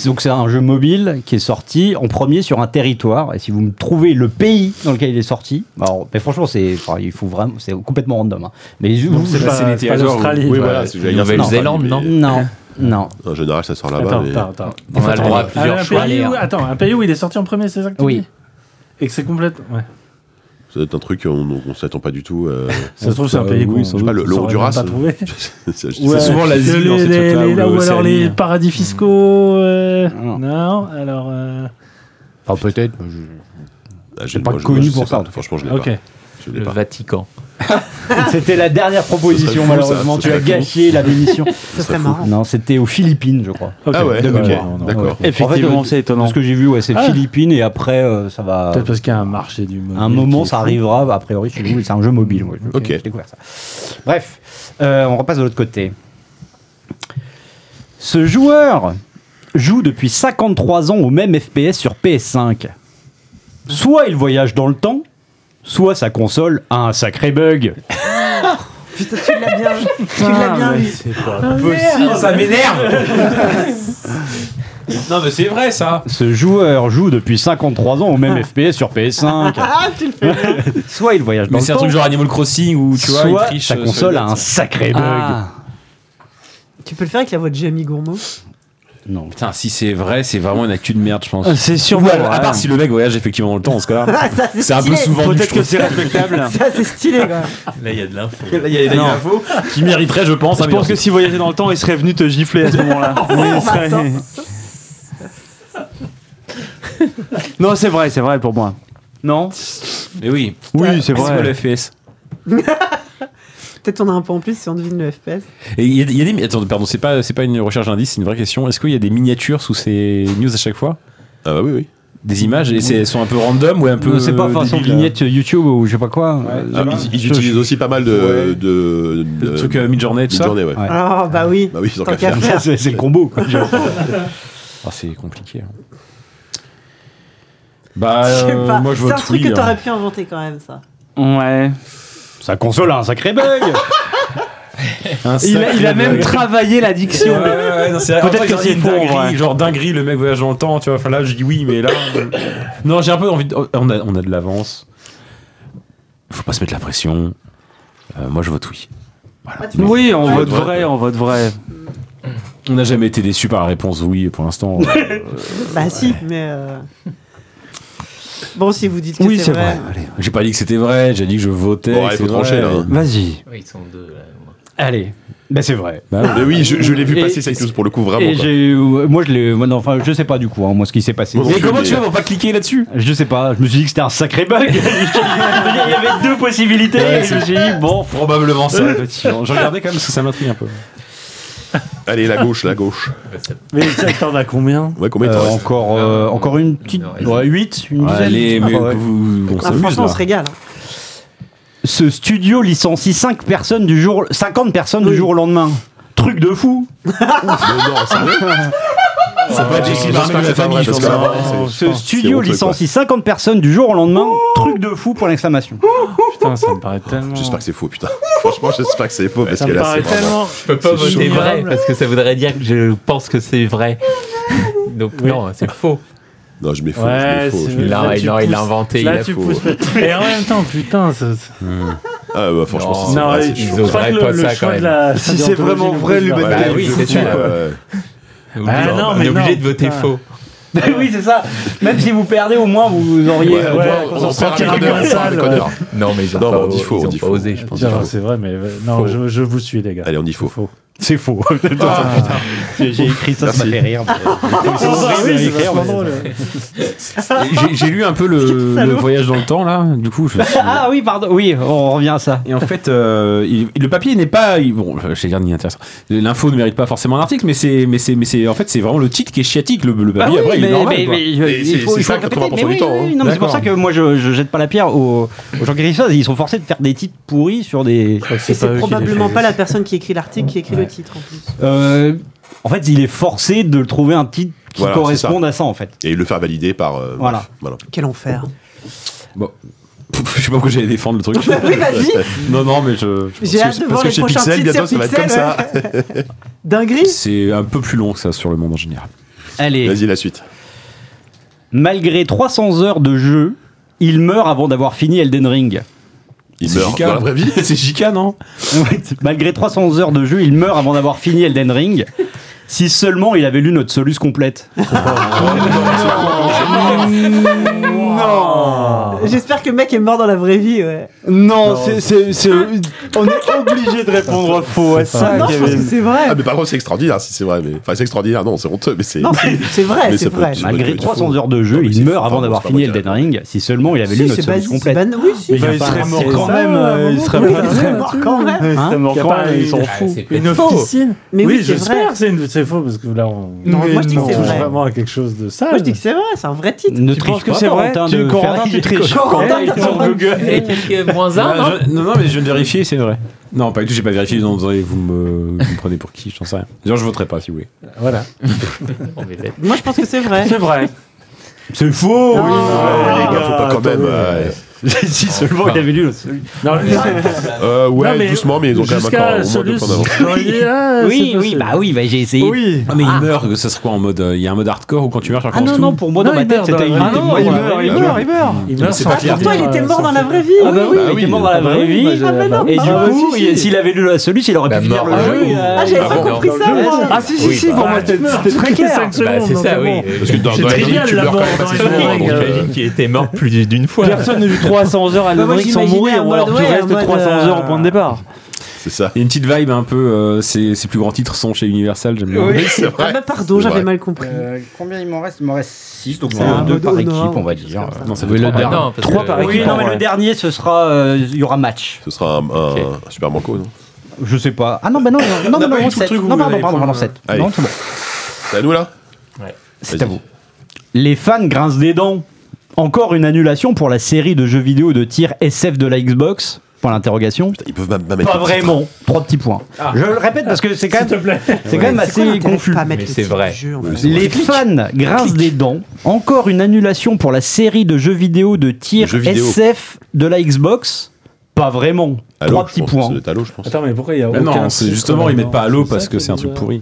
Speaker 3: donc c'est un jeu mobile qui est sorti en premier sur un territoire et si vous me trouvez le pays dans lequel il est sorti, alors mais franchement c'est, enfin, il faut vraiment, c'est complètement random. hein. Mais je-
Speaker 7: Non,
Speaker 3: vous-
Speaker 7: c'est
Speaker 8: c'est
Speaker 7: pas,
Speaker 8: les
Speaker 7: c'est pas
Speaker 8: territoires où-
Speaker 7: l'Australie.
Speaker 1: Oui,
Speaker 7: Ouais.
Speaker 1: voilà, c'est- j'allais dire ça,
Speaker 6: Nouvelle-Zélande,
Speaker 1: mais-
Speaker 6: non
Speaker 1: [LAUGHS]
Speaker 3: non, non.
Speaker 1: En général, ça sort là-bas. Ah,
Speaker 7: Attends,
Speaker 1: bah, mais-
Speaker 7: attends, attends.
Speaker 6: On a le droit à
Speaker 7: Ah,
Speaker 6: plusieurs
Speaker 7: un
Speaker 6: choix. euh, hein,
Speaker 7: pays où- Attends, un pays où il est sorti en premier, c'est ça que tu
Speaker 3: Oui.
Speaker 7: dis Et que c'est complète. Ouais.
Speaker 1: Ça doit être un truc qu'on on s'attend pas du tout. euh,
Speaker 7: Ça se trouve, c'est un
Speaker 8: Euh,
Speaker 7: pays
Speaker 8: oui,
Speaker 7: qu'on-
Speaker 8: sans
Speaker 7: qu'on
Speaker 8: doute.
Speaker 1: pas, le- le
Speaker 7: saurait même
Speaker 1: Honduras,
Speaker 7: pas
Speaker 1: euh,
Speaker 7: trouver.
Speaker 1: c'est- je-
Speaker 8: Ouais.
Speaker 1: c'est-
Speaker 8: souvent l'Asie
Speaker 7: Les-
Speaker 8: dans ces
Speaker 7: les-
Speaker 8: trucs-là,
Speaker 7: les-
Speaker 8: ou
Speaker 7: Ou alors les
Speaker 8: l'Océanie.
Speaker 7: paradis fiscaux. euh,
Speaker 3: Non.
Speaker 7: Non, alors. euh,
Speaker 3: Enfin peut-être. mais je-
Speaker 1: Ah, je-
Speaker 3: c'est pas
Speaker 1: moi, je-
Speaker 3: connu
Speaker 1: moi, je
Speaker 3: pour
Speaker 1: sais
Speaker 3: ça, en
Speaker 1: pas.
Speaker 3: tout
Speaker 1: Franchement, je l'ai
Speaker 7: Ok.
Speaker 1: pas. Je l'ai
Speaker 6: Le
Speaker 1: pas.
Speaker 6: Vatican.
Speaker 3: C'était la dernière
Speaker 1: Ce serait
Speaker 3: proposition,
Speaker 1: fou,
Speaker 3: malheureusement.
Speaker 1: ça, ce
Speaker 3: tu as
Speaker 1: serait fou.
Speaker 3: gâché la démission.
Speaker 5: Ce serait marrant.
Speaker 3: non, c'était aux Philippines, je crois.
Speaker 7: ok.
Speaker 1: Ah ouais,
Speaker 3: de
Speaker 1: ok,
Speaker 3: mémoire,
Speaker 8: non.
Speaker 1: d'accord.
Speaker 3: Ouais.
Speaker 4: Effectivement,
Speaker 3: En fait,
Speaker 4: c'est étonnant.
Speaker 3: de ce que j'ai vu, ouais, c'est
Speaker 7: Ah.
Speaker 3: Philippines et après, euh, ça va.
Speaker 7: Peut-être parce qu'il y a un marché du monde.
Speaker 3: À un moment, ça arrivera, a priori, chez nous, c'est un jeu mobile. moi, j'ai-
Speaker 1: Ok.
Speaker 3: J'ai découvert ça. Bref, euh, on repasse de l'autre côté. Ce joueur joue depuis 53 ans au même FPS sur PS5. Soit il voyage dans le temps, soit sa console a un sacré bug.
Speaker 5: Putain, tu l'as bien, [LAUGHS] tu l'as bien vu.
Speaker 8: ça m'énerve Non, mais c'est vrai, ça
Speaker 3: Ce joueur joue depuis 53 ans au même FPS sur PS5.
Speaker 5: Ah, tu le fais bien.
Speaker 3: Soit il voyage dans
Speaker 8: Mais
Speaker 3: le
Speaker 8: c'est un
Speaker 3: temps,
Speaker 8: truc genre Animal Crossing où tu vois, il
Speaker 3: soit
Speaker 8: triche.
Speaker 3: sa
Speaker 8: euh,
Speaker 3: console
Speaker 8: sur
Speaker 3: a
Speaker 8: les
Speaker 3: un
Speaker 8: dates.
Speaker 3: sacré bug.
Speaker 5: [LAUGHS] Tu peux le faire avec la voix de Jamie Gourmaud.
Speaker 3: Non.
Speaker 8: Putain, si c'est vrai, c'est vraiment une actu de merde, je pense.
Speaker 3: Euh,
Speaker 4: C'est sûr.
Speaker 8: Ou à, à part si le mec voyage effectivement dans le temps, en ce cas-là.
Speaker 5: Ah, ça,
Speaker 8: C'est un peu
Speaker 5: stylé.
Speaker 8: souvent du
Speaker 4: Peut-être que c'est [LAUGHS] respectable.
Speaker 5: [LAUGHS] Ça, c'est stylé, quoi.
Speaker 12: Là, il y a de l'info.
Speaker 8: Il y a des
Speaker 4: Non.
Speaker 8: infos qui mériteraient, je pense. hein,
Speaker 4: Je pense que si voyageait dans le temps, il serait venu te gifler à ce moment-là. Oui, il serait- Non, c'est vrai, c'est vrai pour moi. Non
Speaker 8: Mais oui.
Speaker 4: Oui, c'est
Speaker 8: Mais C'est quoi
Speaker 4: vrai.
Speaker 8: le FPS
Speaker 5: Peut-être on a un peu en plus si on devine le FPS.
Speaker 8: Et il y, a- il y a des. Attends, pardon, c'est pas, c'est pas une recherche d'indice, c'est une vraie question. Est-ce qu'il y a des miniatures sous ces news à chaque fois
Speaker 1: Ah bah oui, oui.
Speaker 8: Des images Et c'est- elles sont un peu random ou un peu.
Speaker 3: c'est pas façon
Speaker 8: débiles, là
Speaker 3: vignette YouTube ou je sais pas quoi. Euh,
Speaker 1: Ah, ils, ils utilisent aussi pas mal de.
Speaker 8: Ouais.
Speaker 1: de, de-
Speaker 8: Le truc euh, mid-journée, tout ça
Speaker 1: mid-journée, ouais.
Speaker 3: Ouais.
Speaker 5: Ah, bah oui.
Speaker 1: Bah oui, ils ont
Speaker 5: Tant
Speaker 1: qu'à
Speaker 5: qu'à
Speaker 1: faire.
Speaker 5: faire.
Speaker 3: [LAUGHS] C'est c'est le combo. quoi.
Speaker 8: Ah, C'est compliqué. hein. Bah,
Speaker 5: [LAUGHS] Je sais
Speaker 8: euh,
Speaker 5: pas.
Speaker 8: moi je
Speaker 5: C'est un
Speaker 8: vote
Speaker 5: truc
Speaker 8: oui.
Speaker 5: que
Speaker 8: hein.
Speaker 5: t'aurais pu inventer quand même, ça.
Speaker 4: Ouais.
Speaker 3: Sa console a un sacré bug.
Speaker 8: Un
Speaker 4: Il a,
Speaker 8: sacré
Speaker 4: il a même
Speaker 8: bug.
Speaker 4: travaillé l'addiction.
Speaker 8: Ouais, ouais, ouais, non, c'est vrai.
Speaker 4: Peut-être
Speaker 8: En fait,
Speaker 4: que
Speaker 8: il y a
Speaker 4: c'est
Speaker 8: une
Speaker 4: faux, en
Speaker 8: dinguerie,
Speaker 4: vrai.
Speaker 8: genre dinguerie, le mec voyage dans le temps, tu vois. Enfin là, je dis oui, mais là. euh, non, j'ai un peu envie. De... oh, On, a, on a de l'avance. Faut pas se mettre la pression. Euh, moi, je vote oui.
Speaker 5: Ah, tu vois,
Speaker 4: Oui, on
Speaker 5: Ouais.
Speaker 4: vote vrai, on vote vrai.
Speaker 8: On n'a jamais été déçu par la réponse oui pour l'instant.
Speaker 5: Bah si, mais... euh, Bon, si vous dites que
Speaker 4: Oui,
Speaker 5: c'est
Speaker 4: c'est
Speaker 5: vrai. euh,
Speaker 8: Allez, j'ai pas dit que c'était vrai, j'ai dit que je votais.
Speaker 1: Bon,
Speaker 8: que
Speaker 1: il faut
Speaker 8: c'est
Speaker 1: trancher,
Speaker 8: vrai.
Speaker 1: là, hein.
Speaker 3: Vas-y.
Speaker 6: Oui, ils sont deux. là, au moins.
Speaker 3: Allez. Ben c'est vrai.
Speaker 8: Bah,
Speaker 1: Mais oui, je, je l'ai vu
Speaker 3: Et-
Speaker 1: passer cette news pour le
Speaker 8: Ah,
Speaker 1: coup, vraiment.
Speaker 3: Et
Speaker 1: quoi.
Speaker 3: j'ai, euh, moi je l'ai, moi, non, enfin je sais pas du coup, hein, moi ce qui s'est passé.
Speaker 1: Moi non
Speaker 8: Mais
Speaker 1: plus,
Speaker 8: comment
Speaker 1: mais-
Speaker 8: tu fais pour pas cliquer là-dessus
Speaker 3: Je sais pas, je me suis dit que c'était un sacré bug. [LAUGHS] Il y avait deux possibilités. et je me suis dit, bon,
Speaker 8: Probablement ça, effectivement. Je regardais quand même parce que ça m'intrigue un peu.
Speaker 1: Allez, la gauche, la gauche.
Speaker 7: Mais t'en as combien
Speaker 1: Ouais, combien il
Speaker 3: euh,
Speaker 1: t'en reste
Speaker 3: encore, euh, encore une petite.
Speaker 6: Non,
Speaker 3: Ouais, 8, une dizaine.
Speaker 8: Ah. Allez, mais
Speaker 3: Ah, ouais.
Speaker 8: vous, on
Speaker 5: Ah,
Speaker 8: s'amuse
Speaker 5: franchement, on
Speaker 8: là.
Speaker 5: se régale. hein.
Speaker 3: Ce studio licencie 5 personnes du jour, 50 personnes du jour au lendemain. Truc de fou.
Speaker 1: Mais non, c'est vrai.
Speaker 8: Ça peut être ici
Speaker 1: J'espère que c'est pas vrai, parce que là,
Speaker 7: Oh,
Speaker 1: c'est-
Speaker 3: Ce studio
Speaker 1: gros truc,
Speaker 3: licencie 50 personnes du jour au lendemain. Truc de fou pour l'exclamation.
Speaker 4: Putain, ça me paraît tellement.
Speaker 1: J'espère que c'est faux, putain. Franchement, j'espère que c'est faux parce
Speaker 7: Ça
Speaker 1: que
Speaker 7: me
Speaker 1: là, c'est
Speaker 7: paraît
Speaker 1: vraiment.
Speaker 7: tellement.
Speaker 6: Je peux pas
Speaker 7: C'est
Speaker 6: voter
Speaker 7: chaud.
Speaker 6: vrai parce que ça voudrait dire que je pense que c'est vrai. [LAUGHS] Donc non, c'est faux.
Speaker 1: Non, je mets faux, je mets
Speaker 7: Ouais,
Speaker 1: faux. je
Speaker 7: c'est-
Speaker 1: mets-
Speaker 6: Il a,
Speaker 7: là,
Speaker 6: il
Speaker 7: tu
Speaker 6: a, il a
Speaker 7: pousses.
Speaker 6: inventé, il
Speaker 7: Là,
Speaker 6: a
Speaker 7: tu
Speaker 6: faux.
Speaker 7: pousses. Et en même temps, putain, ça-
Speaker 1: Ah, bah, franchement, si c'est
Speaker 7: Non,
Speaker 1: vrai, c'est
Speaker 7: ils-
Speaker 1: chaud.
Speaker 6: ils
Speaker 7: je crois
Speaker 6: oseraient
Speaker 7: que le,
Speaker 6: pas
Speaker 7: le
Speaker 6: ça quand
Speaker 7: choix de
Speaker 6: même.
Speaker 7: la.
Speaker 4: Si c'est vraiment vrai, lui
Speaker 1: Bah,
Speaker 4: mettre
Speaker 6: Bah
Speaker 1: ouais,
Speaker 6: oui,
Speaker 1: du
Speaker 6: c'est
Speaker 1: coup,
Speaker 6: sûr.
Speaker 1: euh,
Speaker 6: On
Speaker 7: Ah, non,
Speaker 6: est obligé-
Speaker 7: mais
Speaker 6: on est obligé
Speaker 7: non,
Speaker 6: de voter
Speaker 7: putain.
Speaker 6: faux.
Speaker 4: [LAUGHS]
Speaker 3: oui, c'est ça. Même si vous perdez, au moins vous auriez.
Speaker 1: ouais,
Speaker 3: euh,
Speaker 1: on
Speaker 7: ouais,
Speaker 1: va-
Speaker 7: qu'on
Speaker 1: on
Speaker 7: s'en
Speaker 1: va faire
Speaker 7: sortira
Speaker 1: un
Speaker 7: bien
Speaker 4: [LAUGHS]
Speaker 1: déconneur,
Speaker 7: sale,
Speaker 1: un déconneur.
Speaker 6: Non, mais ils ont
Speaker 1: Non,
Speaker 6: pas,
Speaker 1: mais on dit
Speaker 6: ils
Speaker 1: faux, on
Speaker 6: ont
Speaker 1: dit
Speaker 6: pas
Speaker 1: faux.
Speaker 6: osé, je pense.
Speaker 7: Tiens, C'est vrai, mais non, je, je vous suis, les gars.
Speaker 1: Allez, on dit faux.
Speaker 3: C'est faux. J'ai écrit ça, ça m'a fait rire.
Speaker 7: Ah oui,
Speaker 4: [LAUGHS]
Speaker 7: c'est
Speaker 3: écrit, on
Speaker 7: vachement
Speaker 3: les a
Speaker 7: drôle.
Speaker 8: J'ai- J'ai lu un peu
Speaker 3: [LAUGHS]
Speaker 8: le, le voyage dans le temps là, du coup. Je suis-
Speaker 3: Ah oui, pardon. Oui, on revient à ça.
Speaker 8: Et en fait, euh, il- le papier n'est pas. il- Bon, je vais dire ni intéressant. L'info ne mérite pas forcément un article, mais c'est, mais c'est, mais c'est, en fait, c'est vraiment le titre qui est chiatique. Le, le
Speaker 3: Ah
Speaker 8: papier,
Speaker 3: oui,
Speaker 8: Bah après, il
Speaker 3: mais-
Speaker 8: est normal.
Speaker 3: mais-
Speaker 8: quoi.
Speaker 3: mais-
Speaker 1: Et
Speaker 3: il
Speaker 1: c'est-
Speaker 3: faut,
Speaker 1: c'est
Speaker 3: il faut
Speaker 1: ça,
Speaker 3: le répéter.
Speaker 1: 80%
Speaker 3: Mais
Speaker 1: du
Speaker 3: oui,
Speaker 1: temps,
Speaker 3: oui,
Speaker 1: hein.
Speaker 3: oui, non, mais c'est pour
Speaker 8: D'accord.
Speaker 3: ça que moi je, je jette pas la pierre aux, aux gens qui écrivent ça. Ils sont forcés de faire des titres pourris sur des.
Speaker 5: Et c'est probablement pas la personne qui écrit l'article qui écrit le titre, en plus.
Speaker 3: Euh, en fait, il est forcé de trouver un titre qui
Speaker 1: Voilà,
Speaker 3: corresponde à ça en fait.
Speaker 1: Et le faire valider par. euh,
Speaker 3: Voilà.
Speaker 1: bref, Voilà.
Speaker 5: Quel enfer.
Speaker 8: Pff, [LAUGHS] Je sais pas pourquoi j'allais défendre le truc.
Speaker 5: [LAUGHS]
Speaker 3: [LAUGHS]
Speaker 5: oui, vas-y.
Speaker 8: non, non, mais je. je
Speaker 5: J'ai
Speaker 8: pense
Speaker 5: hâte
Speaker 8: que-
Speaker 5: de
Speaker 1: Parce
Speaker 5: voir
Speaker 1: que
Speaker 5: les
Speaker 1: chez
Speaker 5: prochains
Speaker 1: Pixel,
Speaker 5: titres
Speaker 1: bientôt, ça
Speaker 5: sur
Speaker 1: va être
Speaker 5: Pixel.
Speaker 1: comme ça.
Speaker 5: Dinguerie.
Speaker 8: C'est un peu plus long que ça sur le monde en général.
Speaker 3: Allez.
Speaker 1: Vas-y, la suite.
Speaker 3: Malgré 300 heures de jeu, il meurt avant d'avoir fini Elden Ring.
Speaker 1: Il
Speaker 8: C'est
Speaker 1: meurt
Speaker 8: Jika.
Speaker 1: dans la vraie vie.
Speaker 8: [LAUGHS] c'est Jika, non
Speaker 3: Malgré 300 heures de jeu, il meurt avant d'avoir fini Elden Ring. Si seulement il avait lu notre soluce complète.
Speaker 5: J'espère que le mec est mort dans la vraie vie, ouais.
Speaker 4: Non, c'est- c'est- c'est- on [LAUGHS] est obligé de répondre faux à ça,
Speaker 5: non, je pense que
Speaker 4: Kevin.
Speaker 5: c'est vrai.
Speaker 1: Ah, mais par contre, c'est extraordinaire si c'est vrai. Mais... Enfin, c'est extraordinaire, non, c'est honteux, mais c'est.
Speaker 5: Non, c'est c'est vrai,
Speaker 1: Mais
Speaker 5: c'est
Speaker 1: ça peut
Speaker 5: vrai.
Speaker 1: être-
Speaker 3: Malgré
Speaker 1: Bah,
Speaker 3: 300
Speaker 1: tu-
Speaker 3: heures de
Speaker 1: Non,
Speaker 3: jeu,
Speaker 1: mais
Speaker 3: il
Speaker 1: c'est-
Speaker 3: meurt avant
Speaker 1: pardon,
Speaker 3: d'avoir
Speaker 1: c'est pas
Speaker 3: fini
Speaker 1: moi qui ai
Speaker 3: Elden Ring. Si seulement il avait
Speaker 5: Si,
Speaker 3: lu notre
Speaker 5: c'est
Speaker 3: soluce
Speaker 5: basique, c'est
Speaker 3: complète.
Speaker 5: ban- Oui, si.
Speaker 4: Bah, il serait mort quand
Speaker 5: ça,
Speaker 4: même, euh, il
Speaker 5: bon,
Speaker 4: serait
Speaker 5: oui,
Speaker 4: pas-
Speaker 5: il serait mort quand même.
Speaker 4: Il serait mort
Speaker 7: Hein
Speaker 4: quand même, ils sont
Speaker 7: Ah,
Speaker 6: Ah,
Speaker 4: fous.
Speaker 6: c'est peut-être
Speaker 7: Une
Speaker 6: faux.
Speaker 7: officine.
Speaker 5: Mais oui,
Speaker 7: oui,
Speaker 5: c'est vrai.
Speaker 7: j'espère que c'est une- c'est faux parce que là, on
Speaker 5: Non, moi, je dis que
Speaker 7: on
Speaker 5: c'est
Speaker 7: touche
Speaker 5: vrai.
Speaker 7: vraiment à quelque chose de
Speaker 5: Moi,
Speaker 7: sale.
Speaker 5: je dis que c'est vrai, c'est un vrai titre.
Speaker 3: Ne
Speaker 4: Tu
Speaker 3: triche
Speaker 4: penses que
Speaker 3: pas,
Speaker 4: c'est vrai
Speaker 3: Corentin,
Speaker 4: Tu-
Speaker 3: de
Speaker 4: Corentin,
Speaker 3: faire-
Speaker 4: tu triches.
Speaker 5: Corentin,
Speaker 4: Eh,
Speaker 5: t'as
Speaker 4: sur
Speaker 5: pas-
Speaker 4: Google.
Speaker 6: Et quelques moins un, non
Speaker 8: Ah, je- Non, non, mais je viens de vérifier, c'est vrai. Non, pas du tout, j'ai pas vérifié. Non, désolé, vous me, vous me prenez pour qui J'en sais rien. Genre, je voterai pas si vous voulez.
Speaker 7: Voilà.
Speaker 6: On est bête.
Speaker 4: [LAUGHS]
Speaker 5: Moi, je pense que c'est vrai.
Speaker 4: C'est vrai.
Speaker 3: C'est faux
Speaker 1: Ah, les gars, faut pas quand même.
Speaker 7: Ah, attendez.
Speaker 1: euh,
Speaker 11: si seulement il avait lu.
Speaker 7: Non,
Speaker 1: Euh, ouais,
Speaker 7: Non, mais
Speaker 1: doucement, mais ils ont quand même encore
Speaker 7: jusqu'à
Speaker 1: au moins deux
Speaker 7: celui-
Speaker 1: points d'avance.
Speaker 7: Oui, ah,
Speaker 11: Oui, oui,
Speaker 7: c'est possible.
Speaker 11: bah oui, bah j'ai essayé.
Speaker 7: Oui.
Speaker 8: Ah, mais il meurt, ça serait quoi en mode euh, Il y a un mode hardcore où quand tu meurs, tu
Speaker 11: Ah
Speaker 8: recommences
Speaker 11: non,
Speaker 8: tout
Speaker 11: non, pour moi, dans
Speaker 7: Non,
Speaker 11: ma
Speaker 7: il
Speaker 11: tête,
Speaker 7: meurt
Speaker 11: c'était
Speaker 7: dans-
Speaker 11: il bah
Speaker 7: Ah
Speaker 11: était
Speaker 7: non,
Speaker 11: mort.
Speaker 7: il
Speaker 11: ouais.
Speaker 4: bah
Speaker 7: meurt, il
Speaker 4: Mmh.
Speaker 7: meurt, il meurt. Il
Speaker 8: Mais
Speaker 7: meurt
Speaker 8: c'est
Speaker 7: sans
Speaker 8: pas
Speaker 7: dire,
Speaker 5: Pourtant, il était
Speaker 7: euh,
Speaker 5: mort
Speaker 7: sans
Speaker 5: dans la
Speaker 7: faire-
Speaker 5: vraie vie.
Speaker 11: Ah bah oui,
Speaker 1: Bah
Speaker 11: il était
Speaker 1: oui.
Speaker 11: mort dans la
Speaker 7: bah
Speaker 11: vraie
Speaker 7: oui,
Speaker 11: vie.
Speaker 7: moi, je-
Speaker 5: Ah, mais non.
Speaker 11: Et du
Speaker 4: bah
Speaker 7: Ah,
Speaker 11: coup,
Speaker 7: si, si.
Speaker 11: il- s'il avait lu la solution, il aurait
Speaker 6: Bah,
Speaker 11: pu finir
Speaker 6: mort
Speaker 11: le
Speaker 6: dans
Speaker 11: jeu.
Speaker 6: le jeu.
Speaker 11: euh,
Speaker 5: Ah, j'avais pas
Speaker 1: bon.
Speaker 5: compris
Speaker 7: dans le
Speaker 5: ça,
Speaker 7: jeu.
Speaker 5: moi.
Speaker 7: Ah si, si,
Speaker 6: Oui,
Speaker 7: si,
Speaker 6: bah,
Speaker 7: pour moi, c'était c'était très clair.
Speaker 6: Bah, c'est ça, oui.
Speaker 1: Parce que dans,
Speaker 7: C'est
Speaker 1: dans la
Speaker 7: trivial,
Speaker 1: vie, tu
Speaker 7: la
Speaker 1: meurs quand
Speaker 7: mort
Speaker 1: même
Speaker 7: dans
Speaker 1: assez
Speaker 7: les
Speaker 1: souvent.
Speaker 7: Elden
Speaker 1: donc,
Speaker 7: Ring,
Speaker 1: euh,
Speaker 6: J'imagine qu'il était mort plus d'une fois.
Speaker 4: Personne n'a vu 300 heures à
Speaker 5: Bah, moi,
Speaker 4: Elden Ring sans
Speaker 5: j'imaginais
Speaker 4: mourir,
Speaker 5: un
Speaker 4: ou alors
Speaker 5: mode,
Speaker 4: tu
Speaker 5: ouais, un
Speaker 4: restes
Speaker 5: mode,
Speaker 4: 300
Speaker 5: euh,
Speaker 4: heures au point de départ.
Speaker 1: C'est ça.
Speaker 8: Il y a une petite vibe un peu. euh, ces, ces plus grands titres sont chez Universal, j'aime bien.
Speaker 1: Oui, c'est
Speaker 5: Ah
Speaker 1: vrai.
Speaker 5: bah pardon,
Speaker 1: C'est
Speaker 5: j'avais
Speaker 1: vrai.
Speaker 5: mal compris.
Speaker 3: Euh, combien il m'en reste Il m'en reste 6, donc
Speaker 5: un
Speaker 3: deux
Speaker 5: mode
Speaker 3: par
Speaker 5: au
Speaker 3: équipe,
Speaker 5: nord,
Speaker 3: on va
Speaker 5: quelque
Speaker 3: dire.
Speaker 5: chose comme
Speaker 8: Non, ça fait
Speaker 6: Oui, le
Speaker 8: trois,
Speaker 6: dernier.
Speaker 8: pardon.
Speaker 4: Trois par
Speaker 11: Oui,
Speaker 4: équipe.
Speaker 11: non, mais le dernier, ce sera. euh, Il y aura match.
Speaker 1: Ce sera un, un- un super manco, non
Speaker 3: Je sais pas. Ah non, bah non, non, non,
Speaker 8: On a
Speaker 3: non,
Speaker 8: pas eu
Speaker 3: non,
Speaker 8: tout le
Speaker 3: sept.
Speaker 8: truc où
Speaker 3: non,
Speaker 8: vous
Speaker 3: pardon,
Speaker 8: avez
Speaker 3: pardon,
Speaker 8: plein
Speaker 3: pardon,
Speaker 8: de-
Speaker 3: 7.
Speaker 1: Allez.
Speaker 3: Non, c'est bon.
Speaker 1: C'est à nous, là
Speaker 3: C'est
Speaker 1: Vas-y.
Speaker 3: à vous. Les fans grincent des dents. Encore une annulation pour la série de jeux vidéo de tir SF de la Xbox Point d'interrogation.
Speaker 1: Ils peuvent même pas mettre.
Speaker 11: Pas
Speaker 1: le titre.
Speaker 11: vraiment. Trois petits points. Je le répète parce que c'est quand
Speaker 7: [LAUGHS]
Speaker 11: même, c'est quand même
Speaker 5: C'est quoi
Speaker 11: assez
Speaker 5: l'intérêt de
Speaker 11: confus.
Speaker 5: pas mettre le
Speaker 6: Mais c'est
Speaker 5: titre
Speaker 6: vrai.
Speaker 5: du jeu, en fait
Speaker 11: Les fans grincent des dents. Encore une annulation pour la série de jeux vidéo de tir
Speaker 1: De jeux vidéo.
Speaker 11: SF de la Xbox Pas vraiment.
Speaker 1: Halo,
Speaker 11: Trois
Speaker 1: je
Speaker 11: petits
Speaker 1: pense.
Speaker 11: points.
Speaker 1: C'est Halo, je pense.
Speaker 7: Attends, mais pourquoi il y a
Speaker 8: Bah
Speaker 7: aucun
Speaker 8: non, c'est
Speaker 7: titre
Speaker 8: justement, ils
Speaker 7: là-dedans
Speaker 8: mettent pas Halo
Speaker 7: C'est
Speaker 8: parce
Speaker 7: ça
Speaker 8: que
Speaker 7: qui
Speaker 8: c'est un
Speaker 7: est
Speaker 8: truc
Speaker 7: bizarre.
Speaker 8: pourri.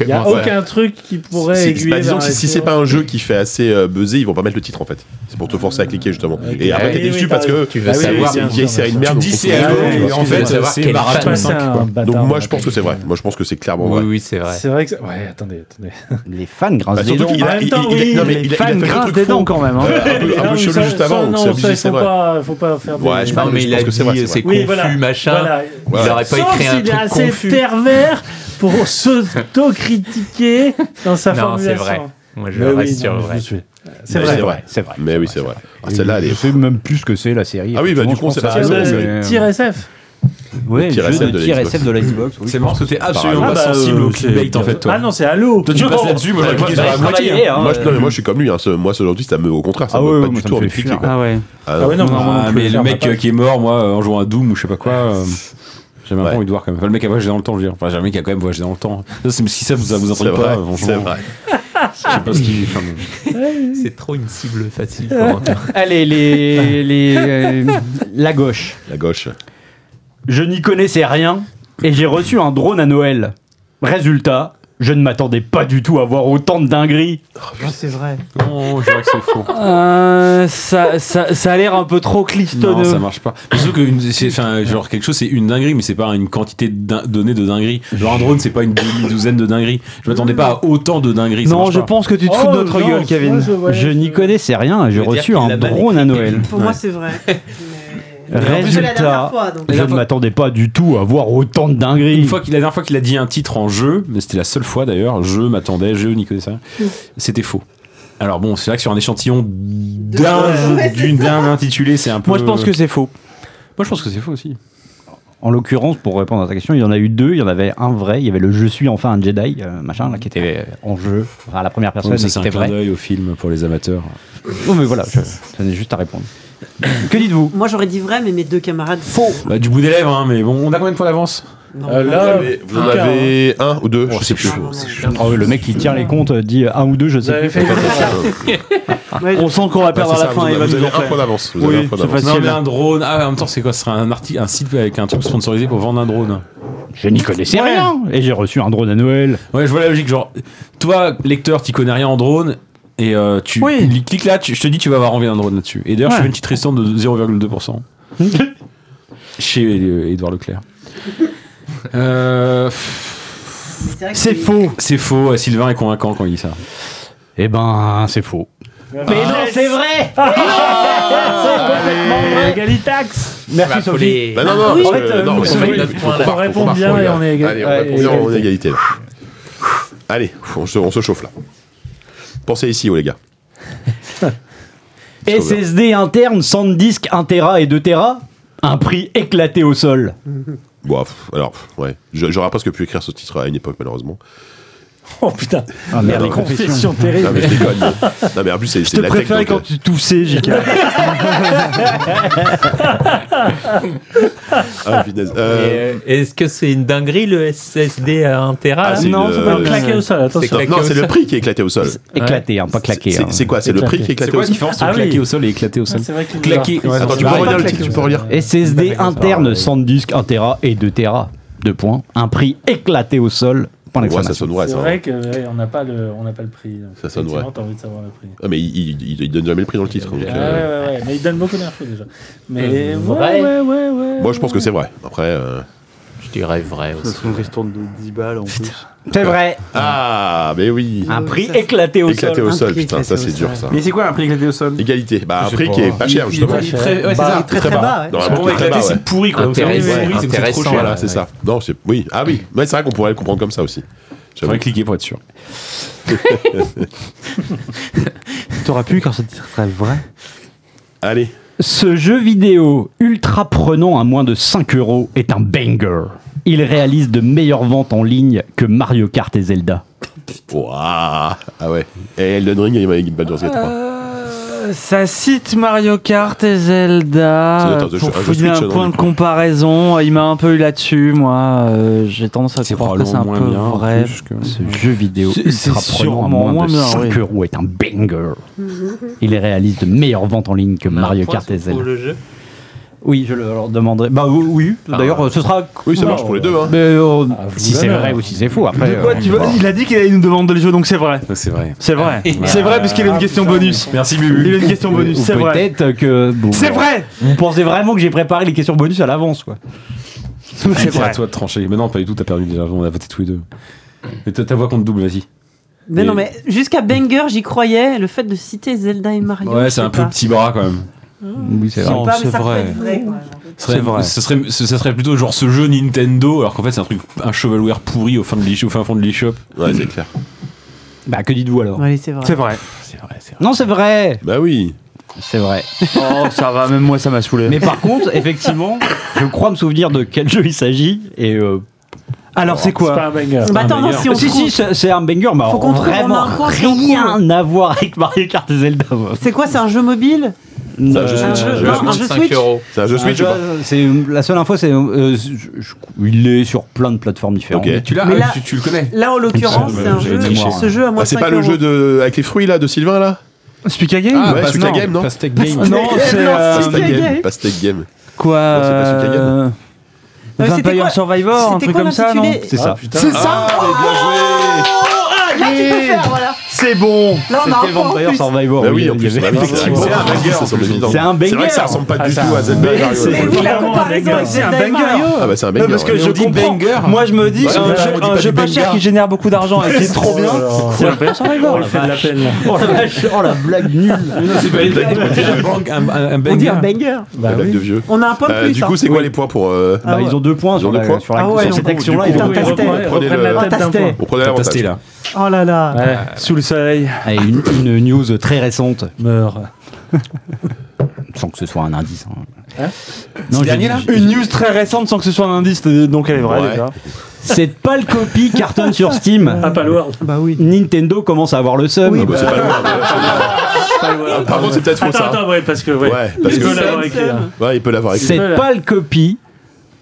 Speaker 7: Il n'y a
Speaker 6: Comment ça
Speaker 7: aucun truc qui pourrait
Speaker 1: Si-
Speaker 7: aiguiller
Speaker 1: bah, disons
Speaker 7: vers
Speaker 1: que
Speaker 7: un
Speaker 1: si c'est
Speaker 7: restaurant.
Speaker 1: pas un jeu qui fait assez euh, buzzer, ils vont pas mettre le titre en fait. C'est pour te forcer à cliquer justement. Et après, t'es
Speaker 7: Oui, oui,
Speaker 1: déçu
Speaker 7: t'as
Speaker 1: parce que
Speaker 7: raison.
Speaker 6: tu vas
Speaker 7: Ah oui,
Speaker 6: savoir
Speaker 1: c'est une
Speaker 7: bien
Speaker 1: vieille
Speaker 7: sûr,
Speaker 1: série de
Speaker 7: bien sûr.
Speaker 1: merde.
Speaker 8: Tu dis
Speaker 1: donc
Speaker 8: c'est
Speaker 1: on-
Speaker 8: Halo,
Speaker 1: Ouais,
Speaker 8: et
Speaker 1: ouais,
Speaker 8: en
Speaker 1: ouais.
Speaker 8: fait,
Speaker 6: savoir
Speaker 8: c'est
Speaker 6: quel
Speaker 8: Marathon
Speaker 6: fan.
Speaker 7: C'est
Speaker 8: 5.
Speaker 7: un
Speaker 8: quoi.
Speaker 7: bâtard,
Speaker 1: Donc moi,
Speaker 7: on
Speaker 1: je
Speaker 7: appelle
Speaker 1: pense que c'est vrai. Moi, je pense que c'est clairement
Speaker 6: Oui,
Speaker 1: vrai.
Speaker 6: oui, c'est vrai.
Speaker 7: C'est vrai que. ça- Ouais, attendez, attendez.
Speaker 11: Les fans grincent
Speaker 1: Bah,
Speaker 11: des
Speaker 1: surtout
Speaker 11: dents.
Speaker 1: qu'il
Speaker 7: En
Speaker 1: a,
Speaker 7: même
Speaker 1: il,
Speaker 7: temps,
Speaker 1: il- il-
Speaker 7: oui,
Speaker 1: il a-
Speaker 7: les
Speaker 1: il a- il a
Speaker 4: Fan
Speaker 1: fait un
Speaker 4: grince
Speaker 1: truc
Speaker 4: des dents
Speaker 1: fou.
Speaker 4: quand même. hein.
Speaker 1: Euh, un peu, un
Speaker 7: Non,
Speaker 1: peu
Speaker 7: mais
Speaker 1: chelou
Speaker 7: ça-
Speaker 1: juste
Speaker 7: ça,
Speaker 1: avant,
Speaker 7: non,
Speaker 1: c'est obligé,
Speaker 7: ça, il
Speaker 1: c'est
Speaker 7: faut
Speaker 1: vrai.
Speaker 7: pas- faut pas faire des-
Speaker 1: Ouais, je
Speaker 6: Non,
Speaker 1: parle, mais
Speaker 6: mais
Speaker 1: je
Speaker 6: il
Speaker 1: pense
Speaker 6: a
Speaker 1: que c'est vrai.
Speaker 6: dit euh,
Speaker 1: c'est
Speaker 6: c'est
Speaker 1: vrai.
Speaker 7: Oui, voilà.
Speaker 6: confus, machin.
Speaker 7: Voilà.
Speaker 1: Ouais.
Speaker 6: Il aurait pas
Speaker 7: Sauf
Speaker 6: écrit un
Speaker 7: s'il est
Speaker 6: truc
Speaker 7: assez
Speaker 6: confus.
Speaker 7: pervers pour s'auto-critiquer dans sa
Speaker 6: Non, c'est
Speaker 7: formulation.
Speaker 6: vrai. Moi, je
Speaker 7: Mais oui,
Speaker 6: reste sur
Speaker 7: non, mais
Speaker 6: le
Speaker 7: je
Speaker 6: vrai.
Speaker 7: vous suis.
Speaker 1: Mais
Speaker 7: C'est vrai.
Speaker 3: C'est vrai.
Speaker 1: Mais oui, c'est vrai. Ah, Celle-là, elle
Speaker 3: Je
Speaker 1: est.
Speaker 3: sais même plus ce que c'est la série.
Speaker 1: Ah oui, bah, du
Speaker 3: Effectivement,
Speaker 1: coup, on
Speaker 3: je
Speaker 1: sait
Speaker 3: pense
Speaker 1: pas
Speaker 3: à
Speaker 1: ce que
Speaker 3: Halo,
Speaker 1: c'est.
Speaker 3: mais-
Speaker 7: Euh, Tir SF.
Speaker 11: Ouais,
Speaker 1: tir
Speaker 11: jeu
Speaker 1: SF
Speaker 11: de
Speaker 1: de la
Speaker 11: tir
Speaker 1: Xbox.
Speaker 11: SF de la Xbox. oui.
Speaker 8: C'est marrant parce que t'es absolument
Speaker 7: Ah
Speaker 8: pas
Speaker 7: bah,
Speaker 8: sensible
Speaker 7: euh,
Speaker 8: au
Speaker 7: c'est-
Speaker 8: clickbait en fait, toi.
Speaker 7: Ah non, c'est Halo.
Speaker 8: Toi, tu
Speaker 7: Non.
Speaker 8: passes là-dessus, moi, j'aurais cliqué sur
Speaker 11: Bah,
Speaker 8: la
Speaker 6: Ah,
Speaker 11: il
Speaker 8: moitié.
Speaker 11: travaillait, hein.
Speaker 1: Moi, je, non, mais moi, je suis comme lui. hein, ce- Moi, ce aujourd'hui, ça me, au contraire, ça
Speaker 3: Ah
Speaker 1: me
Speaker 3: ouais,
Speaker 1: pas
Speaker 3: ouais,
Speaker 1: du
Speaker 3: moi, ça
Speaker 1: tout
Speaker 3: me
Speaker 1: envie de
Speaker 3: fait
Speaker 1: cliquer,
Speaker 3: fuir.
Speaker 1: quoi.
Speaker 4: Ah ouais.
Speaker 1: Ah,
Speaker 7: Ah ouais, non,
Speaker 4: Non,
Speaker 7: moi non
Speaker 8: Ah,
Speaker 7: plus,
Speaker 8: mais
Speaker 7: je
Speaker 8: le
Speaker 7: vais
Speaker 8: mec
Speaker 7: faire
Speaker 8: euh, qui est mort, moi, euh, en jouant à Doom ou je sais pas quoi, euh, j'ai même pas
Speaker 1: Ouais.
Speaker 8: envie de voir quand même. Enfin, le mec a voyagé dans le temps, je veux dire. Enfin, j'ai un mec qui a quand même voyagé dans le temps. Ça, c'est- si ça vous, ça vous
Speaker 1: C'est
Speaker 8: intrigue
Speaker 1: vrai.
Speaker 8: pas, franchement,
Speaker 1: C'est vrai.
Speaker 8: Je sais pas ce qu'il. enfin,
Speaker 6: C'est trop une cible facile. Corentin.
Speaker 11: Allez, les, les, euh, la gauche.
Speaker 1: La gauche.
Speaker 11: Je n'y connaissais rien et j'ai reçu un drone à Noël. Résultat, je ne m'attendais pas du tout à voir autant de dingueries.
Speaker 5: Ah, C'est vrai.
Speaker 8: Non, je vois que c'est faux.
Speaker 4: Euh, ça, ça, ça a l'air un peu
Speaker 8: [LAUGHS]
Speaker 4: trop
Speaker 8: Non, ça
Speaker 4: clistonneux.
Speaker 8: marche pas. Mais Surtout que une- c'est- enfin, genre quelque chose, c'est une dinguerie, mais c'est pas une quantité d'in- donnée de dinguerie. Genre un drone, c'est pas une demi-douzaine de dingueries. Je m'attendais pas à autant de dingueries. ça
Speaker 4: Non,
Speaker 8: marche
Speaker 4: je
Speaker 8: pas.
Speaker 4: pense que tu te fous de
Speaker 7: Oh,
Speaker 4: notre
Speaker 7: non,
Speaker 4: gueule, Kevin.
Speaker 7: moi, je voyais-
Speaker 11: Je n'y connaissais rien et j'ai
Speaker 6: Ça veut dire
Speaker 11: reçu
Speaker 6: qu'il
Speaker 11: un
Speaker 6: l'a mal
Speaker 11: drone à Noël.
Speaker 5: Pour moi, c'est vrai. Mais-
Speaker 11: Résultat.
Speaker 5: C'est la dernière fois, donc.
Speaker 11: Je ne m'attendais pas du tout à voir autant de
Speaker 8: Une
Speaker 11: dingueries.
Speaker 8: fois qu'il, la dernière fois qu'il a dit un titre en jeu, mais c'était la seule fois d'ailleurs, je m'attendais, je n'y connaissais rien, c'était faux. Alors bon, c'est vrai que sur un échantillon d'un,
Speaker 5: Ouais,
Speaker 8: d'une- d'un intitulé, c'est un peu.
Speaker 4: Moi, je
Speaker 11: Euh.
Speaker 4: pense que c'est faux.
Speaker 8: Moi, je pense que c'est faux aussi.
Speaker 11: En l'occurrence, pour répondre à ta question, il y en a eu deux. Il y en avait un vrai. Il y avait le Je suis enfin un Jedi, euh, machin, là, qui était en jeu à la première personne
Speaker 8: Donc,
Speaker 11: et
Speaker 8: ça,
Speaker 11: qui
Speaker 8: c'est
Speaker 11: était
Speaker 8: un clin
Speaker 11: vrai.
Speaker 8: d'œil au film pour les amateurs.
Speaker 11: Non, mais voilà, je tenais juste à répondre. Que dites-vous
Speaker 5: Moi, j'aurais dit vrai, mais mes deux camarades. Faux.
Speaker 8: Bah, du bout des lèvres, hein, mais bon, on a combien de points d'avance
Speaker 7: Euh,
Speaker 1: Vous
Speaker 7: là,
Speaker 1: avez- vous en avez un ou deux Je sais plus.
Speaker 11: Oh, Le mec qui tient les comptes dit un ou deux, je
Speaker 7: vous
Speaker 11: sais
Speaker 7: avez
Speaker 11: plus.
Speaker 7: fait une
Speaker 4: Ah, On sent qu'on va perdre
Speaker 1: Ouais, Ah, c'est
Speaker 4: à
Speaker 1: ça,
Speaker 4: la fin,
Speaker 1: vous
Speaker 4: Evan
Speaker 1: avez- vous avez un
Speaker 4: Bourclay.
Speaker 1: point d'avance. Vous
Speaker 4: Oui,
Speaker 1: avez un point
Speaker 4: c'est
Speaker 1: d'avance.
Speaker 4: facile.
Speaker 8: Non, mais un drone. Ah, en même temps, c'est quoi Ce serait un, arti- un site avec un truc sponsorisé pour vendre un drone.
Speaker 11: Je n'y connaissais
Speaker 7: Ouais.
Speaker 11: rien. Et j'ai reçu un drone à Noël.
Speaker 8: Ouais, je vois la logique. Genre, toi, lecteur, tu connais rien en drone. Et euh, tu
Speaker 4: Oui.
Speaker 8: li- cliques là, tu- je te dis, tu vas avoir envie d'un drone là-dessus. Et d'ailleurs, je
Speaker 4: Ouais.
Speaker 8: fais une petite ristourne de 0,2%. chez euh, Édouard Leclerc. Euh,
Speaker 5: vrai que
Speaker 4: C'est faux.
Speaker 8: c'est faux, euh, Sylvain est convaincant quand il dit ça.
Speaker 11: Eh ben, c'est faux.
Speaker 7: Mais non, c'est vrai
Speaker 4: Ah,
Speaker 7: Egalitax
Speaker 6: Merci Sophie.
Speaker 1: Bah non, non,
Speaker 5: oui.
Speaker 1: parce
Speaker 7: En fait,
Speaker 1: que-
Speaker 7: euh,
Speaker 1: non,
Speaker 7: vous
Speaker 1: mais
Speaker 7: savez,
Speaker 1: il
Speaker 7: il
Speaker 1: faut
Speaker 6: faut
Speaker 1: qu'on
Speaker 6: qu'on
Speaker 1: parte,
Speaker 7: réponde
Speaker 1: faut qu'on parte,
Speaker 7: bien
Speaker 1: faut
Speaker 7: et
Speaker 1: qu'on
Speaker 7: on est égal-
Speaker 1: Allez,
Speaker 7: ouais,
Speaker 1: on répond bien, on est
Speaker 7: égalité.
Speaker 1: égalité là. Allez, on se, on se chauffe là. Pensez ici, oh les gars.
Speaker 11: SSD interne, 100 disques 1 Tera et 2 Tera un prix éclaté au sol.
Speaker 1: Bon, pff, alors, pff, ouais. Je- J'aurais presque pu écrire ce titre à une époque, malheureusement.
Speaker 7: Oh putain.
Speaker 3: Ah, merde,
Speaker 7: les
Speaker 3: non.
Speaker 7: confessions
Speaker 1: Non, Ah, mais je
Speaker 7: terribles.
Speaker 1: déconne. non, mais en plus, c'est
Speaker 4: Je te
Speaker 1: c'est la tech.
Speaker 4: préférais
Speaker 1: donc,
Speaker 4: quand tu toussais, JK.
Speaker 1: euh, Ah, punaise. Euh,
Speaker 6: Et, euh, Est-ce que c'est une dinguerie le SSD à 1 Tera
Speaker 1: Ah,
Speaker 6: là
Speaker 1: c'est
Speaker 7: Non,
Speaker 1: une,
Speaker 7: faut pas
Speaker 1: euh,
Speaker 7: le claquer au sol, attention.
Speaker 1: non,
Speaker 6: claqué
Speaker 1: non,
Speaker 6: au
Speaker 1: c'est
Speaker 6: sol.
Speaker 1: le prix qui est éclaté au sol.
Speaker 3: Éclaté, hein, pas claqué.
Speaker 1: C'est
Speaker 3: hein.
Speaker 1: c'est quoi C'est le prix qui est
Speaker 8: C'est
Speaker 1: éclaté
Speaker 8: quoi
Speaker 1: au
Speaker 8: la
Speaker 1: sol
Speaker 8: différence entre
Speaker 7: Ah oui.
Speaker 8: claquer au sol et éclater au sol
Speaker 7: C'est vrai qu'il
Speaker 8: Claquer. ouais,
Speaker 1: Attends,
Speaker 8: c'est
Speaker 1: tu peux
Speaker 8: pareil.
Speaker 1: relire le
Speaker 7: claqué
Speaker 1: titre Tu
Speaker 7: au
Speaker 1: peux
Speaker 7: sol.
Speaker 1: relire
Speaker 3: SSD
Speaker 11: Ah
Speaker 3: interne, 100 disques, 1 Tera et 2 Tera. Deux points. Un prix éclaté au sol. Point
Speaker 1: Ouais, ça
Speaker 3: d'exclamation.
Speaker 1: sonne vrai,
Speaker 7: C'est
Speaker 1: ça.
Speaker 7: vrai qu'on n'a pas, le- on n'a pas le prix. donc
Speaker 1: Ça sonne
Speaker 7: effectivement,
Speaker 1: vrai.
Speaker 7: T'as envie de savoir le prix.
Speaker 1: Ah, mais il, il, il donne jamais le prix dans le titre. donc,
Speaker 7: Ah,
Speaker 1: euh,
Speaker 7: ouais, ouais, ouais, mais il donne beaucoup d'infos déjà. Mais ouais,
Speaker 6: Euh, vrai.
Speaker 7: ouais, ouais, ouais.
Speaker 1: Moi, je pense que c'est vrai. Après. euh,
Speaker 6: Je dirais vrai aussi.
Speaker 12: Parce qu'on ristourne de 10 balles en plus.
Speaker 11: C'est vrai.
Speaker 1: Ah, mais oui.
Speaker 11: Un prix éclaté au
Speaker 1: Éclaté
Speaker 11: sol.
Speaker 1: au
Speaker 5: Un
Speaker 1: sol,
Speaker 5: prix
Speaker 1: putain,
Speaker 5: éclaté
Speaker 1: ça
Speaker 5: au
Speaker 1: c'est dur
Speaker 5: sol.
Speaker 1: ça.
Speaker 8: Mais c'est quoi un prix éclaté au sol
Speaker 1: Égalité. Bah, un
Speaker 8: Je sais
Speaker 1: prix
Speaker 8: pas.
Speaker 1: qui est pas cher justement.
Speaker 8: Il est très- ouais, c'est
Speaker 5: Bah,
Speaker 8: ça.
Speaker 5: très très
Speaker 1: Très
Speaker 5: bas. ouais.
Speaker 1: Normalement,
Speaker 8: Bon,
Speaker 1: c'est très
Speaker 8: éclaté,
Speaker 1: bas, ouais.
Speaker 8: c'est pourri quoi. C'est
Speaker 6: Intéressant,
Speaker 8: pourri, c'est que c'est trop
Speaker 6: intéressant,
Speaker 8: cher.
Speaker 1: Voilà, c'est
Speaker 6: ouais.
Speaker 1: ça. Non, c'est oui. Ah oui. Ouais, c'est vrai qu'on pourrait le comprendre comme ça aussi. J'avoue.
Speaker 8: Faudrait cliquer pour être sûr.
Speaker 12: T'aurais pu quand ce titre serait vrai.
Speaker 1: Allez.
Speaker 3: Ce jeu vidéo ultra prenant à moins de 5 euros est un banger. Il réalise de meilleures ventes en ligne que Mario Kart et Zelda.
Speaker 1: Ouah. Ah ouais. Et Elden Ring et Baldur's Gate 3.
Speaker 4: Euh, Ça cite Mario Kart et
Speaker 1: C'est
Speaker 4: Zelda
Speaker 1: l'auteur de
Speaker 4: pour
Speaker 1: jeu- un jeu
Speaker 4: fouiller
Speaker 1: Switch,
Speaker 4: un
Speaker 1: non,
Speaker 4: point
Speaker 1: du
Speaker 4: de
Speaker 1: coup.
Speaker 4: comparaison. Il m'a un peu eu là-dessus, moi. Euh, J'ai tendance à
Speaker 8: C'est
Speaker 4: croire que c'est
Speaker 8: probablement
Speaker 4: un
Speaker 8: moins
Speaker 4: peu
Speaker 8: bien. en
Speaker 4: vrai.
Speaker 8: plus que-
Speaker 3: Ce jeu vidéo
Speaker 4: C'est- c'est
Speaker 3: ultra prenant à
Speaker 4: sûrement
Speaker 3: moins de
Speaker 4: moins bien,
Speaker 3: 5
Speaker 4: oui.
Speaker 3: euros est un banger. Il réalise de meilleures ventes en ligne que Mario Kart et Zelda.
Speaker 12: le jeu.
Speaker 3: Oui, je leur demanderai. Bah oui, d'ailleurs, euh, ce sera.
Speaker 1: Oui, ça marche pour les deux. Hein.
Speaker 3: Mais, euh,
Speaker 7: vous
Speaker 3: si c'est
Speaker 7: verrez.
Speaker 3: vrai ou si c'est faux, après.
Speaker 4: De quoi
Speaker 3: euh,
Speaker 4: tu veux Il a dit qu'il allait nous demander le jeu, donc c'est vrai.
Speaker 8: Ça, C'est vrai.
Speaker 4: C'est vrai. C'est vrai parce qu'il a une question bonus.
Speaker 8: Merci
Speaker 4: Il
Speaker 8: Bubu.
Speaker 4: a une question
Speaker 3: ou
Speaker 4: bonus, c'est vrai.
Speaker 3: Peut-être que. bon,
Speaker 4: C'est vrai
Speaker 3: Vous pensez vraiment que j'ai préparé les questions bonus à l'avance, quoi.
Speaker 4: C'est
Speaker 8: C'est à
Speaker 4: vrai.
Speaker 8: toi de trancher. Mais non, pas du tout, t'as perdu déjà. On a voté tous les deux. Mais ta ta voix compte double, vas-y.
Speaker 5: Ah, Mais non,
Speaker 8: Mais-
Speaker 5: mais jusqu'à Banger, j'y croyais. Le fait de citer Zelda et Mario.
Speaker 8: Ouais,
Speaker 5: je
Speaker 8: c'est un
Speaker 5: sais
Speaker 8: peu
Speaker 5: pas.
Speaker 8: petit bras quand même.
Speaker 3: Oui, c'est
Speaker 5: Je sais
Speaker 12: Non,
Speaker 5: pas, mais
Speaker 12: c'est
Speaker 5: ça peut
Speaker 12: vrai.
Speaker 5: être vrai. quand même.
Speaker 8: Ce serait-
Speaker 12: C'est vrai.
Speaker 8: Ce serait, ce- ça serait plutôt genre ce jeu Nintendo, alors qu'en fait c'est un truc, un chevalware pourri au fin, de l'e- au fin fond de l'eShop.
Speaker 1: Ouais, c'est clair.
Speaker 3: Bah, que dites-vous alors
Speaker 5: Allez, c'est vrai.
Speaker 4: C'est vrai.
Speaker 3: Non, c'est vrai
Speaker 1: Bah oui.
Speaker 3: C'est vrai.
Speaker 4: Oh, ça va, même moi ça m'a saoulé.
Speaker 3: Mais par contre, effectivement, je crois me souvenir de quel jeu il s'agit. Et euh,
Speaker 4: alors c'est
Speaker 7: C'est pas
Speaker 4: quoi
Speaker 7: un banger.
Speaker 5: Bah attends, non,
Speaker 8: meilleur.
Speaker 5: si on
Speaker 3: si,
Speaker 5: trouve-
Speaker 3: si, c'est c'est un banger, mais
Speaker 5: Faut qu'on trouve
Speaker 3: vraiment
Speaker 5: un coin,
Speaker 3: rien à voir avec Mario Kart et Zelda. Euh,
Speaker 5: C'est quoi, c'est un jeu mobile
Speaker 1: C'est un jeu
Speaker 5: Un
Speaker 1: Switch.
Speaker 5: jeu-
Speaker 1: un jeu
Speaker 5: non,
Speaker 1: Switch.
Speaker 5: un jeu Switch.
Speaker 6: euros.
Speaker 1: C'est un jeu Switch ou pas
Speaker 3: Ah, C'est la seule info, c'est euh, je- je- il est sur plein de plateformes différentes.
Speaker 1: Ok.
Speaker 8: Tu l'as
Speaker 5: Mais
Speaker 8: ah,
Speaker 5: là-
Speaker 8: tu, tu le connais
Speaker 5: Là, en l'occurrence,
Speaker 8: Ça,
Speaker 5: c'est un
Speaker 8: j'avais
Speaker 5: jeu.
Speaker 8: triché.
Speaker 5: Ce jeu à moins
Speaker 1: Ah,
Speaker 5: de
Speaker 1: c'est
Speaker 5: 5
Speaker 1: pas le
Speaker 5: euros.
Speaker 1: jeu de avec les fruits là de Sylvain là
Speaker 4: Speak Game
Speaker 1: ouais,
Speaker 8: Pastèque-
Speaker 1: Suka Game, non
Speaker 8: Pastèque Game.
Speaker 4: Non, c'est. euh,
Speaker 1: Pastèque Game. Pastèque Game.
Speaker 4: quoi
Speaker 1: Non, c'est pas Suka Game.
Speaker 4: euh,
Speaker 5: mais c'était
Speaker 4: Vampire
Speaker 5: quoi-
Speaker 4: Survivor, un
Speaker 5: C'était
Speaker 4: truc
Speaker 5: quoi
Speaker 4: comme ça, non
Speaker 5: l'intitulé
Speaker 3: C'est ça.
Speaker 5: C'est ça Là, tu peux faire, voilà.
Speaker 4: C'est bon
Speaker 5: Là, on a un point en plus.
Speaker 3: Survivor.
Speaker 1: Bah oui, en plus. bah oui, C'est
Speaker 3: effectivement.
Speaker 1: c'est un
Speaker 3: [LAUGHS]
Speaker 1: banger, ça semble évident.
Speaker 3: C'est un
Speaker 1: C'est vrai
Speaker 3: banger.
Speaker 1: que ça ressemble pas du
Speaker 7: Ah,
Speaker 1: tout à
Speaker 7: ça-
Speaker 1: Zelda. et Mario.
Speaker 5: Mais oui, la comparaison avec
Speaker 4: C'est un
Speaker 5: Zelda et
Speaker 4: banger.
Speaker 5: Mario.
Speaker 1: Ah bah c'est un
Speaker 4: Euh,
Speaker 1: banger.
Speaker 4: parce que
Speaker 1: ouais.
Speaker 4: je comprends. Moi, je me dis,
Speaker 1: Ouais,
Speaker 4: un
Speaker 1: on
Speaker 4: jeu,
Speaker 1: dit
Speaker 4: un
Speaker 1: pas
Speaker 4: jeu
Speaker 1: du
Speaker 4: pas
Speaker 1: banger.
Speaker 4: cher qui génère beaucoup d'argent et qui est trop bien, c'est un Vampire Survivor.
Speaker 7: Il fait de la peine là.
Speaker 3: Oh la vache, oh la blague nulle.
Speaker 8: C'est pas une blague, on dirait un bang- un- un- un
Speaker 5: On dit un
Speaker 8: banger.
Speaker 5: banger.
Speaker 7: Bah
Speaker 1: La blague
Speaker 7: oui.
Speaker 1: de vieux.
Speaker 5: On a un point de
Speaker 1: Euh,
Speaker 5: plus.
Speaker 1: Du coup, c'est quoi les points pour euh,
Speaker 5: Ah
Speaker 3: Bah,
Speaker 5: ouais.
Speaker 3: Ils ont deux points
Speaker 1: Ils
Speaker 3: sur
Speaker 1: ont deux
Speaker 3: la-
Speaker 1: points.
Speaker 3: sur la-
Speaker 5: Ah ouais,
Speaker 3: sur
Speaker 5: donc,
Speaker 3: cette
Speaker 5: du
Speaker 3: action-là.
Speaker 5: coup,
Speaker 3: ils ont
Speaker 1: Ah
Speaker 5: on
Speaker 3: deux
Speaker 5: tape-
Speaker 3: points.
Speaker 1: Prenez
Speaker 7: Reprennent
Speaker 1: le-
Speaker 7: la tête d'un
Speaker 5: Fantastique.
Speaker 7: point.
Speaker 1: Vous prenez
Speaker 8: T'as
Speaker 1: l'avantage.
Speaker 8: testé là.
Speaker 5: Oh là là.
Speaker 7: Ouais,
Speaker 4: [LAUGHS] Sous le soleil.
Speaker 3: Ah, et une, une news très récente,
Speaker 7: meurt.
Speaker 3: sans que ce soit un indice. hein.
Speaker 8: C'est
Speaker 3: j'ai-
Speaker 8: le dernier là
Speaker 4: Une news très récente sans que ce soit un indice, donc elle est vraie
Speaker 1: Ouais.
Speaker 4: déjà.
Speaker 3: Cette pâle copie cartonne sur Steam.
Speaker 7: Apple World.
Speaker 5: Bah oui.
Speaker 3: Nintendo commence à avoir le seum.
Speaker 1: Bah, C'est pas loin. Ah, Par contre, c'est peut-être faux
Speaker 7: Attends,
Speaker 1: ça.
Speaker 7: attends, ouais, parce que. Ouais,
Speaker 1: Ouais, parce
Speaker 7: Il peut
Speaker 1: que. hein.
Speaker 7: l'avoir écrit. là.
Speaker 1: Ouais, il peut l'avoir écrit.
Speaker 3: Cette pâle copie,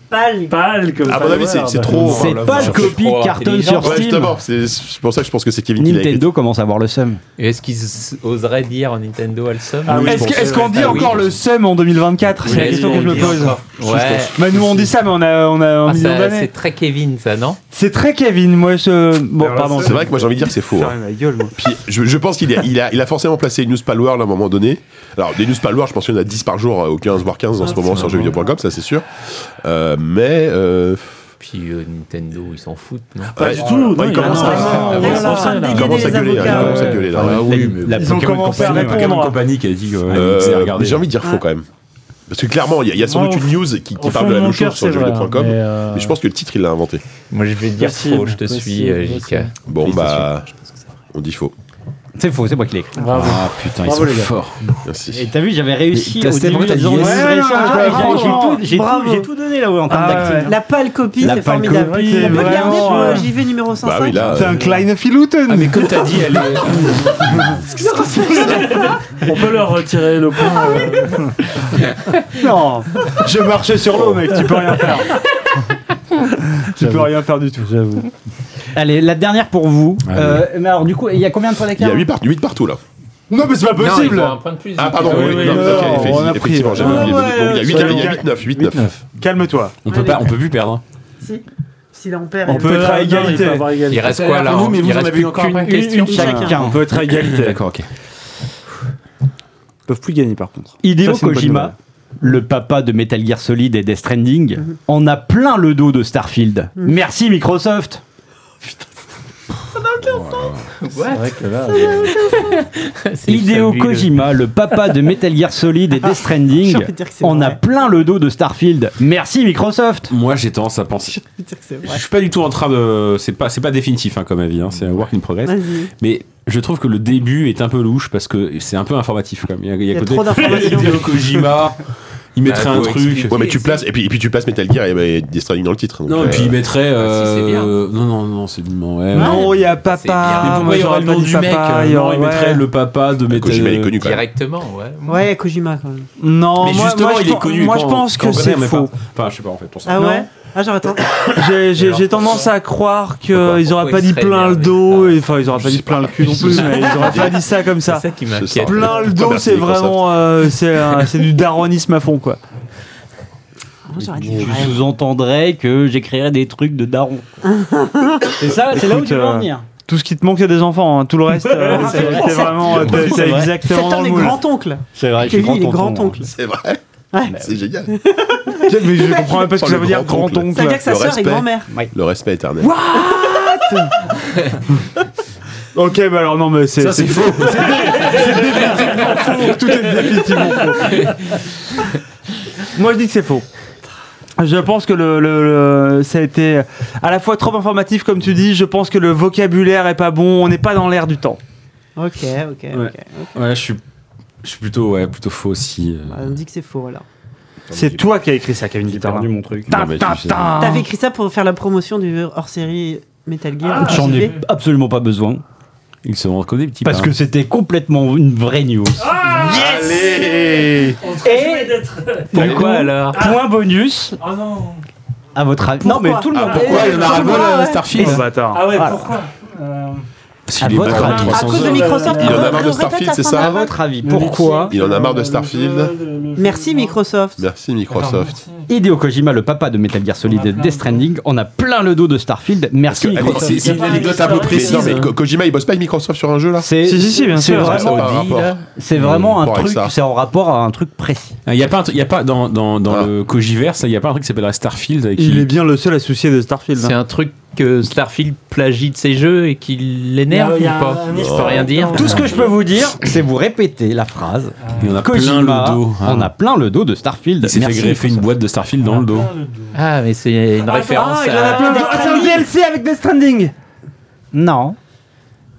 Speaker 5: Pâle.
Speaker 7: Pâle comme
Speaker 1: À mon avis, c'est c'est trop.
Speaker 3: cette pâle copie cartonne sur
Speaker 1: Ouais,
Speaker 3: Steam.
Speaker 1: justement, c'est c'est pour ça que je pense que c'est Kevin qui l'a écrit.
Speaker 3: Nintendo commence à avoir le seum.
Speaker 6: Et Est-ce qu'ils s- oseraient dire Nintendo Alstom
Speaker 7: Ah oui,
Speaker 4: Est-ce que-
Speaker 7: je pense.
Speaker 4: est-ce qu'on dit
Speaker 6: Ah oui,
Speaker 4: encore
Speaker 6: je
Speaker 4: le SEM en 2024 C'est la
Speaker 6: Oui,
Speaker 4: question
Speaker 6: on
Speaker 4: que je me
Speaker 6: dit
Speaker 4: pose.
Speaker 6: encore. Ouais.
Speaker 4: Bah, nous on dit ça, mais on a, on a un
Speaker 6: Ah,
Speaker 4: million
Speaker 6: ça,
Speaker 4: d'années.
Speaker 6: c'est très Kevin, ça, non
Speaker 4: C'est très Kevin, moi je. Bon, pardon.
Speaker 1: C'est vrai que moi j'ai envie de dire que c'est faux. hein.
Speaker 4: ma gueule, moi.
Speaker 1: Puis je, je pense qu'il est- il a, il a forcément placé une news palware à un moment donné. Alors des news palware, je pense qu'il y en a 10 par jour, euh, ou 15 voire 15 en ce moment sur jeuxvideo.com, ça c'est sûr. Euh, mais euh,
Speaker 6: Puis euh, Nintendo, ils s'en foutent, non
Speaker 1: ouais,
Speaker 7: du tout,
Speaker 1: ouais,
Speaker 7: non,
Speaker 1: il
Speaker 7: il
Speaker 1: commence
Speaker 7: a-
Speaker 1: à-
Speaker 7: non,
Speaker 1: il commence
Speaker 5: Ils sont en train de
Speaker 1: à- il
Speaker 5: dégainer
Speaker 1: commence à
Speaker 5: Ah, les
Speaker 1: gueuler là, il
Speaker 5: avocats.
Speaker 1: commence à gueuler là. ouais.
Speaker 6: oui, mais
Speaker 8: La
Speaker 7: Ils ont
Speaker 8: Pokémon
Speaker 7: commencé à
Speaker 8: Company, la
Speaker 7: répondre.
Speaker 8: Pokémon Company qui a dit que.
Speaker 3: Ah
Speaker 1: Euh,
Speaker 8: euh, regardez.
Speaker 1: j'ai envie de dire faux quand même. Parce que clairement, il y a, il y a sans
Speaker 7: Moi,
Speaker 1: doute
Speaker 7: au-
Speaker 1: une news qui, qui
Speaker 7: Au
Speaker 1: parle
Speaker 7: fond
Speaker 1: de
Speaker 7: de
Speaker 1: la
Speaker 7: mon
Speaker 1: même chose
Speaker 7: cœur,
Speaker 1: sur
Speaker 7: c'est vrai.
Speaker 1: jeuxvideo.com.
Speaker 7: mais,
Speaker 1: Mais,
Speaker 7: euh,
Speaker 1: je pense que le titre il l'a inventé.
Speaker 6: Moi, je vais dire
Speaker 7: Possible,
Speaker 6: faux, je te
Speaker 7: possible,
Speaker 6: suis, euh,
Speaker 7: possible.
Speaker 6: JK.
Speaker 1: Bon
Speaker 6: Oui, c'est
Speaker 1: bah, on dit faux.
Speaker 14: C'est faux, c'est moi qui l'ai écrit.
Speaker 7: Bravo.
Speaker 8: Ah putain, ils
Speaker 7: Bravo,
Speaker 8: sont
Speaker 7: les gars.
Speaker 8: forts.
Speaker 3: Et t'as vu, j'avais réussi
Speaker 8: Mais
Speaker 3: au
Speaker 8: t'as
Speaker 3: début
Speaker 8: tellement-
Speaker 3: en disant,
Speaker 8: t'as-
Speaker 3: ouais,
Speaker 8: yes.
Speaker 3: ouais, ouais, j'ai tout- j'ai tout,
Speaker 5: Bravo.
Speaker 3: j'ai tout donné là-haut en termes
Speaker 4: Ah
Speaker 3: d'acting.
Speaker 4: ouais.
Speaker 5: La pâle copie,
Speaker 3: La
Speaker 5: c'est
Speaker 3: pâle
Speaker 5: formidable.
Speaker 4: copie,
Speaker 5: On peut le garder
Speaker 4: vraiment,
Speaker 5: pour
Speaker 4: euh,
Speaker 5: euh, JV numéro 105.
Speaker 1: Bah oui, là.
Speaker 4: C'est un
Speaker 1: euh,
Speaker 4: Kleine Filouten.
Speaker 8: Ah, mais comme t'as dit, elle est.
Speaker 7: On peut leur retirer le point.
Speaker 1: [LAUGHS]
Speaker 7: euh,
Speaker 4: Non, je marchais sur l'eau, mec. Tu peux rien faire. tu peux rien faire du tout. J'avoue.
Speaker 3: Allez, la dernière pour vous.
Speaker 8: Allez.
Speaker 3: Euh, mais alors, du coup, il y a combien de points
Speaker 1: Il y
Speaker 3: d'écart
Speaker 1: a 8, par- huit partout là.
Speaker 4: Non, mais c'est pas
Speaker 6: Non, ils
Speaker 4: possible.
Speaker 6: ont un point de plus.
Speaker 1: Ah, pardon,
Speaker 4: oui,
Speaker 1: oui,
Speaker 4: oui,
Speaker 1: non,
Speaker 4: non,
Speaker 1: ok,
Speaker 4: on
Speaker 1: effectivement,
Speaker 4: a pris.
Speaker 1: effectivement, j'avais
Speaker 5: Ah,
Speaker 1: oublié.
Speaker 5: ouais,
Speaker 1: Bon, Il y a 8, il
Speaker 4: soyons
Speaker 1: y a
Speaker 4: calmes.
Speaker 1: 8, 9, 8, 9.
Speaker 4: Calme-toi.
Speaker 8: On peut, pas, on peut plus perdre.
Speaker 5: Si. Si là on perd.
Speaker 4: On
Speaker 5: elle
Speaker 4: peut
Speaker 5: perd.
Speaker 4: être à
Speaker 7: non, il peut
Speaker 4: égalité.
Speaker 7: avoir égalité.
Speaker 6: Il reste quoi là hein?
Speaker 8: Nous, mais vous
Speaker 6: Il
Speaker 8: en
Speaker 6: reste
Speaker 8: avez
Speaker 6: plus
Speaker 8: encore
Speaker 6: qu'une
Speaker 8: après
Speaker 3: Une,
Speaker 6: question.
Speaker 3: une chacun.
Speaker 4: On peut être à égalité.
Speaker 8: D'accord, ok.
Speaker 4: Ils peuvent plus gagner par contre. Ça,
Speaker 3: Hideo
Speaker 4: c'est une bonne
Speaker 3: Kojima, le papa de Metal Gear Solid et Death Stranding, en a plein le dos de Starfield. Merci Microsoft.
Speaker 5: [LAUGHS]
Speaker 6: C'est
Speaker 3: Hideo
Speaker 6: fabuleux.
Speaker 3: Kojima, le papa de Metal Gear Solid et Death Stranding,
Speaker 5: J'ai envie de dire Ah, que c'est
Speaker 3: en a
Speaker 5: vrai.
Speaker 3: plein le dos de Starfield. Merci Microsoft.
Speaker 8: Moi, j'ai tendance à penser.
Speaker 5: Je peux dire que c'est
Speaker 8: Je
Speaker 5: vrai.
Speaker 8: suis pas du tout en train de. C'est pas, c'est pas définitif hein, comme avis, hein, c'est un work in progress.
Speaker 5: Vas-y.
Speaker 8: Mais je trouve que le début est un peu louche parce que c'est un peu informatif quand même. [LAUGHS] Il y a,
Speaker 5: Il y a
Speaker 8: côté-
Speaker 5: trop d'informations.
Speaker 8: Hideo Kojima, il mettrait
Speaker 6: Ah,
Speaker 8: un
Speaker 6: faut
Speaker 8: truc.
Speaker 6: expliquer.
Speaker 1: Ouais, mais tu places, et puis, et puis tu places Metal Gear et, et Death Stranding dans le titre. donc,
Speaker 8: Non, et
Speaker 1: euh,
Speaker 8: puis il mettrait.
Speaker 6: Ah, si, c'est bien.
Speaker 8: euh, Non, non, non, c'est. Non, ouais, ouais.
Speaker 4: Non, il y a
Speaker 6: C'est bien.
Speaker 4: papa.
Speaker 8: Mais pourquoi
Speaker 4: Moi,
Speaker 8: il y aurait
Speaker 4: j'aurais
Speaker 8: le
Speaker 4: pas
Speaker 8: nom
Speaker 4: dit
Speaker 8: du mec
Speaker 4: papa,
Speaker 8: euh,
Speaker 4: il y
Speaker 8: Non,
Speaker 4: aurait-
Speaker 8: il mettrait
Speaker 4: ouais.
Speaker 8: le papa de Metal
Speaker 1: Kojima, il est connu quand même.
Speaker 6: Directement, ouais.
Speaker 5: Ouais, Kojima quand même.
Speaker 4: Non,
Speaker 8: Mais
Speaker 4: moi,
Speaker 8: justement,
Speaker 4: moi, je
Speaker 8: il est
Speaker 4: pen-
Speaker 8: connu.
Speaker 4: Moi, je
Speaker 8: quand-
Speaker 4: pense
Speaker 8: quand
Speaker 4: que
Speaker 8: on
Speaker 4: c'est
Speaker 8: connaît, mais
Speaker 4: faux.
Speaker 8: pas- Enfin, je sais pas en fait. Pour ça.
Speaker 5: Ah
Speaker 4: Non.
Speaker 5: ouais Ah, j'aurais attendu.
Speaker 4: J'ai- J'ai
Speaker 6: alors,
Speaker 4: j'ai tendance à croire
Speaker 6: pourquoi-
Speaker 4: qu'ils auraient
Speaker 6: pourquoi
Speaker 4: pas
Speaker 6: il
Speaker 4: dit
Speaker 6: serait
Speaker 4: plein le
Speaker 6: énervé
Speaker 4: dos,
Speaker 6: Ah,
Speaker 4: et enfin, ils auraient pas dit plein le cul non plus, mais ils auraient pas dit ça comme ça.
Speaker 6: C'est ça qui
Speaker 1: Ce
Speaker 6: m'inquiète.
Speaker 1: soir.
Speaker 4: Plein le dos,
Speaker 1: Merci,
Speaker 4: c'est
Speaker 1: Microsoft.
Speaker 4: vraiment. euh, C'est un- c'est du daronisme à fond, quoi.
Speaker 5: Moi, j'aurais dit
Speaker 3: Je
Speaker 5: vrai.
Speaker 3: sous-entendrais que j'écrirais des trucs de daron. c'est ça, c'est là où
Speaker 4: Écoute,
Speaker 3: tu veux en
Speaker 4: euh,
Speaker 3: venir.
Speaker 4: tout ce qui te manque, c'est des enfants. hein. Tout le reste, euh, c'est c'est vraiment. euh, t'es-
Speaker 3: C'est
Speaker 4: T'es
Speaker 3: vrai.
Speaker 4: exactement
Speaker 5: C'est
Speaker 4: dans
Speaker 5: un
Speaker 4: le
Speaker 5: des
Speaker 4: moule.
Speaker 5: grands-oncles.
Speaker 3: C'est vrai,
Speaker 5: Kevin, il est grand-oncle.
Speaker 1: C'est vrai.
Speaker 5: Ouais.
Speaker 1: C'est génial.
Speaker 4: Mais je comprends même pas ce que
Speaker 1: Oh,
Speaker 4: ça
Speaker 1: le
Speaker 4: veut dire
Speaker 1: grand-oncle.
Speaker 5: Ça veut
Speaker 4: grand-oncle.
Speaker 5: dire que sa
Speaker 1: Le
Speaker 5: sœur est
Speaker 1: respect.
Speaker 5: grand-mère.
Speaker 1: Le respect éternel.
Speaker 4: Ok, bah alors non, mais c'est.
Speaker 8: Ça, c'est faux.
Speaker 4: faux. Tout est définitivement faux. Moi, je dis que c'est faux. Je pense que le, le- le- ça a été à la fois trop informatif, comme tu dis. Je pense que le vocabulaire est pas bon. On n'est pas dans l'air du temps.
Speaker 5: Ok, ok, ok.
Speaker 8: Ouais, je suis. Je suis plutôt, ouais, plutôt faux aussi. euh,
Speaker 5: Bah, On dit que c'est faux alors.
Speaker 4: C'est toi qui as écrit ça, Kevin Guitar.
Speaker 14: perdu mon truc.
Speaker 8: Non, mais tu sais.
Speaker 5: T'avais écrit ça pour faire la promotion du hors-série Metal Gear. ou
Speaker 3: J'en ai
Speaker 5: JV.
Speaker 3: absolument pas besoin.
Speaker 8: Ils se rendent des petits
Speaker 3: Parce
Speaker 8: pas. hein.
Speaker 3: que c'était complètement une vraie news.
Speaker 5: [LAUGHS]
Speaker 4: Allez
Speaker 6: Pourquoi alors
Speaker 3: Point bonus.
Speaker 7: Ah
Speaker 3: À votre avis. Non, mais tout le monde.
Speaker 8: Pourquoi il y en a ras le bol à Starfield
Speaker 4: Oh, bâtard.
Speaker 7: Ah ouais, pourquoi Euh,
Speaker 8: Parce qu'il
Speaker 3: À
Speaker 8: est
Speaker 3: votre
Speaker 8: bâtard,
Speaker 3: avis.
Speaker 5: À
Speaker 8: 300
Speaker 5: cause de
Speaker 8: heures.
Speaker 5: Microsoft.
Speaker 1: Il en a
Speaker 5: on
Speaker 1: marre de
Speaker 5: répète la
Speaker 1: Starfield,
Speaker 5: fin
Speaker 1: c'est
Speaker 5: de
Speaker 1: ça
Speaker 5: la
Speaker 1: À
Speaker 5: vanne.
Speaker 3: votre avis,
Speaker 7: le euh,
Speaker 3: pourquoi
Speaker 1: Il en a marre de
Speaker 7: le-
Speaker 1: Starfield.
Speaker 7: le- le-
Speaker 5: Merci Microsoft.
Speaker 1: Merci Microsoft.
Speaker 3: Hideo Kojima, le papa de Metal Gear Solid et Death Stranding, on a plein le dos de Starfield. Merci.
Speaker 1: Parce que-
Speaker 3: Microsoft.
Speaker 8: C'est c'est une anecdote un peu
Speaker 1: Mais
Speaker 8: précise.
Speaker 1: non, mais Ko- Kojima, il bosse pas avec Microsoft sur un jeu là
Speaker 3: C'est
Speaker 4: Si, si, si, bien
Speaker 3: c'est
Speaker 4: sûr.
Speaker 1: Ça
Speaker 3: vraiment,
Speaker 1: n'a pas un
Speaker 3: dit,
Speaker 1: rapport.
Speaker 3: là, c'est vraiment un
Speaker 1: Rapport avec
Speaker 3: truc,
Speaker 1: ça.
Speaker 3: c'est en rapport à un truc précis.
Speaker 8: Il n'y a pas, un truc- il Ah, y a pas dans, dans, dans
Speaker 1: Ah.
Speaker 8: le Cogiverse, il n'y a pas un truc qui s'appelle Starfield. Qui...
Speaker 4: Il est bien le seul associé de Starfield.
Speaker 6: C'est
Speaker 4: hein.
Speaker 6: un truc que Starfield plagie de ses jeux et qui l'énerve
Speaker 4: Euh,
Speaker 7: Il
Speaker 6: ou
Speaker 7: y a
Speaker 6: pas
Speaker 7: un- un
Speaker 6: Je peux
Speaker 7: historique.
Speaker 6: rien dire.
Speaker 3: Tout ce que je peux vous dire, c'est vous répéter la phrase.
Speaker 8: Il y en a plein
Speaker 3: Kojima,
Speaker 8: le dos. hein.
Speaker 3: on a plein le dos de Starfield.
Speaker 8: Il s'est fait
Speaker 3: Merci,
Speaker 8: greffer une
Speaker 3: Microsoft.
Speaker 8: boîte de Starfield dans le dos.
Speaker 6: Ah, mais c'est une référence.
Speaker 4: il en a
Speaker 6: à-
Speaker 4: plein. Ah, c'est un DLC avec Death Stranding.
Speaker 3: Non.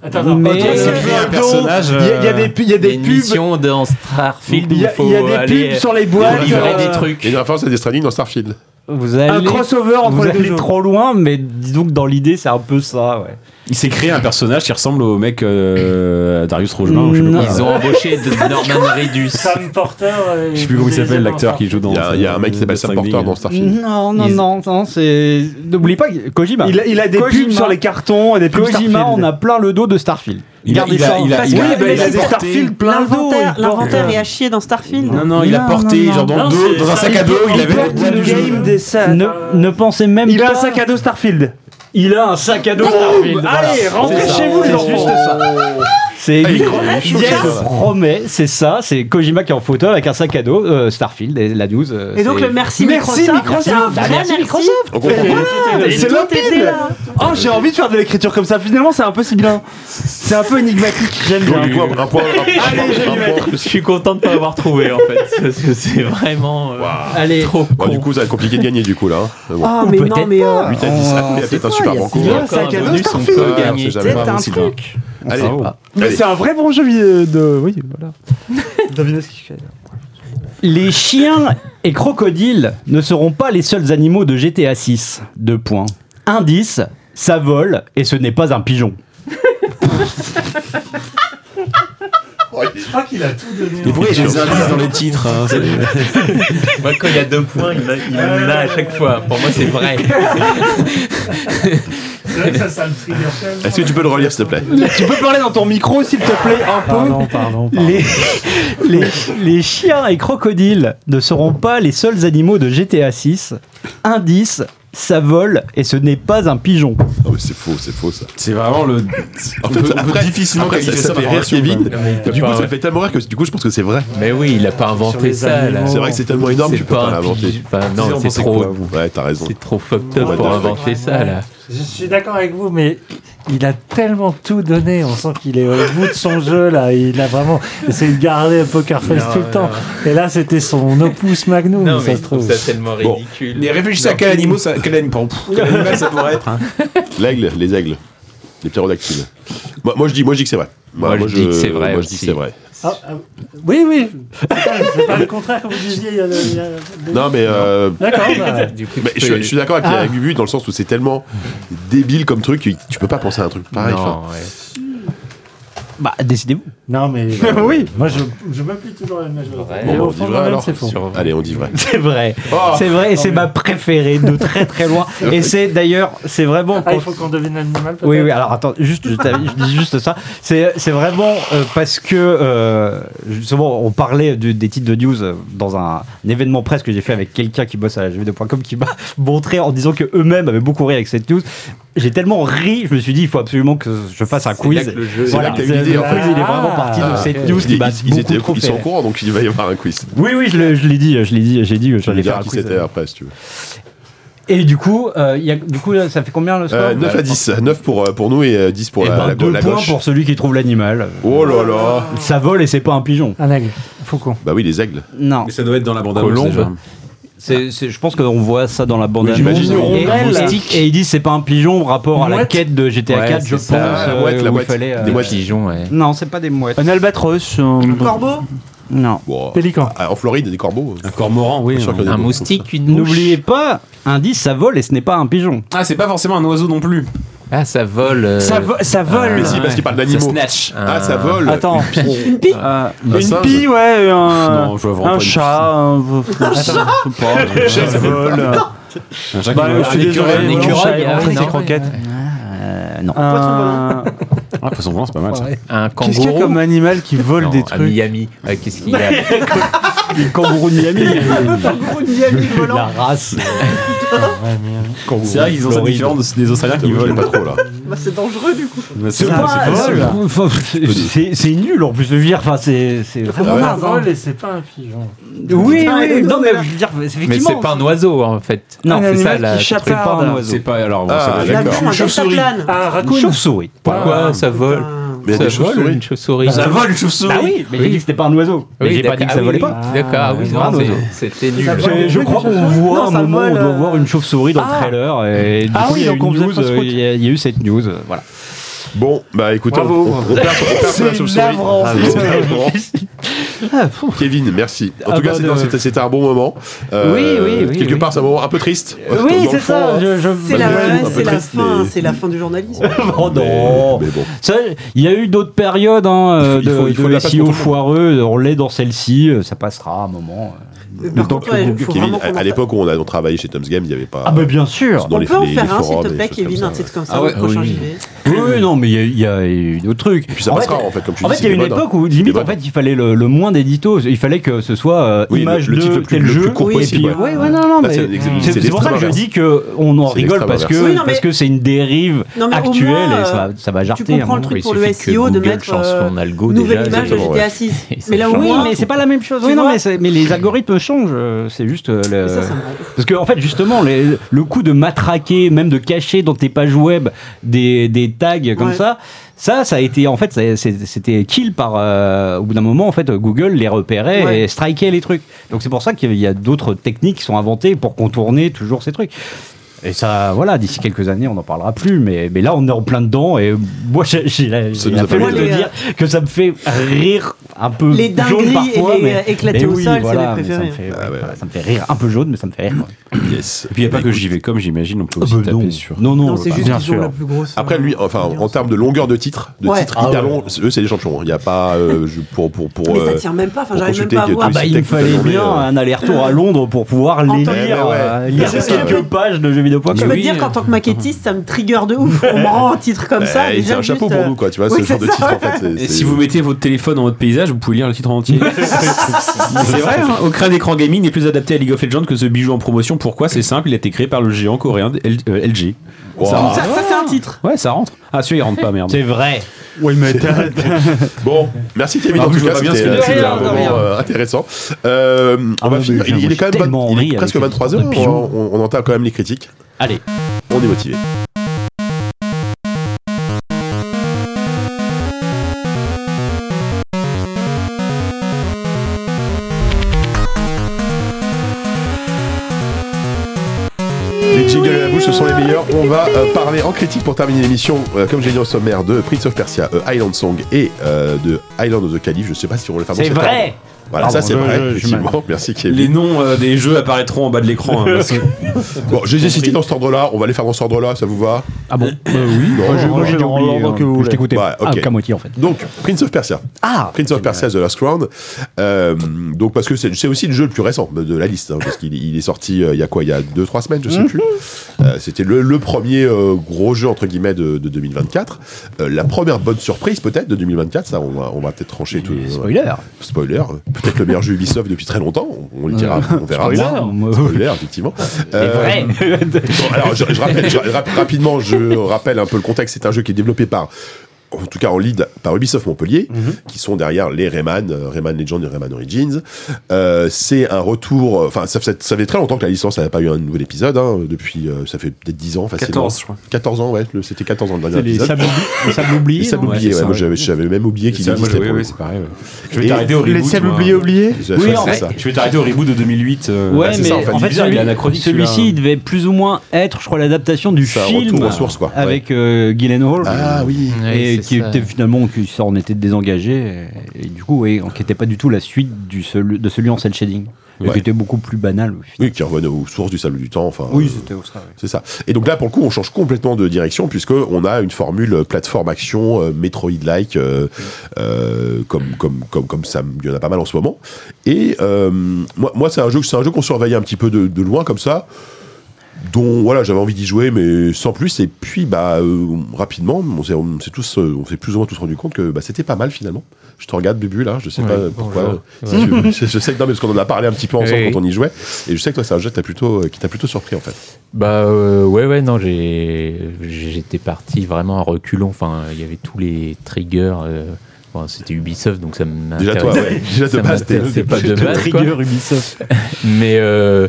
Speaker 7: Attends, attends.
Speaker 3: Mais-
Speaker 7: Ok,
Speaker 3: Euh,
Speaker 7: c'est
Speaker 3: euh,
Speaker 7: bien.
Speaker 4: Donc, Il y a- il y a des, pu- il y a
Speaker 6: Il y a
Speaker 4: des
Speaker 6: une
Speaker 4: pubs.
Speaker 6: mission dans Starfield où
Speaker 4: Il y a, il
Speaker 6: faut
Speaker 4: y a des
Speaker 6: aller
Speaker 4: pubs sur les boîtes.
Speaker 6: livrer
Speaker 4: euh,
Speaker 6: des trucs.
Speaker 1: Il y a une référence à Death Stranding dans Starfield.
Speaker 3: Vous
Speaker 4: Un
Speaker 3: allez,
Speaker 4: crossover entre
Speaker 3: vous
Speaker 4: les deux
Speaker 3: allez
Speaker 4: jeux.
Speaker 3: trop loin, mais dis donc dans l'idée, c'est un peu ça. Ouais.
Speaker 8: Il s'est créé un personnage qui ressemble au mec euh, Darius Rogelin. ou je sais pas
Speaker 3: Non.
Speaker 8: quoi.
Speaker 6: Ils ont
Speaker 4: [LAUGHS]
Speaker 6: embauché de Norman Reedus.
Speaker 7: Sam Porter. euh,
Speaker 8: Je sais plus comment il s'appelle
Speaker 7: dans
Speaker 8: l'acteur qui joue dans.
Speaker 1: Il y a, il y a un mec qui s'appelle Sam Porter dans Starfield.
Speaker 3: Non, non,
Speaker 6: Ils-
Speaker 3: non, non, c'est. N'oublie pas que- Kojima.
Speaker 4: Il a, il a des pubs
Speaker 3: Kojima.
Speaker 4: sur les cartons et des pubs
Speaker 3: Kojima,
Speaker 4: Starfield.
Speaker 3: on a plein le dos de Starfield.
Speaker 8: Il a,
Speaker 3: Gardez
Speaker 8: il a,
Speaker 3: ça.
Speaker 8: il a,
Speaker 5: Parce
Speaker 8: il
Speaker 5: que-
Speaker 8: a-
Speaker 4: Oui, bah,
Speaker 5: mais
Speaker 4: il a
Speaker 5: c'est
Speaker 4: des Starfield plein le dos.
Speaker 5: L'inventaire
Speaker 4: il porte-
Speaker 5: l'inventaire est à chier dans Starfield.
Speaker 8: Non, non, il a
Speaker 3: Non,
Speaker 8: porté,
Speaker 3: non,
Speaker 8: genre dans le
Speaker 7: non.
Speaker 8: dos,
Speaker 7: Non,
Speaker 8: dans un
Speaker 7: c'est-
Speaker 8: sac à dos, il
Speaker 4: Il
Speaker 8: avait
Speaker 4: porte
Speaker 8: la
Speaker 4: le
Speaker 8: boîte du jeu.
Speaker 4: game des sacs.
Speaker 3: Ne, ne pensez même
Speaker 4: Il
Speaker 3: pas.
Speaker 4: a un sac à dos Starfield.
Speaker 3: Il a un sac à Ah, dos Starfield. voilà.
Speaker 4: Allez, rentrez
Speaker 3: C'est ça.
Speaker 4: chez vous, les
Speaker 3: C'est juste
Speaker 4: enfants.
Speaker 3: ça. C'est
Speaker 1: Ah, il est
Speaker 3: évident.
Speaker 1: grand, il est chaud,
Speaker 3: Yes,
Speaker 1: ça, là.
Speaker 3: promet, c'est ça, c'est Kojima qui est en fauteuil avec un sac à dos, euh, Starfield et la 12. euh,
Speaker 5: Et donc
Speaker 3: c'est-
Speaker 5: le merci
Speaker 4: Merci,
Speaker 5: Microsoft.
Speaker 4: Microsoft.
Speaker 5: un vrai
Speaker 4: Bah, merci,
Speaker 5: merci.
Speaker 1: On comprend
Speaker 4: Et-
Speaker 1: pas.
Speaker 4: C'est
Speaker 5: Tout était
Speaker 4: limpide.
Speaker 5: là.
Speaker 4: Oh, j'ai envie de faire de l'écriture comme ça. Finalement, c'est un peu sibyllin. C'est un peu énigmatique. J'aime
Speaker 1: Donc,
Speaker 4: bien.
Speaker 1: du coup, un point- un point. un point- un point en
Speaker 6: Je
Speaker 1: plus.
Speaker 6: suis content de ne pas avoir
Speaker 1: [LAUGHS]
Speaker 6: trouvé en fait. Parce que c'est vraiment euh,
Speaker 3: Allez,
Speaker 6: trop
Speaker 1: Bon,
Speaker 6: con.
Speaker 1: du coup, ça va être compliqué de gagner du coup là. hein. Mais bon.
Speaker 5: Oh, mais non, mais. euh,
Speaker 1: 8 à 10, ah, il y a peut-être un super bon coup.
Speaker 6: Il y a
Speaker 1: ouais.
Speaker 6: encore
Speaker 4: sac à
Speaker 6: un
Speaker 4: dos
Speaker 6: bonus, on
Speaker 4: Starfield.
Speaker 6: peut
Speaker 1: Ouais, on sait
Speaker 6: gagner.
Speaker 1: jamais.
Speaker 8: un
Speaker 1: Bravo, Sylvain.
Speaker 8: truc.
Speaker 1: Allez,
Speaker 15: sait pas.
Speaker 4: Mais
Speaker 1: Allez.
Speaker 4: c'est un vrai bon jeu vidéo de. Oui, voilà.
Speaker 7: Devinez ce qu'il fait.
Speaker 3: Les chiens et crocodiles ne seront pas les seuls animaux de GTA 6. Deux points. Indice, ça vole et ce n'est pas un pigeon.
Speaker 7: Je crois qu'il a tout donné.
Speaker 8: Et pourquoi il y a des indices dans les titres hein, c'est-
Speaker 16: Moi, quand il y a deux points, il, il me l'a à chaque fois. Pour moi, c'est vrai.
Speaker 7: C'est vrai que ça, ça me trigger tellement.
Speaker 1: Est-ce que tu peux le relire, s'il te plaît
Speaker 4: Tu peux parler dans ton micro, s'il te plaît, un peu
Speaker 7: Pardon, pardon, pardon.
Speaker 3: Les, les, les chiens et crocodiles ne seront pas les seuls animaux de GTA 6. Indice, ça vole et ce n'est pas un pigeon.
Speaker 1: Non, mais c'est faux, c'est faux ça.
Speaker 8: C'est vraiment le.
Speaker 1: En fait, après, difficilement après, ça,
Speaker 8: qualifier
Speaker 1: ça
Speaker 8: ça
Speaker 1: fait
Speaker 8: par
Speaker 1: rire
Speaker 8: ration,
Speaker 1: Kevin.
Speaker 8: quand
Speaker 1: Du coup,
Speaker 6: pas,
Speaker 1: ça
Speaker 6: ouais.
Speaker 1: fait tellement rire que du coup, je pense que c'est vrai.
Speaker 6: Mais oui, il a pas inventé
Speaker 7: les
Speaker 6: ça là.
Speaker 7: animaux.
Speaker 1: C'est vrai que c'est tellement énorme, tu
Speaker 6: C'est
Speaker 1: peux
Speaker 6: pas
Speaker 1: pas
Speaker 6: un
Speaker 1: l'inventer.
Speaker 6: pige- enfin,
Speaker 8: Vous en
Speaker 6: non, c'est
Speaker 8: pensez quoi,
Speaker 6: trop.
Speaker 8: vous
Speaker 1: Ouais, t'as raison.
Speaker 6: C'est trop fucked up
Speaker 1: What
Speaker 6: pour
Speaker 1: the fuck.
Speaker 6: inventer ça là.
Speaker 7: Je suis d'accord avec vous, mais il a tellement tout donné. On sent qu'il est au bout de son jeu, là. Il a vraiment essayé de garder Poker Face tout le temps. Et là, c'était son opus magnum,
Speaker 6: Non,
Speaker 7: ça
Speaker 6: mais
Speaker 7: se
Speaker 6: je trouve
Speaker 7: trouve.
Speaker 6: ça tellement ridicule.
Speaker 8: Mais réfléchissez à quel animal ça, quel anim- pardon, quel animal ça pourrait être.
Speaker 1: L'aigle, les aigles, les ptérodactyles. Moi, moi, je dis, moi, je dis que c'est vrai.
Speaker 6: Moi, je dis que c'est vrai
Speaker 1: Moi, je dis que
Speaker 6: aussi.
Speaker 1: c'est vrai.
Speaker 7: Ah, ah, oui, oui. Putain, C'est pas le contraire que vous disiez. il y a le- il y a le-
Speaker 1: Non, mais euh,
Speaker 7: D'accord. bah,
Speaker 6: Du coup,
Speaker 1: mais
Speaker 6: tu
Speaker 1: je,
Speaker 6: peux-
Speaker 1: suis- je suis d'accord avec,
Speaker 7: Ah.
Speaker 1: avec Bubu dans le sens où c'est tellement débile comme truc, que tu peux pas penser à un truc pareil. enfin.
Speaker 6: Non, ouais.
Speaker 3: Bah, décidez-vous.
Speaker 7: [LAUGHS] non, [LAUGHS] mais. euh,
Speaker 4: Oui.
Speaker 7: Moi, je, je m'appuie toujours à la majorité.
Speaker 6: Ouais.
Speaker 7: Et
Speaker 1: Bon,
Speaker 7: au
Speaker 1: on dit
Speaker 7: fond de
Speaker 1: vrai
Speaker 7: moi-même,
Speaker 1: alors.
Speaker 7: c'est faux.
Speaker 6: Sur-
Speaker 1: Allez, on dit vrai.
Speaker 3: C'est vrai.
Speaker 1: Oh.
Speaker 3: c'est vrai et c'est ma préférée de très
Speaker 7: [LAUGHS]
Speaker 3: très loin. Et c'est d'ailleurs, c'est vraiment.
Speaker 7: Ah, il faut
Speaker 3: quand-
Speaker 7: qu'on devine l'animal, peut-être
Speaker 3: Oui, oui, alors attends, juste, je, t'avais- je dis juste ça. C'est c'est vraiment euh, parce que, euh, justement, on parlait du- des titres de news euh, dans un, un événement presse que j'ai fait avec quelqu'un qui bosse à la jeuxvideo.com qui m'a [LAUGHS] montré en disant que eux-mêmes avaient beaucoup ri avec cette news. J'ai tellement ri, je me suis dit, il faut absolument que je fasse un
Speaker 6: C'est là
Speaker 3: quiz.
Speaker 6: que le jeu.
Speaker 1: C'est là
Speaker 3: Voilà,
Speaker 1: que t'as eu
Speaker 3: c'est-
Speaker 1: l'idée, en
Speaker 3: le
Speaker 1: fait.
Speaker 3: quiz, il est vraiment parti de
Speaker 7: Ah,
Speaker 3: cette
Speaker 7: ok.
Speaker 3: news
Speaker 1: Ils,
Speaker 3: qui m'a
Speaker 1: ils
Speaker 3: beaucoup
Speaker 1: étaient,
Speaker 3: trop
Speaker 1: ils sont au
Speaker 3: fait.
Speaker 1: courant, donc il va y avoir un quiz.
Speaker 3: Oui, oui, je l'ai je l'ai dit, je l'ai dit, je l'ai dit, je
Speaker 1: Tu me
Speaker 3: l'allais faire
Speaker 1: diras
Speaker 3: un
Speaker 1: qui
Speaker 3: quiz.
Speaker 1: c'était après, si tu veux.
Speaker 3: Et du coup, euh, il y a, du coup, là, ça fait combien le score
Speaker 1: Euh, 9 à 10. 9 pour, euh, pour nous et euh, 10 pour
Speaker 3: Eh
Speaker 1: la,
Speaker 3: ben,
Speaker 1: la,
Speaker 3: deux
Speaker 1: la
Speaker 3: points
Speaker 1: gauche.
Speaker 3: pour celui qui trouve l'animal.
Speaker 1: Oh là là
Speaker 3: Ça vole et c'est pas un pigeon.
Speaker 7: Un aigle. Faucon.
Speaker 1: Bah oui, les aigles.
Speaker 3: Ah, Non.
Speaker 8: Mais ça doit être dans la bande annonce déjà.
Speaker 3: C'est- c'est- je pense qu'on voit ça dans la bande
Speaker 1: Oui,
Speaker 3: annonce.
Speaker 1: j'imagine.
Speaker 3: Et-
Speaker 1: Une
Speaker 3: et, et ils disent c'est pas un pigeon rapport à la
Speaker 4: Mouette.
Speaker 3: quête de GTA
Speaker 6: Ouais,
Speaker 3: 4,
Speaker 6: c'est
Speaker 3: je pense.
Speaker 6: ça.
Speaker 1: La mouette, la
Speaker 3: où il
Speaker 1: mouette.
Speaker 3: fallait, euh,
Speaker 1: Des
Speaker 6: Des
Speaker 1: mouettes.
Speaker 6: pigeons, ouais.
Speaker 3: Non, c'est pas des mouettes.
Speaker 4: Un albatros. Un...
Speaker 5: Corbeau
Speaker 3: [LAUGHS] Non.
Speaker 1: Wow.
Speaker 7: Pélican.
Speaker 1: Ah, en Floride, il y a des corbeaux.
Speaker 8: Un cormoran, oui. hein.
Speaker 1: Je suis sûr qu'il y en a
Speaker 6: Un
Speaker 1: beaucoup.
Speaker 6: moustique, une mouche.
Speaker 3: N'oubliez pas, indice, ça vole et ce n'est pas un pigeon.
Speaker 8: Ah, c'est pas forcément un oiseau non plus.
Speaker 6: Ah, ça vole. euh,
Speaker 4: Ça, vo- ça vole.
Speaker 1: Mais si, parce qu'il parle d'animaux. Ah, ça vole.
Speaker 4: Attends. Une pie. Euh,
Speaker 1: Un
Speaker 4: une
Speaker 1: singe.
Speaker 4: pie, ouais. Un,
Speaker 8: Non, je vois vraiment
Speaker 4: un
Speaker 8: pas une-
Speaker 4: chat. Un, un chat. Ça vole.
Speaker 8: Un chat qui
Speaker 4: Bah,
Speaker 8: vole.
Speaker 4: je suis
Speaker 8: Un
Speaker 4: désolé,
Speaker 8: écureuil,
Speaker 4: un
Speaker 8: non
Speaker 4: chat,
Speaker 6: écureuil,
Speaker 4: un
Speaker 6: ah,
Speaker 4: chat,
Speaker 6: non.
Speaker 4: c'est croquette.
Speaker 3: Euh, non.
Speaker 4: Un...
Speaker 8: Ah, poisson volant, c'est pas mal ça.
Speaker 6: Un
Speaker 4: Qu'est-ce
Speaker 6: kangourou.
Speaker 4: qu'il y a comme animal qui vole
Speaker 6: Non,
Speaker 4: des
Speaker 6: À
Speaker 4: trucs
Speaker 6: Miami. Euh, Qu'est-ce qu'il y a
Speaker 3: Le kangourou de [LAUGHS] Miami.
Speaker 5: Corbeau, une liane, une
Speaker 3: la
Speaker 5: volante.
Speaker 3: [LAUGHS] race.
Speaker 8: C'est vrai qu'ils ont ça différent de- des Australiens qui
Speaker 1: J'avoue, je l'ai
Speaker 8: volent.
Speaker 1: pas trop là.
Speaker 5: Bah, C'est dangereux du coup.
Speaker 8: Mais C'est
Speaker 3: Ah,
Speaker 8: pas-
Speaker 3: c'est-
Speaker 8: c'est-
Speaker 3: enfin, c'est- c'est- c'est nul en plus. Je veux dire, enfin, c'est. c'est vraiment
Speaker 1: ouais.
Speaker 7: Un
Speaker 3: naze, hein.
Speaker 7: vol et c'est pas un pigeon.
Speaker 3: Oui, oui, non, mais je veux dire,
Speaker 6: Mais
Speaker 3: effectivement.
Speaker 6: c'est pas un oiseau en fait.
Speaker 3: Non,
Speaker 4: Un
Speaker 6: c'est ça
Speaker 4: animal
Speaker 6: la.
Speaker 4: qui
Speaker 3: c'est pas
Speaker 4: chaparde.
Speaker 3: un oiseau.
Speaker 8: C'est pas. Alors, bon,
Speaker 1: Ah,
Speaker 8: ça va,
Speaker 1: d'accord.
Speaker 8: d'accord.
Speaker 5: Un deltaclane.
Speaker 7: Un
Speaker 3: Une
Speaker 7: raccoon.
Speaker 3: chauve-souris.
Speaker 6: Pourquoi ça vole
Speaker 5: Putain.
Speaker 1: Mais il y a des
Speaker 6: Ça vole une
Speaker 1: chauves-souris.
Speaker 6: chauve-souris.
Speaker 8: Ça vole, une chauve-souris.
Speaker 3: Bah oui, mais
Speaker 6: Oui.
Speaker 3: j'ai dit que c'était pas un oiseau. Mais j'ai pas
Speaker 6: d'accord.
Speaker 3: dit que
Speaker 6: Ah
Speaker 3: ça
Speaker 6: oui,
Speaker 3: volait pas.
Speaker 6: D'accord, ah oui,
Speaker 3: Ah,
Speaker 6: non,
Speaker 3: ouais.
Speaker 6: c'est- c'était nul.
Speaker 5: Ça vole.
Speaker 3: Je, je crois qu'on voit
Speaker 5: Non,
Speaker 3: un
Speaker 5: ça
Speaker 3: moment où
Speaker 5: vole,
Speaker 3: on doit
Speaker 5: euh,
Speaker 3: voir une chauve-souris dans
Speaker 5: ah.
Speaker 3: le trailer et du
Speaker 4: Ah
Speaker 3: coup
Speaker 4: oui,
Speaker 3: il y a
Speaker 4: donc
Speaker 3: une
Speaker 4: on faisait
Speaker 3: news,
Speaker 4: fausse
Speaker 3: euh,
Speaker 4: route.
Speaker 3: il y, a- il y a eu cette news, euh, voilà.
Speaker 1: Bon, bah écoutez, on,
Speaker 4: Bravo.
Speaker 1: on, on perd sur- on perd sur la chauve-souris.
Speaker 3: navrant.
Speaker 1: C'est navrant. Kevin, merci. En
Speaker 3: Ah
Speaker 1: tout cas,
Speaker 3: bah,
Speaker 1: c'est-
Speaker 3: de-
Speaker 1: non, c'était c'était un bon moment. Euh,
Speaker 3: Oui, oui, oui,
Speaker 1: Quelque
Speaker 3: oui.
Speaker 1: part, c'est un moment un peu triste. euh, dans
Speaker 3: oui,
Speaker 1: le
Speaker 3: c'est
Speaker 1: fond,
Speaker 3: ça.
Speaker 1: hein.
Speaker 3: Je, je...
Speaker 5: C'est la,
Speaker 1: Bah,
Speaker 5: ouais,
Speaker 1: un peu
Speaker 3: [LAUGHS]
Speaker 5: c'est la
Speaker 1: triste,
Speaker 5: fin,
Speaker 1: mais-
Speaker 5: c'est la fin du journalisme.
Speaker 3: Oh non.
Speaker 1: Mais, mais bon.
Speaker 3: Ça, il y a eu d'autres périodes hein, euh,
Speaker 1: Il faut- il faut-
Speaker 3: de,
Speaker 1: il faut la
Speaker 3: de
Speaker 1: passer pour
Speaker 3: SEO
Speaker 1: tout le
Speaker 3: foireux. On l'est dans celle-ci, euh, ça passera à un moment. euh.
Speaker 5: Mais Par contre, ouais, faut
Speaker 1: Kevin,
Speaker 5: vraiment
Speaker 1: à-
Speaker 5: qu'on en
Speaker 1: à
Speaker 5: fasse-
Speaker 1: l'époque où on, a, on travaillait chez Tom's Game, il n'y avait pas.
Speaker 3: Ah bah bien sûr.
Speaker 1: dans
Speaker 5: On
Speaker 1: les-
Speaker 5: peut en
Speaker 1: les- les
Speaker 5: faire un, s'il
Speaker 1: forums
Speaker 5: te
Speaker 1: et
Speaker 5: plaît,
Speaker 1: des choses
Speaker 5: Kevin,
Speaker 1: comme
Speaker 5: un
Speaker 1: ça,
Speaker 5: titre comme
Speaker 8: Ah
Speaker 5: ça,
Speaker 8: ouais,
Speaker 5: le prochain
Speaker 6: oui.
Speaker 5: JV.
Speaker 3: Oui, oui, non, mais il y a- il y, a eu d'autres trucs.
Speaker 1: Puis ça
Speaker 3: En
Speaker 1: passera,
Speaker 3: fait,
Speaker 1: en fait, comme tu
Speaker 3: En
Speaker 1: dis.
Speaker 3: fait, il y a
Speaker 1: c'est
Speaker 3: une
Speaker 1: des bonnes,
Speaker 3: époque
Speaker 1: hein.
Speaker 3: où
Speaker 1: des
Speaker 3: limite,
Speaker 1: bonnes.
Speaker 3: en fait, il fallait le, le moins d'édito. Il fallait que ce soit euh,
Speaker 1: Oui, le-
Speaker 3: image
Speaker 1: le
Speaker 3: de
Speaker 1: titre le plus-
Speaker 3: tel
Speaker 1: le
Speaker 3: jeu.
Speaker 1: plus court
Speaker 3: Oui,
Speaker 1: possible,
Speaker 3: et puis-
Speaker 1: ouais.
Speaker 3: ouais, ouais, non, non,
Speaker 1: Là,
Speaker 3: mais
Speaker 1: c'est l'ex-
Speaker 3: c'est
Speaker 1: c'est
Speaker 3: c'est pour ça que je
Speaker 1: l'extrême
Speaker 3: dis que on en
Speaker 1: C'est
Speaker 3: rigole
Speaker 1: l'extrême
Speaker 3: parce que
Speaker 5: inverse. Oui, non, mais-
Speaker 3: parce que c'est une dérive
Speaker 5: Non, mais au
Speaker 3: actuelle
Speaker 5: moins,
Speaker 3: et ça, ça va
Speaker 5: Tu
Speaker 3: jarter. hein. à un
Speaker 5: comprends le
Speaker 3: moment.
Speaker 5: truc
Speaker 6: Il
Speaker 5: pour le
Speaker 6: suffit que
Speaker 5: SEO de
Speaker 6: Google
Speaker 5: mettre
Speaker 6: change
Speaker 5: euh,
Speaker 6: son algo
Speaker 5: nouvelle
Speaker 6: déjà,
Speaker 5: image de
Speaker 1: exactement,
Speaker 5: GTA 6.
Speaker 6: Et ça
Speaker 5: Mais là au
Speaker 6: change.
Speaker 3: Oui,
Speaker 5: moins,
Speaker 3: mais c'est pas la même chose.
Speaker 5: Tu
Speaker 3: Oui, non,
Speaker 5: vois
Speaker 3: mais, c'est- mais les algorithmes changent. euh, C'est juste euh, le.
Speaker 5: Mais ça, ça me rend ouf.
Speaker 3: Parce que en fait, justement, les- le coup de matraquer, même de cacher dans tes pages web des, des tags comme
Speaker 5: Ouais.
Speaker 3: ça, ça, ça a été en fait, ça- c'est- c'était kill par. euh, au bout d'un moment, en fait, Google les repérait
Speaker 5: Ouais.
Speaker 3: et strikait les trucs. Donc c'est pour ça qu'il y a d'autres techniques qui sont inventées pour contourner toujours ces trucs. Et ça, voilà, d'ici quelques années, on n'en parlera plus, mais, mais là, on est en plein dedans, et moi, [LAUGHS] j'ai j'ai la,
Speaker 1: Ça
Speaker 3: j'ai
Speaker 1: nous
Speaker 3: la
Speaker 1: a pas
Speaker 3: peine de
Speaker 5: aidé.
Speaker 3: dire que ça me fait rire un peu
Speaker 5: Les
Speaker 3: jaune
Speaker 5: dingueries
Speaker 3: parfois.
Speaker 5: et les,
Speaker 3: mais,
Speaker 5: euh, éclatés
Speaker 3: mais
Speaker 5: au
Speaker 3: oui,
Speaker 5: sol, c'est
Speaker 3: voilà,
Speaker 5: mes
Speaker 3: mais ça me
Speaker 5: préférés. hein.
Speaker 3: fait-
Speaker 1: Ah ouais.
Speaker 3: voilà, ça me fait rire, un peu jaune, mais ça me fait rire. quoi.
Speaker 1: Yes.
Speaker 8: Et puis il n'y a pas que j'y vais comme, j'imagine, on peut aussi
Speaker 3: Ah, Bah,
Speaker 8: taper
Speaker 3: non.
Speaker 8: sur.
Speaker 3: non, non,
Speaker 5: Non, c'est
Speaker 3: bah,
Speaker 5: juste
Speaker 3: bien
Speaker 5: qu'ils ont
Speaker 3: sûr.
Speaker 5: la plus grosse.
Speaker 1: Après,
Speaker 5: euh,
Speaker 1: lui, enfin, en
Speaker 5: audience.
Speaker 1: termes de longueur de titre, de
Speaker 5: Ouais.
Speaker 1: titres hyper longs, eux, c'est les champions. Il n'y a pas, euh, je- pour, pour, pour.
Speaker 5: Mais ça
Speaker 1: euh,
Speaker 5: tient même pas, enfin,
Speaker 1: pour
Speaker 5: j'arrive même
Speaker 1: consulter
Speaker 5: pas à
Speaker 1: que
Speaker 5: voir.
Speaker 1: tous
Speaker 3: Bah,
Speaker 1: c'est
Speaker 3: il me
Speaker 1: peut-être
Speaker 3: fallait
Speaker 1: aujourd'hui,
Speaker 3: bien
Speaker 1: euh,
Speaker 3: un aller-retour à Londres pour pouvoir les
Speaker 5: tant que-
Speaker 1: Ouais,
Speaker 3: lire,
Speaker 1: ouais, ouais.
Speaker 3: euh, lire
Speaker 1: C'est ça.
Speaker 3: quelques pages de
Speaker 6: Ah,
Speaker 3: jeux-vidéo.com.
Speaker 5: Je peux te dire qu'en tant que maquettiste, ça me trigger de ouf. On me rend un titre comme ça.
Speaker 1: bah, il
Speaker 5: déjà,
Speaker 1: tient un chapeau
Speaker 5: juste,
Speaker 1: pour
Speaker 5: euh,
Speaker 1: nous, quoi. Tu vois,
Speaker 5: oui,
Speaker 1: ce genre
Speaker 5: c'est
Speaker 1: de titre,
Speaker 5: ça.
Speaker 1: en fait. c'est-
Speaker 8: Et
Speaker 1: c'est-
Speaker 8: si vous mettez votre téléphone en mode paysage, vous pouvez lire le titre en [LAUGHS] entier. c'est vrai, hein. au crâne d'écran gaming n'est plus adapté à League of Legends que ce bijou en promotion. Pourquoi C'est simple, il a été créé par le géant coréen de L- euh, LG.
Speaker 1: Wow.
Speaker 8: Ça rentre.
Speaker 5: Ça, ça, c'est un titre.
Speaker 8: Ouais, ça rentre. Ah, celui-là, il rentre pas, merde.
Speaker 3: C'est vrai.
Speaker 4: Oui, mais t'as- t'as-
Speaker 1: Bon, merci Kevin.
Speaker 8: Ah,
Speaker 1: en
Speaker 8: je
Speaker 1: tout
Speaker 8: vois
Speaker 1: cas,
Speaker 8: pas bien
Speaker 1: c'était
Speaker 8: ce que tu
Speaker 1: c'était
Speaker 8: dis.
Speaker 1: un
Speaker 8: De rien,
Speaker 1: moment
Speaker 8: de rien.
Speaker 1: euh, intéressant. Euh, on
Speaker 3: Ah
Speaker 1: va
Speaker 3: ouais,
Speaker 1: finir.
Speaker 3: mais
Speaker 1: Il, il est
Speaker 3: j'ai
Speaker 1: quand même
Speaker 3: tellement
Speaker 1: vingt- il est
Speaker 3: ri avec
Speaker 1: presque
Speaker 3: cette
Speaker 1: 23 h
Speaker 3: histoire de
Speaker 1: On,
Speaker 3: pigeons.
Speaker 1: on entend quand même les critiques.
Speaker 3: Allez.
Speaker 1: On est motivé. Les jingles à la bouche, ce sont les
Speaker 3: Ah.
Speaker 1: meilleurs. On va euh, parler en critique pour terminer l'émission, euh, comme j'ai dit au sommaire, de Prince of Persia, euh, Island Song et euh, de Island of the Caliph. Je sais pas si on va le faire dans
Speaker 3: C'est
Speaker 1: cet
Speaker 3: vrai
Speaker 1: ordre. Voilà, ça c'est
Speaker 3: Pardon,
Speaker 1: vrai,
Speaker 3: je- je- je
Speaker 1: effectivement. Merci
Speaker 8: [LAUGHS]
Speaker 1: Kevin.
Speaker 8: Les noms euh, des jeux apparaîtront en bas de l'écran. hein, parce que-
Speaker 1: Bon, j'ai hésité dans cet ordre-là, on va les faire dans cet ordre-là, ça vous va
Speaker 3: Ah bon
Speaker 1: Oui,
Speaker 3: Moi, j'ai-
Speaker 1: non.
Speaker 3: moi, j'ai
Speaker 4: dans
Speaker 3: oublié,
Speaker 4: l'ordre
Speaker 3: hein.
Speaker 4: que vous
Speaker 3: Je
Speaker 4: voulez.
Speaker 3: t'écoutais
Speaker 1: Bah,
Speaker 3: ah,
Speaker 1: ok.
Speaker 3: qu'à moitié en fait.
Speaker 1: Donc, Prince of Persia.
Speaker 3: Ah
Speaker 1: Prince of Persia The Last Round. Euh, donc, parce que c'est c'est aussi le jeu le plus récent de de la liste, hein, parce qu'il il est sorti euh, il y a quoi Il y a 2-3 semaines, je sais
Speaker 3: Mhm.
Speaker 1: plus. Euh, C'était le, le premier euh, gros jeu, entre guillemets, de, de 2024. Euh, la première bonne surprise, peut-être, de 2024, ça, on va, on va peut-être trancher tout. euh,
Speaker 3: Spoiler
Speaker 1: Spoiler. Peut-être le meilleur jeu Ubisoft depuis très longtemps, on, on le dira, on verra.
Speaker 3: Spoiler.
Speaker 1: Spoiler, effectivement.
Speaker 3: C'est
Speaker 1: Euh,
Speaker 3: vrai
Speaker 1: Bon, alors, je, je rappelle, je- rap- rapidement, je rappelle un peu le contexte. C'est un jeu qui est développé par, en tout cas en lead, par Ubisoft Montpellier,
Speaker 3: Mhm.
Speaker 1: qui sont derrière les Rayman, euh, Rayman Legends et Rayman Origins. Euh, c'est un retour. euh, Enfin, ça, fait- ça fait très longtemps que la licence n'avait pas eu un nouvel épisode. hein, depuis, euh, ça fait peut-être 10 ans, facilement.
Speaker 8: 14, je crois.
Speaker 1: 14 ans, ouais. le- C'était 14 ans le dernier
Speaker 3: C'est les
Speaker 1: épisode.
Speaker 3: sables oubliés- les sables oubliés.
Speaker 1: Les sables
Speaker 3: non
Speaker 1: oubliés,
Speaker 8: Ouais, c'est
Speaker 1: ouais,
Speaker 8: ça,
Speaker 1: moi
Speaker 8: ouais.
Speaker 1: j'avais j'avais même oublié qu'il
Speaker 8: C'est vrai, moi,
Speaker 1: existait.
Speaker 8: oui,
Speaker 1: pour
Speaker 8: oui,
Speaker 1: le
Speaker 8: c'est
Speaker 1: coup.
Speaker 8: pareil. ouais. Je vais
Speaker 1: Et
Speaker 8: t'arrêter au reboot.
Speaker 4: Les sables
Speaker 8: moi.
Speaker 4: oubliés, oubliés.
Speaker 1: Ouais,
Speaker 3: Oui, en
Speaker 1: c'est
Speaker 3: fait,
Speaker 1: ça.
Speaker 8: Je vais t'arrêter au reboot de 2008. euh,
Speaker 11: Ouais,
Speaker 8: bah, c'est
Speaker 11: mais
Speaker 8: ça,
Speaker 11: en
Speaker 8: Il est
Speaker 11: fait,
Speaker 8: bizarre, il est
Speaker 11: celui-
Speaker 8: anachronique,
Speaker 11: celui-ci,
Speaker 8: celui-là.
Speaker 11: il devait plus ou moins être, je crois, l'adaptation du
Speaker 1: C'est un
Speaker 11: film
Speaker 1: retour aux sources, quoi. Ouais.
Speaker 11: avec euh, Gyllenhaal.
Speaker 1: Ah oui.
Speaker 6: Ouais,
Speaker 11: et
Speaker 6: c'est
Speaker 11: qui
Speaker 6: ça.
Speaker 11: était
Speaker 3: Finalement, qui ça en était désengagé, et, et du coup, oui, qui n'était pas du tout la suite du seul- de celui en cel shading, et
Speaker 1: Ouais.
Speaker 3: qui était beaucoup plus banal. au final.
Speaker 1: Oui, qui revenait aux sources du sable du temps. Enfin, euh,
Speaker 3: c'était ça. oui.
Speaker 1: C'est ça. Et donc là, pour le coup, on change complètement de direction puisque on a une formule euh, plateforme action euh, Metroid-like euh, euh, comme comme comme comme ça, il y en a pas mal en ce moment. Et euh, moi, moi, c'est un jeu, c'est un jeu qu'on surveillait un petit peu de, de loin comme ça dont voilà j'avais envie d'y jouer mais sans plus et puis bah euh, rapidement on s'est on s'est tous euh, on s'est plus ou moins tous rendu compte que bah, c'était pas mal finalement je te regarde Bubu là je sais pas pourquoi euh, Si tu- je, je sais que non mais parce qu'on en a parlé un petit peu ensemble
Speaker 6: Oui.
Speaker 1: quand on y jouait et je sais que toi c'est un jeu que t'as plutôt euh, qui t'a plutôt surpris en fait
Speaker 6: Bah euh, ouais ouais non j'ai j'étais parti vraiment à reculons enfin il y avait tous les triggers euh, bon, c'était Ubisoft donc ça
Speaker 1: Déjà toi,
Speaker 6: m'intéressait
Speaker 1: ouais. Déjà de
Speaker 6: Ça
Speaker 1: base, t'es-
Speaker 6: m'intéressait pas de base quoi.
Speaker 3: Ubisoft.
Speaker 6: mais euh,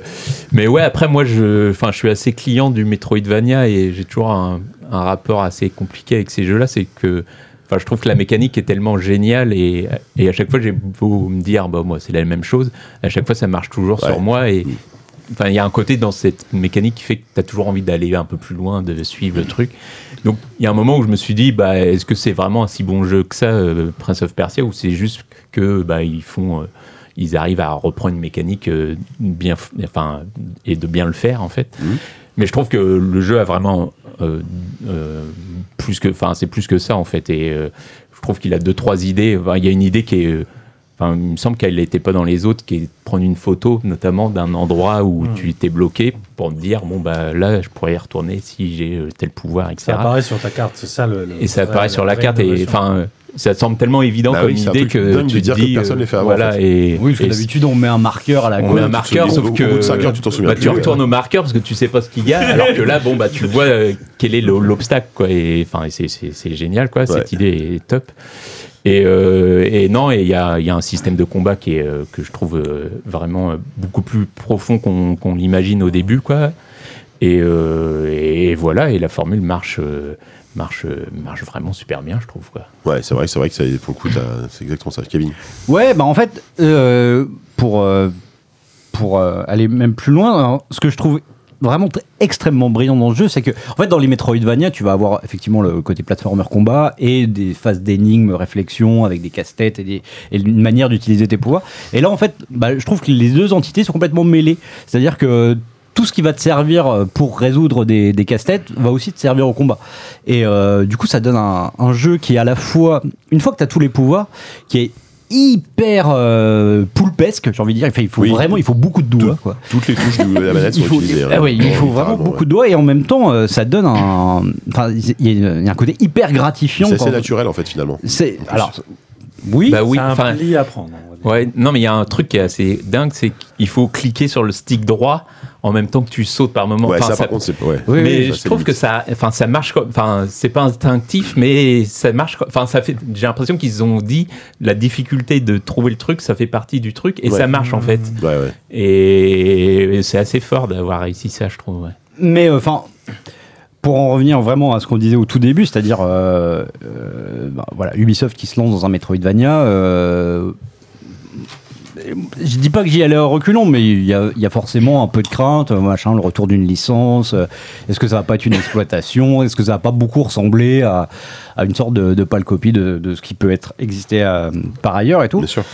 Speaker 6: mais ouais après moi je enfin je suis assez client du Metroidvania et j'ai toujours un, un rapport assez compliqué avec ces jeux là c'est que enfin je trouve que la mécanique est tellement géniale et, et à chaque fois j'ai beau me dire bah moi c'est la même chose à chaque fois ça marche toujours
Speaker 1: Ouais.
Speaker 6: sur moi et enfin il y a un côté dans cette mécanique qui fait que tu as toujours envie d'aller un peu plus loin de suivre le truc donc il y a un moment où je me suis dit bah est-ce que c'est vraiment un si bon jeu que ça euh, Prince of Persia ou c'est juste que bah ils font euh, ils arrivent à reprendre une mécanique euh, bien f- enfin et de bien le faire en fait mais je trouve que le jeu a vraiment euh, euh, plus que enfin c'est plus que ça en fait et euh, je trouve qu'il a deux trois idées Enfin, il y a une idée qui est euh, Enfin, il me semble qu'elle n'était pas dans les autres, qui est de prendre une photo, notamment d'un endroit où tu t'es bloqué pour te dire bon bah là je pourrais y retourner si j'ai euh, tel pouvoir, etc.
Speaker 17: Ça apparaît sur ta carte, c'est ça le. le-
Speaker 6: et ça
Speaker 17: la-
Speaker 6: apparaît sur la
Speaker 17: vraie
Speaker 6: carte et
Speaker 17: innovation.
Speaker 6: enfin euh, ça te semble tellement évident
Speaker 1: Bah
Speaker 6: comme
Speaker 1: oui, c'est un
Speaker 6: idée
Speaker 1: truc
Speaker 6: que
Speaker 1: dingue de
Speaker 6: tu te
Speaker 1: dire que
Speaker 6: dis,
Speaker 1: personne
Speaker 6: euh,
Speaker 1: l'ait fait avant,
Speaker 6: voilà
Speaker 1: en fait.
Speaker 6: et
Speaker 3: Oui, parce que
Speaker 6: et
Speaker 3: d'habitude, on met un marqueur à la
Speaker 6: on met
Speaker 3: gauche.
Speaker 6: un marqueur,
Speaker 1: souviens-
Speaker 6: sauf
Speaker 1: au
Speaker 6: que
Speaker 1: bout de cinq heures, tu t'en souviens
Speaker 6: bah,
Speaker 1: plus,
Speaker 6: tu
Speaker 1: ouais.
Speaker 6: retournes au marqueur parce que tu sais pas ce
Speaker 1: [LAUGHS]
Speaker 6: qu'il y a, alors que là, bon, bah, tu vois euh, quel est le- l'obstacle, quoi. Et enfin, et c'est- c'est c'est génial, quoi.
Speaker 1: Ouais.
Speaker 6: Cette idée est top. Et, euh, et non, et il y a, il y a un système de combat qui est, euh, que je trouve euh, vraiment euh, beaucoup plus profond qu'on qu'on l'imagine au début, quoi. Et, euh, et voilà, et la formule marche, euh, marche, euh, marche vraiment super bien, je trouve, quoi.
Speaker 1: Ouais, c'est vrai, c'est vrai que ça, pour le coup, t'as- c'est exactement ça. Kevin.
Speaker 3: Ouais, bah en fait, euh, pour, euh, pour euh, aller même plus loin, hein, ce que je trouve vraiment tr- extrêmement brillant dans le jeu, c'est que, en fait, dans les Metroidvania, tu vas avoir effectivement le côté platformer combat et des phases d'énigmes, réflexions avec des casse-têtes et, des- et une manière d'utiliser tes pouvoirs. Et là, en fait, bah, je trouve que les deux entités sont complètement mêlées. C'est-à-dire que tout ce qui va te servir euh, pour résoudre des, des casse-têtes va aussi te servir au combat. Et euh, du coup, ça donne un, un jeu qui est à la fois, une fois que tu as tous les pouvoirs, qui est hyper euh, poulpesque, j'ai envie de dire. Enfin, il faut
Speaker 1: Oui.
Speaker 3: vraiment, il faut beaucoup de doigts. quoi.
Speaker 1: Toutes les touches de la manette
Speaker 3: Il
Speaker 1: sont
Speaker 3: faut-
Speaker 1: utilisées.
Speaker 3: ah
Speaker 1: hein.
Speaker 3: oui, il
Speaker 1: Ouais,
Speaker 3: faut vraiment
Speaker 1: littéralement,
Speaker 3: beaucoup de doigts et en même temps, euh, ça donne un. Enfin, il y, a une- il y a un côté hyper
Speaker 1: ouais.
Speaker 3: gratifiant.
Speaker 1: C'est assez
Speaker 3: quand-
Speaker 1: naturel en fait finalement.
Speaker 3: C'est alors
Speaker 6: Oui, bah oui.
Speaker 17: C'est un
Speaker 6: enfin,
Speaker 17: pli à prendre.
Speaker 6: ouais, non, mais il y a un truc qui est assez dingue, c'est qu'il faut cliquer sur le stick droit en même temps que tu sautes par moment.
Speaker 1: Ouais,
Speaker 6: Enfin,
Speaker 1: ça par contre, c'est. Ouais.
Speaker 6: mais
Speaker 1: Ça,
Speaker 6: je
Speaker 1: c'est
Speaker 6: trouve
Speaker 1: limite.
Speaker 6: que ça, enfin, ça marche comme, enfin, c'est pas instinctif, mais ça marche. comme- Enfin, ça fait. J'ai l'impression qu'ils ont dit la difficulté de trouver le truc, ça fait partie du truc, et
Speaker 1: Ouais.
Speaker 6: ça marche en fait.
Speaker 17: Mmh.
Speaker 1: Ouais, ouais.
Speaker 6: Et c'est assez fort d'avoir réussi ça, je trouve. ouais.
Speaker 3: Mais euh, enfin, pour en revenir vraiment à ce qu'on disait au tout début, c'est-à-dire euh, euh, bah, voilà, Ubisoft qui se lance dans un Metroidvania. euh, je dis pas que j'y allais au reculon, mais il y, a, il y a forcément un peu de crainte, euh, machin, le retour d'une licence. euh, Est-ce que ça va pas être une exploitation Est-ce que ça va pas beaucoup ressembler à, à une sorte de, de pâle copie de, de ce qui peut être existé euh, par ailleurs et tout
Speaker 1: Bien sûr.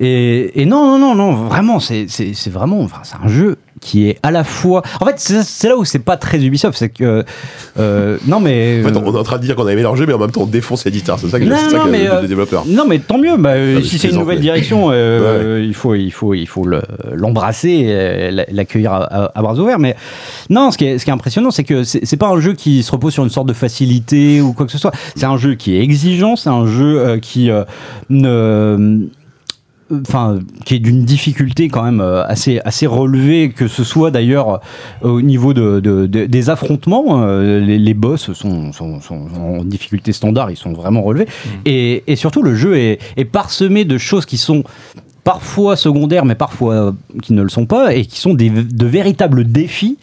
Speaker 3: et, et non, non, non, non, vraiment, c'est c'est- c'est vraiment, enfin, c'est un jeu qui est à la fois. En fait, c'est c'est là où c'est pas très Ubisoft, c'est que euh, non mais.
Speaker 1: En fait, on est en train de dire qu'on a aimé leur jeu, mais en même temps, on défonce l'éditeur. C'est ça que
Speaker 3: Non,
Speaker 1: c'est ça
Speaker 3: non,
Speaker 1: que
Speaker 3: mais,
Speaker 1: le-
Speaker 3: euh,
Speaker 1: le développeur.
Speaker 3: Non mais tant mieux. Bah, euh,
Speaker 1: Ah, mais je
Speaker 3: si c'est une
Speaker 1: plaisante,
Speaker 3: nouvelle
Speaker 1: mais-
Speaker 3: direction, euh, il faut, il faut, il faut le- l'embrasser, et l'a- l'accueillir à, à- à bras ouverts. Mais non, ce qui est, ce qui est impressionnant, c'est que c'est c'est pas un jeu qui se repose sur une sorte de facilité ou quoi que ce soit. C'est un jeu qui est exigeant, c'est un jeu euh, qui euh, ne Enfin, qui est d'une difficulté quand même euh, assez assez relevée, que ce soit d'ailleurs euh, au niveau de, de- de- des affrontements, euh, les, les boss sont, sont- sont- sont en difficulté standard, ils sont vraiment relevés, et, et surtout le jeu est, est parsemé de choses qui sont parfois secondaires, mais parfois euh, qui ne le sont pas, et qui sont des, de véritables défis.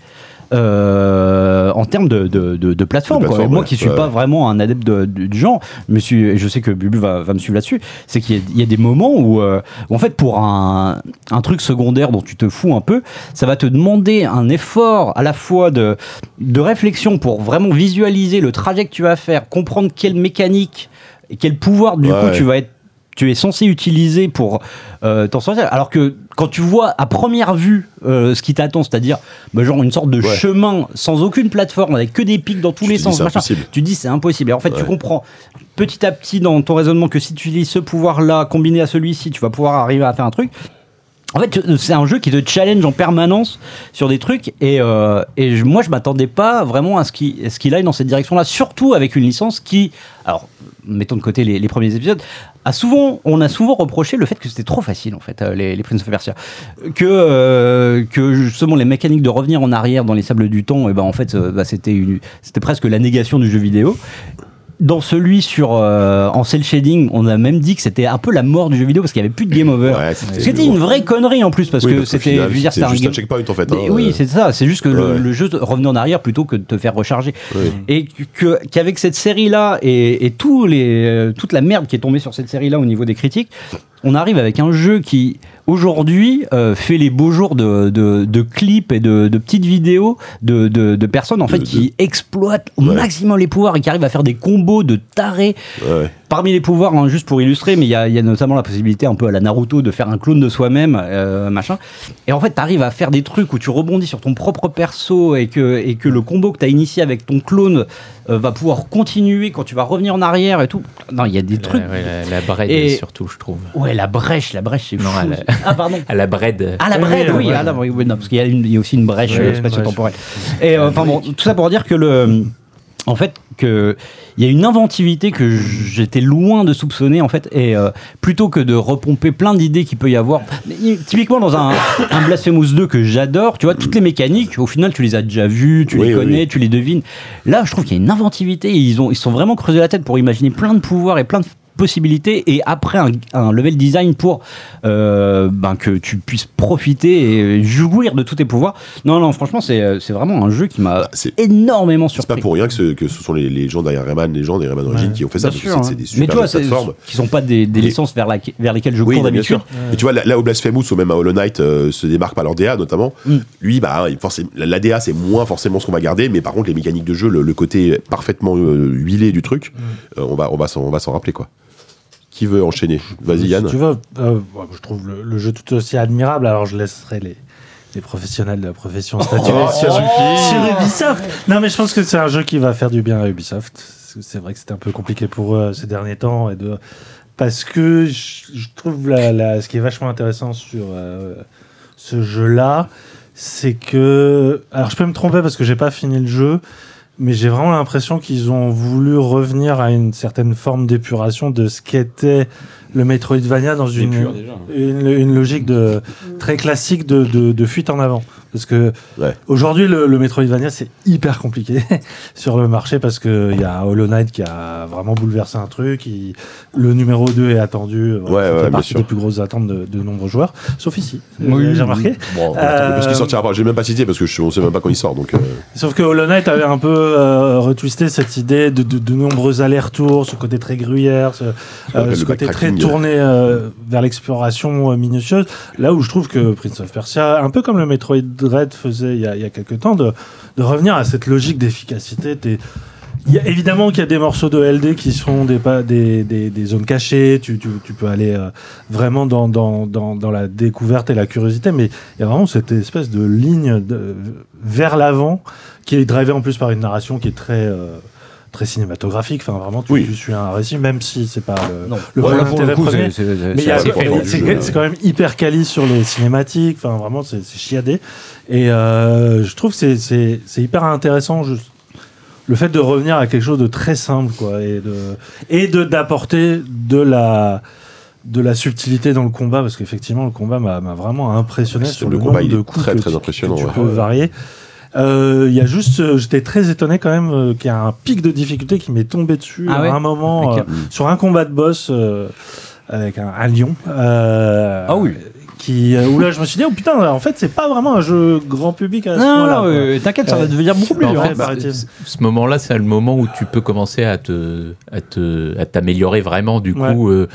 Speaker 3: euh, en termes de, de- de- de plateforme,
Speaker 1: De
Speaker 3: quoi.
Speaker 1: plateforme,
Speaker 3: Et moi
Speaker 1: ouais.
Speaker 3: qui suis
Speaker 1: Ouais,
Speaker 3: pas
Speaker 1: ouais.
Speaker 3: vraiment un adepte de- de- du genre, mais suis- et je sais que Bubu va, va me suivre là-dessus, c'est qu'il y, a- il y a des moments où, euh, où en fait, pour un, un truc secondaire dont tu te fous un peu, ça va te demander un effort à la fois de, de réflexion pour vraiment visualiser le trajet que tu vas faire, comprendre quelle mécanique et quel pouvoir du
Speaker 1: Ouais,
Speaker 3: coup
Speaker 1: ouais.
Speaker 3: tu vas être tu es censé utiliser pour euh, t'en sortir. Alors que quand tu vois à première vue euh, ce qui t'attend, c'est-à-dire bah, genre une sorte de
Speaker 1: Ouais.
Speaker 3: chemin sans aucune plateforme, avec que des pics dans tous
Speaker 1: Tu
Speaker 3: les
Speaker 1: te dis,
Speaker 3: sens,
Speaker 1: c'est
Speaker 3: machin,
Speaker 1: impossible.
Speaker 3: tu dis c'est impossible. Et en fait, tu
Speaker 1: Ouais.
Speaker 3: comprends petit à petit dans ton raisonnement que si tu utilises ce pouvoir-là combiné à celui-ci, tu vas pouvoir arriver à faire un truc. En fait, c'est un jeu qui te challenge en permanence sur des trucs et, euh, et je- moi je m'attendais pas vraiment à ce qu'il à ce qu'il aille dans cette direction-là, surtout avec une licence qui, alors mettons de côté les, les premiers épisodes, a souvent, on a souvent reproché le fait que c'était trop facile en fait euh, les, les Prince of Persia, que euh, que justement les mécaniques de revenir en arrière dans les sables du temps, et ben en fait euh, bah, c'était une- c'était presque la négation du jeu vidéo dans celui sur euh, en cel shading, on a même dit que c'était un peu la mort du jeu vidéo parce qu'il n'y avait plus de game over.
Speaker 1: Ouais, c'était
Speaker 3: c'était une vraie connerie en plus parce
Speaker 1: Oui,
Speaker 3: que
Speaker 1: qu'au
Speaker 3: c'était
Speaker 1: final,
Speaker 3: je veux dire, c'était
Speaker 1: juste
Speaker 3: game-
Speaker 1: un checkpoint en fait.
Speaker 3: mais
Speaker 1: hein,
Speaker 3: oui,
Speaker 1: euh,
Speaker 3: c'est ça. C'est juste que le,
Speaker 1: ouais.
Speaker 3: le jeu revenait en arrière plutôt que de te faire recharger.
Speaker 1: Ouais.
Speaker 3: Et que qu'avec cette série là et, et tous les euh, toute la merde qui est tombée sur cette série là au niveau des critiques, on arrive avec un jeu qui aujourd'hui euh, fait les beaux jours de, de, de clips et de, de petites vidéos de, de, de personnes en fait qui exploitent au
Speaker 1: Ouais.
Speaker 3: maximum les pouvoirs et qui arrivent à faire des combos de tarés.
Speaker 1: ouais.
Speaker 3: Parmi les pouvoirs, hein, juste pour illustrer, mais il y, a il y a notamment la possibilité un peu à la Naruto de faire un clone de soi-même, euh, machin. Et en fait, t'arrives à faire des trucs où tu rebondis sur ton propre perso et que, et que le combo que t'as initié avec ton clone euh, va pouvoir continuer quand tu vas revenir en arrière et tout. Non, il y a des trucs.
Speaker 6: La, ouais, la, la braid,
Speaker 3: Et-
Speaker 6: surtout, je trouve.
Speaker 3: Ouais, la brèche, la brèche, c'est fou.
Speaker 6: Non, à la,
Speaker 3: Ah, pardon.
Speaker 6: à la braid.
Speaker 3: Ah la brèche, oui, ah, là, oui, oui, non, parce qu'il y, a une- il y a aussi une brèche
Speaker 17: Oui,
Speaker 3: euh,
Speaker 17: une
Speaker 3: spatio-temporelle. Et euh, enfin bon, tout ça pour dire que le, en fait, que il y a une inventivité que j'étais loin de soupçonner en fait, et euh, plutôt que de repomper plein d'idées qu'il peut y avoir, mais, typiquement dans un, un Blasphemous 2 que j'adore, tu vois, toutes les mécaniques, au final, tu les as déjà vues, tu
Speaker 1: Oui,
Speaker 3: les
Speaker 1: oui,
Speaker 3: connais,
Speaker 1: oui.
Speaker 3: tu les devines. Là, je trouve qu'il y a une inventivité, et ils ont, ils sont vraiment creusé la tête pour imaginer plein de pouvoirs et plein de possibilités et après un, un level design pour euh, ben, que tu puisses profiter et jouir de tous tes pouvoirs. Non, non, franchement, c'est c'est vraiment un jeu qui m'a énormément surpris.
Speaker 1: C'est pas pour rien que ce, que ce sont les, les gens derrière Rayman, les gens des Rayman Origins qui ont fait ça,
Speaker 3: Bien
Speaker 1: parce que
Speaker 3: sûr,
Speaker 1: c'est
Speaker 3: hein.
Speaker 1: c'est des super
Speaker 3: Mais tu vois,
Speaker 1: jeux de
Speaker 3: c'est-
Speaker 1: plateforme.
Speaker 3: qui sont pas des, des
Speaker 1: Mais-
Speaker 3: licences vers, la- vers lesquelles je
Speaker 1: Oui,
Speaker 3: cours
Speaker 1: non, bien
Speaker 3: d'habitude.
Speaker 1: sûr. Et tu vois, là, là, au Blasphemous ou même à Hollow Knight euh, se démarque par leur DA notamment. Lui, bah, il- forcément, la la DA c'est moins forcément ce qu'on va garder, mais par contre les mécaniques de jeu, le, le côté parfaitement euh, huilé du truc,
Speaker 7: Mm.
Speaker 1: euh, on va, on va s'en, on va s'en rappeler quoi. Qui veut enchaîner Vas-y Yann.
Speaker 7: Si tu veux, euh, bon, je trouve le, le jeu tout aussi admirable, alors je laisserai les, les professionnels de la profession statuer
Speaker 1: Oh, ça
Speaker 7: sur,
Speaker 1: suffit.
Speaker 7: sur Ubisoft. Non, mais je pense que c'est un jeu qui va faire du bien à Ubisoft. C'est- C'est vrai que c'était un peu compliqué pour eux euh, ces derniers temps et de parce que je, je trouve la- la- ce qui est vachement intéressant sur euh, ce jeu-là, c'est que alors je peux me tromper parce que j'ai pas fini le jeu. Mais j'ai vraiment l'impression qu'ils ont voulu revenir à une certaine forme d'épuration de ce qu'était le Metroidvania dans une,
Speaker 8: Épure, déjà.
Speaker 7: une, une logique de, très classique de, de- de fuite en avant. Parce que aujourd'hui, le, le Metroidvania, c'est hyper compliqué [LAUGHS] sur le marché parce qu'il y a Hollow Knight qui a vraiment bouleversé un truc. il- le numéro 2 est attendu. euh,
Speaker 1: Ouais,
Speaker 7: ça
Speaker 1: ouais,
Speaker 7: fait
Speaker 1: bien
Speaker 7: partie
Speaker 1: sûr.
Speaker 7: des plus grosses attentes de, de nombreux joueurs. Sauf ici, euh,
Speaker 1: Oui,
Speaker 7: j'ai
Speaker 1: oui.
Speaker 7: remarqué.
Speaker 1: Bon, on
Speaker 7: Euh,
Speaker 1: attend, parce qu'il sortira pas. J'ai même pas cité parce que je, on sait même pas quand il sort. Donc euh,
Speaker 7: Sauf que Hollow Knight avait un peu euh, retwisté cette idée de, de- de nombreux allers-retours, ce côté très gruyère, ce,
Speaker 1: qu'on appelle
Speaker 7: euh, ce
Speaker 1: le
Speaker 7: côté très
Speaker 1: backtracking.
Speaker 7: tourné euh, vers l'exploration euh, minutieuse. Là où je trouve que Prince of Persia, un peu comme le Metroid Dread faisait il y a, il y a quelques temps, de, de revenir à cette logique d'efficacité. t'es- il y a- évidemment qu'il y a des morceaux de LD qui sont des, pa- des, des- des zones cachées, tu, tu- tu peux aller euh, vraiment dans, dans, dans- dans la découverte et la curiosité, mais il y a vraiment cette espèce de ligne de- vers l'avant qui est drivée en plus par une narration qui est très... euh, très cinématographique, enfin vraiment tu, tu suis un récit même si c'est pas le, le
Speaker 18: Ouais,
Speaker 7: point
Speaker 18: là, pour
Speaker 7: d'intérêt
Speaker 18: le coup,
Speaker 7: premier.
Speaker 18: c'est- c'est- c'est-
Speaker 3: euh,
Speaker 7: Mais il y a-
Speaker 18: c'est assez fort,
Speaker 7: c'est
Speaker 18: le jeu.
Speaker 7: c'est quand même hyper quali sur les cinématiques. Enfin, vraiment, c'est c'est chiadé. Et euh, je trouve que c'est- c'est c'est hyper intéressant. je- le fait de revenir à quelque chose de très simple, quoi, et de et de d'apporter de la de la subtilité dans le combat, parce qu'effectivement, le combat m'a m'a vraiment impressionné
Speaker 1: Le
Speaker 7: sur le,
Speaker 1: combat,
Speaker 7: nombre
Speaker 1: il
Speaker 7: de
Speaker 1: est
Speaker 7: coups
Speaker 1: très,
Speaker 7: que
Speaker 1: très
Speaker 7: tu-
Speaker 1: impressionnant,
Speaker 7: que tu
Speaker 1: ouais.
Speaker 7: peux varier. Euh, Il y a juste, euh, j'étais très étonné quand même euh, qu'il y a un pic de difficulté qui m'est tombé dessus
Speaker 3: Ah
Speaker 7: à
Speaker 3: ouais
Speaker 7: un moment euh,
Speaker 3: Lequel
Speaker 7: sur un combat de boss euh, avec un, un lion. euh,
Speaker 3: Ah
Speaker 7: Qui, euh, où là je me suis dit, oh putain, en fait c'est pas vraiment un jeu grand public à ce
Speaker 3: Non,
Speaker 7: point-là.
Speaker 3: non,
Speaker 7: quoi.
Speaker 3: euh, t'inquiète, ça va
Speaker 7: Ouais.
Speaker 3: devenir beaucoup plus
Speaker 7: En
Speaker 3: dur,
Speaker 7: fait, bah,
Speaker 3: hein.
Speaker 7: paraît-il.
Speaker 6: Bah, ce moment-là, c'est le moment où tu peux commencer à te, à te, à t'améliorer vraiment. Du coup, euh,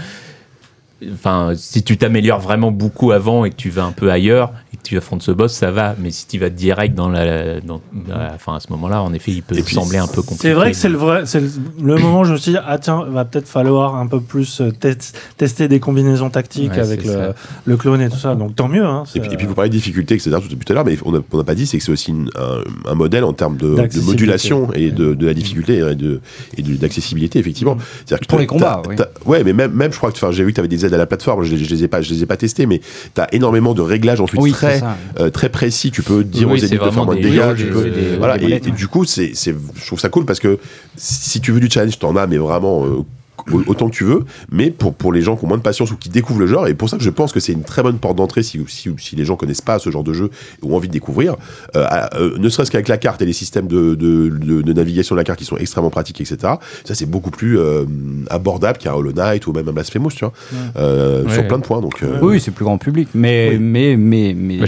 Speaker 6: enfin, si tu t'améliores vraiment beaucoup avant et que tu vas un peu ailleurs et que tu affrontes ce boss, ça va. Mais si tu vas direct dans la, dans, la- enfin, à ce moment-là, en effet, il peut sembler un peu compliqué.
Speaker 7: C'est vrai que c'est le vrai, c'est le, le moment où je me suis dit ah tiens va peut-être falloir un peu plus euh, test- tester des combinaisons tactiques
Speaker 1: Ouais,
Speaker 7: avec
Speaker 1: c'est ça.
Speaker 7: le, le clone et tout ça donc tant mieux hein,
Speaker 1: et, puis, et puis vous parlez de difficulté, etc. Tout, depuis tout à l'heure, mais on n'a- on n'a pas dit, c'est que c'est aussi une- un, un modèle en termes de, de
Speaker 7: D'accessibilité.
Speaker 1: modulation et de, de la difficulté et de et de- d'accessibilité effectivement. C'est-à-dire que
Speaker 18: Pour
Speaker 1: t'as-
Speaker 18: les combats,
Speaker 1: t'as-
Speaker 18: oui.
Speaker 1: t'as- ouais, mais même, même je crois que enfin, j'ai vu que tu avais des aides à la plateforme. Je, les- je les ai pas, je les ai pas testées, mais tu as énormément de réglages ensuite
Speaker 18: Oui,
Speaker 1: très
Speaker 18: c'est ça.
Speaker 1: euh, très précis. Tu peux dire
Speaker 6: Oui,
Speaker 1: aux
Speaker 6: c'est
Speaker 1: ennemis de faire
Speaker 6: vraiment
Speaker 1: moins de
Speaker 6: des-
Speaker 1: dégâts.
Speaker 6: des-
Speaker 1: tu peux- euh,
Speaker 6: des-
Speaker 1: voilà.
Speaker 6: des hein.
Speaker 1: et-
Speaker 6: manettes,
Speaker 1: et
Speaker 6: ouais.
Speaker 1: du coup, c'est c'est- je trouve ça cool parce que si tu veux du challenge, t'en as, mais vraiment. euh, au- autant que tu veux, mais pour, pour les gens qui ont moins de patience ou qui découvrent le genre, et pour ça que je pense que c'est une très bonne porte d'entrée si, si, si les gens connaissent pas ce genre de jeu ou ont envie de découvrir, euh, à- euh, ne serait-ce qu'avec la carte et les systèmes de, de, de- de navigation de la carte qui sont extrêmement pratiques, etc. Ça, c'est beaucoup plus euh, abordable qu'un Hollow Knight ou même un Blasphemous, tu vois, euh,
Speaker 18: Ouais.
Speaker 1: sur plein de points. Donc, euh,
Speaker 18: Oui, c'est plus grand public, mais mais mais mais.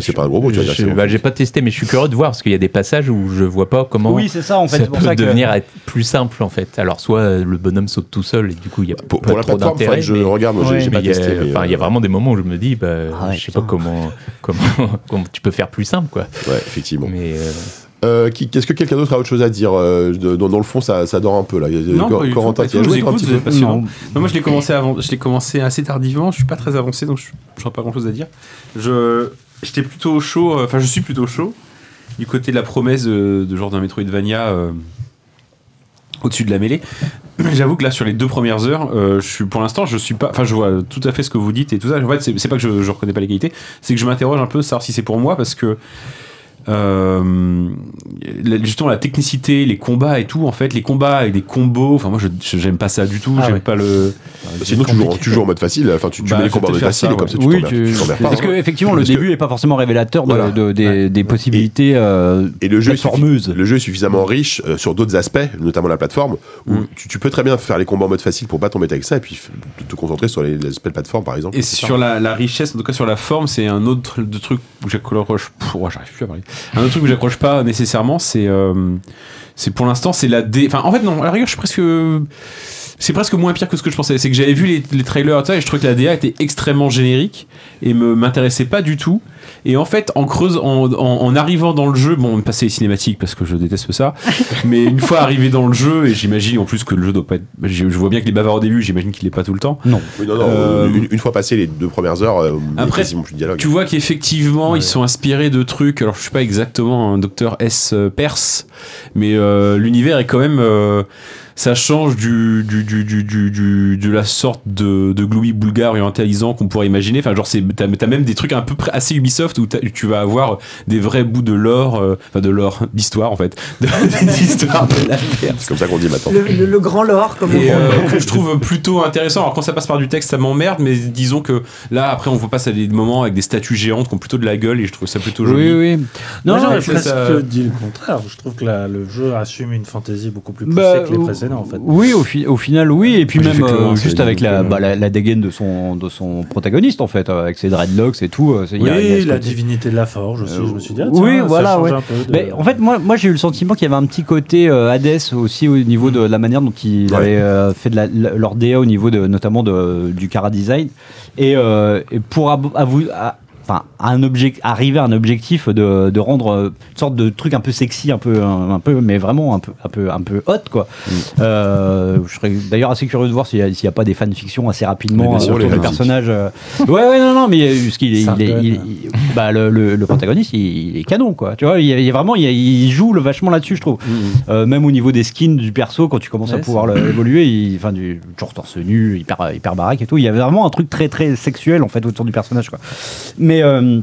Speaker 1: c'est pas un gros mot, tu
Speaker 6: Je-
Speaker 1: vois,
Speaker 6: je-
Speaker 1: c'est-
Speaker 6: bah, j'ai pas testé, mais je suis curieux de voir parce qu'il y a des passages où je vois pas comment.
Speaker 3: Oui, c'est ça, en fait, c'est pour
Speaker 6: peut
Speaker 3: ça que-
Speaker 6: devenir être plus simple en fait. Alors soit euh, le bonhomme saute tout seul et du coup il y a pas
Speaker 1: pour la
Speaker 6: trop
Speaker 1: plateforme,
Speaker 6: d'intérêt.
Speaker 1: faudrait que je regarde, moi, j'ai- j'ai
Speaker 6: mais
Speaker 1: pas
Speaker 6: il y a-
Speaker 1: testé, mais, euh,
Speaker 6: enfin, il y a vraiment des moments où je me dis, bah, je sais pas comment, comment, comment tu peux faire plus simple quoi.
Speaker 1: Ouais, effectivement.
Speaker 6: Mais euh,
Speaker 1: euh, qui- Qu'est-ce que quelqu'un d'autre a autre chose à dire euh, de- dans, dans le fond, ça, ça dort un peu là. Euh,
Speaker 8: Non,
Speaker 1: Cor-
Speaker 8: pas du tout,
Speaker 1: Corentin,
Speaker 8: pas du
Speaker 1: tu as
Speaker 8: tout, Bah,
Speaker 1: joué
Speaker 8: je
Speaker 1: toi, un
Speaker 8: l'écoute,
Speaker 1: petit
Speaker 8: c'est
Speaker 1: peu
Speaker 8: passionnant. Non, moi je l'ai commencé avant, je l'ai commencé assez tardivement. Je suis pas très avancé, donc je n'ai pas grand chose à dire. Je, j'étais plutôt chaud. euh, Enfin, je suis plutôt chaud du côté de la promesse euh, de genre d'un Metroidvania euh, au-dessus de la mêlée. [CLEARS THROAT] J'avoue que là, sur les deux premières heures, euh, je suis pour l'instant, je suis pas. Enfin, je vois tout à fait ce que vous dites et tout ça. En fait, c'est, c'est pas que je, je reconnais pas les qualités, c'est que je m'interroge un peu savoir si c'est pour moi parce que euh, la- justement la technicité, les combats et tout, en fait, les combats avec des combos, enfin moi je je- j'aime pas ça du tout, j'aime pas le...
Speaker 1: Sinon, tu joues, en- tu joues en mode facile, enfin, tu, tu
Speaker 8: Bah,
Speaker 1: mets les
Speaker 8: je
Speaker 1: combats en
Speaker 8: vais
Speaker 1: mode
Speaker 8: faire
Speaker 1: facile,
Speaker 8: ça,
Speaker 1: et comme
Speaker 8: ouais.
Speaker 1: ça, tu
Speaker 8: Oui,
Speaker 1: t'emmerdes-
Speaker 8: tu-
Speaker 1: tu
Speaker 17: hein.
Speaker 1: t'emmerdes pas.
Speaker 3: Parce que, effectivement, le
Speaker 1: Parce
Speaker 3: début est pas forcément révélateur de-
Speaker 1: Voilà.
Speaker 3: de- des, des possibilités. euh,
Speaker 1: Et le jeu, est suffi- le jeu est suffisamment riche euh, sur d'autres aspects, notamment la plateforme, où
Speaker 8: Mm.
Speaker 1: tu, tu peux très bien faire les combats en mode facile pour pas tomber avec ça et puis f- te, te concentrer sur les, les aspects de plateforme par exemple.
Speaker 8: Et sur la, la richesse, en tout cas sur la forme, c'est un autre de truc où j'accroche. Pff, ouah, J'arrive plus à parler. Un autre truc où j'accroche pas nécessairement, c'est euh, c'est pour l'instant c'est la dé. Enfin, en fait non. À la rigueur, je suis presque c'est presque moins pire que ce que je pensais. C'est que j'avais vu les, les trailers et tout ça, et je trouvais que la DA était extrêmement générique et me m'intéressait pas du tout. Et en fait, en creuse, en, en- en arrivant dans le jeu, bon, on passait les cinématiques parce que je déteste ça, mais une fois arrivé dans le jeu, et j'imagine en plus que le jeu doit pas être. Je, je vois bien qu'il est bavard au début, j'imagine qu'il est pas tout le temps.
Speaker 3: Non.
Speaker 1: Oui, non, non, une, une fois passé les deux premières heures, euh, il y a
Speaker 8: euh, Après,
Speaker 1: quasiment plus de dialogue.
Speaker 8: Tu vois qu'effectivement, ils sont inspirés de trucs. Alors, je suis pas exactement un docteur S euh, perse, mais euh, l'univers est quand même. euh, ça change du, du, du, du, du- du- de la sorte de, de gloui bulgare orientalisant qu'on pourrait imaginer. Enfin, genre, c'est, t'as, t'as même des trucs un peu près- assez Ubisoft où t'as- tu vas avoir des vrais bouts de lore, euh, enfin, de lore, d'histoire en fait. [LAUGHS] De, des histoires de la Perse.
Speaker 1: C'est comme ça qu'on dit maintenant.
Speaker 5: Le, le- le grand lore, comme on dit.
Speaker 8: Et euh, que je trouve plutôt intéressant. Alors quand ça passe par du texte, ça m'emmerde, mais disons que là, après, on voit pas ça des moments avec des statues géantes qui ont plutôt de la gueule et je trouve ça plutôt joli.
Speaker 3: Oui, oui.
Speaker 17: Non,
Speaker 3: Non, non,
Speaker 17: j'aurais
Speaker 8: c'est
Speaker 17: presque
Speaker 8: ça.
Speaker 17: dit le contraire. Je trouve que la- le jeu assume une fantaisie beaucoup plus poussée
Speaker 3: Bah,
Speaker 17: que les
Speaker 3: ou-
Speaker 17: précédents, en fait.
Speaker 3: Oui, au, fi- au final, oui. Et puis
Speaker 17: Moi, j'ai
Speaker 3: même
Speaker 17: fait que le
Speaker 3: euh,
Speaker 17: un,
Speaker 3: juste
Speaker 17: c'est-
Speaker 3: avec la,
Speaker 17: donc, euh,
Speaker 3: bah, la, la dégaine de son, de son protagoniste, en fait, euh, avec ses dreadlocks et tout. euh, c'est- il
Speaker 17: Oui,
Speaker 3: y a- il y a ce
Speaker 17: la
Speaker 3: côté- Euh,
Speaker 17: divinité de la forge aussi, je me suis dit, ah, tiens,
Speaker 3: oui,
Speaker 17: ça
Speaker 3: voilà.
Speaker 17: change
Speaker 3: ouais.
Speaker 17: un peu de-
Speaker 3: Mais en fait, moi, moi j'ai eu le sentiment qu'il y avait un petit côté euh, Hades aussi au niveau
Speaker 17: Hmm.
Speaker 3: de la manière dont ils avaient euh, fait de la- la- leur DA au niveau de, notamment de, du Cara Design. Et, euh, et pour abo- avou- à- enfin, à un object, arriver à un objectif de, de rendre euh, une sorte de truc un peu sexy, un peu, un, un peu mais vraiment un peu, un peu, un peu hot, quoi.
Speaker 8: Mm.
Speaker 3: Euh, je serais d'ailleurs assez curieux de voir s'il n'y a, s'il y a pas des fanfictions assez rapidement
Speaker 8: Mais bien sûr,
Speaker 3: euh, autour
Speaker 8: les
Speaker 3: du
Speaker 8: fanfics.
Speaker 3: personnage. euh. Ouais, ouais, non, non, mais euh, parce qu'il est- il est- il est- il- bah, le, le- le protagoniste, il, il est canon, quoi. Tu vois, il, y a- il y a vraiment, il, y a- il joue le vachement là-dessus, je trouve.
Speaker 8: Mm.
Speaker 3: Euh, même au niveau des skins du perso, quand tu commences à
Speaker 11: Ouais,
Speaker 3: pouvoir le- évoluer, il- enfin, du toujours torse nu, hyper, hyper baraque et tout. Il y avait vraiment un truc très, très sexuel en fait autour du personnage, quoi. Mais euh,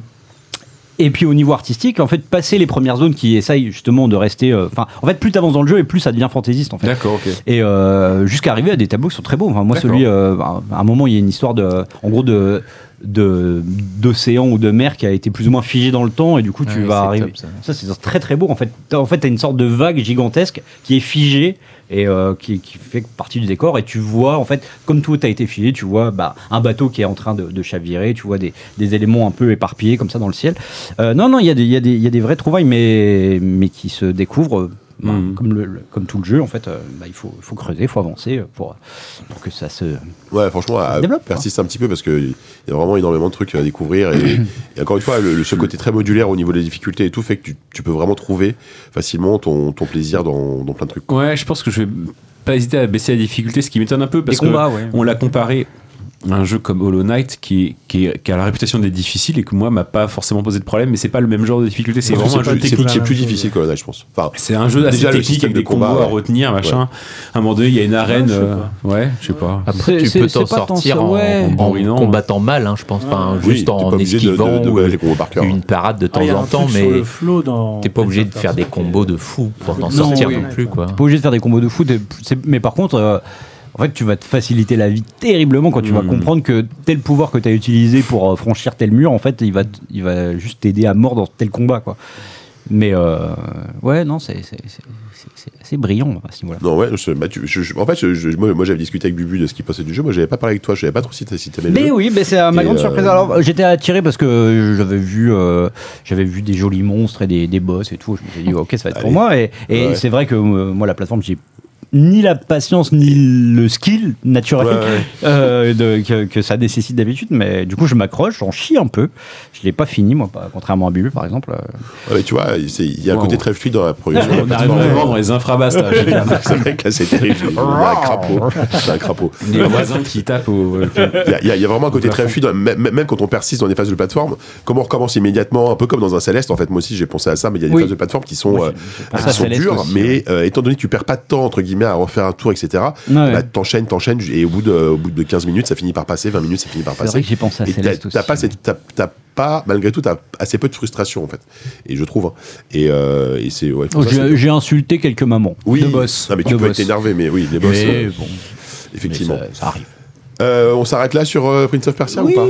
Speaker 3: et puis au niveau artistique, en fait, passer les premières zones qui essayent justement de rester. euh, Enfin, en fait, plus t'avances dans le jeu et plus ça devient fantaisiste, en fait.
Speaker 8: D'accord, ok.
Speaker 3: Et euh, jusqu'à arriver à des tableaux qui sont très beaux. Enfin, moi,
Speaker 8: D'accord.
Speaker 3: celui, euh, à un moment, il y a une histoire de, en gros, de de- d'océan ou de mer qui a été plus ou moins figé dans le temps et du coup tu
Speaker 6: Ouais,
Speaker 3: vas
Speaker 6: c'est
Speaker 3: arriver
Speaker 6: top,
Speaker 3: ça,
Speaker 6: ça.
Speaker 3: c'est très très beau en fait T'as- en fait t'as une sorte de vague gigantesque qui est figée et euh, qui, qui fait partie du décor et tu vois en fait comme tout a été figé tu vois bah, un bateau qui est en train de, de chavirer tu vois des, des éléments un peu éparpillés comme ça dans le ciel Euh, non non il y, a des- il y, a des- il y a des vrais trouvailles mais, mais qui se découvrent euh, bah,
Speaker 8: Mhm.
Speaker 3: comme, le, le- comme tout le jeu en fait euh, bah, il faut, faut creuser il faut avancer euh, pour, pour que ça se
Speaker 1: Ouais, franchement, à-
Speaker 3: développe,
Speaker 1: persiste un petit peu parce qu'il y a vraiment énormément de trucs à découvrir. Et, et encore une fois, le, le- ce côté très modulaire au niveau des difficultés et tout fait que tu, tu peux vraiment trouver facilement ton, ton plaisir dans, dans plein de trucs.
Speaker 8: Ouais, je pense que je vais pas hésiter à baisser la difficulté, ce qui m'étonne un peu parce
Speaker 3: Des combats,
Speaker 8: que
Speaker 3: ouais.
Speaker 8: on l'a comparé à un jeu comme Hollow Knight qui, qui, qui a la réputation d'être difficile et que moi m'a pas forcément posé de problème, mais c'est pas le même genre de difficulté. C'est
Speaker 1: Parce que
Speaker 8: vraiment un jeu
Speaker 1: plus- c'est-
Speaker 8: technique.
Speaker 1: C'est plus difficile que Hollow Knight, je pense. Enfin,
Speaker 8: C'est un jeu assez
Speaker 1: déjà, le
Speaker 8: technique
Speaker 1: système
Speaker 8: avec
Speaker 1: de
Speaker 8: des combos
Speaker 1: combat,
Speaker 8: à
Speaker 1: ouais.
Speaker 8: retenir, machin.
Speaker 1: Ouais.
Speaker 8: À un moment donné, il y a une arène.
Speaker 17: je sais
Speaker 8: euh, Ouais, je sais pas.
Speaker 6: Après,
Speaker 3: C'est-
Speaker 6: tu
Speaker 3: c'est-
Speaker 6: peux
Speaker 3: c'est
Speaker 6: t'en
Speaker 3: pas tant
Speaker 6: sortir
Speaker 3: ça,
Speaker 6: en,
Speaker 3: ouais.
Speaker 6: en- en
Speaker 8: Oui, non.
Speaker 6: combattant mal, hein, je pense. Enfin,
Speaker 1: Oui,
Speaker 6: juste
Speaker 1: t'es pas
Speaker 6: en
Speaker 1: obligé de- de-
Speaker 6: esquivant
Speaker 1: de
Speaker 6: ou
Speaker 1: connaître les hein. combos par cœur.
Speaker 6: une parade de temps
Speaker 17: Ah, il y a un
Speaker 6: en temps,
Speaker 17: truc sur
Speaker 6: mais
Speaker 17: le flow dans-
Speaker 6: t'es pas obligé de faire des combos de fou pour t'en sortir
Speaker 3: oui.
Speaker 6: non plus, quoi.
Speaker 3: pas obligé de faire des combos de foot. et c'est- Mais par contre, euh, en fait, tu vas te faciliter la vie terriblement quand tu vas
Speaker 8: Mhm.
Speaker 3: comprendre que tel pouvoir que tu as utilisé pour euh, franchir tel mur, en fait, il va, t- il va juste t'aider à mort dans tel combat, quoi. Mais euh, ouais, non, c'est c'est- c'est- c'est- c'est assez brillant à ce niveau-là.
Speaker 1: Non, ouais, je- bah, tu- je- je- en fait, je- je- moi, moi, j'avais discuté avec Bubu de ce qu'il pensait du jeu. Moi, j'avais pas parlé avec toi, j'avais pas trop si t'as- si t'aimais le
Speaker 3: Mais
Speaker 1: jeu.
Speaker 3: oui, mais c'est à ma
Speaker 1: Et,
Speaker 3: grande
Speaker 1: euh,
Speaker 3: surprise. Alors, j'étais attiré parce que j'avais vu, euh, j'avais vu des jolis monstres et des, des boss et tout. Je me suis dit, ok, ça va être pour
Speaker 1: Ah. Allez.
Speaker 3: moi. Et, et
Speaker 1: Ouais.
Speaker 3: c'est vrai que euh, moi, la plateforme, j'ai ni la patience ni le skill naturel
Speaker 1: Ouais, ouais.
Speaker 3: [LAUGHS] euh, de- que, que ça nécessite d'habitude. Mais du coup, je m'accroche, j'en chie un peu. Je l'ai pas fini, moi, pas- contrairement à Bubu, par exemple. Euh,
Speaker 1: Ouais, mais tu vois, c'est- il y a un
Speaker 8: Wow.
Speaker 1: côté très fluide dans la progression. de
Speaker 8: On
Speaker 1: la [LAUGHS]
Speaker 8: arrive
Speaker 1: plateforme.
Speaker 8: vraiment dans les infrabasses. [LAUGHS] là, j'ai bien.
Speaker 1: C'est vrai que là, c'est terrible. C'est un
Speaker 8: [LAUGHS]
Speaker 1: crapaud. C'est un crapaud.
Speaker 8: Les voisins qui tapent au.
Speaker 1: Il y a- il y, a- il y a vraiment un côté très fluide, même, même- même quand on persiste dans des phases de plateforme, comme on recommence immédiatement, un peu comme dans un Céleste, en fait, moi aussi j'ai pensé à ça, mais il y a des
Speaker 3: Oui.
Speaker 1: phases de plateforme qui sont,
Speaker 3: Moi,
Speaker 1: euh,
Speaker 3: j'ai- j'ai pensé
Speaker 1: qui
Speaker 3: à
Speaker 1: sont
Speaker 3: Céleste
Speaker 1: dures,
Speaker 3: aussi,
Speaker 1: mais euh, étant donné que tu perds pas de temps, entre guillemets, bien à refaire un tour, etc.
Speaker 3: Ouais.
Speaker 1: Bah, t'enchaînes, t'enchaînes, et au bout, de, au bout de 15 minutes, ça finit par passer, 20 minutes, ça finit par
Speaker 3: C'est
Speaker 1: passer.
Speaker 3: vrai que j'y pense à
Speaker 1: Et t'as-
Speaker 3: Céleste aussi.
Speaker 1: t'as pas cette- t'as- t'as pas, malgré tout, t'as assez peu de frustration, en fait. Et je trouve. hein. Et, euh, et c'est. ouais, pour
Speaker 3: Oh,
Speaker 1: ça, c'est-
Speaker 3: J'ai j'ai insulté quelques mamans.
Speaker 1: oui,
Speaker 3: de boss.
Speaker 1: Non, mais tu
Speaker 3: De
Speaker 1: peux
Speaker 3: boss.
Speaker 1: être énervé, mais oui, les boss.
Speaker 3: Mais
Speaker 1: euh,
Speaker 3: bon.
Speaker 1: effectivement.
Speaker 3: Mais ça- ça arrive.
Speaker 1: Euh, on s'arrête là sur euh, Prince of Persia ou pas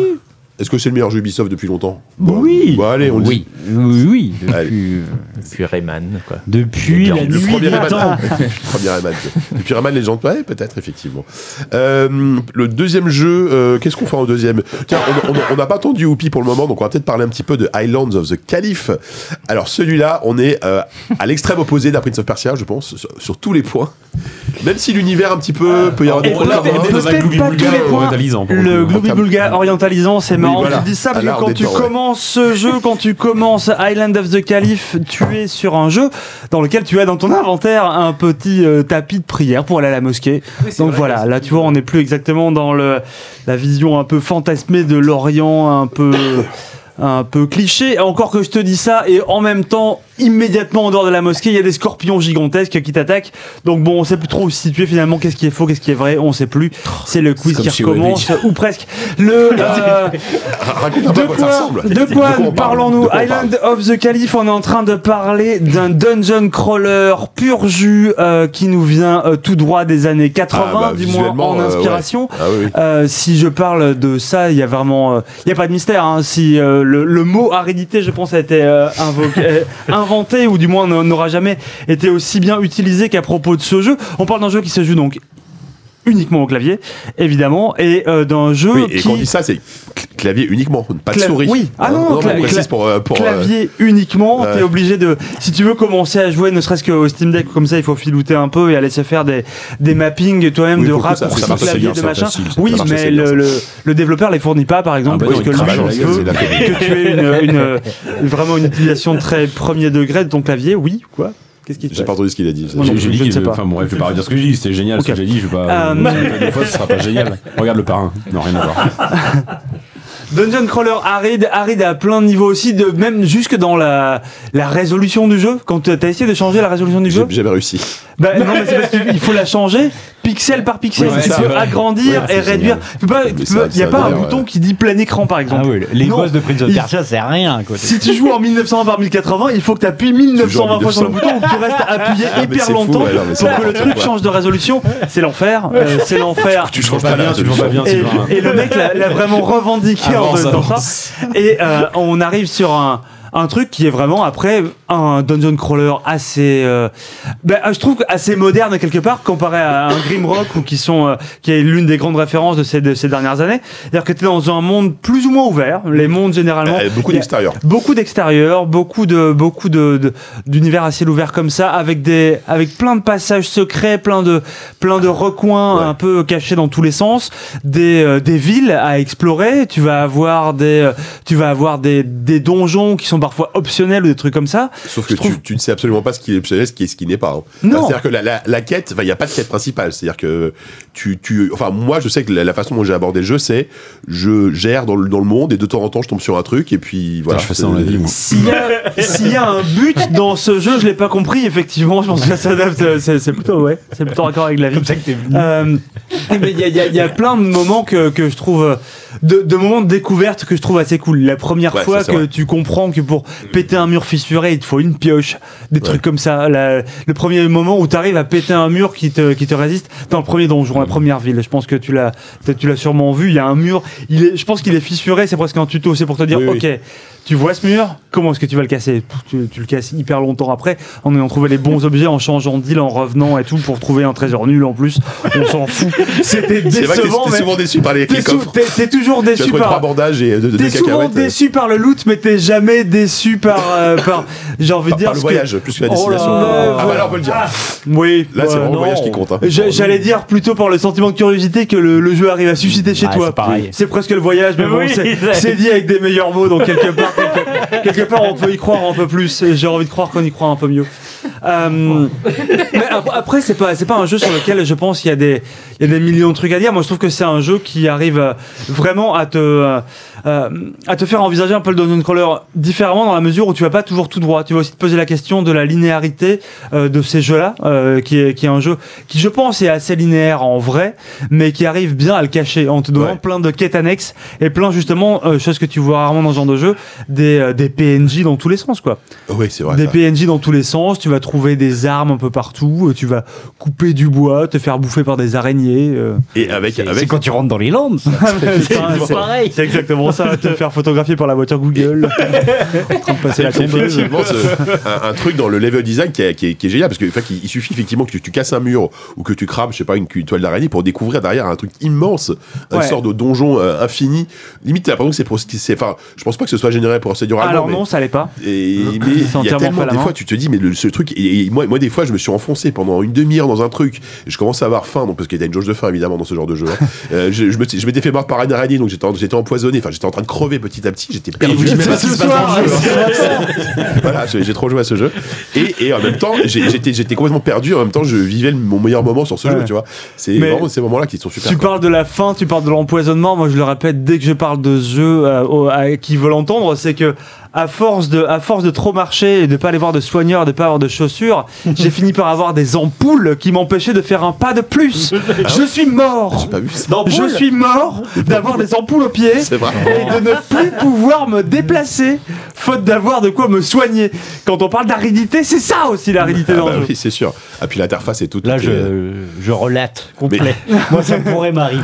Speaker 1: Est-ce que c'est le meilleur jeu Ubisoft depuis longtemps
Speaker 4: Bah
Speaker 3: Oui.
Speaker 1: Bon, Bah, allez, on le
Speaker 3: oui.
Speaker 1: dit.
Speaker 3: Oui, oui,
Speaker 1: Allez. Eh
Speaker 3: depuis,
Speaker 6: Depuis Rayman, quoi.
Speaker 3: depuis la
Speaker 1: Le
Speaker 3: nuit
Speaker 1: premier
Speaker 3: des
Speaker 1: Rayman.
Speaker 3: temps.
Speaker 1: Le [LAUGHS] premier Rayman. Le premier Rayman, les gens. Ouais, peut-être, effectivement. Euh, le deuxième jeu, euh, qu'est-ce qu'on fait en deuxième Tiens, on- on- on n'a pas entendu Whoopi pour le moment, donc on va peut-être parler un petit peu de Islands of the Caliph. Alors, celui-là, on est euh, à l'extrême opposé d'un Prince of Persia, je pense, sur, sur tous les points. Même si l'univers, un petit peu, peut y avoir
Speaker 4: Ah, Et
Speaker 1: des
Speaker 4: peut-être-
Speaker 1: problètes,
Speaker 4: peut-être
Speaker 1: hein.
Speaker 4: pas tous les points.
Speaker 8: hein.
Speaker 4: Le Globi Bulga orientalisant, c'est
Speaker 1: Oui,
Speaker 4: marrant.
Speaker 1: voilà.
Speaker 4: Je dis ça parce
Speaker 1: Alors,
Speaker 4: que quand
Speaker 1: des
Speaker 4: tu
Speaker 1: torts, ouais.
Speaker 4: commences ce jeu, quand tu commences Island of the Caliph, tu es sur un jeu dans lequel tu as dans ton inventaire un petit euh, tapis de prière pour aller à la mosquée. Donc voilà, là tu vois, on n'est plus exactement dans le, la vision un peu fantasmée de l'Orient,
Speaker 1: [COUGHS]
Speaker 4: un peu. Un peu cliché, encore que je te dis ça, et en même temps, immédiatement en dehors de la mosquée, il y a des scorpions gigantesques qui t'attaquent. Donc bon, on sait plus trop où se situer finalement, qu'est-ce qui est faux, qu'est-ce qui est vrai, on sait plus. C'est le quiz
Speaker 8: comme
Speaker 4: qui
Speaker 8: chez
Speaker 4: recommence, ou presque. Le,
Speaker 1: [LAUGHS]
Speaker 4: euh,
Speaker 1: Raconte un peu
Speaker 4: de
Speaker 1: à quoi ça
Speaker 4: quoi,
Speaker 1: ressemble.
Speaker 4: de quoi
Speaker 1: on parle De
Speaker 4: parlons-nous
Speaker 1: quoi on parle
Speaker 4: Island of the Caliph, on est en train de parler d'un dungeon crawler pur jus euh, qui nous vient euh, tout droit des années 80,
Speaker 1: Ah, bah,
Speaker 4: du moins
Speaker 1: visuellement,
Speaker 4: en
Speaker 1: euh, ouais.
Speaker 4: inspiration.
Speaker 1: Ah oui, oui.
Speaker 4: Euh, si je parle de ça, il y a vraiment, euh, il y a pas de mystère. hein. Si euh, le, le mot aridité, je pense, a été euh, invoqué, euh, inventé ou du moins n- n'aura jamais été aussi bien utilisé qu'à propos de ce jeu. On parle d'un jeu qui se joue donc uniquement au clavier, évidemment, et euh, d'un jeu
Speaker 1: Oui, et
Speaker 4: qui
Speaker 1: quand on dit ça, c'est cl- clavier uniquement, pas de
Speaker 4: Cla-
Speaker 1: souris.
Speaker 4: Oui. Ah non,
Speaker 1: mais on
Speaker 4: cla-
Speaker 1: précise
Speaker 4: cla-
Speaker 1: pour, euh, pour, euh,
Speaker 4: clavier uniquement.
Speaker 1: ouais.
Speaker 4: T'es obligé de, si tu veux commencer à jouer, ne serait-ce qu'au Steam Deck, comme ça, il faut filouter un peu et aller se faire des, des mappings toi-même
Speaker 1: Oui,
Speaker 4: de
Speaker 1: pour le coup, ça-
Speaker 4: raccourcis
Speaker 1: ça marche assez
Speaker 4: clavier,
Speaker 1: bien,
Speaker 4: de
Speaker 1: ça,
Speaker 4: machin.
Speaker 1: facile, ça
Speaker 4: oui,
Speaker 1: marche assez
Speaker 4: mais
Speaker 1: bien, ça. Ah
Speaker 4: le, le, le développeur les fournit pas, par
Speaker 8: bah
Speaker 4: exemple, parce
Speaker 8: non,
Speaker 4: que
Speaker 8: il
Speaker 4: lui
Speaker 8: travaille dans
Speaker 1: les
Speaker 4: veut
Speaker 1: gaz, c'est la
Speaker 4: que tu aies une, une-
Speaker 1: [LAUGHS]
Speaker 4: vraiment une utilisation très premier degré de ton clavier. Oui, quoi Qu'est-ce qui se
Speaker 1: J'ai
Speaker 4: passe
Speaker 1: pas entendu ce qu'il a dit. ça.
Speaker 4: Moi non
Speaker 8: J'ai j'ai
Speaker 4: plus,
Speaker 8: dit
Speaker 4: je ne
Speaker 8: que-
Speaker 4: sais pas.
Speaker 8: Enfin, bref, je vais pas redire ce que j'ai dit, c'était génial ce
Speaker 4: Ok.
Speaker 8: que j'ai dit, je vais pas.
Speaker 4: Euh,
Speaker 8: Des fois, ce sera pas génial. Regarde le parrain. Non, rien à voir.
Speaker 4: Dungeon Crawler aride, aride à plein de niveaux aussi, de, même jusque dans la, la résolution du jeu. Quand t'as essayé de changer la résolution du jeu,
Speaker 1: J'ai jamais réussi.
Speaker 4: Bah, non, mais c'est parce qu'il il faut la changer pixel par pixel.
Speaker 8: Oui, c'est
Speaker 4: tu
Speaker 8: ça,
Speaker 4: peux
Speaker 8: ouais.
Speaker 4: agrandir
Speaker 1: Ouais, c'est
Speaker 4: et réduire.
Speaker 1: génial.
Speaker 4: Tu peux pas- tu
Speaker 1: Mais
Speaker 4: peux-
Speaker 1: ça,
Speaker 4: Il n'y a
Speaker 1: ça
Speaker 4: pas un
Speaker 1: d'ailleurs,
Speaker 4: bouton
Speaker 1: ouais.
Speaker 4: qui dit plein écran, par exemple.
Speaker 11: Ah oui, les
Speaker 4: Non.
Speaker 11: boss de Prince of
Speaker 4: Il-
Speaker 11: Persia, c'est rien. Quoi.
Speaker 4: Si tu joues en 1920 par 1080, il faut que tu appuies 1920 fois sur le bouton ou que tu restes
Speaker 1: [LAUGHS]
Speaker 4: appuyé
Speaker 1: Ah, mais
Speaker 4: hyper
Speaker 1: c'est fou,
Speaker 4: longtemps
Speaker 1: ouais, non, mais c'est
Speaker 4: pour que le
Speaker 1: n'importe
Speaker 4: truc
Speaker 1: quoi.
Speaker 4: change de résolution. C'est l'enfer, euh, c'est l'enfer.
Speaker 8: Tu le changes pas bien, tu le changes pas bien, c'est
Speaker 4: Et,
Speaker 8: pas un-
Speaker 4: et le mec l'a l'a vraiment revendiqué en
Speaker 8: Avance,
Speaker 4: faisant ça. Et euh, on arrive sur un, un truc qui est vraiment après un dungeon crawler assez, euh, ben, je trouve assez moderne quelque part comparé à un Grimrock ou qui sont, euh, qui est l'une des grandes références de ces, de ces dernières années. C'est-à-dire que tu es dans un monde plus ou moins ouvert. Les mondes généralement.
Speaker 1: Euh, Beaucoup
Speaker 4: il y a-
Speaker 1: d'extérieur.
Speaker 4: beaucoup d'extérieur, beaucoup de beaucoup de de- d'univers à ciel ouvert comme ça, avec des avec plein de passages secrets, plein de plein de recoins
Speaker 1: Ouais.
Speaker 4: un peu cachés dans tous les sens, des euh, des villes à explorer. Tu vas avoir des euh, tu vas avoir des des donjons qui sont parfois optionnels ou des trucs comme ça.
Speaker 1: Sauf
Speaker 4: Je
Speaker 1: que tu,
Speaker 4: trouve-
Speaker 1: tu ne sais absolument pas ce qui est optionnel, ce qui est ce qui n'est pas. hein.
Speaker 4: Non.
Speaker 1: Enfin, C'est-à-dire que la, la, la quête, enfin, il n'y a pas de quête principale. C'est-à-dire que tu, tu, enfin, moi, je sais que la, la façon dont j'ai abordé le jeu, c'est je gère dans le, dans le monde et de temps en temps, je tombe sur un truc et puis voilà.
Speaker 8: je fais ça dans la vie, moi.
Speaker 4: S'il y a s'il y a un but dans ce jeu, je l'ai pas compris. Effectivement, je pense que ça s'adapte. euh, C'est c'est plutôt ouais, c'est plutôt raccord avec la vie. Euh, mais il y a, il y a- il y a plein de moments que, que je trouve euh, de, de moments de découverte que je trouve assez cool. La première
Speaker 1: Ouais, ça,
Speaker 4: fois
Speaker 1: c'est
Speaker 4: que
Speaker 1: vrai.
Speaker 4: tu comprends que pour péter un mur fissuré, il te faut une pioche, des trucs comme ça. La- le premier moment où tu arrives à péter un mur qui te, qui te résiste dans le premier donjon,
Speaker 1: Mm.
Speaker 4: la première ville. Je pense que tu l'as peut-être tu l'as sûrement vu. Il y a un mur. Il est, je pense qu'il est fissuré. C'est presque un tuto. C'est pour te dire
Speaker 1: Oui, oui.
Speaker 4: ok. Tu vois ce mur Comment est-ce que tu vas le casser Pouf, tu, tu le casses hyper longtemps après, en ayant trouvé les bons objets, en changeant de deal, en revenant et tout, pour trouver un trésor nul en plus. On s'en fout.
Speaker 1: [LAUGHS]
Speaker 4: C'était
Speaker 1: C'est vrai que t'es-
Speaker 4: décevant,
Speaker 1: t'es
Speaker 4: mais
Speaker 1: souvent déçu par les,
Speaker 4: t'es
Speaker 1: les
Speaker 4: sou-
Speaker 1: coffres.
Speaker 4: t'es- t'es toujours
Speaker 1: Tu as
Speaker 4: déçu
Speaker 1: trouvé trois
Speaker 4: par...
Speaker 1: bandages et deux, deux
Speaker 4: T'es souvent
Speaker 1: cacahuètes. euh,
Speaker 4: déçu par le loot, mais t'es jamais déçu par...
Speaker 1: [LAUGHS]
Speaker 4: euh, par j'ai envie de
Speaker 1: par,
Speaker 4: dire...
Speaker 1: par le
Speaker 4: ce que-
Speaker 1: voyage, plus que la
Speaker 4: Oh là
Speaker 1: destination.
Speaker 4: là,
Speaker 1: ah bah
Speaker 4: ouais.
Speaker 1: là, on peut le dire.
Speaker 4: Oui.
Speaker 1: Là, c'est
Speaker 4: ouais,
Speaker 1: vraiment le
Speaker 4: non.
Speaker 1: voyage qui compte. hein.
Speaker 4: J'a- J'allais dire plutôt par le sentiment de curiosité que le, le jeu arrive à susciter chez
Speaker 11: Ouais,
Speaker 4: toi.
Speaker 11: c'est pareil.
Speaker 4: C'est presque le voyage, mais bon,
Speaker 7: Oui,
Speaker 4: c'est-
Speaker 7: c'est-
Speaker 4: c'est dit avec des meilleurs mots, donc quelque part, quelque, quelque part on peut y croire un peu plus. J'ai envie de croire qu'on y croit un peu mieux. Euh, mais ap- après, c'est pas, c'est pas un jeu sur lequel je pense qu'il y a des, il y a des millions de trucs à dire. Moi, je trouve que c'est un jeu qui arrive euh, vraiment à te, euh, euh, à te faire envisager un peu le Dungeon Crawler différemment dans la mesure où tu vas pas toujours tout droit. Tu vas aussi te poser la question de la linéarité euh, de ces jeux-là, euh, qui, est, qui est un jeu qui, je pense, est assez linéaire en vrai, mais qui arrive bien à le cacher en te donnant plein de quêtes annexes et plein, justement, euh, choses que tu vois rarement dans ce genre de jeu, des, euh, des PNJ dans tous les sens, quoi.
Speaker 1: Oui, c'est vrai.
Speaker 4: Des
Speaker 1: ça.
Speaker 4: PNJ dans tous les sens, tu vas trouver des armes un peu partout, euh, tu vas couper du bois, te faire bouffer par des araignées. euh.
Speaker 1: Et avec, avec
Speaker 11: quand tu rentres dans les Landes. ça.
Speaker 4: [LAUGHS] C'est pareil. C'est exactement ça, te faire photographier par la
Speaker 1: [LAUGHS]
Speaker 4: voiture Google. en train de passer la
Speaker 1: C'est
Speaker 4: tondeuse.
Speaker 1: effectivement ce- un, un truc dans le level design qui est, qui est- qui est génial parce que en fait, il, il suffit effectivement que tu, tu casses un mur ou que tu crabes, je sais pas, une, une toile d'araignée pour découvrir derrière un truc immense, un
Speaker 4: Ouais.
Speaker 1: sort de donjon euh, infini. Limite, t'as l'impression que c'est pour- c'est, enfin, je pense pas que ce soit généré procéduralement.
Speaker 4: Alors
Speaker 1: mais-
Speaker 4: non, ça allait pas.
Speaker 1: Et mais
Speaker 4: Euh, C'est
Speaker 1: il y a
Speaker 4: entièrement fait
Speaker 1: tellement
Speaker 4: à la
Speaker 1: des
Speaker 4: main.
Speaker 1: fois tu te dis mais le, ce truc et, et moi moi des fois je me suis enfoncé pendant une demi-heure dans un truc et je commence à avoir faim donc parce qu'il y a une jauge de faim évidemment dans ce genre de jeu
Speaker 4: [LAUGHS]
Speaker 1: hein. Euh, je, je me- je m'étais fait mordre par une araignée donc j'étais en- j'étais empoisonné enfin j'étais en train de crever petit à petit j'étais perdu
Speaker 8: vous dites même pas ce qui se passe dans le jeu.
Speaker 4: hein.
Speaker 1: [LAUGHS] voilà, j'ai j'ai trop joué à ce jeu. Et, et en même temps, j'ai- j'étais j'étais complètement perdu. En même temps, je vivais le- mon meilleur moment sur ce jeu,
Speaker 4: Ouais.
Speaker 1: tu vois. C'est
Speaker 4: Mais
Speaker 1: vraiment ces moments-là qui sont super.
Speaker 4: Tu
Speaker 1: quoi.
Speaker 4: parles de la fin, tu parles de l'empoisonnement. Moi, je le répète dès que je parle de ce jeu euh, aux- à qui veulent entendre, c'est que à force de, à force de trop marcher et de pas aller voir de soigneurs, de pas avoir de [LAUGHS] chaussures, j'ai fini par avoir des ampoules qui m'empêchaient de faire un pas de [LAUGHS] plus. je suis mort.
Speaker 1: T'as vu ça
Speaker 4: Je suis mort d'avoir des ampoules aux pieds
Speaker 1: C'est
Speaker 4: [LAUGHS]
Speaker 1: vrai.
Speaker 4: et de ne plus pouvoir me déplacer, faute d'avoir de quoi me soigner. Quand on parle d'aridité, c'est ça aussi l'aridité
Speaker 1: Ah
Speaker 4: dans
Speaker 1: bah
Speaker 4: le jeu.
Speaker 1: oui, c'est sûr. Ah, puis l'interface et tout.
Speaker 11: Là,
Speaker 1: tout est-
Speaker 11: je, je relate
Speaker 1: Mais-
Speaker 11: complet. Moi, ça pourrait m'arriver.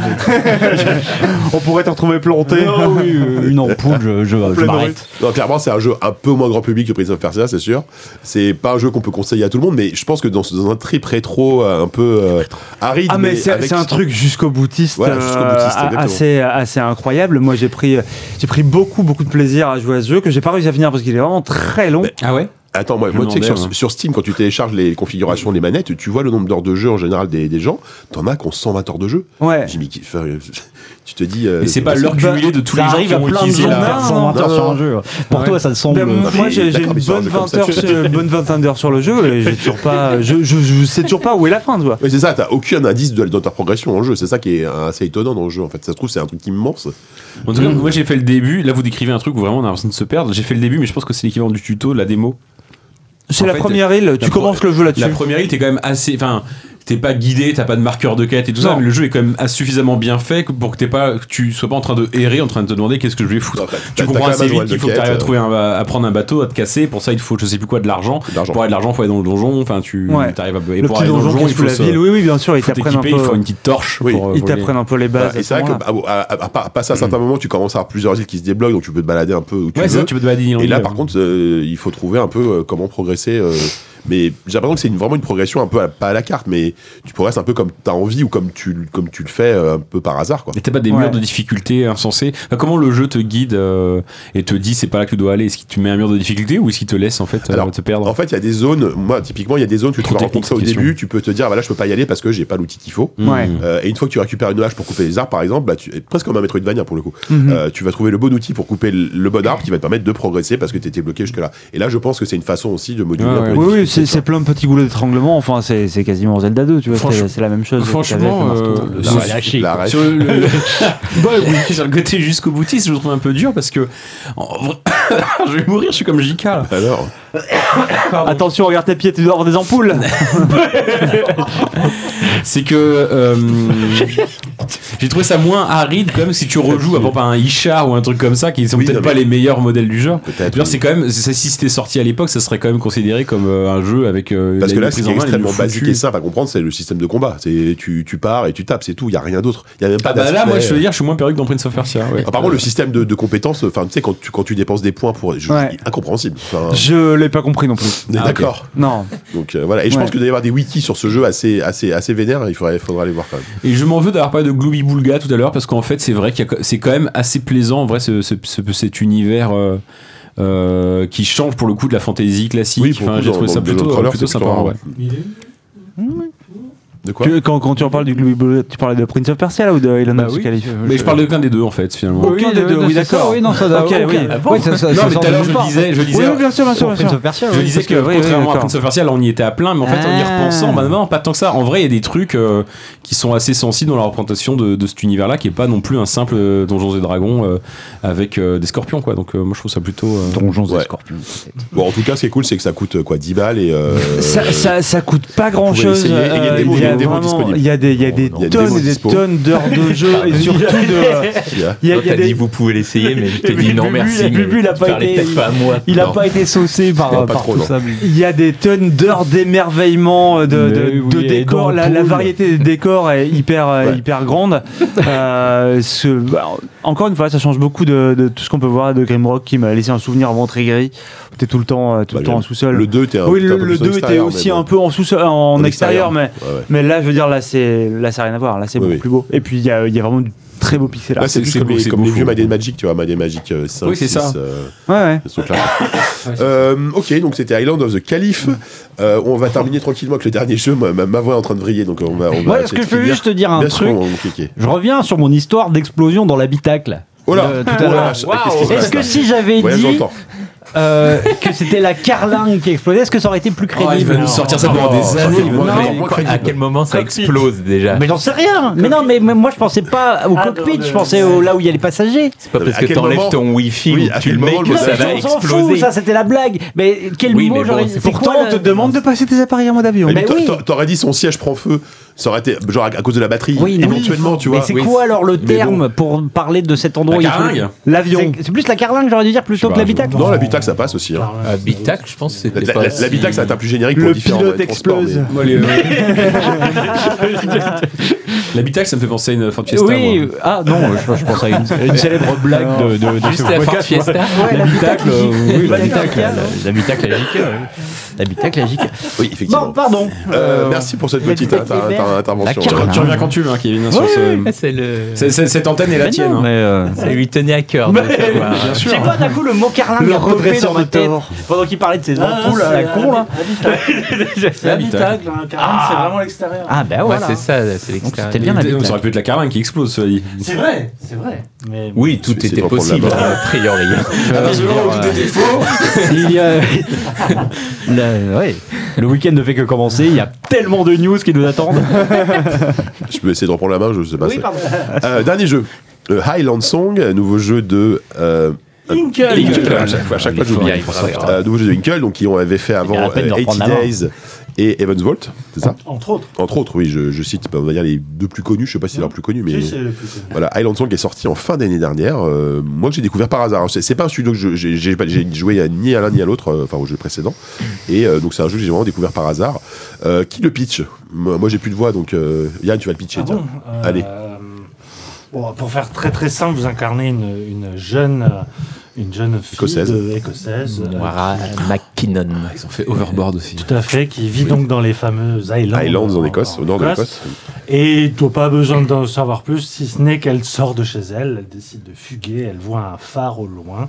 Speaker 4: On pourrait te retrouver planté.
Speaker 11: Ah oui, euh, [LAUGHS] une ampoule, je, je, je
Speaker 4: pleine
Speaker 11: m'arrête.
Speaker 1: Non, clairement, c'est un jeu un peu moins grand public que Prince of Persia, c'est sûr. C'est pas un jeu qu'on peut conseiller à tout le monde, mais je pense que dans, ce- dans un trip rétro euh, un peu euh, aride.
Speaker 4: Ah mais, c'est
Speaker 1: avec-
Speaker 4: c'est un truc jusqu'au boutiste,
Speaker 1: Voilà, jusqu'au
Speaker 4: euh,
Speaker 1: boutiste,
Speaker 4: a-
Speaker 1: exactement.
Speaker 4: assez assez incroyable. Moi j'ai pris j'ai pris beaucoup beaucoup de plaisir à jouer à ce jeu que j'ai pas réussi à finir parce qu'il est vraiment très long.
Speaker 8: Ah ouais
Speaker 1: Attends, moi,
Speaker 8: Je
Speaker 1: moi
Speaker 8: me
Speaker 1: tu sais que
Speaker 8: demandais,
Speaker 1: sur,
Speaker 8: ouais.
Speaker 1: sur Steam, quand tu télécharges les configurations, les manettes, tu vois le nombre d'heures de jeu en général des, des gens. T'en as qui ont 120 heures de jeu.
Speaker 4: Ouais.
Speaker 1: J'ai mis- enfin, [LAUGHS] tu te dis. euh,
Speaker 8: Mais c'est pas
Speaker 1: possible.
Speaker 8: l'heure cumulée de tous les
Speaker 11: ça
Speaker 8: gens qui
Speaker 11: arrive à
Speaker 8: ont
Speaker 11: plein de
Speaker 8: utilisé
Speaker 11: gens de
Speaker 8: la.
Speaker 11: faire
Speaker 4: Non,
Speaker 11: 120
Speaker 1: non,
Speaker 11: heures sur
Speaker 1: non.
Speaker 11: un jeu. Pour
Speaker 8: Ouais.
Speaker 11: toi, ça te semble.
Speaker 4: Ben, moi j'ai j'ai
Speaker 1: d'accord,
Speaker 4: une
Speaker 1: mais c'est un
Speaker 4: bonne
Speaker 1: jeu comme
Speaker 4: 20
Speaker 1: ça.
Speaker 4: heures sur- bonne vingtaine d'heures sur le jeu et j'ai toujours pas je, je, je sais toujours pas où est la fin tu vois.
Speaker 1: Mais c'est ça, t'as aucun indice de, dans ta progression en jeu. C'est ça qui est euh, assez étonnant dans le jeu. En fait, ça se trouve, c'est un truc immense.
Speaker 8: En tout cas, moi j'ai fait le début. Là, vous décrivez un truc où vraiment on a l'impression de se perdre. J'ai fait le début, mais je pense que c'est l'équivalent du tuto, de la démo.
Speaker 4: C'est
Speaker 8: En
Speaker 4: la
Speaker 8: fait,
Speaker 4: première île, tu
Speaker 8: la pro-
Speaker 4: commences le jeu là-dessus.
Speaker 8: La première île, t'es quand même assez. Enfin, t'es pas guidé, t'as pas de marqueur de quête et tout ça,
Speaker 4: Non.
Speaker 8: mais le jeu est quand même suffisamment bien fait que- pour que t'es pas, que tu sois pas en train de errer, en train de te demander qu'est-ce que je vais foutre.
Speaker 1: Non, t'as-
Speaker 8: Tu
Speaker 1: t'as-
Speaker 8: comprends
Speaker 1: t'as quand
Speaker 8: assez
Speaker 1: même un
Speaker 8: vite qu'il
Speaker 1: manuel de
Speaker 8: faut que t'arrives à
Speaker 1: quête,
Speaker 8: trouver un, à prendre un bateau, à te casser. Pour ça, il faut je sais plus quoi de l'argent.
Speaker 1: De l'argent.
Speaker 8: Pour avoir de l'argent, faut aller dans le donjon. Enfin, tu
Speaker 4: Ouais.
Speaker 8: t'arrives à. Et
Speaker 4: le
Speaker 8: pour
Speaker 4: petit
Speaker 8: aller dans le
Speaker 4: donjon
Speaker 8: donjon,
Speaker 4: qui est
Speaker 8: il
Speaker 4: sous
Speaker 8: faut
Speaker 4: la
Speaker 8: se-
Speaker 4: ville. Oui oui bien sûr, ils
Speaker 8: faut
Speaker 4: t'apprennent un
Speaker 8: t'équiper, il faut
Speaker 4: peu
Speaker 8: une petite torche.
Speaker 1: Oui.
Speaker 8: pour, euh,
Speaker 4: ils
Speaker 8: voler.
Speaker 4: t'apprennent un peu les bases.
Speaker 1: Voilà, et
Speaker 4: à ce
Speaker 1: c'est vrai que,
Speaker 4: moment-là.
Speaker 1: ah bon, à, à- à par- à passer à certains moments, tu commences à avoir plusieurs îles qui se débloquent, donc tu peux te balader un peu où tu
Speaker 8: Ouais, c'est
Speaker 1: veux.
Speaker 8: ça, tu peux te balader dans
Speaker 1: et là,
Speaker 8: l'île.
Speaker 1: par contre, euh, il faut trouver un peu euh, comment progresser. euh, mais j'ai l'impression que c'est une- vraiment une progression un peu à- pas à la carte, mais tu progresses un peu comme t'as envie ou comme tu, comme tu le fais euh, un peu par hasard, quoi.
Speaker 8: Et t'as pas des
Speaker 4: Ouais.
Speaker 8: murs de difficulté insensés Enfin, Comment le jeu te guide euh, et te dit c'est pas là que tu dois aller Est-ce qu'il te met un mur de difficulté ou est-ce qu'il te laisse en fait euh,
Speaker 1: Alors,
Speaker 8: te perdre
Speaker 1: En fait, il y a des zones, moi, typiquement, il y a des zones que tu
Speaker 8: Trop
Speaker 1: vas
Speaker 8: technique,
Speaker 1: rencontrer au
Speaker 8: cette question.
Speaker 1: début, tu peux te dire, ah, bah là, je peux pas y aller parce que j'ai pas l'outil qu'il faut.
Speaker 4: Ouais.
Speaker 8: Mmh.
Speaker 1: Euh, et une fois que tu récupères une hache pour couper les arbres, par exemple, bah, tu, presque comme un Metroidvania pour le coup,
Speaker 8: Mm.
Speaker 4: Mhm.
Speaker 1: Euh, tu vas trouver le bon outil pour couper le, le bon arbre qui va te permettre de progresser parce que tu étais bloqué jusque-là. Et là, je pense que c'est une façon aussi de moduler
Speaker 8: Ouais,
Speaker 1: un peu
Speaker 8: Ah ouais.
Speaker 1: les
Speaker 4: Oui, oui,
Speaker 1: difficultés,
Speaker 4: c'est
Speaker 1: tu vois.
Speaker 4: c'est plein de petits goulets d'étranglement. Enfin, c'est c'est quasiment Zelda 2, tu vois. c'est-
Speaker 8: Franchement-
Speaker 4: C'est la même chose.
Speaker 8: franchement,
Speaker 4: qu'avec le marteau.
Speaker 8: euh,
Speaker 1: La
Speaker 8: Sur-
Speaker 1: ref-
Speaker 11: lâcher,
Speaker 1: la ref-
Speaker 8: Sur le, le-
Speaker 1: [LAUGHS]
Speaker 8: Bah oui, sur le côté jusqu'au boutiste, je le trouve un peu dur parce que en vrai- [COUGHS] je vais mourir, je suis comme JK. là.
Speaker 1: Alors,
Speaker 4: Attention, regarde tes pieds, tu dois avoir des ampoules.
Speaker 8: C'est que euh, j'ai trouvé ça moins aride quand même si tu rejoues à propos à un Ishar ou un truc comme ça qui sont
Speaker 1: Oui,
Speaker 8: peut-être
Speaker 1: non,
Speaker 8: pas
Speaker 1: mais-
Speaker 8: les meilleurs modèles du genre.
Speaker 1: peut-être.
Speaker 8: Je veux dire, c'est quand même ça, si c'était sorti à l'époque, ça serait quand même considéré comme euh, un jeu avec euh,
Speaker 1: Parce
Speaker 8: la-
Speaker 1: que
Speaker 8: une
Speaker 1: là, ce
Speaker 8: prise
Speaker 1: qui est
Speaker 8: en main, une
Speaker 1: extrêmement
Speaker 8: foutue.
Speaker 1: basique et simple à comprendre, c'est le système de combat. C'est tu, tu pars et tu tapes, c'est tout. Il y a rien d'autre. Il y a même pas
Speaker 8: Ah bah là,
Speaker 1: d'aspect,
Speaker 8: moi, je
Speaker 1: euh,
Speaker 8: veux dire, je suis moins perdu que dans Prince of Persia. ouais. Euh,
Speaker 1: Ah, par contre, le système de, de compétences, euh, enfin, tu sais, quand tu, quand tu dépenses des points pour. je-
Speaker 4: Ouais.
Speaker 1: Incompréhensible. Enfin,
Speaker 4: [LAUGHS] Je l'ai pas compris non plus.
Speaker 1: on est
Speaker 8: Ah, ok.
Speaker 1: D'accord.
Speaker 4: Non.
Speaker 1: Donc euh, voilà. Et je
Speaker 4: Ouais.
Speaker 1: pense que doit y avoir des wikis sur ce jeu assez, assez, assez vénère. Il faudrait, faudra les voir quand même.
Speaker 8: Et je m'en veux d'avoir parlé de Gloomy Boulga tout à l'heure parce qu'en fait, c'est vrai qu'il y a- c'est quand même assez plaisant, en vrai, ce- ce- ce- cet univers. euh, euh, qui change pour le coup de la fantasy classique.
Speaker 1: Oui, pour le
Speaker 8: Enfin,
Speaker 1: coup,
Speaker 8: j'ai
Speaker 1: dans-
Speaker 8: trouvé
Speaker 1: dans
Speaker 8: ça
Speaker 1: le Dungeon
Speaker 8: plutôt,
Speaker 1: Crawler,
Speaker 8: plutôt
Speaker 1: c'est
Speaker 8: sympa.
Speaker 1: plutôt
Speaker 8: ouais.
Speaker 1: De quoi
Speaker 4: tu, quand, quand tu en parles du Gloobie Bullet, tu parlais de Prince of Persia là ou de Elon Musk Caliph
Speaker 8: Mais je parle de l'un des deux en fait finalement.
Speaker 4: Aucun des deux, Euh, oui, d'accord.
Speaker 3: Oui, non, ça doit.
Speaker 4: Ok, oui.
Speaker 3: aucun-
Speaker 4: Ah
Speaker 3: oui, ça- ça-
Speaker 8: Non,
Speaker 3: ça
Speaker 8: mais
Speaker 3: sort
Speaker 8: tout à
Speaker 3: de
Speaker 8: l'heure, je
Speaker 3: nulle part.
Speaker 8: disais, je disais,
Speaker 4: Oui, oui, bien sûr, bien sûr. bien
Speaker 3: Pour Prince
Speaker 4: sûr.
Speaker 3: of Persia,
Speaker 8: je
Speaker 3: oui.
Speaker 8: disais
Speaker 4: parce
Speaker 8: que,
Speaker 4: que- oui, oui,
Speaker 8: contrairement à
Speaker 4: d'accord.
Speaker 8: Prince of Persia, là on y était à plein, mais en fait en y
Speaker 3: Ah.
Speaker 8: repensant, bah non, pas tant que ça. En vrai, il y a des trucs euh, qui sont assez sensibles dans la représentation de, de cet univers-là, qui est pas non plus un simple euh, Donjons et Dragons euh, avec euh, des scorpions, quoi. Donc euh, moi je trouve ça plutôt. euh,
Speaker 3: Donjons et
Speaker 1: Ouais.
Speaker 3: Scorpions. peut-être.
Speaker 1: Bon, en tout cas, ce qui est cool, c'est que ça coûte euh, quoi 10 balles et. euh,
Speaker 4: Ça, ça, ça coûte pas grand chose.
Speaker 1: essayer, et il y a des démos- il y a des démos disponibles.
Speaker 4: il y a des, Oh, il y a des Ah,
Speaker 1: non, il y a des
Speaker 4: tonnes
Speaker 1: démos
Speaker 4: et des
Speaker 1: dispo.
Speaker 4: tonnes d'heures de [LAUGHS] jeu et surtout de.
Speaker 1: qui a-
Speaker 4: Il y a,
Speaker 12: Toi,
Speaker 4: il y a
Speaker 12: t'as dit
Speaker 4: des.
Speaker 12: vous pouvez l'essayer, mais je te
Speaker 11: Bubu,
Speaker 12: dis non
Speaker 11: Bubu,
Speaker 12: merci.
Speaker 11: il a-
Speaker 12: mais
Speaker 11: Bubu, il a
Speaker 12: tu
Speaker 11: pas
Speaker 12: parlais
Speaker 11: été-
Speaker 12: peut-être pas à moi.
Speaker 11: Il
Speaker 1: Non.
Speaker 11: a pas été
Speaker 1: [LAUGHS]
Speaker 11: saucé par,
Speaker 1: Non, pas
Speaker 11: par
Speaker 1: trop,
Speaker 11: tout
Speaker 1: non.
Speaker 11: ça. mais-
Speaker 4: Il y a des tonnes d'heures d'émerveillement, euh, de, de,
Speaker 11: Mais
Speaker 4: de
Speaker 11: oui, et
Speaker 4: décors. La, la
Speaker 11: d'ampoules.
Speaker 4: variété des décors est hyper, euh,
Speaker 1: Ouais.
Speaker 4: hyper grande. Euh, ce- bah, encore une fois, ça change beaucoup de, de tout ce qu'on peut voir de Grimrock qui m'a laissé un souvenir vraiment très gris. Où t'es tout le temps, euh, tout
Speaker 1: Bah,
Speaker 4: le temps
Speaker 1: le-
Speaker 4: en sous-sol.
Speaker 1: Le 2 était un
Speaker 4: oui,
Speaker 1: était
Speaker 4: le,
Speaker 1: un peu
Speaker 4: le
Speaker 1: plus en
Speaker 4: 2 était
Speaker 1: extérieur,
Speaker 4: aussi
Speaker 1: mais bon.
Speaker 4: un peu en sous-sol, euh, en,
Speaker 1: En
Speaker 4: extérieur,
Speaker 1: extérieur,
Speaker 4: mais,
Speaker 1: Ouais, ouais.
Speaker 4: mais là, je veux dire, là, c'est là, ça n'a rien à voir. Là, c'est
Speaker 1: Oui,
Speaker 4: beaucoup
Speaker 1: oui.
Speaker 4: plus beau. Et puis, il y a, il y a vraiment du très beau pixel art.
Speaker 1: Là, Bah, c'est
Speaker 8: c'est-
Speaker 1: plus
Speaker 8: c'est
Speaker 1: comme
Speaker 8: beau,
Speaker 1: les,
Speaker 8: c'est
Speaker 1: comme
Speaker 8: beau,
Speaker 1: les
Speaker 8: faut-
Speaker 1: vieux Mad Magic, tu vois, Mad Magic euh, 5,
Speaker 8: Oui, c'est
Speaker 1: 6,
Speaker 8: ça.
Speaker 1: euh,
Speaker 4: Ouais, ouais.
Speaker 1: ce
Speaker 8: [LAUGHS]
Speaker 1: truc-là. Euh, ok, donc c'était Island of the
Speaker 8: Mm.
Speaker 1: Caliph. Euh, on va terminer tranquillement avec le dernier jeu. Ma, ma- ma voix est en train de vriller, donc on va. On va
Speaker 11: Moi, est-ce que je peux juste te dire un
Speaker 1: Bien sûr,
Speaker 11: truc
Speaker 1: on va cliquer.
Speaker 11: Je reviens sur mon histoire d'explosion dans l'habitacle.
Speaker 1: Oh là,
Speaker 11: Euh, tout à
Speaker 1: oh là,
Speaker 11: l'heure.
Speaker 1: qu'est-ce qui se
Speaker 11: Est-ce
Speaker 1: passe,
Speaker 11: que
Speaker 1: là
Speaker 11: si j'avais
Speaker 1: Voyage dans le
Speaker 11: dit
Speaker 1: temps.
Speaker 11: euh, que c'était la carlingue qui explosait, est-ce que ça aurait été plus
Speaker 8: Oh, il va
Speaker 11: crédible
Speaker 8: nous sortir ça pendant des
Speaker 1: ça,
Speaker 8: années.
Speaker 1: c'est moins
Speaker 8: Non,
Speaker 1: crédible.
Speaker 8: mais-
Speaker 1: Moi,
Speaker 12: À quel moment ça
Speaker 7: Cockpit.
Speaker 12: explose déjà
Speaker 11: Mais j'en sais rien. Mais non, mais mais moi je pensais pas au
Speaker 7: Ah,
Speaker 11: cockpit,
Speaker 7: non,
Speaker 11: je
Speaker 7: non,
Speaker 11: pensais
Speaker 7: non.
Speaker 11: au- là où il y a les passagers.
Speaker 12: C'est pas
Speaker 1: Non,
Speaker 12: parce
Speaker 1: mais à
Speaker 12: que
Speaker 1: quel moment-
Speaker 12: t'enlèves ton wifi
Speaker 1: Oui,
Speaker 12: ou
Speaker 1: à
Speaker 12: que tu
Speaker 1: quel
Speaker 12: le mets
Speaker 1: moment
Speaker 12: que
Speaker 1: le
Speaker 12: ça
Speaker 1: message
Speaker 12: va
Speaker 11: on s'en fout,
Speaker 12: exploser.
Speaker 11: ça c'était la blague. Mais quel
Speaker 12: Oui,
Speaker 11: mot
Speaker 12: mais bon,
Speaker 11: j'aurais
Speaker 12: c'est
Speaker 11: c'est
Speaker 4: Pourtant,
Speaker 11: quoi,
Speaker 4: on te
Speaker 11: la-
Speaker 4: demande de passer tes appareils à mon avion.
Speaker 1: Mais
Speaker 11: Mais
Speaker 1: t'a-
Speaker 11: oui.
Speaker 1: t'a- T'aurais dit son siège prend feu, ça aurait été genre à, à cause de la batterie,
Speaker 11: Oui, non.
Speaker 1: éventuellement, tu
Speaker 11: Mais
Speaker 1: vois.
Speaker 11: c'est
Speaker 12: oui,
Speaker 11: quoi alors le
Speaker 1: mais
Speaker 11: terme pour parler de cet endroit
Speaker 8: La
Speaker 11: où il y a
Speaker 8: carlingue.
Speaker 11: tout- L'avion. C'est- C'est plus la carlingue, j'aurais dû dire, plutôt
Speaker 8: Je sais
Speaker 11: que
Speaker 8: pas,
Speaker 11: l'habitacle.
Speaker 1: Non, l'habitacle ça passe aussi.
Speaker 11: Ah
Speaker 1: hein.
Speaker 6: Euh,
Speaker 12: Habitacle, je pense que
Speaker 1: La-
Speaker 12: c'était
Speaker 1: la-
Speaker 12: pas.
Speaker 1: la- L'habitacle ça a un plus générique pour
Speaker 4: Le
Speaker 1: différents
Speaker 4: pilote
Speaker 1: moyens de transport,
Speaker 4: explose.
Speaker 1: mais-
Speaker 8: Moi, [LAUGHS] les, euh, L'habitacle, ça me fait penser à une fin de fiesta.
Speaker 11: Oui,
Speaker 8: moi.
Speaker 11: euh, ah non, je, je pense à une, une célèbre blague de, de, de
Speaker 12: Juste la Ford Fiesta.
Speaker 11: l'habitacle. euh, oui,
Speaker 5: La
Speaker 11: l'habitacle.
Speaker 5: carlingue.
Speaker 11: la- L'habitacle, la JK, oui. L'habitacle, la JK.
Speaker 1: Oui,
Speaker 11: Bon,
Speaker 1: effectivement.
Speaker 11: pardon.
Speaker 1: Euh, Merci pour cette petite
Speaker 5: l'habitacle
Speaker 1: inter-
Speaker 5: des
Speaker 1: inter-
Speaker 5: verts.
Speaker 1: intervention.
Speaker 11: La
Speaker 8: Tu reviens quand tu veux, hein, Kevin. hein, sur ce-
Speaker 12: C'est le.
Speaker 8: c'est- c'est- Cette antenne est la
Speaker 11: Mais
Speaker 8: tienne.
Speaker 11: non,
Speaker 8: hein.
Speaker 11: mais, euh,
Speaker 12: Ça lui tenait à cœur. de
Speaker 6: euh,
Speaker 12: savoir.
Speaker 11: Je sais pas, d'un coup, le mot carlingue
Speaker 4: Le
Speaker 11: a popé
Speaker 4: redresseur
Speaker 11: dans ma
Speaker 4: de
Speaker 11: tête
Speaker 4: tort.
Speaker 11: pendant qu'il parlait de ses ampoules à la con, là.
Speaker 8: L'habitacle.
Speaker 7: L'habitacle, hein, carlingue, c'est vraiment l'extérieur.
Speaker 11: Ah, ben
Speaker 12: Ouais,
Speaker 11: voilà.
Speaker 12: c'est ça, c'est l'extérieur.
Speaker 11: c'était bien la-
Speaker 8: Ça aurait pu être la carlingue qui explose, cela dit.
Speaker 7: C'est vrai, c'est vrai. Mais
Speaker 12: Oui, tout
Speaker 1: C'est- c'est
Speaker 12: était
Speaker 1: pas pour
Speaker 12: possible,
Speaker 1: la mort.
Speaker 12: a priori.
Speaker 11: euh, [LAUGHS] Il y a- Le, ouais. Le week-end ne fait que commencer, il y a tellement de news qui nous attendent.
Speaker 1: Je peux essayer de reprendre la main, je sais pas. c'est-
Speaker 11: pardon.
Speaker 1: Euh, Dernier jeu. Euh, Highland Song, nouveau jeu de. euh, Inkle, à chaque fois, à chaque fois, j'oublie. Euh, nouveau jeu de Hinkle, donc qui on avait fait
Speaker 11: Il y a
Speaker 1: avant
Speaker 11: la peine de
Speaker 1: euh,
Speaker 11: reprendre
Speaker 1: 80
Speaker 11: la main.
Speaker 1: Days et Evans Vault, c'est ça
Speaker 7: Entre autres.
Speaker 1: Entre autres, oui, je, je cite, bah, on va dire les deux plus connus, je sais pas si c'est leur plus connu, mais
Speaker 7: Si, c'est le plus connu.
Speaker 1: voilà, Highland Song est sorti en fin d'année dernière. euh, moi, que j'ai découvert par hasard. C'est c'est pas un studio que je- j'ai j'ai pas- j'ai joué à- ni à l'un ni à l'autre, euh, enfin au jeu précédent. Et euh, donc c'est un jeu que j'ai vraiment découvert par hasard. Euh, qui le pitch Moi, moi, j'ai plus de voix, donc euh, Yann, tu vas le pitcher.
Speaker 7: Ah
Speaker 1: tiens.
Speaker 7: bon Euh,
Speaker 1: Allez.
Speaker 7: bon, pour faire très très simple, vous incarnez une, une jeune euh, une jeune fille
Speaker 1: Écossaise.
Speaker 7: de- écossaise, euh,
Speaker 6: Moira McKinnon.
Speaker 8: Ils ont fait Overboard aussi.
Speaker 7: tout à fait, qui vit donc dans les fameuses Highlands,
Speaker 1: Highlands en Écosse, au nord de l'Écosse.
Speaker 7: Et t'as pas besoin d'en savoir plus, si ce n'est qu'elle sort de chez elle, elle décide de fuguer, elle voit un phare au loin,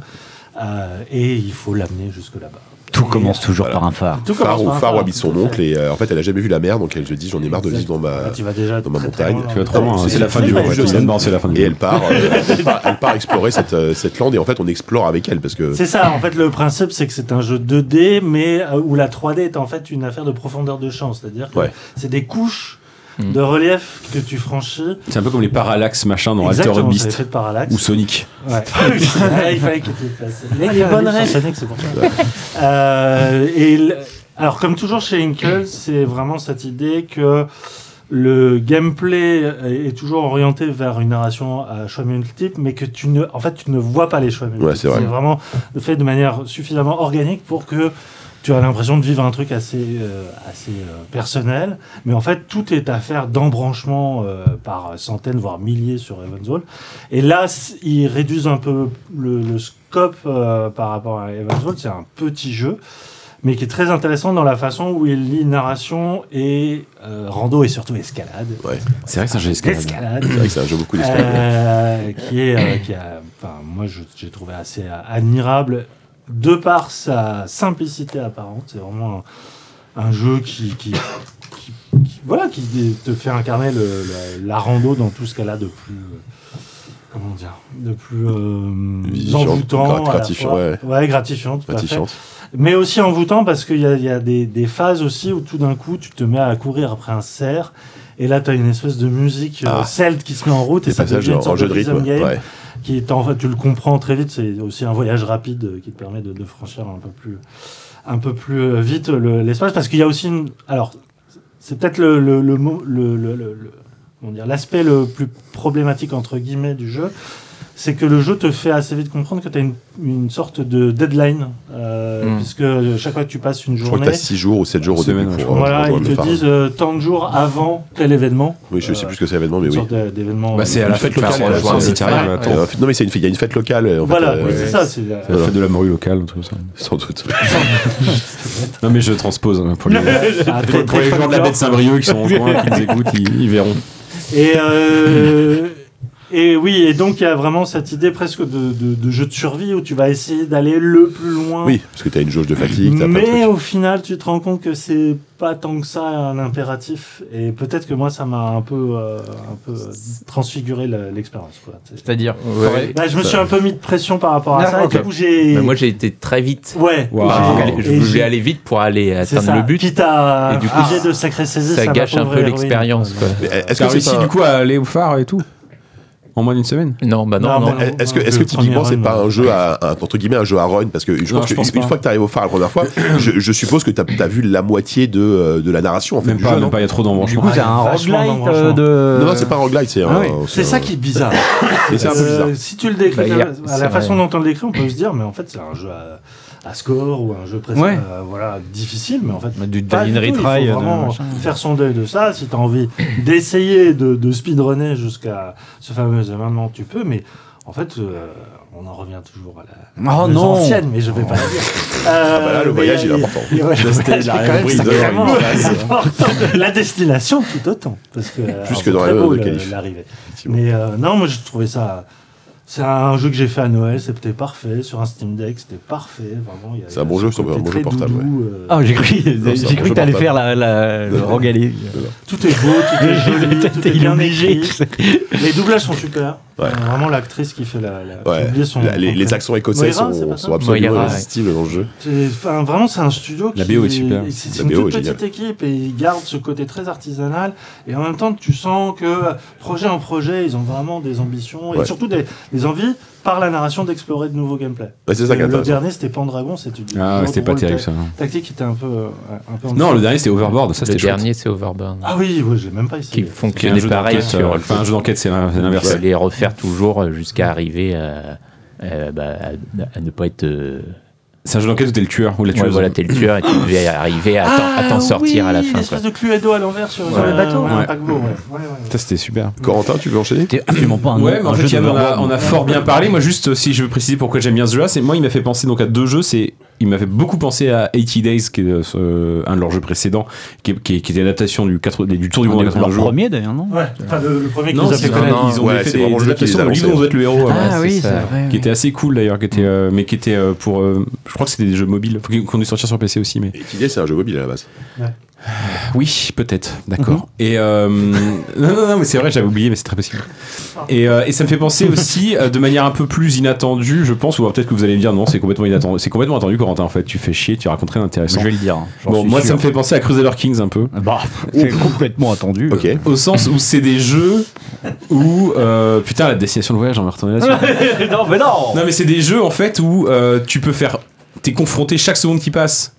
Speaker 7: euh, et il faut l'amener jusque là-bas.
Speaker 11: Tout commence toujours par un phare.
Speaker 7: Tout
Speaker 1: Phare
Speaker 7: commence
Speaker 1: où
Speaker 7: par un
Speaker 1: Phare où
Speaker 7: phare,
Speaker 1: habite
Speaker 7: tout
Speaker 1: son
Speaker 7: à
Speaker 1: oncle
Speaker 7: fait.
Speaker 1: et euh, en fait elle a jamais vu la mer donc elle se dit j'en ai marre de vivre dans ma
Speaker 7: Là, tu vas déjà
Speaker 1: dans ma
Speaker 7: très, très
Speaker 1: montagne,
Speaker 7: loin
Speaker 1: tu
Speaker 8: Tu vas
Speaker 7: dans
Speaker 8: trop
Speaker 7: le
Speaker 8: loin,
Speaker 7: temps.
Speaker 8: hein, c'est la fin du jeu.
Speaker 7: pas
Speaker 8: ouais,
Speaker 7: du tout.
Speaker 8: Stan Barnes, c'est la fin du
Speaker 1: et
Speaker 8: jeu.
Speaker 1: elle part, euh, elle part elle part explorer cette euh, cette lande et en fait on explore avec elle parce que
Speaker 7: C'est ça, en fait, le principe, c'est que c'est un jeu 2D, mais euh, où la 3D est en fait une affaire de profondeur de champ. C'est-à-dire que
Speaker 1: Ouais.
Speaker 7: c'est des couches de relief que tu franchis.
Speaker 8: C'est un peu comme les parallaxes machin dans Altered
Speaker 7: Exactement, ça avait
Speaker 8: Beast
Speaker 7: fait de parallaxe.
Speaker 8: ou Sonic.
Speaker 7: Ouais. [LAUGHS] Ouais, il fallait que tu le fasses. Ah, Il y a
Speaker 5: les
Speaker 7: un
Speaker 5: bonnes
Speaker 7: livre sur
Speaker 5: rêves.
Speaker 7: Sonic, c'est pour ça. Euh, et l- alors, comme toujours chez Inkle, c'est vraiment cette idée que le gameplay est- est toujours orienté vers une narration à choix multiples, mais que tu ne, en fait, tu ne vois pas les choix multiples.
Speaker 1: Ouais, c'est vrai.
Speaker 7: vraiment fait de manière suffisamment organique pour que tu as l'impression de vivre un truc assez, euh, assez euh, personnel, mais en fait, tout est affaire d'embranchement euh, par centaines, voire milliers sur Evans Hall. Et là, c- ils réduisent un peu le, le scope euh, par rapport à Evans Hall. C'est un petit jeu, mais qui est très intéressant dans la façon où il lie narration et euh, rando et surtout escalade. Euh,
Speaker 8: C'est vrai que c'est un jeu d'escalade.
Speaker 7: Escalade.
Speaker 1: c'est vrai que c'est un jeu beaucoup d'escalade.
Speaker 7: Euh, qui est, euh, qui a, enfin, moi, je- j'ai trouvé assez euh, admirable de par sa simplicité apparente. C'est vraiment un, un jeu qui, qui, qui- qui voilà, qui te fait incarner le- la- la rando dans tout ce qu'elle a de plus. euh, Comment dire De plus euh,
Speaker 1: Vivifiante,
Speaker 7: envoûtant. à la
Speaker 1: gratifiant,
Speaker 7: fois.
Speaker 1: ouais.
Speaker 7: Ouais, gratifiant, tout à fait.
Speaker 1: Gratifiante.
Speaker 7: Mais aussi envoûtant parce qu'il y a, il y a des, des phases aussi où tout d'un coup, tu te mets à courir après un cerf. Et là, tu as une espèce de musique euh,
Speaker 1: Ah.
Speaker 7: celte qui se met en route et
Speaker 1: Des
Speaker 7: ça
Speaker 1: passages
Speaker 7: devient une
Speaker 1: en-
Speaker 7: sorte
Speaker 1: en jeu de
Speaker 7: rhythm
Speaker 1: rythme,
Speaker 7: game
Speaker 1: ouais.
Speaker 7: qui est en fait, tu le comprends très vite. C'est aussi un voyage rapide euh, qui te permet de, de franchir un peu plus, un peu plus euh, vite le- l'espace parce qu'il y a aussi une. Alors, c'est peut-être le, le, le mot- le- le- le- le- comment dire, l'aspect le plus problématique entre guillemets du jeu, c'est que le jeu te fait assez vite comprendre que tu as une, une sorte de deadline, euh,
Speaker 1: Mm.
Speaker 7: puisque chaque fois que tu passes une
Speaker 1: Je crois que
Speaker 7: journée,
Speaker 1: t'as 6 jours ou 7 jours au début pour. euh,
Speaker 7: voilà,
Speaker 1: rejoindre le
Speaker 7: ils te
Speaker 1: phare.
Speaker 7: disent euh, tant de jours avant tel événement.
Speaker 1: Oui, je sais plus ce que c'est l'événement, mais
Speaker 7: une
Speaker 1: oui.
Speaker 7: sorte de- d'événement. euh,
Speaker 1: Bah, c'est à la
Speaker 7: Une
Speaker 1: fête locale,
Speaker 7: à
Speaker 1: à la
Speaker 7: la
Speaker 1: soirée,
Speaker 7: soirée,
Speaker 1: si t'y
Speaker 7: ouais.
Speaker 1: arrives,
Speaker 7: Ouais.
Speaker 1: attends. Non, mais c'est une, il y a une fête locale. En
Speaker 7: Voilà,
Speaker 1: fait,
Speaker 7: oui, c'est ça, c'est euh, la-
Speaker 1: la fête
Speaker 8: de la morue locale, un truc comme
Speaker 1: ça. Sans doute. [LAUGHS]
Speaker 8: non, mais je transpose hein,
Speaker 7: [LAUGHS]
Speaker 8: pour les,
Speaker 7: Ah,
Speaker 8: pour- pour les gens de la baie de Saint-Brieuc qui sont en coin, qui nous écoutent, ils, ils verront.
Speaker 7: Et, euh, et oui, et donc il y a vraiment cette idée presque de, de- de jeu de survie où tu vas essayer d'aller le plus loin.
Speaker 1: Oui, parce que t'as une jauge de fatigue, t'as plein de
Speaker 7: Mais
Speaker 1: trucs.
Speaker 7: au final, tu te rends compte que c'est pas tant que ça un impératif. Et peut-être que moi, ça m'a un peu, euh, un peu euh, transfiguré la- l'expérience. quoi.
Speaker 19: C'est-à-dire
Speaker 6: Ouais.
Speaker 7: Bah, je me suis un peu mis de pression par rapport à ça. Et
Speaker 19: D'accord.
Speaker 7: du coup, j'ai.
Speaker 6: Bah, moi j'ai été très vite.
Speaker 7: Ouais.
Speaker 6: Wow. Je voulais- Je
Speaker 7: Et
Speaker 6: voulais
Speaker 7: j'ai-
Speaker 6: aller vite pour aller
Speaker 7: C'est
Speaker 6: atteindre
Speaker 7: ça.
Speaker 6: le but.
Speaker 7: Quitte à
Speaker 6: Et du coup,
Speaker 7: infliger de sacrées saisies,
Speaker 6: ça
Speaker 7: ça
Speaker 6: gâche un peu
Speaker 7: m'appauvrirait, oui.
Speaker 6: l'expérience. quoi.
Speaker 1: Mais Est-ce
Speaker 8: T'as
Speaker 1: que c'est
Speaker 8: réussi
Speaker 1: pas...
Speaker 8: du coup à aller au phare et tout En moins d'une semaine
Speaker 6: Non, bah non,
Speaker 7: Non,
Speaker 6: non.
Speaker 7: mais-
Speaker 1: Est- Est-ce que, est-ce que
Speaker 7: Le
Speaker 1: typiquement
Speaker 7: premier
Speaker 1: c'est
Speaker 7: run,
Speaker 1: pas un jeu à, un- entre guillemets un jeu à run parce que je
Speaker 8: Non,
Speaker 1: pense
Speaker 8: je pense
Speaker 1: qu'une
Speaker 8: pas.
Speaker 1: fois que t'arrives au phare la première fois je, je suppose que t'as as vu la moitié de, euh, de la narration en fait
Speaker 8: Même
Speaker 1: du
Speaker 8: pas,
Speaker 1: jeu
Speaker 8: même
Speaker 1: non,
Speaker 8: pas, il y a trop
Speaker 3: Du
Speaker 8: d'embranchements.
Speaker 3: coup, c'est un
Speaker 7: Vachement
Speaker 3: roguelite
Speaker 7: d'embranchement.
Speaker 3: euh, de.
Speaker 1: non non, c'est pas un roguelite c'est
Speaker 3: Ah
Speaker 1: un,
Speaker 3: oui.
Speaker 6: euh,
Speaker 1: un-
Speaker 7: C'est ça qui est bizarre.
Speaker 1: mais c'est un peu
Speaker 7: Euh,
Speaker 1: bizarre
Speaker 7: Si tu le décris,
Speaker 6: Bah, il y
Speaker 7: à
Speaker 6: a-
Speaker 7: la
Speaker 6: c'est
Speaker 7: façon
Speaker 6: vrai.
Speaker 7: dont on le décrit, on peut se dire, mais en fait, c'est un jeu à, à score ou un jeu presque
Speaker 3: Ouais.
Speaker 7: euh, voilà, difficile, mais en fait,
Speaker 3: Mais du
Speaker 7: pas
Speaker 3: die
Speaker 7: du
Speaker 3: and
Speaker 7: tout. Il faut
Speaker 3: retry, euh,
Speaker 7: vraiment
Speaker 3: de machin.
Speaker 7: faire son deuil de ça. Si tu as envie d'essayer de, de speedrunner jusqu'à ce fameux événement, tu peux, mais en fait, euh, on en revient toujours à la.
Speaker 4: Ah,
Speaker 3: Oh
Speaker 7: aux
Speaker 3: non
Speaker 7: anciennes, mais je vais pas le dire. Euh,
Speaker 1: bah là, le
Speaker 7: mais
Speaker 1: voyage,
Speaker 7: il y
Speaker 1: il
Speaker 7: a-
Speaker 1: est important.
Speaker 7: il y a- ouais, le voyage est quand même
Speaker 1: brise, il
Speaker 7: sacrément
Speaker 1: dort,
Speaker 7: [LAUGHS] important. La destination, tout autant. Parce que, alors,
Speaker 1: Plus que
Speaker 7: c'est
Speaker 1: dans la
Speaker 7: très
Speaker 1: loi
Speaker 7: beau,
Speaker 1: de
Speaker 7: le-
Speaker 1: qualif.
Speaker 7: l'arrivée.
Speaker 1: effectivement.
Speaker 7: Mais euh, non, moi j'ai trouvé ça. C'est un jeu que j'ai fait à Noël, c'était parfait. Sur un Steam Deck, c'était parfait. Vraiment, il y a-
Speaker 1: C'est un bon
Speaker 7: ce
Speaker 1: jeu, c'est un
Speaker 7: côté
Speaker 1: bon
Speaker 7: très
Speaker 1: jeu portable,
Speaker 7: doudou, euh,
Speaker 3: Ah, j'ai cru,
Speaker 1: Non, c'est un
Speaker 3: j'ai cru
Speaker 1: jeu
Speaker 3: que t'allais
Speaker 1: portable.
Speaker 3: faire la, la, le roguelite.
Speaker 7: Tout est beau, tout est
Speaker 3: [LAUGHS]
Speaker 7: joli, tout est
Speaker 3: Il est
Speaker 7: bien
Speaker 3: obligé.
Speaker 7: écrit. Les doublages sont super.
Speaker 1: Ouais.
Speaker 7: Euh, Vraiment, l'actrice qui fait la. la-
Speaker 1: Ouais.
Speaker 7: j'ai oublié son-
Speaker 1: La- les,
Speaker 7: son
Speaker 1: les
Speaker 7: prénom.
Speaker 1: accents écossais
Speaker 7: Moira, c'est
Speaker 1: sont,
Speaker 7: pas
Speaker 1: sont
Speaker 7: ça
Speaker 1: absolument
Speaker 6: Moira, ouais.
Speaker 1: irrésistibles dans le jeu
Speaker 7: C'est- enfin, vraiment, c'est un studio qui.
Speaker 8: La BO est super.
Speaker 7: C'est
Speaker 1: La
Speaker 7: une
Speaker 1: BO
Speaker 7: toute
Speaker 1: est
Speaker 7: petite équipe et ils gardent ce côté très artisanal. Et en même temps, tu sens que projet en projet, ils ont vraiment des ambitions et
Speaker 1: Ouais.
Speaker 7: surtout des, des envies par la narration d'explorer de nouveaux gameplays.
Speaker 1: Ouais, c'est ça qui est
Speaker 7: le
Speaker 1: intéressant.
Speaker 7: dernier, c'était Pandragon, c'était du-
Speaker 8: Ah,
Speaker 7: du
Speaker 8: ouais, c'était pas
Speaker 7: rôle
Speaker 8: terrible
Speaker 7: ta-
Speaker 8: ça.
Speaker 7: Tactique qui était un peu. euh, un peu en
Speaker 8: Non,
Speaker 7: dessous.
Speaker 8: le dernier c'était Overboard, ça
Speaker 6: le
Speaker 8: c'était chouette.
Speaker 6: dernier, c'est Overburn.
Speaker 7: Ah oui, ouais, j'ai même pas
Speaker 6: qui
Speaker 7: essayé.
Speaker 8: Qui est un
Speaker 6: fonctionnait
Speaker 8: jeu
Speaker 6: pareil
Speaker 8: d'enquête,
Speaker 6: sur
Speaker 8: euh, Enfin, un jeu d'enquête, c'est l'in- c'est
Speaker 6: Il
Speaker 8: l'inverse.
Speaker 6: les refaire toujours euh, jusqu'à arriver à, euh, bah, à- à ne pas être. euh,
Speaker 8: C'est un jeu d'enquête où t'es le tueur ou la
Speaker 6: ouais,
Speaker 8: tueuse.
Speaker 6: voilà, t'es le tueur [COUGHS] et tu devais arriver à t'en- à t'en sortir à la fin. quoi.
Speaker 7: L'espèce de Cluedo à l'envers sur, sur
Speaker 5: Ouais.
Speaker 7: le bateau.
Speaker 8: Ouais.
Speaker 7: un paquebot, ouais. Ouais, ouais, ouais.
Speaker 8: Ça c'était super.
Speaker 1: Corentin tu veux enchaîner
Speaker 3: T'es absolument pas un
Speaker 8: Ouais, mais en
Speaker 3: un
Speaker 8: fait,
Speaker 3: jeu
Speaker 8: Yann,
Speaker 3: de
Speaker 8: on a,
Speaker 3: roguelite.
Speaker 8: on a fort bien parlé. Moi, juste euh, si je veux préciser pourquoi j'aime bien ce jeu-là, c'est moi, il m'a fait penser donc à deux jeux. C'est il m'a fait beaucoup penser à 80 Days, qui est euh, un de leurs jeux précédents, qui, est- qui, est- qui était l'adaptation du, 80 des- du Tour du monde en
Speaker 3: Leur
Speaker 8: 80 jours.
Speaker 3: premier d'ailleurs, non
Speaker 7: Ouais, enfin, le, le premier qui
Speaker 8: Non,
Speaker 7: nous a
Speaker 8: c'est
Speaker 7: fait
Speaker 8: vrai,
Speaker 7: connaître.
Speaker 1: non,
Speaker 8: ils ont
Speaker 1: ouais,
Speaker 8: fait
Speaker 1: c'est
Speaker 8: des,
Speaker 1: vraiment
Speaker 8: des
Speaker 1: le jeu qui les
Speaker 8: adaptations
Speaker 1: a
Speaker 8: où Livre
Speaker 1: lancés.
Speaker 8: doit être le héros. ouais.
Speaker 6: Ah oui, c'est vrai.
Speaker 8: qui était assez cool d'ailleurs, qui était, euh, mais qui était euh, pour, euh, je crois que c'était des jeux mobiles, faut qu'ils- qu'on ait sortir sur PC aussi, mais
Speaker 1: et l'idée c'est un jeu mobile à la base
Speaker 8: oui, peut-être, d'accord.
Speaker 3: Mhm.
Speaker 8: Et euh, [LAUGHS] non, non, non, mais c'est vrai, j'avais oublié, mais c'est très possible. Et, euh, et ça me fait penser aussi, euh, de manière un peu plus inattendue, je pense, ou alors peut-être que vous allez me dire non, c'est complètement inattendu, c'est complètement attendu, Corentin. En fait, tu fais chier, tu racontes rien
Speaker 3: Je
Speaker 8: d'intéressant.
Speaker 3: vais le dire. hein, j'en
Speaker 8: Bon,
Speaker 3: suis
Speaker 8: moi, ça
Speaker 3: sûr.
Speaker 8: me fait penser à Crusader Kings un peu.
Speaker 3: [LAUGHS] Bah, c'est complètement attendu.
Speaker 1: ok
Speaker 8: euh, Au sens où c'est des jeux où. euh, putain, la destination de voyage, on va retourner là-dessus.
Speaker 3: [LAUGHS] non, mais non
Speaker 8: Non, mais c'est des jeux en fait où euh, tu peux faire. T'es confronté chaque seconde qui passe,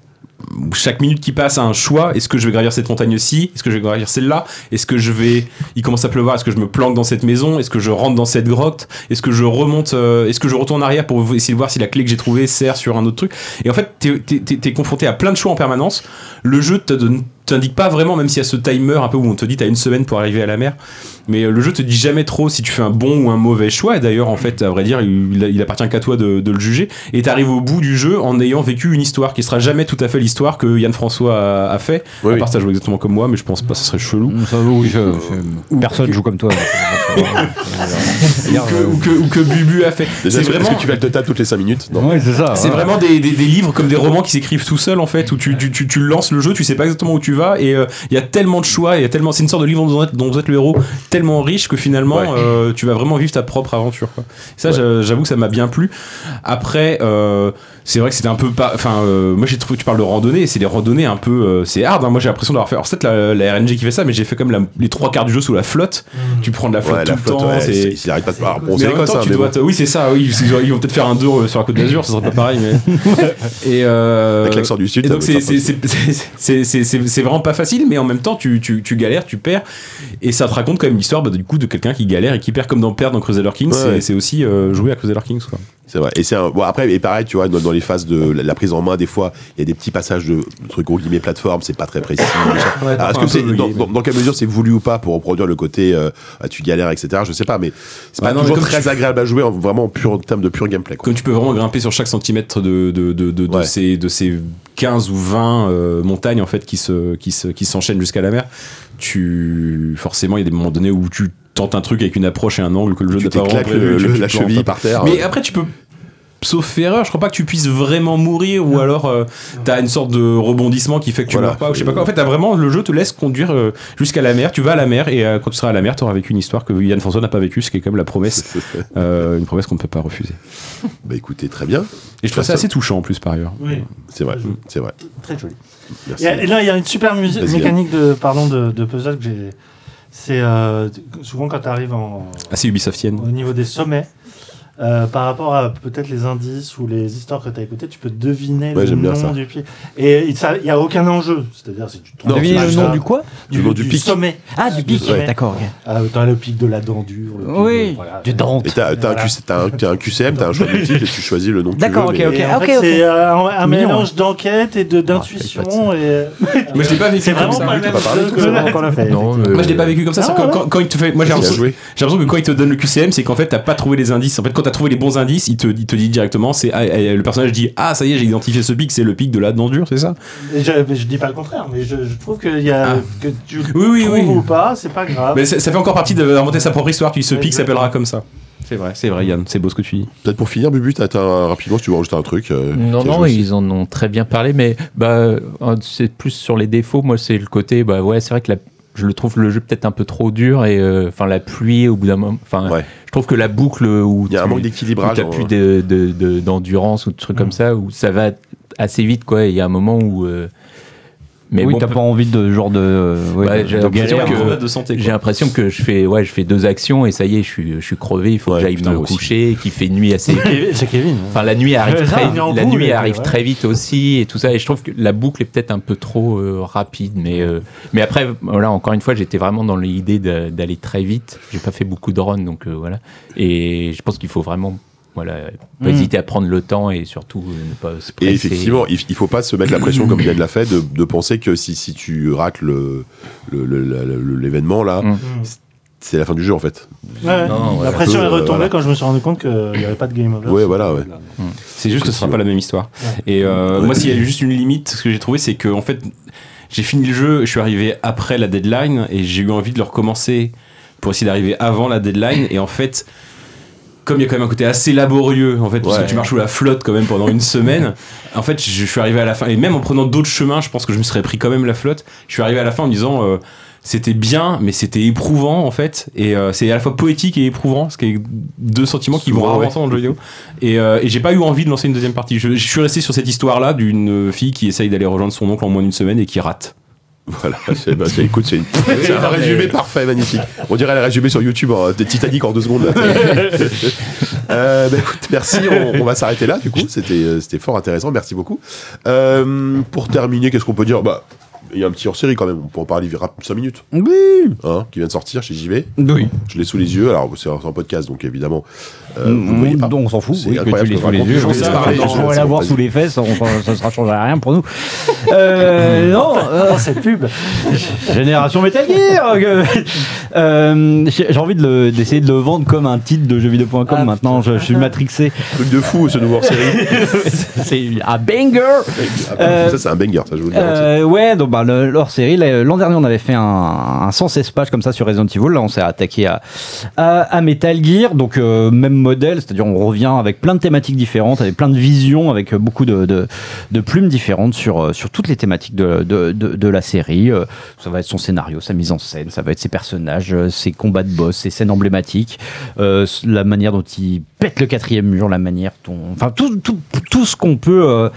Speaker 8: ou chaque minute qui passe à un choix. Est-ce que je vais gravir cette montagne-ci Est-ce que je vais gravir celle-là Est-ce que je vais. Il commence à pleuvoir, est-ce que je me planque dans cette maison Est-ce que je rentre dans cette grotte Est-ce que je remonte euh, Est-ce que je retourne en arrière pour essayer de voir si la clé que j'ai trouvée sert sur un autre truc Et en fait, t'es- t'es t'es- t'es confronté à plein de choix en permanence. Le jeu te donne- t'indique pas vraiment, même s'il y a ce timer un peu où on te dit t'as une semaine pour arriver à la mer. Mais euh, le jeu te dit jamais trop si tu fais un bon ou un mauvais choix. Et d'ailleurs, en fait, à vrai dire, il, il appartient qu'à toi de, de le juger. Et t'arrives au bout du jeu en ayant vécu une histoire qui sera jamais tout à fait l'histoire que Yann François a, a fait. à
Speaker 1: Oui, oui.
Speaker 3: Hum,
Speaker 8: part ça joue exactement comme moi, mais je pense pas, ça serait chelou.
Speaker 3: Ça, oui, je- je- Personne joue comme toi.
Speaker 8: ou, que, ou, que, ou que Bubu a fait.
Speaker 1: Déjà,
Speaker 8: C'est
Speaker 1: est-ce que-
Speaker 8: vraiment.
Speaker 1: Est-ce que tu vas le total toutes les 5 minutes Non.
Speaker 4: c'est ça.
Speaker 3: hein.
Speaker 8: C'est vraiment des, des- des livres comme des romans qui s'écrivent tout seuls en fait, où tu, tu, tu, tu lances le jeu, tu sais pas exactement où tu vas, et euh, il y a tellement de choix, il y a tellement, c'est une sorte de livre dont vous êtes, dont vous êtes le héros, tellement riche que finalement
Speaker 1: Ouais.
Speaker 8: euh, tu vas vraiment vivre ta propre aventure. Quoi. Ça, j'a- j'avoue que ça m'a bien plu. Après, euh, c'est vrai que c'était un peu pas. Enfin, euh, moi j'ai trouvé, tu parles de randonnée, c'est des randonnées un peu. euh, c'est hard, hein. moi j'ai l'impression d'avoir fait. Alors, c'est peut-être la, la RNG qui fait ça, mais j'ai fait comme la- les trois quarts du jeu sous la flotte. Tu prends de la flotte
Speaker 1: Mmh. Ouais,
Speaker 8: tout
Speaker 1: la
Speaker 8: le
Speaker 1: flotte,
Speaker 8: temps.
Speaker 1: ouais,
Speaker 8: c'est-
Speaker 1: c'est- il arrête pas de pas
Speaker 8: mais
Speaker 1: bronzer
Speaker 8: en même
Speaker 1: quoi
Speaker 8: temps,
Speaker 1: ça.
Speaker 8: tu
Speaker 1: mais
Speaker 8: dois
Speaker 1: bon.
Speaker 8: te- Oui, c'est ça. Oui, ils ils vont peut-être faire un 2 euh, sur la Côte d'Azur, ça sera pas pareil.
Speaker 1: [LAUGHS]
Speaker 8: Mais... et euh,
Speaker 1: Avec l'accent du sud,
Speaker 8: et
Speaker 1: ça
Speaker 8: donc
Speaker 1: doit
Speaker 8: c'est
Speaker 1: être
Speaker 8: c'est- c'est- c'est- c'est- c'est- c'est vraiment pas facile, mais en même temps, tu, tu, tu galères, tu perds, et ça te raconte quand même l'histoire bah, du coup de quelqu'un qui galère et qui perd comme dans perdre dans Crusader Kings.
Speaker 1: Ouais,
Speaker 8: c'est-
Speaker 1: ouais.
Speaker 8: C'est aussi euh, jouer à Crusader Kings. Quoi.
Speaker 1: C'est vrai. Et c'est un- bon, après, et pareil, tu vois, dans, dans les phases de la, la prise en main, des fois, il y a des petits passages de de trucs gros guillemets plateforme, c'est pas
Speaker 8: [LAUGHS]
Speaker 1: très précis. machin.
Speaker 8: Ouais,
Speaker 1: Alors, est-ce
Speaker 8: enfin,
Speaker 1: que
Speaker 8: un
Speaker 1: c'est
Speaker 8: peu
Speaker 1: dans,
Speaker 8: bugué,
Speaker 1: dans- dans quelle mesure c'est voulu ou pas pour reproduire le côté euh, ah, tu galères, etc. Je sais pas, mais c'est
Speaker 8: Bah
Speaker 1: pas
Speaker 8: non, mais
Speaker 1: toujours
Speaker 8: comme
Speaker 1: très
Speaker 8: tu-
Speaker 1: agréable à jouer en vraiment en pur en termes de pur gameplay. Quoi.
Speaker 8: Comme tu peux vraiment grimper sur chaque centimètre de, de, de, de, de
Speaker 1: Ouais.
Speaker 8: ces, de ces 15 ou 20 euh, montagnes en fait qui se, qui se, qui s'enchaînent jusqu'à la mer, tu forcément il y a des moments donnés où tu tentes un truc avec une approche et un angle que le jeu
Speaker 1: Tu
Speaker 8: t'a pas vraiment
Speaker 1: t'éclates le-
Speaker 8: prévu, tu-
Speaker 1: le-
Speaker 8: tu
Speaker 1: la
Speaker 8: te plantes.
Speaker 1: cheville par terre.
Speaker 8: Mais après tu peux Sauf erreur, je crois pas que tu puisses vraiment mourir ou alors euh, t'as une sorte de rebondissement qui fait que tu
Speaker 1: Voilà.
Speaker 8: meurs pas ou je sais pas quoi. En fait, t'as vraiment le jeu te laisse conduire euh, jusqu'à la mer. Tu vas à la mer et euh, quand tu seras à la mer, t'auras vécu une histoire que Yann François n'a pas vécu, ce qui est comme la
Speaker 1: [LAUGHS]
Speaker 8: promesse, euh, une promesse qu'on ne peut pas refuser.
Speaker 1: Bah écoutez, très bien.
Speaker 8: Et je trouve ça assez touchant en plus par ailleurs.
Speaker 7: Oui,
Speaker 1: C'est vrai,
Speaker 8: Mm.
Speaker 1: c'est vrai.
Speaker 7: très joli.
Speaker 1: Merci.
Speaker 7: Et, et là, il y a une super musi-
Speaker 1: Vas-y, Yann.
Speaker 7: mécanique de, pardon, de, de puzzle que j'ai. C'est euh, souvent quand tu arrives en,
Speaker 8: Assez Ubisoftienne.
Speaker 7: au niveau des sommets, euh, par rapport à peut-être les indices ou les histoires que tu as écoutées, tu peux deviner
Speaker 1: Ouais,
Speaker 7: le
Speaker 1: j'aime bien ça.
Speaker 7: nom du pied. Et il- ça- il n'y a aucun enjeu. C'est-à-dire, si tu te trompes,
Speaker 1: Deviner
Speaker 7: tu
Speaker 1: le
Speaker 7: marches
Speaker 1: nom
Speaker 7: là,
Speaker 1: du
Speaker 4: quoi
Speaker 1: Le nom du pic.
Speaker 7: sommet.
Speaker 4: Ah, du pic,
Speaker 7: sommet.
Speaker 4: d'accord.
Speaker 7: Ah, t'as le pic de la dendure. le pic
Speaker 4: Oui,
Speaker 7: de- voilà.
Speaker 4: du
Speaker 1: Et t'as t'as un,
Speaker 7: Voilà.
Speaker 1: QC t'as un, t'as un QCM, t'as un
Speaker 4: [LAUGHS]
Speaker 1: choix multiple et tu choisis le nom que tu veux.
Speaker 4: D'accord,
Speaker 1: mais-
Speaker 4: ok,
Speaker 7: Et en
Speaker 4: ok,
Speaker 7: fait,
Speaker 4: ok.
Speaker 7: C'est euh, un, un
Speaker 4: Mignon, hein. Ah,
Speaker 7: mélange d'enquête et de- d'intuition. et...
Speaker 8: Moi je l'ai pas vécu
Speaker 7: C'est
Speaker 8: comme
Speaker 7: vraiment
Speaker 8: ça.
Speaker 7: pas le
Speaker 1: t'as
Speaker 7: même
Speaker 1: pas parlé,
Speaker 7: jeu
Speaker 1: toi,
Speaker 7: que
Speaker 1: ça va
Speaker 7: qu'on l'a fait.
Speaker 6: Non, euh, mais-
Speaker 8: Moi je l'ai pas vécu comme ça. c'est
Speaker 7: Ah,
Speaker 8: quand,
Speaker 7: ouais.
Speaker 8: quand- quand il te fait, moi j'ai
Speaker 1: Bien
Speaker 8: l'impression
Speaker 1: joué.
Speaker 8: j'ai l'impression que quand il te donne le QCM, c'est qu'en fait t'as pas trouvé les indices. En fait, quand t'as trouvé les bons indices, il te, il te dit directement, c'est ah, eh, le personnage dit ah ça y est j'ai identifié ce pic, c'est le pic de la dent dure, c'est ça
Speaker 7: Et Je, mais je dis pas le contraire, mais je, je trouve que, y a,
Speaker 8: Ah.
Speaker 7: que tu le
Speaker 8: Oui, oui,
Speaker 7: trouves
Speaker 8: oui.
Speaker 7: ou pas, c'est pas grave.
Speaker 8: Mais ça ça fait encore partie d'inventer sa propre histoire. Puis ce pic
Speaker 7: Exactement.
Speaker 8: s'appellera comme ça. C'est vrai, c'est vrai Yann, c'est beau ce que tu dis.
Speaker 1: Peut-être pour finir, Bubu, t'as t'as un- rapidement, si tu veux rajouter un truc. euh,
Speaker 6: Non,
Speaker 1: qui a
Speaker 6: non,
Speaker 1: joué aussi.
Speaker 6: ils en ont très bien parlé, mais bah, un- c'est plus sur les défauts. Moi, c'est le côté, bah ouais, c'est vrai que la- je le trouve le jeu peut-être un peu trop dur et euh, enfin la pluie au bout d'un moment. Enfin,
Speaker 1: Ouais.
Speaker 6: je trouve que la boucle où
Speaker 1: Il y a un
Speaker 6: tu-
Speaker 1: manque
Speaker 6: où
Speaker 1: d'équilibrage.
Speaker 6: t'as
Speaker 1: en- Mm.
Speaker 6: plus de- de- de- d'endurance ou de trucs comme ça, où ça va assez vite, quoi. et Il y a un moment où. euh, mais
Speaker 4: oui,
Speaker 6: bon,
Speaker 4: t'as
Speaker 6: peu-
Speaker 4: pas envie de genre de. euh, ouais,
Speaker 6: Bah,
Speaker 4: de-
Speaker 6: j'ai
Speaker 4: de
Speaker 6: l'impression
Speaker 4: galère.
Speaker 6: que-
Speaker 8: Problème de santé. quoi.
Speaker 6: j'ai l'impression que je fais, ouais, je fais deux actions et ça y est, je suis, je suis crevé. Il faut
Speaker 1: Ouais,
Speaker 6: que j'aille
Speaker 1: putain,
Speaker 6: me
Speaker 1: aussi.
Speaker 6: coucher, qu'il fait
Speaker 1: [LAUGHS]
Speaker 6: nuit assez
Speaker 7: C'est Kevin.
Speaker 6: Enfin, la nuit arrive,
Speaker 7: Ouais,
Speaker 6: très,
Speaker 7: ça, on est en
Speaker 6: la
Speaker 7: boule,
Speaker 6: nuit
Speaker 7: mais
Speaker 6: arrive
Speaker 7: ouais.
Speaker 6: très vite aussi et tout ça. Et je trouve que la boucle est peut-être un peu trop euh, rapide. Mais, euh, mais après, voilà, encore une fois, j'étais vraiment dans l'idée de- d'aller très vite. J'ai pas fait beaucoup de runs, donc euh, voilà. Et je pense qu'il faut vraiment voilà,
Speaker 7: Hmm.
Speaker 6: pas hésiter à prendre le temps et surtout euh, ne pas se presser.
Speaker 1: Et effectivement, il il faut pas se mettre la pression, comme Yann l'a fait, de, de penser que si, si tu racles le- le- le- la- le- l'événement, là,
Speaker 6: Mm.
Speaker 4: Hmm.
Speaker 1: c'est la fin du jeu, en fait.
Speaker 7: Ouais,
Speaker 6: Non,
Speaker 7: la
Speaker 6: ouais.
Speaker 7: pression
Speaker 1: Euh,
Speaker 7: est retombée
Speaker 1: voilà.
Speaker 7: quand je me suis rendu compte qu'il n'y avait pas de game over.
Speaker 1: Ouais, voilà, ouais.
Speaker 8: C'est juste que ce sera
Speaker 1: Sûr.
Speaker 8: pas la même histoire. Et euh, moi, s'il y a eu juste une limite, ce que j'ai trouvé, c'est que en fait, j'ai fini le jeu, je suis arrivé après la deadline et j'ai eu envie de le recommencer pour essayer d'arriver avant la deadline. Et en fait, comme il y a quand même un côté assez laborieux, en fait, parce que
Speaker 1: Ouais.
Speaker 8: tu marches sous la flotte quand même pendant une
Speaker 1: [LAUGHS]
Speaker 8: semaine, en fait, je suis arrivé à la fin. Et même en prenant d'autres chemins, je pense que je me serais pris quand même la flotte. Je suis arrivé à la fin en me disant. euh, c'était bien, mais c'était éprouvant en fait, et euh, c'est à la fois poétique et éprouvant, ce qui est deux sentiments qui vont
Speaker 1: Souvent,
Speaker 8: rarement
Speaker 1: ouais.
Speaker 8: ensemble dans le jeu vidéo. Et, euh, et j'ai pas eu envie de lancer une deuxième partie. Je, je suis resté sur cette histoire-là d'une fille qui essaye d'aller rejoindre son oncle en moins d'une semaine et qui rate.
Speaker 1: Voilà, [LAUGHS] c'est bah, c'est- écoute, c'est une- c'est un résumé parfait, magnifique. On dirait le résumé sur YouTube hein, des Titanic en deux secondes. Là. Euh, bah, écoute, merci. On, on va s'arrêter là, du coup. C'était euh, c'était fort intéressant. Merci beaucoup. Euh, pour terminer, qu'est-ce qu'on peut dire Bah, il y a un petit hors-série quand même. On peut en parler 5 minutes,
Speaker 4: Oui,
Speaker 1: hein, qui vient de sortir chez JV.
Speaker 4: oui.
Speaker 1: Je l'ai sous les yeux. Alors, c'est un c'est un podcast, donc évidemment, euh,
Speaker 3: Hum,
Speaker 1: vous ne voyez
Speaker 4: Mm,
Speaker 1: pas.
Speaker 4: mm, On s'en fout.
Speaker 1: C'est
Speaker 4: Oui, que tu
Speaker 1: incroyable
Speaker 4: les
Speaker 1: ce qu'on
Speaker 4: sous les
Speaker 1: raconte.
Speaker 4: yeux.
Speaker 1: Je
Speaker 4: oui,
Speaker 1: sais
Speaker 4: ça,
Speaker 1: pas, je
Speaker 4: On
Speaker 1: sais
Speaker 4: va
Speaker 1: pas
Speaker 4: la voir
Speaker 1: du
Speaker 4: sous les fesses. on- Ça sera changé à rien pour nous. Euh, non, euh,
Speaker 7: Cette pub.
Speaker 1: [LAUGHS]
Speaker 4: Génération Metal Gear euh,
Speaker 3: Euh, J'ai j'ai envie de le- d'essayer de, le vendre comme un titre de jeuxvideo.com maintenant. Je, je suis matrixé.
Speaker 1: Truc de fou ce nouveau hors [LAUGHS] série.
Speaker 3: [LAUGHS] c'est un banger. Euh,
Speaker 1: ça, c'est un banger, ça, je vous le garantis.
Speaker 3: Euh, ouais, donc bah, le- leur série, là, l'an dernier on avait fait un, un 116 pages comme ça sur Resident Evil, là on s'est attaqué à, à, à Metal Gear, donc euh, même modèle, c'est-à-dire on revient avec plein de thématiques différentes, avec plein de visions, avec euh, beaucoup de, de, de plumes différentes sur, euh, sur toutes les thématiques de, de, de, de la série. Euh, Ça va être son scénario, sa mise en scène, ça va être ses personnages, euh, ses combats de boss, ses scènes emblématiques, euh, la manière dont il pète le quatrième mur, la manière dont... Enfin, tout, tout, tout ce qu'on peut euh,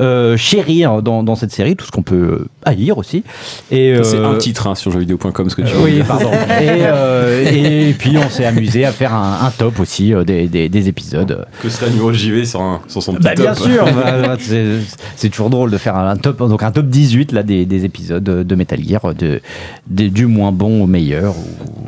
Speaker 3: euh, chérir dans, dans cette série, tout ce qu'on peut euh, haïr aussi. Et,
Speaker 8: C'est
Speaker 3: euh,
Speaker 8: un titre hein, sur jeuxvideo.com ce que tu
Speaker 3: euh,
Speaker 8: veux
Speaker 3: oui,
Speaker 8: dire.
Speaker 3: pardon. Et, euh, [LAUGHS] et puis on s'est amusé à faire un, un top aussi euh, des, des- des épisodes.
Speaker 8: Que serait Nuro JV sans, un- sans son petit
Speaker 3: Bah, bien
Speaker 8: top
Speaker 3: [LAUGHS] sûr, bah, bah, c'est- c'est toujours drôle de faire un un top, donc un top 18 là, des, des épisodes de Metal Gear, de, des- du moins bon au meilleur,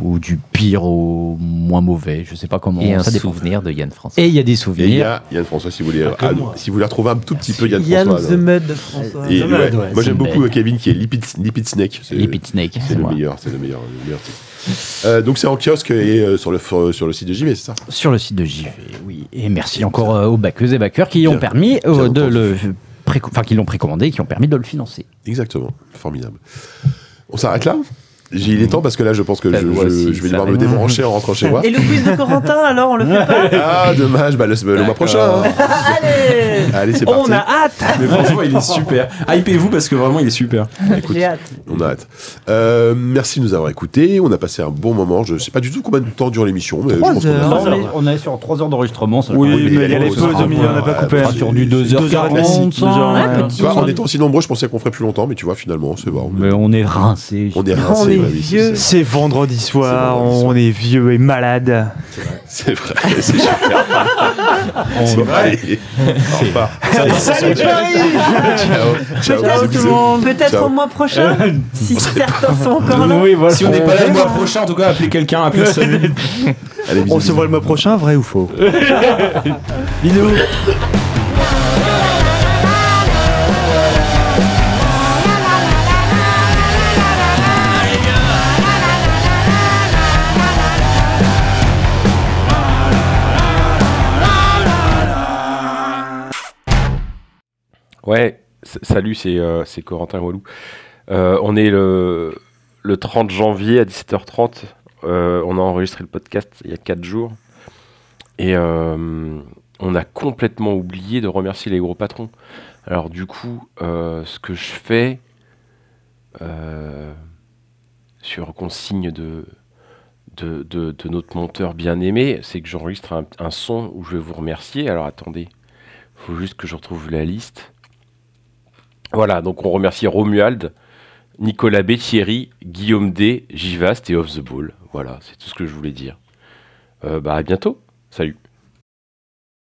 Speaker 3: ou, ou du pire au moins mauvais, je sais pas comment.
Speaker 6: Et un
Speaker 3: ça dépend.
Speaker 6: souvenir de Yann François.
Speaker 3: Et il y a des
Speaker 1: Et il y
Speaker 3: souvenirs.
Speaker 1: a Yann François, si vous voulez, ah, si vous voulez retrouver un tout petit peu Yann
Speaker 5: Yann
Speaker 1: François.
Speaker 5: the
Speaker 1: là.
Speaker 5: Mud, François.
Speaker 1: Et,
Speaker 7: The
Speaker 1: ouais,
Speaker 7: Mad, ouais,
Speaker 1: Moi, j'aime
Speaker 3: The
Speaker 1: beaucoup
Speaker 3: Mad.
Speaker 1: euh, Kevin qui est Lipid, Lipid Snake. C'est-
Speaker 3: Lipid Snake,
Speaker 1: C'est le
Speaker 3: moi.
Speaker 1: meilleur, c'est le meilleur, le meilleur titre. Euh, donc, c'est en kiosque et euh, sur, le, sur le site de JV, c'est ça
Speaker 3: sur le site de JV, oui. Et merci encore euh, aux backeuses et backeurs qui
Speaker 1: Bien,
Speaker 3: ont permis euh,
Speaker 1: bien
Speaker 3: de
Speaker 1: entendu.
Speaker 3: le pré- enfin qui l'ont précommandé et qui ont permis de le financer.
Speaker 1: Exactement, formidable. On s'arrête là J'ai il est temps parce que là, je pense que
Speaker 6: Bah,
Speaker 1: je,
Speaker 6: moi
Speaker 1: je-
Speaker 6: aussi,
Speaker 1: je vais
Speaker 6: ça
Speaker 1: devoir me
Speaker 6: arrive.
Speaker 1: débrancher en rentrant chez
Speaker 5: [LAUGHS]
Speaker 1: moi.
Speaker 5: Et le quiz de Corentin, alors, on le fait pas
Speaker 1: Ah, dommage, bah, le, le mois prochain. hein.
Speaker 5: Allez
Speaker 1: Allez, Oh, c'est parti.
Speaker 5: [LAUGHS] On a hâte
Speaker 8: [LAUGHS] Mais franchement, il est super. Hypez-vous parce que vraiment, il est super.
Speaker 5: J'ai hâte.
Speaker 1: On a hâte. Euh, merci de nous avoir écoutés. On a passé un bon moment. Je sais pas du tout combien de temps dure l'émission, mais
Speaker 5: Trois
Speaker 1: je pense qu'on a-
Speaker 5: heures.
Speaker 3: on, est, sur 3 heures d'enregistrement.
Speaker 1: Oui, mais il y a les pauses au milieu, on n'a pas coupé. hein.
Speaker 3: sur du
Speaker 1: Classique.
Speaker 4: hein.
Speaker 3: 2h40.
Speaker 1: Tu vois, en étant si nombreux, je pensais qu'on ferait plus longtemps, mais tu vois, finalement, c'est bon.
Speaker 3: Mais on est rincé.
Speaker 1: On est
Speaker 5: On
Speaker 1: rincés.
Speaker 5: est
Speaker 1: bah oui,
Speaker 5: vieux.
Speaker 1: c'est-
Speaker 4: C'est vendredi soir,
Speaker 1: C'est vendredi soir.
Speaker 4: on est vieux et malade.
Speaker 1: C'est vrai, c'est super. C'est vrai. Au revoir.
Speaker 5: Salut Paris
Speaker 1: Ciao. Ciao.
Speaker 5: Peut-être
Speaker 1: Bisous.
Speaker 5: peut-être
Speaker 1: Ciao.
Speaker 5: au mois prochain, si
Speaker 1: [LAUGHS]
Speaker 5: certains sont encore là.
Speaker 8: Si on n'est pas là le mois prochain, en tout cas, appelez quelqu'un,
Speaker 3: [LAUGHS]
Speaker 8: appelez celui
Speaker 1: Allez, bisous,
Speaker 4: On se
Speaker 1: bisous.
Speaker 4: voit le mois prochain, vrai ou
Speaker 7: [LAUGHS]
Speaker 4: faux
Speaker 20: Ouais, s- salut, c'est euh, c'est Corentin Walou. Euh, on est le, le 30 janvier à 17h30. Euh, on a enregistré le podcast il y a 4 jours. Et euh, on a complètement oublié de remercier les gros patrons. Alors du coup, euh, ce que je fais euh, sur consigne de, de, de- de notre monteur bien-aimé, c'est que j'enregistre un, un son où je vais vous remercier. Alors attendez, faut juste que je retrouve la liste. Voilà, donc on remercie Romuald, Nicolas B, Thierry, Guillaume D, Givast et Off the Ball. Voilà, c'est tout ce que je voulais dire. Euh, bah à bientôt. Salut.